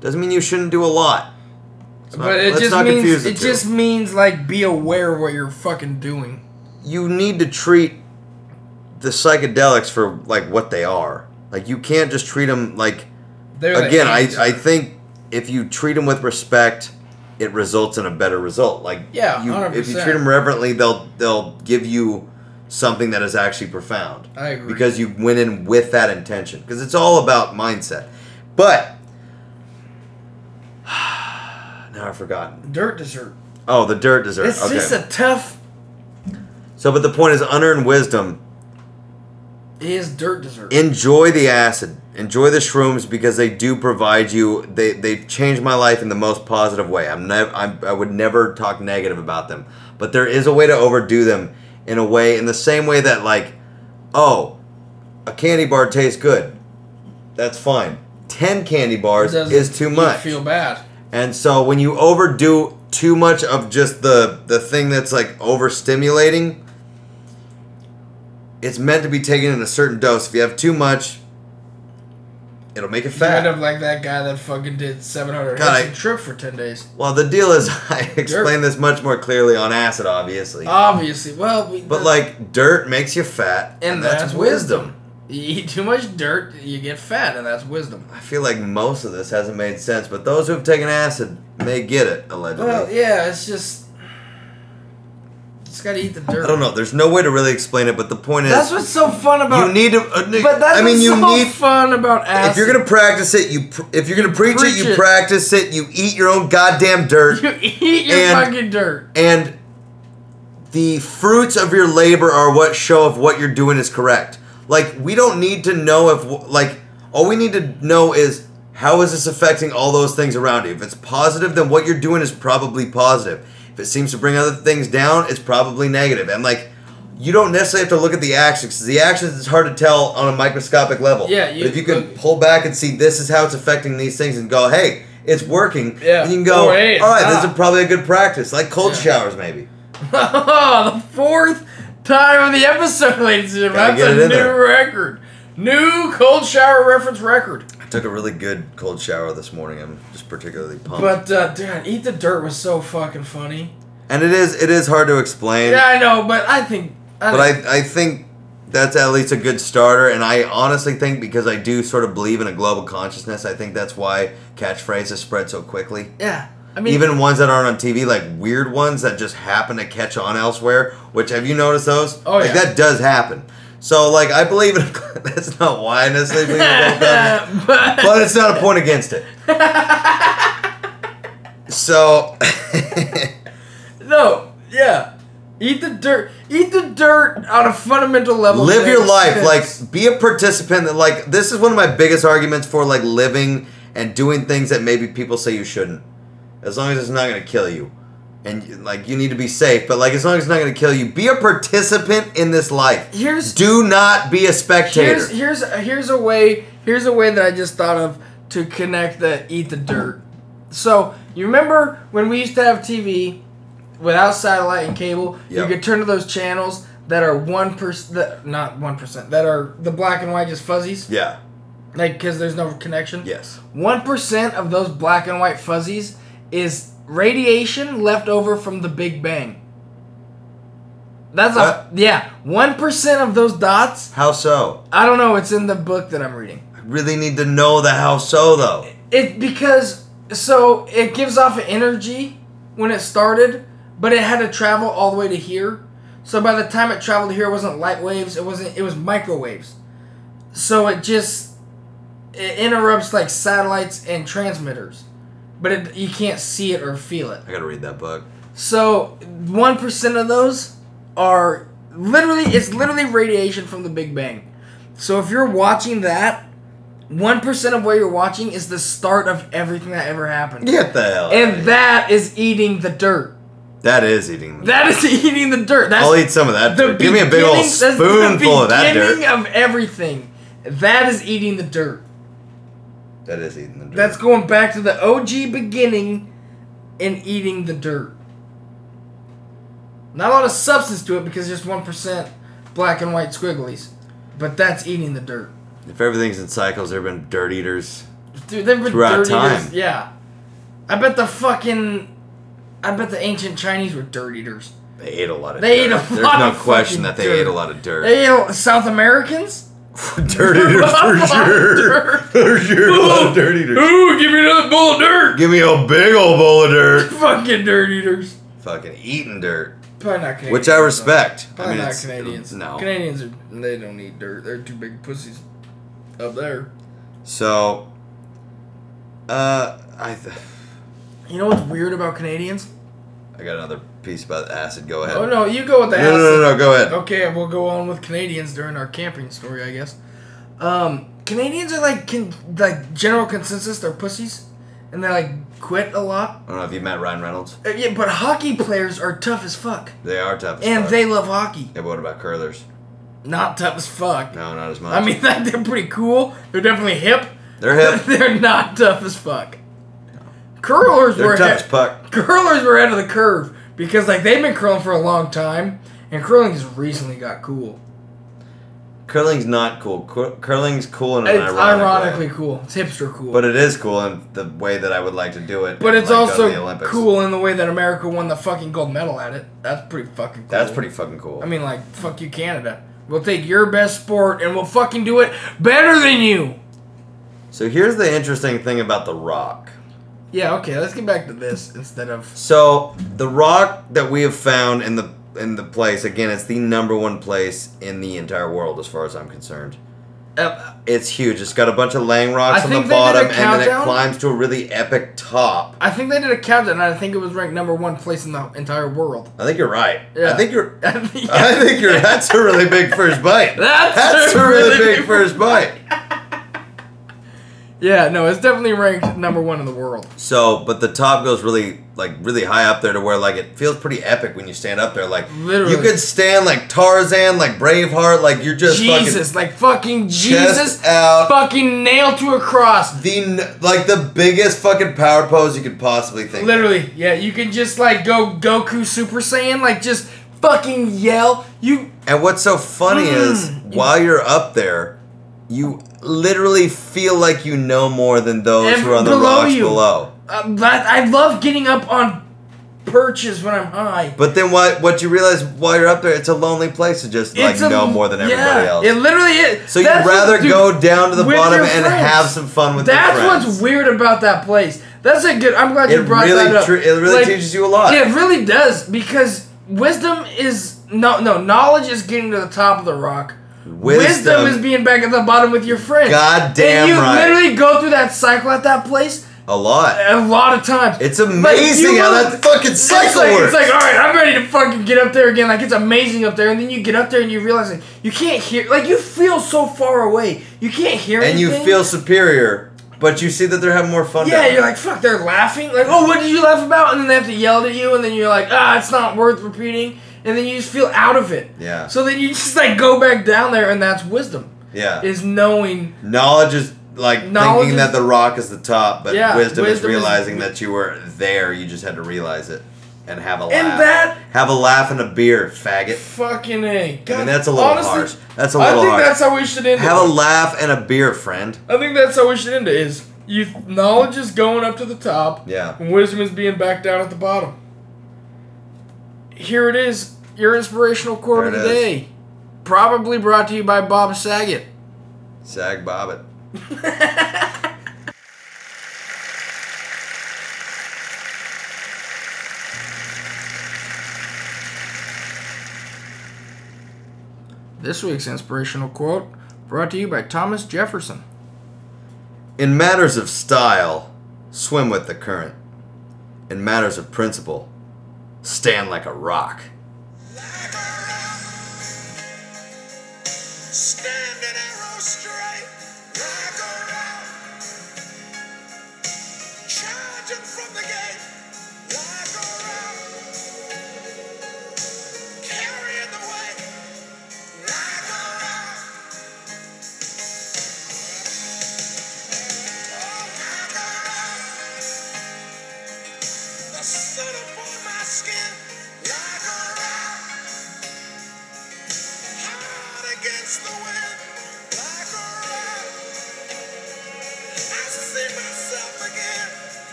Speaker 2: Doesn't mean you shouldn't do a lot. Let's not-
Speaker 3: but it
Speaker 2: let's
Speaker 3: just
Speaker 2: not confuse
Speaker 3: means
Speaker 2: the
Speaker 3: it
Speaker 2: two.
Speaker 3: just means like be aware of what you're fucking doing.
Speaker 2: you need to treat the psychedelics for like what they are. Like you can't just treat them like
Speaker 3: They're the
Speaker 2: again. I
Speaker 3: ants.
Speaker 2: I think if you treat them with respect, it results in a better result. Like
Speaker 3: Yeah,
Speaker 2: you, if you
Speaker 3: 100%.
Speaker 2: treat them reverently, they'll they'll give you something that is actually profound.
Speaker 3: I agree.
Speaker 2: because you went in with that intention because it's all about mindset but now i've forgotten
Speaker 3: dirt dessert.
Speaker 2: oh the dirt dessert
Speaker 3: It's
Speaker 2: okay
Speaker 3: just a tough.
Speaker 2: so but the point is unearned wisdom
Speaker 3: It is dirt dessert.
Speaker 2: enjoy the acid enjoy the shrooms because they do provide you they they've changed my life in the most positive way i'm never i would never talk negative about them but there is a way to overdo them in a way in the same way that like oh a candy bar tastes good that's fine 10 candy bars
Speaker 3: Doesn't
Speaker 2: is too
Speaker 3: you
Speaker 2: much
Speaker 3: Feel bad.
Speaker 2: and so when you overdo too much of just the the thing that's like overstimulating, it's meant to be taken in a certain dose. If you have too much, it'll make it
Speaker 3: Kind
Speaker 2: fat.
Speaker 3: of like that guy that fucking did 700
Speaker 2: God,
Speaker 3: hits
Speaker 2: I-
Speaker 3: and trip for 10 days.
Speaker 2: Well, the deal is I explained this much more clearly on acid, obviously.
Speaker 3: Oh, Obviously, well, we,
Speaker 2: but like dirt makes you fat, and, that's, wisdom.
Speaker 3: You eat too much dirt, you get fat, and that's wisdom.
Speaker 2: I feel like most of this hasn't made sense, but those who've taken acid may get it allegedly.
Speaker 3: Well, yeah, it's just just gotta eat the dirt.
Speaker 2: I don't know. There's no way to really explain it, but the point
Speaker 3: That's
Speaker 2: is
Speaker 3: what's so fun about.
Speaker 2: you need to. uh,
Speaker 3: But that's
Speaker 2: I mean,
Speaker 3: what's
Speaker 2: you
Speaker 3: so
Speaker 2: need
Speaker 3: fun about acid.
Speaker 2: If you're gonna practice it, you pr- if you're gonna preach,
Speaker 3: preach
Speaker 2: it, you
Speaker 3: it.
Speaker 2: practice it. You eat your own goddamn dirt,
Speaker 3: you eat your
Speaker 2: and-
Speaker 3: fucking dirt.
Speaker 2: and the fruits of your labor are what show if what you're doing is correct. Like we don't need to know if w- like all we need to know is how is this affecting all those things around you. If it's positive, then what you're doing is probably positive. If it seems to bring other things down, it's probably negative. And like. You don't necessarily have to look at the actions. 'cause The actions is hard to tell on a microscopic level.
Speaker 3: Yeah,
Speaker 2: you,
Speaker 3: you-
Speaker 2: but if you can
Speaker 3: but-
Speaker 2: pull back and see this is how it's affecting these things, and go, hey, it's working.
Speaker 3: Yeah.
Speaker 2: And you can go,
Speaker 3: Or, "Hey, it's
Speaker 2: all right, this
Speaker 3: not."
Speaker 2: is probably a good practice, like cold
Speaker 3: Yeah.
Speaker 2: showers, maybe.
Speaker 3: the fourth time of the episode, ladies and
Speaker 2: Gotta
Speaker 3: gentlemen.
Speaker 2: get
Speaker 3: That's a
Speaker 2: it
Speaker 3: new
Speaker 2: in there.
Speaker 3: record. New cold shower reference record.
Speaker 2: I took a really good cold shower this morning. I'm just particularly pumped.
Speaker 3: But uh, dude, Eat the Dirt was so fucking funny.
Speaker 2: and it is it is hard to explain,
Speaker 3: Yeah, I know, but I think. I
Speaker 2: but
Speaker 3: think-
Speaker 2: I I think that's at least a good starter. And I honestly think because I do sort of believe in a global consciousness, I think that's why catchphrases spread so quickly.
Speaker 3: Yeah. I mean,
Speaker 2: Even ones that aren't on TV, like weird ones that just happen to catch on elsewhere. Which have you noticed those?
Speaker 3: Oh,
Speaker 2: like,
Speaker 3: yeah.
Speaker 2: that does happen. So like I believe in. that's not why I necessarily believe in a global consciousness.
Speaker 3: but
Speaker 2: but it's not a point against it. so,
Speaker 3: no, yeah. Eat the dirt. Eat the dirt on a fundamental level.
Speaker 2: live your
Speaker 3: makes
Speaker 2: life.
Speaker 3: sense.
Speaker 2: Like, be a participant. That, like, this is one of my biggest arguments for like living and doing things that maybe people say you shouldn't, as long as it's not gonna kill you. and like you need to be safe. But like as long as it's not going to kill you, be a participant in this life.
Speaker 3: Here's-
Speaker 2: do not be a spectator.
Speaker 3: Here's here's here's a way here's a way that I just thought of to connect the eat the dirt. So you remember when we used to have TV without satellite and cable,
Speaker 2: Yep.
Speaker 3: you could turn to those channels that are one percent, not one percent, that are the black and white just fuzzies,
Speaker 2: yeah.
Speaker 3: like because there's no connection.
Speaker 2: Yes.
Speaker 3: One percent of those black and white fuzzies is radiation left over from the Big Bang. That's
Speaker 2: What?
Speaker 3: a yeah. One percent of those dots
Speaker 2: How so?
Speaker 3: I don't know. It's in the book that I'm reading.
Speaker 2: I really need to know the how so though.
Speaker 3: It because so it gives off an energy when it started, but it had to travel all the way to here. So by the time it traveled here, it wasn't light waves. It wasn't. It was microwaves. So it just it interrupts like satellites and transmitters, but it, you can't see it or feel it.
Speaker 2: I gotta read that book.
Speaker 3: So one percent of those are literally it's literally radiation from the Big Bang. So if you're watching that, one percent of what you're watching is the start of everything that ever happened.
Speaker 2: Get the hell. outta here.
Speaker 3: And that is eating the dirt.
Speaker 2: that is eating. The
Speaker 3: That is eating the dirt. That's
Speaker 2: I'll eat some of that.
Speaker 3: the
Speaker 2: Dirt. Give me a big old
Speaker 3: beginning- that's the
Speaker 2: spoonful of that
Speaker 3: beginning
Speaker 2: dirt.
Speaker 3: Of everything. That is eating the dirt.
Speaker 2: That is eating the dirt.
Speaker 3: That's going back to the OG beginning and eating the dirt. Not a lot of substance to it because it's just 1% black and white squigglies. But that's eating the dirt.
Speaker 2: if everything's in cycles, there've been dirt eaters.
Speaker 3: Dude, they've been
Speaker 2: Throughout
Speaker 3: dirty
Speaker 2: time.
Speaker 3: eaters. Yeah. I bet the fucking. I bet the ancient Chinese were dirt eaters.
Speaker 2: They ate a lot of.
Speaker 3: They
Speaker 2: dirt.
Speaker 3: ate a
Speaker 2: There's
Speaker 3: lot
Speaker 2: no
Speaker 3: of
Speaker 2: question
Speaker 3: fucking
Speaker 2: that they
Speaker 3: dirt.
Speaker 2: ate a lot of dirt.
Speaker 3: They ate South Americans?
Speaker 2: dirt eaters for sure. For sure, a lot of dirt eaters.
Speaker 3: Ooh, give me another bowl of dirt!
Speaker 2: Give me a big old bowl of dirt.
Speaker 3: Fucking dirt eaters.
Speaker 2: Fucking eating dirt,
Speaker 3: Probably not Canadians.
Speaker 2: which I
Speaker 3: though.
Speaker 2: respect. I
Speaker 3: Probably not
Speaker 2: it's- um,
Speaker 3: Canadians.
Speaker 2: No.
Speaker 3: Canadians are they don't need dirt. They're too big pussies up there.
Speaker 2: So, uh, I th-
Speaker 3: You know what's weird about Canadians?
Speaker 2: I got another piece about acid. Go ahead.
Speaker 3: Oh no, you go with the
Speaker 2: no, no, no, no, Go ahead.
Speaker 3: Okay, we'll go on with Canadians during our camping story, I guess. Um, Canadians are like can, like general consensus they're pussies, and they like quit a lot.
Speaker 2: I don't know if you met Ryan Reynolds.
Speaker 3: Uh, Yeah, but hockey players are tough as fuck,
Speaker 2: They are tough. As
Speaker 3: and
Speaker 2: fuck.
Speaker 3: they love hockey.
Speaker 2: Yeah, but what about curlers?
Speaker 3: Not tough as fuck.
Speaker 2: No, not as much.
Speaker 3: I mean, they're pretty cool. They're definitely hip.
Speaker 2: they're hip.
Speaker 3: they're not tough as fuck. Curlers
Speaker 2: They're
Speaker 3: were
Speaker 2: tough
Speaker 3: ahead,
Speaker 2: as puck.
Speaker 3: curlers were ahead of the curve because like they've been curling for a long time, and curling just recently got cool.
Speaker 2: Curling's not cool. Cur- curling's cool in an
Speaker 3: It's
Speaker 2: ironic way.
Speaker 3: ironically cool. It's hipster cool.
Speaker 2: but it is cool in the way that I would like to do it.
Speaker 3: But
Speaker 2: and,
Speaker 3: it's
Speaker 2: like, go to the
Speaker 3: also
Speaker 2: Olympics.
Speaker 3: cool in the way that America won the fucking gold medal at it. That's pretty fucking. cool.
Speaker 2: That's pretty fucking cool.
Speaker 3: I mean, like fuck you, Canada. We'll take your best sport and we'll fucking do it better than you.
Speaker 2: so here's the interesting thing about The Rock.
Speaker 3: Yeah. Okay. Let's get back to this instead of.
Speaker 2: So the rock that we have found in the in the place again, it's the number one place in the entire world as far as I'm concerned.
Speaker 3: Uh,
Speaker 2: It's huge. It's got a bunch of lang rocks
Speaker 3: I
Speaker 2: on
Speaker 3: think
Speaker 2: the
Speaker 3: they did a
Speaker 2: bottom, and then it
Speaker 3: countdown.
Speaker 2: climbs to a really epic top.
Speaker 3: I think they did a countdown, and I think it was ranked number one place in the entire world.
Speaker 2: I think you're right.
Speaker 3: Yeah.
Speaker 2: I think you're.
Speaker 3: I think-
Speaker 2: I think you're. That's a really big first bite.
Speaker 3: That's
Speaker 2: a really big first bite.
Speaker 3: Yeah, no, it's definitely ranked number one in the world.
Speaker 2: So, but the top goes really like really high up there to where like it feels pretty epic when you stand up there. Like
Speaker 3: Literally.
Speaker 2: you could stand like Tarzan, like Braveheart, like you're just
Speaker 3: Jesus,
Speaker 2: fucking
Speaker 3: like fucking
Speaker 2: chest
Speaker 3: Jesus,
Speaker 2: out.
Speaker 3: fucking nailed to a cross.
Speaker 2: the n- like the biggest fucking power pose you could possibly think. of.
Speaker 3: Literally, yeah, you can just like go Goku Super Saiyan, like just fucking yell. You
Speaker 2: And what's so funny
Speaker 3: Mm.
Speaker 2: is while you're up there, you literally feel like you know more than those
Speaker 3: Ev-
Speaker 2: who are on the
Speaker 3: below
Speaker 2: rocks
Speaker 3: you.
Speaker 2: below.
Speaker 3: uh, that, I love getting up on perches when I'm high.
Speaker 2: But then what what you realize while you're up there, it's a lonely place to just like
Speaker 3: a-
Speaker 2: know more than everybody
Speaker 3: yeah,
Speaker 2: else.
Speaker 3: It literally is.
Speaker 2: so you'd
Speaker 3: That's what-
Speaker 2: rather
Speaker 3: dude,
Speaker 2: go down to the
Speaker 3: with
Speaker 2: bottom
Speaker 3: your
Speaker 2: and
Speaker 3: friends.
Speaker 2: have some fun with
Speaker 3: That's
Speaker 2: your friends.
Speaker 3: what's weird about that place. That's a good. I'm glad you
Speaker 2: It
Speaker 3: brought
Speaker 2: really
Speaker 3: that up.
Speaker 2: tr- it really teaches you a lot.
Speaker 3: It really does because wisdom is no no knowledge is getting to the top of the rock. Wisdom,
Speaker 2: Wisdom-
Speaker 3: is being back at the bottom with your friends.
Speaker 2: Goddamn
Speaker 3: and you
Speaker 2: right.
Speaker 3: literally go through that cycle at that place
Speaker 2: a lot.
Speaker 3: a lot of times.
Speaker 2: It's
Speaker 3: Like, you
Speaker 2: amazing how
Speaker 3: will-
Speaker 2: that fucking
Speaker 3: it's
Speaker 2: cycle
Speaker 3: like,
Speaker 2: works.
Speaker 3: It's like, all right, I'm ready to fucking get up there again. Like, it's amazing up there. And then you get up there and you realize, like, you can't hear. Like, you feel so far away. You can't hear
Speaker 2: and you
Speaker 3: anything.
Speaker 2: feel superior But you see that they're having more fun.
Speaker 3: Yeah,
Speaker 2: down
Speaker 3: you're
Speaker 2: there.
Speaker 3: like, fuck, they're laughing. Like, oh, what did you laugh about? And then they have to yell at you, and then you're like, ah, it's not worth repeating. And then you just feel out of it.
Speaker 2: Yeah.
Speaker 3: So then you just, like, go back down there, and that's wisdom.
Speaker 2: yeah.
Speaker 3: Is knowing.
Speaker 2: Knowledge is like
Speaker 3: Knowledge
Speaker 2: thinking that
Speaker 3: is-
Speaker 2: the rock is the top, but
Speaker 3: Yeah,
Speaker 2: wisdom, is
Speaker 3: wisdom is-
Speaker 2: realizing that you were there. You just had to realize it and have a laugh.
Speaker 3: And that-
Speaker 2: have a laugh and a beer, faggot.
Speaker 3: Fucking A. God,
Speaker 2: I mean, that's a little
Speaker 3: honestly,
Speaker 2: harsh. That's a
Speaker 3: I
Speaker 2: little
Speaker 3: think
Speaker 2: harsh.
Speaker 3: that's how we should end
Speaker 2: have a
Speaker 3: it.
Speaker 2: laugh and a beer, friend.
Speaker 3: I think that's how we should end it. Is you knowledge is going up to the top,
Speaker 2: Yeah.
Speaker 3: and wisdom is being back down at the bottom. Here it is, your inspirational quote of
Speaker 2: There
Speaker 3: the
Speaker 2: it is.
Speaker 3: day, probably brought to you by Bob Saget.
Speaker 2: Sag Bobbit.
Speaker 3: This week's inspirational quote brought to you by Thomas Jefferson.
Speaker 2: In matters of style, swim with the current. In matters of principle, stand like a rock.
Speaker 6: Stand an arrow straight, black or out. Charge 'em from the gate, black or out. Carrying the weight, black or out. Oh, black or out. The sun upon my skin, black or out. Hard against the wind, black or red. I see myself. Ah,